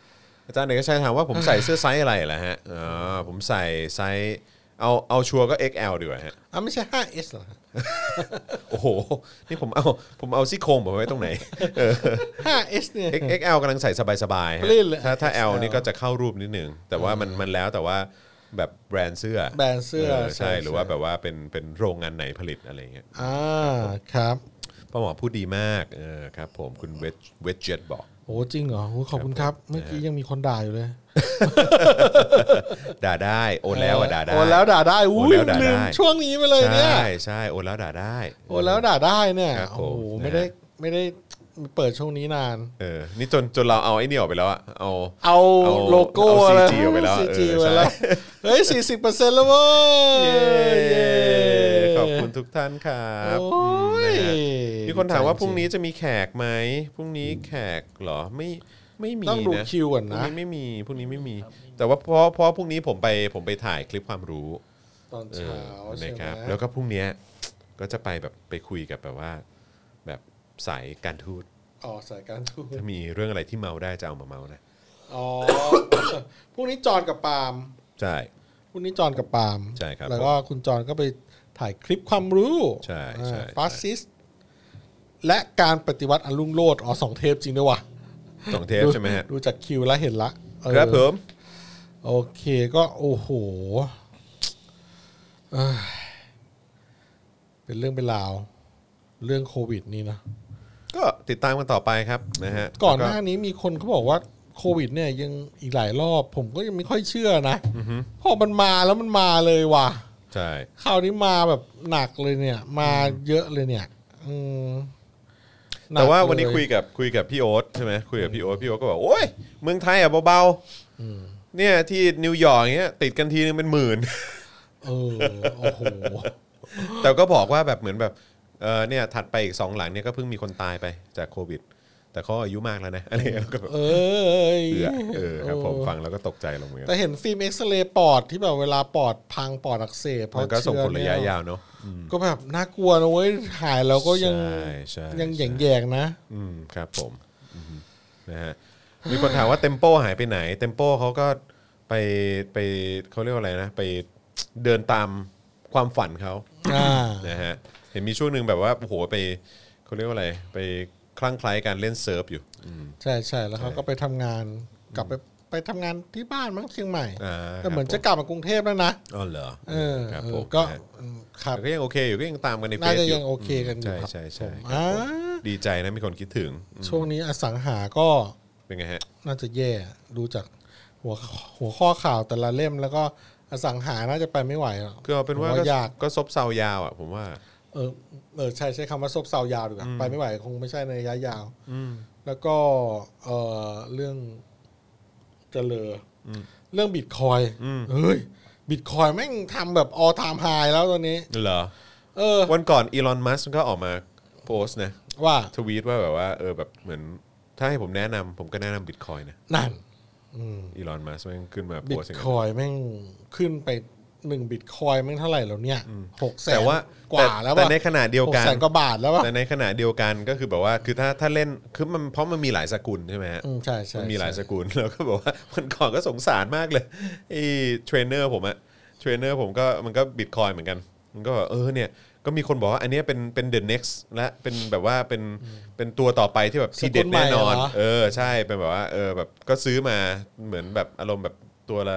[SPEAKER 2] อาจารย์เอกชัยถามว่าผมใส่เสื้อไซส์อะไรเหรอฮะอ๋อผมใส่ไซส์เอาเอาชัวร์ก็ XL ดีกว่าฮะ
[SPEAKER 4] อ่ะไม่ใช่ 5S เหรอ
[SPEAKER 2] โอ้โห นี่ผมเอาผมเอาซี่โครงผมไว้ตรงไหน เออ
[SPEAKER 4] 5S เนี่ย
[SPEAKER 2] XL กำลังใส่สบายๆฮะ
[SPEAKER 4] ปลื้มเลย
[SPEAKER 2] ถ้าถ้า L
[SPEAKER 4] XL
[SPEAKER 2] นี่ก็จะเข้ารูปนิดหนึง แต่ว่ามันมันแล้วแต่ว่าแบบแบรนด์เสื้อ
[SPEAKER 4] แบรนด์เสื้อใช่
[SPEAKER 2] ใช่หรือว่า
[SPEAKER 4] ใช่
[SPEAKER 2] แบบว่าเป็นเป็นโรงงานไหนผลิตอะไรอย่างเงี้ย
[SPEAKER 4] อ่าครับ
[SPEAKER 2] ป้าหมอพูดดีมากเออครับผมคุณเวทเวทเจ็ตบอก
[SPEAKER 4] โอ้จริงเหรอโอ้ขอบคุณครับ เมื่อกี้ยังมีคนด่าอยู่เลย
[SPEAKER 2] ด่าได้โอนแล้วอะด่าได้
[SPEAKER 4] โอนแล้วด่าได้อุ้
[SPEAKER 2] โอน
[SPEAKER 4] ย
[SPEAKER 2] แล้วด่า
[SPEAKER 4] ลืม
[SPEAKER 2] ได้
[SPEAKER 4] ช่วงนี้ไปเลยเนี่ย
[SPEAKER 2] ใช่ใช่โอนแล้วด่าได้
[SPEAKER 4] โอนแล้วด่าได้เนี่ย
[SPEAKER 2] ครับผม
[SPEAKER 4] โอ้โห
[SPEAKER 2] นะฮะ
[SPEAKER 4] ไม่ได้ไม่ได้เปิดช่วงนี้นาน
[SPEAKER 2] เออ นี่จนจนเราเอาไอ้นี่ออกไปแล้วอะเอา
[SPEAKER 4] เอา
[SPEAKER 2] เอา
[SPEAKER 4] โลโก้
[SPEAKER 2] เอา
[SPEAKER 4] อะไร
[SPEAKER 2] CG ออกไปแล้ว
[SPEAKER 4] CG
[SPEAKER 2] เออใช่
[SPEAKER 4] ไปแล้วเฮ้ยสี่สิบเปอร์เซ็นต์แล้วเว้ย
[SPEAKER 2] เย้
[SPEAKER 4] เย้
[SPEAKER 2] ขอบคุณทุกท่านครับ
[SPEAKER 4] โอ้
[SPEAKER 2] อืมนะฮะ
[SPEAKER 4] ย
[SPEAKER 2] มีคนถามว่าพรุ่งนี้จะมีแขกไหมพรุ่งนี้แขกเหรอไม่ไม่มี
[SPEAKER 4] ต้องดู
[SPEAKER 2] นะ
[SPEAKER 4] คิวก่อน
[SPEAKER 2] พรุ่ง
[SPEAKER 4] นะ
[SPEAKER 2] นี้ไม่มีพรุ่งนี้ไม่มี แต่ว่าเพราะเพราะพรุ่งนี้ผมไปผมไปถ่ายคลิปความรู้
[SPEAKER 4] ตอน
[SPEAKER 2] เอ
[SPEAKER 4] เช้า
[SPEAKER 2] อ
[SPEAKER 4] ใช่
[SPEAKER 2] นะค
[SPEAKER 4] ไหม
[SPEAKER 2] รับ แล้วก็พรุ่งเนี้ยก็จะไปแบบไปคุยกับแบบว่า แบบสายการทูต
[SPEAKER 4] อ๋อสายการทูต
[SPEAKER 2] ถ้ามีเรื่องอะไรที่เมาได้จะเอามาเมานะ
[SPEAKER 4] อ๋ อพรุ่งนี้จอนกับปาล์ม
[SPEAKER 2] ใช่
[SPEAKER 4] พรุ่งนี้จอนกับปาล์ม
[SPEAKER 2] ใช่ครับ
[SPEAKER 4] แล้วก็คุณจอนก็ไปถ่ายคลิปความรู้
[SPEAKER 2] ใช่ใช่
[SPEAKER 4] ฟาสซิสและการปฏิวัติอันรุ่งโรจน์อ๋อสองเทปจริงด้วยว่ะ
[SPEAKER 2] สองเทปใช่ไหมฮะ
[SPEAKER 4] ดูจากคิวแล้วเห็นละเออ
[SPEAKER 2] ครับผม
[SPEAKER 4] โอเคก็โอ้โหเอ้ยเป็นเรื่องเป็นราว เรื่องโควิดนี่นะ
[SPEAKER 2] ก็ติดตามกันต่อไปครับนะฮะ
[SPEAKER 4] ก่อน
[SPEAKER 2] แล้ว
[SPEAKER 4] หน้านี้มีคนเขาบอกว่าโควิด เนี่ยยังอีกหลายรอบ ผมก็ยังไม่ค่อยเชื่อนะเพราะมันมาแล้วมันมาเลยว่ะ
[SPEAKER 2] ใช่
[SPEAKER 4] คราวนี้มาแบบหนักเลยเนี่ย มาเยอะเลยเนี่ย อืมหนัก
[SPEAKER 2] แต่ว่าวันนี้
[SPEAKER 4] เล
[SPEAKER 2] คุยกับคุยกับพี่โอ๊ตใช่ไหมคุยกับพี่โอ๊ตพี่โอ๊ตก็บอกโอ้ยเมืองไทยอ่ะเบาๆเนี่ยที่นิวยอร์กเนี้ยติดกันทีนึงเป็นหมื่น
[SPEAKER 4] เออโอ้โห
[SPEAKER 2] แต่ก็บอกว่าแบบเหมือนแบบเออเนี่ยถัดไปอีกสองหลังเนี่ยก็เพิ่งมีคนตายไปจากโควิด แต่เขาอายุมากแล้วนะ อะไรอย่างเงี้ยก็แบบ
[SPEAKER 4] เอ้ย
[SPEAKER 2] เอือเออครับผมฟังแล้วก็ตกใจลงเหมือนกัน
[SPEAKER 4] แต่เห็นฟิล์มเอ็กซเรย์ปอดที่แบบเวลาปอดพังปอดอักเสบเพราะ
[SPEAKER 2] มันก็ส่งผลระยะ
[SPEAKER 4] เชื้อเนี่ย
[SPEAKER 2] าวเนาะอืม
[SPEAKER 4] ก็แบบน่ากลัวนะเว้ยหายแล้วก็ยัง
[SPEAKER 2] ใช่ใช่
[SPEAKER 4] ยังแหย่ง
[SPEAKER 2] ใช่
[SPEAKER 4] แยงๆนะ
[SPEAKER 2] อืมครับผมอืมนะฮะมีคนถามว่าเต็มโปหายไปไหน เต็มโปเขาก็ไปไปเขาเรียกว่าอะไรนะ ไปเดินตามความฝันเขา
[SPEAKER 4] อ่า
[SPEAKER 2] นะฮะเห็นมีช่วงหนึ่งแบบว่าโอ้โหไปเขาเรียกว่าอะไร ไปคลั่งไคล้การเล่นเซิร์ฟอยู่อืม
[SPEAKER 4] ใช่ใช่แล้วเขาก็ไปทำงาน กลับไปไปทำงานที่บ้านมั้งเชียงใหม่
[SPEAKER 2] อ่า
[SPEAKER 4] แต่เหมือน
[SPEAKER 2] ครับ
[SPEAKER 4] จะกลับมากรุงเทพแล้วนะ
[SPEAKER 2] อ๋อเหรอ
[SPEAKER 4] เออ
[SPEAKER 2] ครับ
[SPEAKER 4] เอ
[SPEAKER 2] ผ
[SPEAKER 4] อ
[SPEAKER 2] ม
[SPEAKER 4] ก็
[SPEAKER 2] นะฮะ
[SPEAKER 4] อืมครับ
[SPEAKER 2] แต่ก็ยังโอเคอยู่ก็ยังตามกันในเฟ
[SPEAKER 4] น่า
[SPEAKER 2] ซ
[SPEAKER 4] จะ
[SPEAKER 2] อ
[SPEAKER 4] ยั
[SPEAKER 2] ยู่
[SPEAKER 4] งโอเคกันอยู่
[SPEAKER 2] ใช่
[SPEAKER 4] ครับ
[SPEAKER 2] ใช่ใช่
[SPEAKER 4] อ่า
[SPEAKER 2] ดีใจนะมีคนคิดถึงอืม
[SPEAKER 4] ช่วงนี้อสังหาก็
[SPEAKER 2] เป็นไงฮะ
[SPEAKER 4] น่าจะแย่ดูจากหัวหัวข้อข่าวแต่ละเล่มแล้วก็ อสังหาน่าจะไปไม่ไหวหรอก
[SPEAKER 2] คือเอาเป็นว่า
[SPEAKER 4] ผมว่ายาก
[SPEAKER 2] ก็ซบเซายาวอ่ะผมว่า
[SPEAKER 4] เออเออใช่ใช้คำว่าซบเซายาวดีกว่าไปไม่ไหวคงไม่ใช่ในระยะยาว
[SPEAKER 2] อืม
[SPEAKER 4] แล้วก็เออเรื่องเจริญ
[SPEAKER 2] อืม
[SPEAKER 4] เรื่องบิตคอยน์
[SPEAKER 2] อืม
[SPEAKER 4] เฮ้ยบิตคอยน์แม่งทำแบบออ i m ม high แล้วตอนนี้
[SPEAKER 2] เหรอ
[SPEAKER 4] เออ
[SPEAKER 2] วันก่อนอีลอนมัสก็ออกมาโพสต์นะ
[SPEAKER 4] ว่า
[SPEAKER 2] ทวีตว่าแบบว่าเออแบบเหมือน ถ้าให้ผมแนะนำผมก็แนะนำบิตคอยนะ
[SPEAKER 4] นั่น
[SPEAKER 2] อีลอนมัสแม่งขึ้นมา
[SPEAKER 4] บิ
[SPEAKER 2] โพส
[SPEAKER 4] ต
[SPEAKER 2] ต์อย่าง
[SPEAKER 4] ค
[SPEAKER 2] นั้น
[SPEAKER 4] อยน์แม่งขึ้นไปหนึ่งบิตคอยน์แม่งเท่าไหร่แล้วเนี่ยหกแสน
[SPEAKER 2] แต่ว่าก แต่
[SPEAKER 4] ว่าแล้ว
[SPEAKER 2] แต่
[SPEAKER 4] ป่ะ
[SPEAKER 2] ในขณะเดียว
[SPEAKER 4] หก
[SPEAKER 2] กัน
[SPEAKER 4] แสนกว่าบาทแล้วป่ะ
[SPEAKER 2] แต่ในขณะเดียวกันก็คือแบบว่าคือถ้าถ้าเล่นคือมันเพราะมันมีหลายสกุลใช่ไหมฮะ
[SPEAKER 4] อืมใช่ใช่
[SPEAKER 2] มันมีหลายส
[SPEAKER 4] ใช่
[SPEAKER 2] กุล แล้วก็บอกว่าวันก่อนก็สงสารมากเลยไอ้เทรนเนอร์ผมอะเทรนเนอร์ผมก็มันก็บิตคอยเหมือนกัน มันก็บอกเออเนี่ยก็มีคนบอกว่าอันเนี้ยเป็นเป็น the next และเป็นแบบว่าเป็นเป็นตัวต่อไปที่แบบที่เด็ดแน่นอน เออใช่เป็นแบบว่าเออแบบก็ซื้อมาเหมือนแบบอารมณ์แบบตัวละ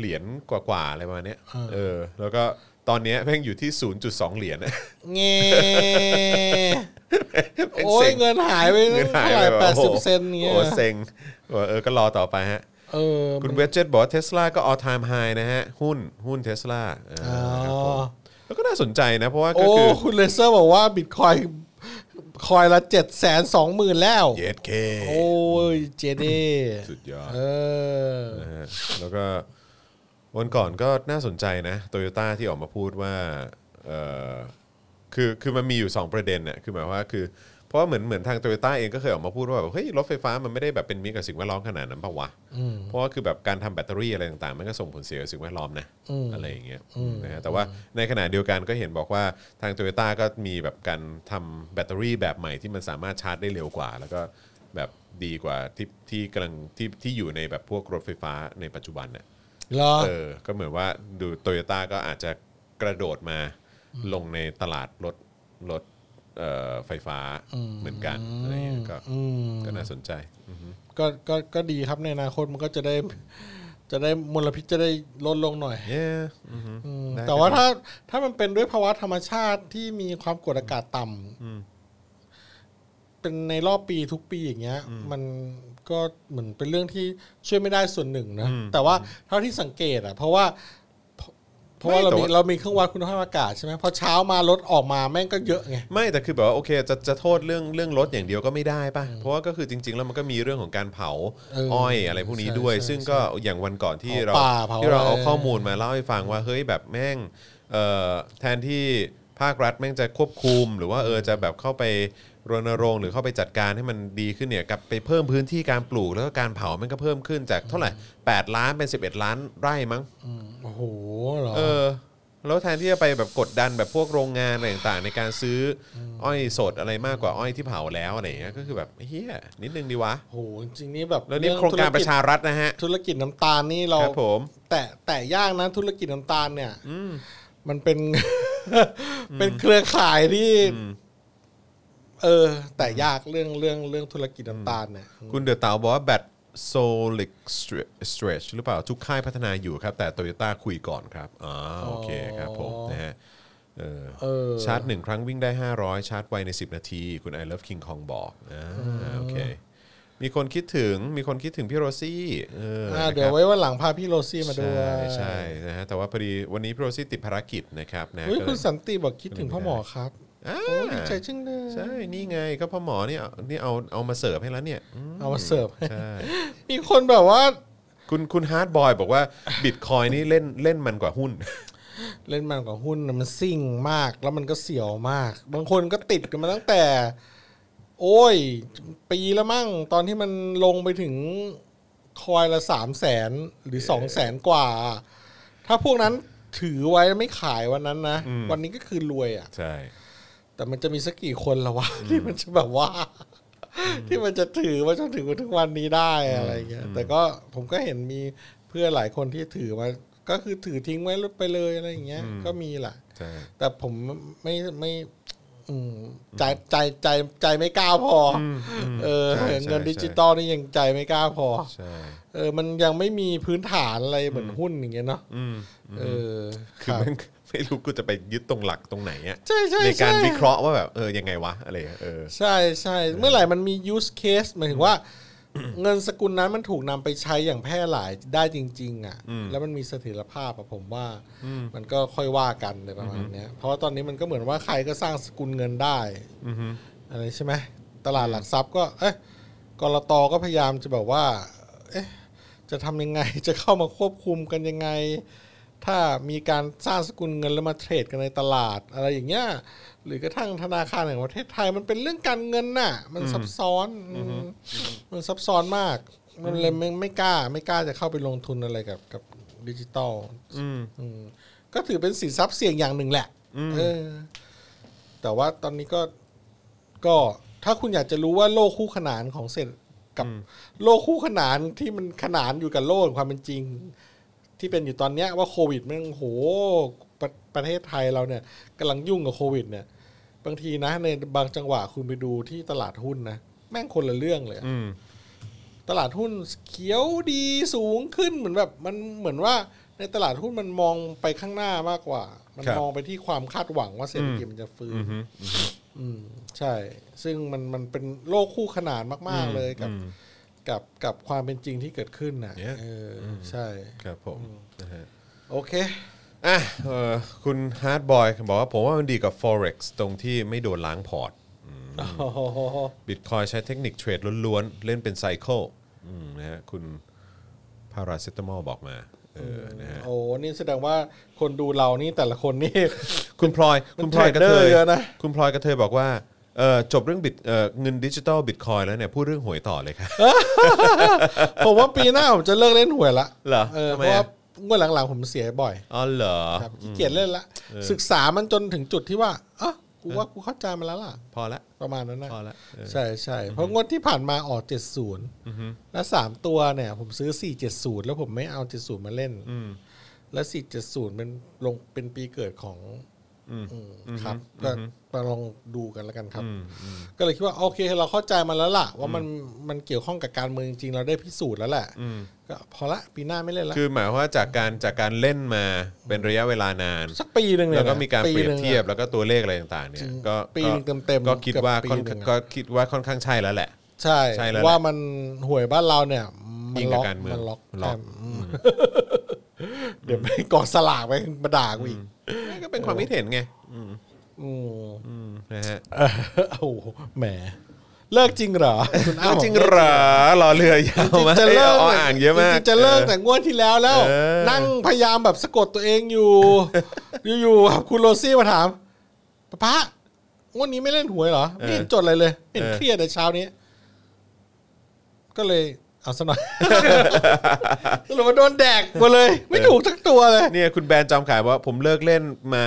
[SPEAKER 2] เหรียญกว่าๆอะไรประมาณเนี้ยเออ แล้วก็ตอนเนี้ยแม่งอยู่ที่ 0.2 เหรียญอะ
[SPEAKER 4] เงี้ย
[SPEAKER 2] แม่ง
[SPEAKER 4] โอ้ย
[SPEAKER 2] ซ็
[SPEAKER 4] เงินหายไป
[SPEAKER 2] เงินหาย
[SPEAKER 4] เท่า
[SPEAKER 2] ไป
[SPEAKER 4] ไหร่
[SPEAKER 2] แบบ
[SPEAKER 4] แปดสิบ
[SPEAKER 2] โอ้โห
[SPEAKER 4] เซนต์เงี้ย
[SPEAKER 2] โอ้เซ็งบอกเออก็รอต่อไปฮะ
[SPEAKER 4] เออ
[SPEAKER 2] คุณเวจเจตบอกว่าเทสลาก็ all time high นะฮะ หุ้นหุ้นเทสลา
[SPEAKER 4] อ๋อ
[SPEAKER 2] แล้วก็น่าสนใจนะ เพราะว่าก็
[SPEAKER 4] โอ้
[SPEAKER 2] คือ
[SPEAKER 4] คุณเลเซอร์บอกว่าบิตคอยคอยละเจ็ดแสนสองหมื่นแล้ว
[SPEAKER 2] เยดเค
[SPEAKER 4] โอ้ยเจเด
[SPEAKER 2] สุดยอด
[SPEAKER 4] เออ
[SPEAKER 2] นะฮะแล้วก็วันก่อนก็น่าสนใจนะโตโยต้าที่ออกมาพูดว่าเออคือคือมันมีอยู่ 2 ประเด็นเนี่ยคือหมายความว่าคือ เพราะว่าเหมือนเหมือนทางโตโยต้าเองก็เคยออกมาพูดว่าแบบเฮ้ยรถไฟฟ้ามันไม่ได้แบบเป็นมิตรกับสิ่งแวดล้อมขนาดนั้นปะวะ เพราะว่าคือแบบการทำแบตเตอรี่อะไรต่างๆ มันก็ส่งผลเสียกับสิ่งแวดล้อมนะอะไรอย่างเงี้ยนะฮะแต่ว่าในขณะเดียวกันก็เห็นบอกว่าทางโตโยต้าก็มีแบบการทำแบตเตอรี่แบบใหม่ที่มันสามารถชาร์จได้เร็วกว่า แล้วก็แบบดีกว่าที่ที่กำลังที่ที่อยู่ในแบบพวกรถไฟฟ้าในปัจจุบันเนี่ย
[SPEAKER 4] เหรอ
[SPEAKER 2] เออก็เหมือนว่าดูโตโยต้าก็อาจจะกระโดดมาลงในตลาดรถรถเอ่อไฟฟ้าเหมือนกันอะไรเงี้ยก็ก็น่าสนใจ
[SPEAKER 4] ก็ ก็ ก็ดีครับในอนาคตมันก็จะได้ จะได้มลพิษจะได้ลดลงหน่อย
[SPEAKER 2] Yeah อือฮึ
[SPEAKER 4] อืม
[SPEAKER 2] ได้
[SPEAKER 4] แต่ว่าถ้า ถ้ามันเป็นด้วยภาวะธรรมชาติที่มีความกดอากาศต่ำเป็นในรอบปีทุกปีอย่างเงี้ย มันก็เหมือนเป็นเรื่องที่ช่วยไม่ได้ส่วนหนึ่งนะ แต่ว่าเท่าที่สังเกตอะเพราะว่า เพราะว่าเรา
[SPEAKER 2] แต่
[SPEAKER 4] มี
[SPEAKER 2] ว่า
[SPEAKER 4] เรามีเครื่องวัดคุณภาพอากาศใช่ไหมพอเช้ามารถออกมาแม่งก็เยอะไง
[SPEAKER 2] ไม่แต่คือแบบว่าโอเคจะจะโทษเรื่องเรื่องรถอย่างเดียวก็ไม่ได้ป่ะ เพราะว่าก็คือจริง ๆ แล้วมันก็มีเรื่องของการเผา
[SPEAKER 4] เออ
[SPEAKER 2] อ้อยอะไรพวกนี้
[SPEAKER 4] ใช่
[SPEAKER 2] ด้วย
[SPEAKER 4] ใช่
[SPEAKER 2] ซึ่งก็อย่างวันก่อนที่
[SPEAKER 4] เผา
[SPEAKER 2] เรา
[SPEAKER 4] ป่าเผา
[SPEAKER 2] ที่เราเอา
[SPEAKER 4] อะไร
[SPEAKER 2] ข้อมูลมาเล่าให้ฟังว่าเฮ้ยแบบแม่งเอ่อแทนที่ภาครัฐแม่งจะควบคุม หรือว่าเออจะแบบเข้าไปรณรงค์หรือเข้าไปจัดการให้มันดีขึ้นเนี่ยกลับไปเพิ่มพื้นที่การปลูกแล้วก็การเผามันก็เพิ่มขึ้นจากเท่าไหร่8ล้านเป็น 11 ล้านไร่มั้ง
[SPEAKER 4] โอ้โหเหรอ
[SPEAKER 2] เออแล้วแทนที่จะไปแบบกดดันแบบพวกโรงงานอะไรต่างๆ ในการซื้อออ้อยสดอะไรมากกว่าอ้อยที่เผาแล้วอะไรอย่างเงี้ยก็คือแบบเฮียนิดนึงดีวะ
[SPEAKER 4] โอ้โหจริงๆนี่แบบ
[SPEAKER 2] แล้วนี่โครงการประชารัฐนะฮะ
[SPEAKER 4] ธุรกิจน้ำตาลนี่เรา
[SPEAKER 2] ครับผม
[SPEAKER 4] แต่แต่ยากนะธุรกิจน้ำตาลเนี่ยมันเป็น เป็นเครือข่ายที่ เออ แต่ยากเรื่องเรื่องเรื่องธุรกิจน้ำตาลเนี่ย
[SPEAKER 2] คุณเดอะเต๋าบอกว่าแบตโซลิกสเตรชหรือเปล่าทุกค่ายพัฒนาอยู่ครับ แต่โตโยต้าคุยก่อนครับอ๋อโอเคครับผมนะฮะเออ
[SPEAKER 4] เออ
[SPEAKER 2] ชาร์จหนึ่งครั้งวิ่งได้ 500 ชาร์จไวใน 10 นาที คุณ I love King Kong บอกอ่าโอเค มีคนคิดถึงมีคนคิดถึงพี่โรซี่เออ
[SPEAKER 4] อ่า
[SPEAKER 2] นะครับ
[SPEAKER 4] เดี๋ยวไว้วันหลังพาพี่โรซี่มาด้วย
[SPEAKER 2] ใช่ใช่นะฮะแต่ว่าพอดีวันนี้พี่โรซี่ติดภารกิจนะครับนะ
[SPEAKER 4] อุ้ย
[SPEAKER 2] ก็
[SPEAKER 4] คุ
[SPEAKER 2] เล
[SPEAKER 4] ณ
[SPEAKER 2] ย
[SPEAKER 4] สันติบอกคิดถึงพ่อหมอครับ
[SPEAKER 2] อ่า
[SPEAKER 4] โอ้ยดีใจจังเลย
[SPEAKER 2] ใช่นี่ไงก็พ่อหมอเนี่ยเอานี่เอาเอามาเสิร์ฟให้แล้วเนี่ยอืม
[SPEAKER 4] เอามาเสิร์ฟให้
[SPEAKER 2] ใช่
[SPEAKER 4] มีคนแบบว่า
[SPEAKER 2] คุณคุณฮาร์ดบอยบอกว่าบิตคอยนี่เล่นเล่นมันกว่าหุ้น
[SPEAKER 4] เล่นมันกว่าหุ้นน่ะมันซิ่งมาก แล้วมันก็เสียวมาก บางคนก็ติดกันมาตั้งแต่ โอ้ย ปีละมั่ง ตอนที่มันลงไปถึงคอยละสามแสนหรือสองแสนกว่า ถ้าพวกนั้นถือไว้ไม่ขายวันนั้นนะ วันนี้ก็คือรวยอะ่ะ
[SPEAKER 2] ใช่
[SPEAKER 4] แต่มันจะมีสักกี่คนละวะ ที่มันจะแบบว่า ที่มันจะถือมาจนถึงทุกวันนี้ได้อะไรเงี้ยแต่ก็ผมก็เห็นมีเพื่อนหลายคนที่ถือมา ก็คือถือทิ้งไว้ลดไปเลยอะไรอย่างเงี้ย ก็มีแหละ
[SPEAKER 2] ใช่
[SPEAKER 4] แต่ผมไม่ไม่อืมใจใจใจใจไม่กล้าพออเออ
[SPEAKER 2] ใช่ใช่
[SPEAKER 4] เงินดิจิตอลนี่ยังใจไม่กล้าพอ
[SPEAKER 2] ใช่
[SPEAKER 4] เออ มันยังไม่มีพื้นฐานอะไรเหมือนหุ้นอย่างเงี้ยเนาะ
[SPEAKER 2] อืม
[SPEAKER 4] เออ
[SPEAKER 2] คือ
[SPEAKER 4] รับ
[SPEAKER 2] แม่ง ไม่รู้กูจะไปยึดตรงหลักตรงไหนอะ
[SPEAKER 4] ใช่ใช่
[SPEAKER 2] ในการ
[SPEAKER 4] ช่
[SPEAKER 2] วิเคราะห์ว่าแบบเออยังไงวะอะไรเออ
[SPEAKER 4] ใช่ใช่เมื่อไหร่มันมี use case หมายถึงว่า เงินสกุลนั้นมันถูกนำไปใช้อย่างแพร่หลายได้จริง ๆ อ่ะ แล้วมันมีเสถียรภาพอะผมว่ามันก็ค่อยว่ากันเลยประมาณเนี้ยเพราะว่าตอนนี้มันก็เหมือนว่าใครก็สร้างสกุลเงินได้
[SPEAKER 2] อือฮึ
[SPEAKER 4] อะไรใช่ไหมตลาดหลักทรัพย์ก็เอ๊ะกรตก็พยายามจะแบบว่า เอ๊ะจะทำยัง ไง จะเข้ามาควบคุมกันยังไง ถ้ามีการสร้างสกุลเงินแล้วมาเทรดกันในตลาดอะไรอย่างเงี้ยหรือกระทั่งธนาคารแห่งประเทศไทยมันเป็นเรื่องการเงินน่ะ มันซับซ้อนมันซับซ้อนมาก มันเลยไม่ไม่กล้า ไม่กล้าจะเข้าไปลงทุนอะไรกับกับดิจิตอล
[SPEAKER 2] อืม
[SPEAKER 4] อืมก็ถือเป็นสินทรัพย์เสี่ยงอย่างหนึ่งแหละ
[SPEAKER 2] อืม
[SPEAKER 4] เออ แต่ว่าตอนนี้ก็ก็ถ้าคุณอยากจะรู้ว่าโลกคู่ขนานของเศรษฐกับโลกคู่ขนานที่มันขนานอยู่กับโลกแห่งความเป็นจริง ที่เป็นอยู่ตอนเนี้ยว่าโควิดแม่งโหประประเทศไทยเราเนี่ยกำลังยุ่งกับโควิด เนี่ย บางทีนะในบางจังหวะคุณไปดูที่ตลาดหุ้นนะแม่งคนละเรื่องเลยอะ
[SPEAKER 2] อืม
[SPEAKER 4] ตลาดหุ้นเขียวดีสูงขึ้นเหมือนแบบ มันเหมือนว่าในตลาดหุ้นมันมองไปข้างหน้ามากกว่า มัน
[SPEAKER 2] ครับ
[SPEAKER 4] มองไปที่ความคาดหวังว่าเศรษฐกิจมันจะฟื้น
[SPEAKER 2] อือฮึ
[SPEAKER 4] อืมใช่ ซึ่งมันมันเป็นโลกคู่ขนานมาก ๆ เลยกับ
[SPEAKER 2] อืม
[SPEAKER 4] กับกับความเป็นจริงที่เกิดขึ้นน่ะ
[SPEAKER 2] Yeah
[SPEAKER 4] เอออใช่
[SPEAKER 2] ครับผมนะฮะ
[SPEAKER 4] โอเค
[SPEAKER 2] อ่ะเอ่อคุณฮาร์ดบอยบอกว่าผมว่ามันดีกับ Forex ตรงที่ไม่โดนล้างพอร์ตบิตคอยใช้เทคนิคเทรดล้วนๆ เล่นเป็นไซเคิลอืมนะฮะคุณพาราเซตามอลบอกมาเออนะฮะ
[SPEAKER 4] โอ้นี่แสดงว่าคนดูเรานี่แต่ละคนนี่
[SPEAKER 2] คุณพลอย
[SPEAKER 4] มัน
[SPEAKER 2] คุณพลอยกระเท
[SPEAKER 4] trader
[SPEAKER 2] ย
[SPEAKER 4] เยอะนะ
[SPEAKER 2] คุณพลอยกระเทยบอกว่าเอ่อจบเรื่องบิตเอ่อเงินดิจิตอลบิตคอยแล้วเนี่ยพูดเรื่องหวยต่อเลยค่ะ
[SPEAKER 4] ผมว่าปีหน้าผมจะเลิกเล่นหวยละ
[SPEAKER 2] เหรอ
[SPEAKER 4] เออ
[SPEAKER 2] ทำ
[SPEAKER 4] เพ
[SPEAKER 2] ไม
[SPEAKER 4] ราะ
[SPEAKER 2] อะ
[SPEAKER 4] ว่างวดหลัง ๆ ผมเสียบ่อย
[SPEAKER 2] อ๋อเหรอ
[SPEAKER 4] ครับขี้เกียจเล่นละ ศึกษามันจนถึงจุดที่ว่าเอ๋อกูว่ากูเข้าใจมันแล้วล่ะ
[SPEAKER 2] พอละ
[SPEAKER 4] ประมาณนั้นนะ
[SPEAKER 2] พอละเออ
[SPEAKER 4] ใช่ใช่เพราะงวดที่ผ่านมาออก 70 แล้ว 3 ตัวเนี่ย ผมซื้อ 470 แล้วผมไม่เอา 70 มาเล่น
[SPEAKER 2] อืม
[SPEAKER 4] แล้ว 470 เป็นลงเป็นปีเกิดของ
[SPEAKER 2] อืม
[SPEAKER 4] อืมครับก็มาลองดูกันแล้วกันครับ
[SPEAKER 2] อืมอืม
[SPEAKER 4] ก็เลยคิดว่า โอเคเราเข้าใจมันแล้วล่ะ ว่ามันมันเกี่ยวข้องกับการเมืองจริงๆเราได้พิสูจน์แล้วแหละ
[SPEAKER 2] อืม
[SPEAKER 4] ก็พอละปีหน้าไม่เล่นละ
[SPEAKER 2] คือหมายความว่าจากการจากการเล่นมาเป็นระยะเวลานาน
[SPEAKER 4] สักปีหนึ่งเนี่ย
[SPEAKER 2] แล้วก็
[SPEAKER 4] นะ
[SPEAKER 2] มีการเปรียบ
[SPEAKER 4] หนึ่งอะ
[SPEAKER 2] เทียบแล้วก็ตัวเลขอะไรต่างๆเนี่
[SPEAKER 4] จริ
[SPEAKER 2] ย
[SPEAKER 4] ง
[SPEAKER 2] ก็
[SPEAKER 4] ปีหนึ่ง
[SPEAKER 2] ก็
[SPEAKER 4] เต็มๆ
[SPEAKER 2] ก็คิดว่า
[SPEAKER 4] เกือบ
[SPEAKER 2] ค่อน
[SPEAKER 4] ปีหนึ่งอะ
[SPEAKER 2] ก็คิดว่าค่อนข้างใช่แล้วแหละ
[SPEAKER 4] ใช่
[SPEAKER 2] ใช่แล้วแหละ
[SPEAKER 4] ว่ามันหวยบ้านเราเนี่ยมั
[SPEAKER 2] ยิ
[SPEAKER 4] น
[SPEAKER 2] งกับ
[SPEAKER 4] ล็อก
[SPEAKER 2] การเมือง
[SPEAKER 4] มันล็อก
[SPEAKER 2] ล็อก
[SPEAKER 4] แต่อืมเดี๋ยวไปกอดสลากไปมาด่ากูอีก
[SPEAKER 2] ก็เป็นความคิดเห็นไง
[SPEAKER 4] อืม
[SPEAKER 2] อืมนะฮะ
[SPEAKER 4] เออโอ้โหแหม เลิกจริงเหรอคุณอ้าว
[SPEAKER 2] จริงเหรอรอเรือยาวมาก
[SPEAKER 4] จะเลิก
[SPEAKER 2] เอ้ยเอาอ่างเยอะมาก
[SPEAKER 4] จริงๆจะเลิกแต่งวดที่แล้วแล้ว
[SPEAKER 2] เออ
[SPEAKER 4] นั่งพยายามแบบสะกดตัวเองอยู่ อยู่ๆครับคุณโรซี่มาถามป้าป้างวดนี้ไม่เล่นหวยเหรอไม่เห็นจดอะไรเลยไม่เห็นเครียดเลยเช้านี้ ก็เลยเอาซะหน่ อย สรุปว่าโดนแดกหมาเลย ไม่ถูกสักตัวเลย
[SPEAKER 2] เนี่ยคุณแบรนด์จอมขายว่าผมเลิกเล่นมา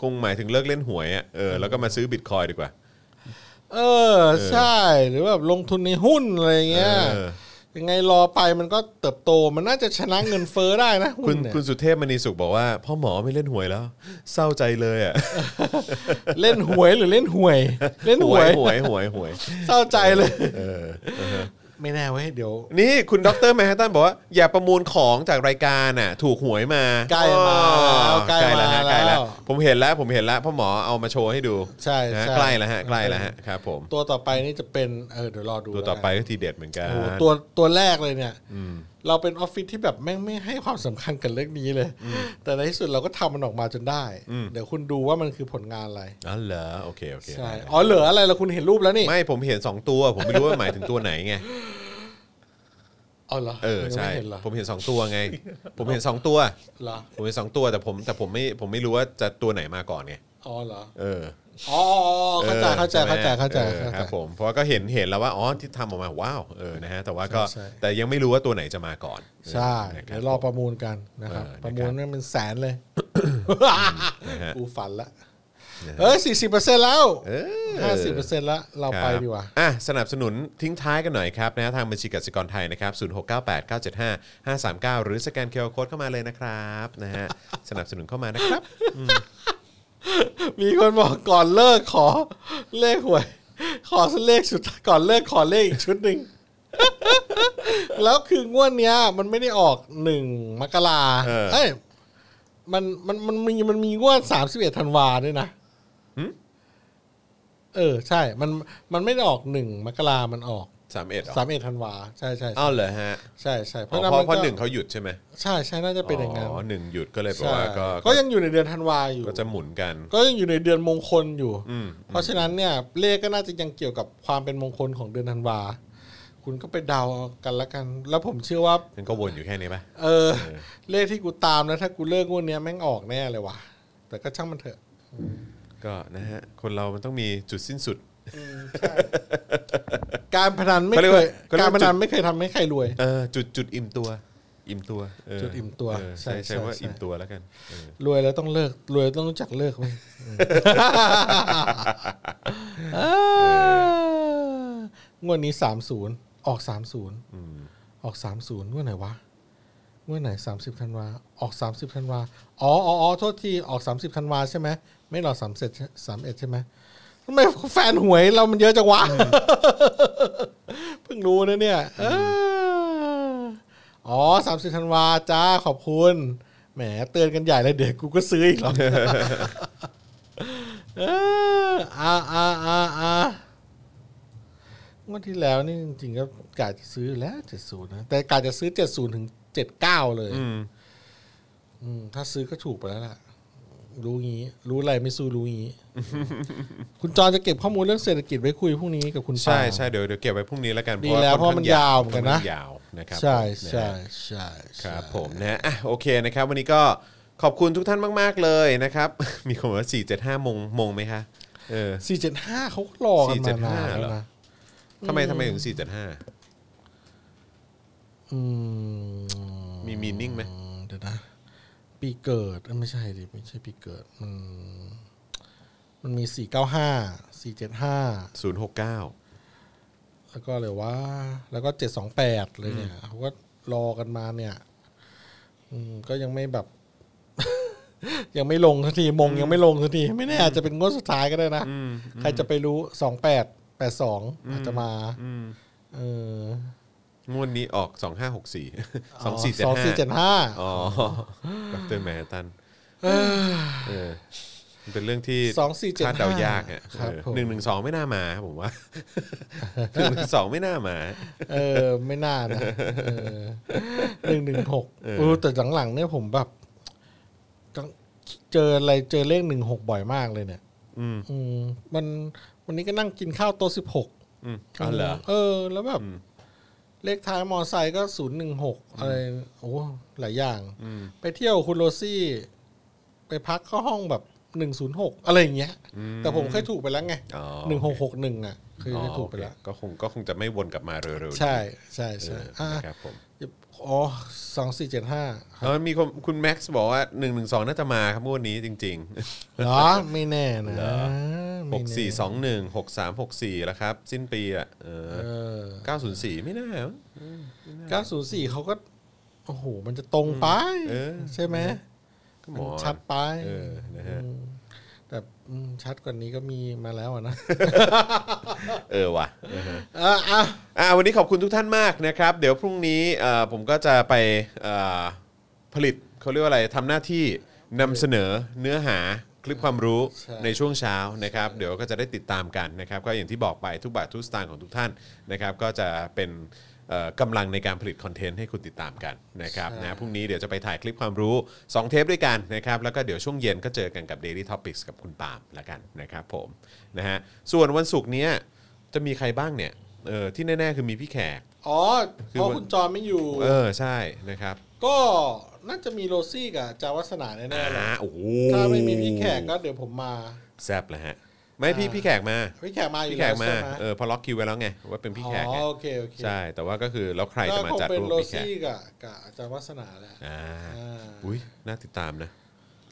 [SPEAKER 2] คงหมายถึงเลิกเล่นหวยอ่ะเออแล้วก็มาซื้อบิตคอยดีกว่า
[SPEAKER 4] เออ ใช่ หรือแบบลงทุนในหุ้นอะไรเงี้ย
[SPEAKER 2] เออ
[SPEAKER 4] ยังไงรอไปมันก็เติบโตมันน่าจะชนะเงินเฟ้อได้นะหุ้
[SPEAKER 2] คุ
[SPEAKER 4] น
[SPEAKER 2] ณ
[SPEAKER 4] เนี่ย
[SPEAKER 2] คุณสุเทพมณีสุขบอกว่าพ่อหมอไม่เล่นหวยแล้ว เศร้าใจเลยอ่ะ
[SPEAKER 4] เล่นหวย หรือเล่นหวย เล่นหวย
[SPEAKER 2] หวยหวยหวย
[SPEAKER 4] เศร้าใจเลย
[SPEAKER 2] เออ
[SPEAKER 4] ไม่แน่เว้ยเดี๋ยว
[SPEAKER 2] นี่คุณดรแมนฮัตตันบอกว่า อย่าประมูลของจากรายการน่ะ ถูกหวยมา
[SPEAKER 4] ใกล้มาแล้ว
[SPEAKER 2] ใก
[SPEAKER 4] ใกล้
[SPEAKER 2] ล้แล้วฮะ
[SPEAKER 4] มาแล้ว
[SPEAKER 2] ใกล้แล้ว ผมเห็นแล้วผมเห็นแล้วพ่อหมอเอามาโชว์ให้ดู
[SPEAKER 4] ใช่
[SPEAKER 2] นะฮะ
[SPEAKER 4] ใช่
[SPEAKER 2] ใกล้แล้วฮะใกล้แล้วฮะครับผม
[SPEAKER 4] ตัวต่อไปนี่จะเป็นเออเดี๋ยวรอดู
[SPEAKER 2] ตัวต่อไปก็ทีเด็ดเหมือนกั
[SPEAKER 4] โอ้
[SPEAKER 2] น
[SPEAKER 4] โหตัวตัวแรกเลยเนี่ย เราเป็นออฟฟิศที่แบบแม่งไม่ให้ความสำคัญกับเรื่องนี้เลย แต่ในที่สุดเราก็ทำมันออกมาจนได้ เดี๋ยวคุณดูว่ามันคือผลงานอะไร
[SPEAKER 2] อ๋อเหรอโอเคโอเค
[SPEAKER 4] ใช่ อ๋อเหลืออะไรล่ะคุณเห็นรูปแล้วนี่
[SPEAKER 2] ไม่ผมเห็น 2 ตัว ผมไม่รู้ว่าหมายถึงตัวไหนไง
[SPEAKER 4] อ๋อเหรอ
[SPEAKER 2] เออใช่
[SPEAKER 4] ยังไม่เห็นเหรอ
[SPEAKER 2] ผมเห็น 2 ตัว ไง ผมเห็น 2 ตัว
[SPEAKER 4] เหรอ
[SPEAKER 2] ผมเห็นสองตัวแต่ผมแต่ผมไม่ผมไม่รู้ว่าจะตัวไหนมาก่อนไง
[SPEAKER 4] อ๋อเหรอ
[SPEAKER 2] เออ
[SPEAKER 4] อ๋ออ๋อเข้าใจเข้าใจ
[SPEAKER 2] ออ
[SPEAKER 4] เข้าใจเข้าใจ
[SPEAKER 2] เออ
[SPEAKER 4] เข้า
[SPEAKER 2] ค
[SPEAKER 4] ใจ
[SPEAKER 2] รับผมเพราะว่าก็เห็นเห็นแล้วว่าอ๋อที่ทำออกมาว้าวเออนะฮะแต่ว่าก็
[SPEAKER 4] ใช่ใช่
[SPEAKER 2] แต่ยังไม่รู้ว่าตัวไหนจะมาก่อน
[SPEAKER 4] ใช่
[SPEAKER 2] นะค
[SPEAKER 4] เดี๋
[SPEAKER 2] บ
[SPEAKER 4] ยวรอประมูลกันนะครับ
[SPEAKER 2] เออนะครับ
[SPEAKER 4] ประมูลนี่เป็นแสนเลย
[SPEAKER 2] นะฮะ
[SPEAKER 4] กูฝันละเอ้ยสี่สิบเปอร์เซ็นต์แล้ว
[SPEAKER 2] เออ
[SPEAKER 4] ห้าสิบเปอร์เซ็นต์ละเราไปดีกว่า
[SPEAKER 2] ครับอ่ะสนับสนุนทิ้งท้ายกันหน่อยครับนะทางบัญชีกสิกรไทยนะครับ 0698 975 539 หรือสแกนเคอร์โคดเข้ามาเลยนะครับนะฮะ สนับสนุนเข้ามานะครับ
[SPEAKER 4] มีคนบอกก่อนเลิกขอเลขหวย ขอสักเลขชุดก่อนเลิกขอเลขอีกชุดหนึ่ง แล้วคืองวดเนี้ย มันไม่ได้ออกหนึ่งมกรา
[SPEAKER 2] เออ
[SPEAKER 4] เอ้ยมันมันมันมีมันมีงวดสามสิบเอ็ดธันวาด้วยนะเออ ใช่ มันมันไม่ได้ออกหนึ่งมกรามันออก
[SPEAKER 2] สามเอ็ด
[SPEAKER 4] สามเอ็ดธันวาใช่ใช่ใช่
[SPEAKER 2] อ้าวเหรอฮะ
[SPEAKER 4] ใช่ใช่
[SPEAKER 2] อ๋อ
[SPEAKER 4] ฉ
[SPEAKER 2] เพราะ
[SPEAKER 4] มั
[SPEAKER 2] เพราะหนึ่งเขาหยุดใช่ไหม
[SPEAKER 4] ใช่ใช่น่าจะเป็นอย่างนั้น
[SPEAKER 2] อ๋อหนึ่งหยุดก็เลยแปล
[SPEAKER 4] ใช่
[SPEAKER 2] ว่าก็
[SPEAKER 4] ก็ยังอยู่ในเดือนธันวาอยู่
[SPEAKER 2] ก็จะหมุนกัน
[SPEAKER 4] ก็ยังอยู่ในเดือนมงคลอยู่
[SPEAKER 2] อืม
[SPEAKER 4] เพราะฉะนั้นเนี่ยเลขก็น่าจะยังเกี่ยวกับความเป็นมงคลของเดือนธันวา คุณก็ไปเดาเอากันละกัน แล้วผมเชื่อว่า
[SPEAKER 2] มันก็วนอยู่แค่นี้ปะ
[SPEAKER 4] เออ เลขที่กูตามนะถ้ากูเลิกงวดเนี้ยแม่งออกแน่เลยว่ะ แต่ก็ช่างมันเถอะ
[SPEAKER 2] ก็นะฮะคนเรามันต้องมีจุดสิ้นสุด
[SPEAKER 4] การพนันไม่
[SPEAKER 2] เขาเรียก
[SPEAKER 4] เค
[SPEAKER 2] ว่าย เขาเรียก
[SPEAKER 4] การ
[SPEAKER 2] ว่า
[SPEAKER 4] พนันไม่เคยทำให้ใครรวย
[SPEAKER 2] เออจุดจุดอิ่มตัว อิ่มตัวเ
[SPEAKER 4] จุดอิ่มตัว
[SPEAKER 2] เ
[SPEAKER 4] ใช่
[SPEAKER 2] ใช่
[SPEAKER 4] ใช่
[SPEAKER 2] ใช่ว่า
[SPEAKER 4] ใช่
[SPEAKER 2] อิ่มตัวแล้วกันเออ
[SPEAKER 4] รวยแล้วต้องเลิกรวยต้องรู้จักเลิกไหมงวดนี้สามศูนย์ออกสามศูนย์
[SPEAKER 2] อืม
[SPEAKER 4] ออกสามศูนย์งวดไหนวะงวดไหนสามสิบธันวาออกสามสิบธันวาอ๋ออ๋ออ๋อโทษทีออกสามสิบธันวาใช่ไหมไม่หรอกสามเสร็จสามเอ็ดใช่ไหมทำไมแฟนหวยเรามันเยอะจังวะ เพิ่งรู้นะเนี่ยเอออ๋อสามสิบธันวาจ้าขอบคุณ แหมเตือนกันใหญ่เลยเดี๋ยวกูก็ซื้ออีกหรอก เอออาอาอาอางวดที่แล้วนี่จริงๆก็กาจะซื้ออยู่แล้วเจ็ดศูนย์นะ แต่กาจะซื้อเจ็ดศูนย์ถึงเจ็ดเก้าเลย
[SPEAKER 2] อืม
[SPEAKER 4] อืมถ้าซื้อก็ถูกไปแล้วล่ะ รู้งี้ รู้อะไรไม่สู้รู้ งี้ คุณจอนจะเก็บข้อมูลเรื่องเศรษฐกิจไว้คุยพรุ่งนี้กับคุณปา
[SPEAKER 2] ใช่ใช่เดี๋ยวเดี๋ยวเก็บไว้พรุ่งนี้แล้วกัน
[SPEAKER 4] ดีแล้ว
[SPEAKER 2] ค่อ
[SPEAKER 4] เพราะมัน
[SPEAKER 2] ข้ง
[SPEAKER 4] ยาวเหมือนกันนะ
[SPEAKER 2] ค่ข้างยาวนะครับ
[SPEAKER 4] ใช่
[SPEAKER 2] ผมนะฮะ
[SPEAKER 4] ใช่
[SPEAKER 2] ค
[SPEAKER 4] ใช่ใช่
[SPEAKER 2] รับผมนะฮะอ่ะโอเคนะครับ วันนี้ก็ขอบคุณทุกท่านมาก ๆ เลยนะครับ มีคนบอกว่า 475 มงมงไหมคะเออ
[SPEAKER 4] สี่เจ็ดห้าเขาก็รอกันมานาน
[SPEAKER 2] 475เหร
[SPEAKER 4] แล้ว
[SPEAKER 2] อ
[SPEAKER 4] นะ
[SPEAKER 2] ทำไมทำไมถึง 475
[SPEAKER 4] อืม
[SPEAKER 2] มีมีนิ่งไหม
[SPEAKER 4] เดี๋ยวนะ ปีเกิดเอ้ยไม่ใช่ดิไม่ใช่ปีเกิด มัน มันมีสี่เก้าห้าสี่เจ็ดห้า
[SPEAKER 2] 069
[SPEAKER 4] แล้วก็เลยว่า แล้วก็เจ็ดสองแปดเลยเนี่ยเขาก็รอกันมาเนี่ย อืมก็ยังไม่แบบ ยังไม่ลงสักทีมงยังไม่ลงสักทีไม่แน่อาจจะเป็นงวดสุดท้ายก็ได้นะ
[SPEAKER 2] อืม
[SPEAKER 4] ใครจะไปรู้สองแปดแปดสองอาจจะมา
[SPEAKER 2] อืม
[SPEAKER 4] เออ
[SPEAKER 2] งวดนี้ออก 2564
[SPEAKER 4] สองสี่เจ็ด
[SPEAKER 2] 2475
[SPEAKER 4] ห้า
[SPEAKER 2] อ๋อดรแมนตันเออมันเป็นเรื่องที่
[SPEAKER 4] สองสี่เจ็ด
[SPEAKER 2] คาด
[SPEAKER 4] ห้า
[SPEAKER 2] เดายากอ่ะ
[SPEAKER 4] ครับผม
[SPEAKER 2] หนึ่งหนึ่งสองไม่น่ามาผม ว่าหนึ่งหนึ่งสองไม่น่ามา
[SPEAKER 4] เออไม่น่านะหนึ่งหนึ่งหกเออแต่หลังๆเนี่ยผมแบบกังเจออะไรเจอเลขหนึ่งหกบ่อยมากเลยเนี่ย
[SPEAKER 2] อืม
[SPEAKER 4] อืมมันวันนี้ก็นั่งกินข้าวโต๊ะสิบหก
[SPEAKER 2] อืมอ๋อเหรอ
[SPEAKER 4] เออ แล้วแบบ เลขท้ายมอไซค์ก็ศูนย์หนึ่งหกอะไร โอ้หลายอย่าง
[SPEAKER 2] อืม
[SPEAKER 4] ไปเที่ยวคุณโรซี่ ไปพักเข้าห้องแบบหนึ่งศูนย์หกอะไรอย่างเงี้ย
[SPEAKER 2] อื
[SPEAKER 4] แต่ผมเคยถูกไปแล้วไง
[SPEAKER 2] อ๋อ
[SPEAKER 4] หนึ่งหกหกหนึ่งอ่ะ คือ
[SPEAKER 2] อ๋อ
[SPEAKER 4] ได้ถูกไปแล้ว
[SPEAKER 2] โอเคก็คงก็คงจะไม่วนกลับมาเร็วๆ
[SPEAKER 4] ใช่ใช่
[SPEAKER 2] เอ
[SPEAKER 4] ใช่
[SPEAKER 2] อ
[SPEAKER 4] อ่ะ
[SPEAKER 2] นะครับผม
[SPEAKER 4] อ๋อสองสี่เจ็ดห้า
[SPEAKER 2] เออมีคนคุณแม็กซ์บอกว่า1นึน่าจะมาครับงวดนี้จริง
[SPEAKER 4] เหร อ ไม่แน่นะ
[SPEAKER 2] เหรอ ๆ
[SPEAKER 4] ไม่
[SPEAKER 2] 6
[SPEAKER 4] แน่
[SPEAKER 2] 4 2 1 6 3 6 4แล้วครับ สิ้นปีอ่ะเออ
[SPEAKER 4] เออ
[SPEAKER 2] 904 ไม่น่ามั้ง
[SPEAKER 4] เก้าศูนย์สี่เขาก็ โอ้โห มันจะตรงไป
[SPEAKER 2] เออ
[SPEAKER 4] ใช่ไหม
[SPEAKER 2] ก็หมอ
[SPEAKER 4] มันชัดไป
[SPEAKER 2] เออนะฮะ
[SPEAKER 4] มแต่อืมชัดกว่านี้ก็มีมาแล้วอะ นะ
[SPEAKER 2] เออว่ะ
[SPEAKER 4] เอ่ะอ่ะ
[SPEAKER 2] อ่าวันนี้ขอบคุณทุกท่านมากนะครับ เดี๋ยวพรุ่งนี้เอ่อผมก็จะไปเอ่อผลิตเขาเรียกว่าอะไรทำหน้าที่นำเสนอเนื้อหาคลิปความรู้
[SPEAKER 4] ใช่
[SPEAKER 2] ในช่วงเช้านะครับ เดี๋ยวก็จะได้ติดตามกันนะครับ ก็อย่างที่บอกไปทุกบาททุกสตางค์ของทุกท่านนะครับ ก็จะเป็นเอ่อกำลังในการผลิตคอนเทนต์ให้คุณติดตามกันนะครับนะพรุ่งนี้เดี๋ยวจะไปถ่ายคลิปความรู้ 2 เทปด้วยกันนะครับ แล้วก็เดี๋ยวช่วงเย็นก็เจอกันกับ Daily Topics กับคุณปาล์มละกันนะครับผมนะฮะส่วนวันศุกร์เนี้ยจะมีใครบ้างเนี่ยเออที่แน่ๆคือมีพี่แขก
[SPEAKER 4] อ๋อ
[SPEAKER 2] คือ
[SPEAKER 4] เพราะ
[SPEAKER 2] วัน
[SPEAKER 4] คุณจอนไม่อยู่
[SPEAKER 2] เออใช่นะครับ
[SPEAKER 4] ก็น่าจะมีโรซี่กับจาวัสนาแน่ๆแหละ
[SPEAKER 2] อ่าโอ้โห
[SPEAKER 4] ถ้าไม่มีพี่แขกก็เดี๋ยวผมมา
[SPEAKER 2] แซบเลยฮะไม่พี่พี่แขกมา
[SPEAKER 4] พี่แขกมาอยู่
[SPEAKER 2] พี่แข
[SPEAKER 4] แล้
[SPEAKER 2] ก
[SPEAKER 4] ว
[SPEAKER 2] มา
[SPEAKER 4] ใช่ไหม
[SPEAKER 2] เออพอล็อกคิวไว้แล้วไงว่าเป็นพี่แขกไง
[SPEAKER 4] อ๋อโอเคโอเค
[SPEAKER 2] ใช่แต่ว่าก็คือแล้วใคร
[SPEAKER 4] ก็
[SPEAKER 2] จะมา
[SPEAKER 4] คง
[SPEAKER 2] จัด
[SPEAKER 4] เป็น
[SPEAKER 2] รูป
[SPEAKER 4] โร
[SPEAKER 2] พี่แขก
[SPEAKER 4] ซี่กับกับอาจารย์วัสนาแหละ
[SPEAKER 2] อ่า
[SPEAKER 4] อ่า
[SPEAKER 2] อุ้ยน่าติดตามนะ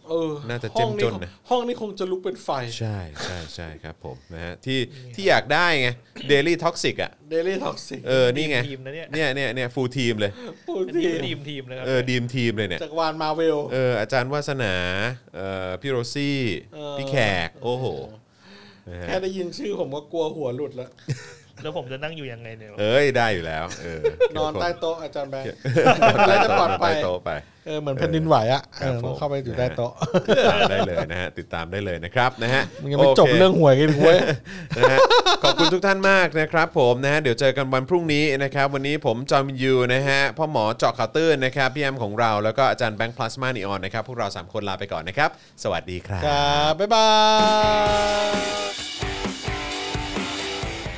[SPEAKER 4] เออ
[SPEAKER 2] น่าจะ
[SPEAKER 4] ห้อง
[SPEAKER 2] เจ้มจนนะ
[SPEAKER 4] ห้องนี้คงจะลุกเป็นไฟ
[SPEAKER 2] ใช่ใช่ใช่ครับผมนะฮะที่ที่อยากได้ไง Daily Toxic อ่ะ
[SPEAKER 4] เดลี่ท็อกซิก
[SPEAKER 2] เออ นี่ไง
[SPEAKER 3] ทีมนะเนี่ย
[SPEAKER 2] เนี่ยเนี่ยเนี่ยฟูลทีมเลย
[SPEAKER 4] พูด
[SPEAKER 3] อัน
[SPEAKER 4] ดี
[SPEAKER 3] นี้คือทีมทีมนะครับ
[SPEAKER 2] เออดีมทีมเลยเนี่ย
[SPEAKER 4] จักรวาลมาเวล
[SPEAKER 2] เออ อาจารย์วาสนา เออพี่โรซี่
[SPEAKER 4] เออ
[SPEAKER 2] พี่แขก โอ้โหนะฮะ
[SPEAKER 4] แค่ได้ยินชื่อผมก็กลัวหัวหลุดแล้ว
[SPEAKER 3] แล้วผมจะนั่งอยู่ยังไงเนี่ยวะ
[SPEAKER 2] เอ้ยได้อยู่แล้วเออน
[SPEAKER 4] อนใต้โต๊ะอาจารย์แบงค์
[SPEAKER 2] น
[SPEAKER 4] แล้
[SPEAKER 2] อ
[SPEAKER 4] วน จะปลอดภัย
[SPEAKER 2] ใต้โต๊ะไป
[SPEAKER 4] เออเหมือนแผ่นดินไหวอ่ะ
[SPEAKER 2] ค
[SPEAKER 4] เอ
[SPEAKER 2] รับ
[SPEAKER 4] อ
[SPEAKER 2] ผม
[SPEAKER 4] ต้องเข้าไปอยู่ใต้โต๊ะ
[SPEAKER 2] ติดตามได้เลยนะฮะติดตามได้เลยนะครับนะฮะ
[SPEAKER 4] มันยังไม่
[SPEAKER 2] โค
[SPEAKER 4] จบเรื่องหวยกันเว้ย
[SPEAKER 2] นะฮะขอบคุณทุกท่านมากนะครับผมนะฮะเดี๋ยวเจอกันวันพรุ่งนี้นะครับ วันนี้ผมจอมยูนะฮะพ่อหมอเจาะข่าวตื้นนะครับพี่แอมของเราแล้วก็อาจารย์แบงค์พลาสมานีออนนะครับ พวกเรา 3 คนลาไปก่อนนะครับ สวัสดีครับ
[SPEAKER 4] ครับ บ๊ายบาย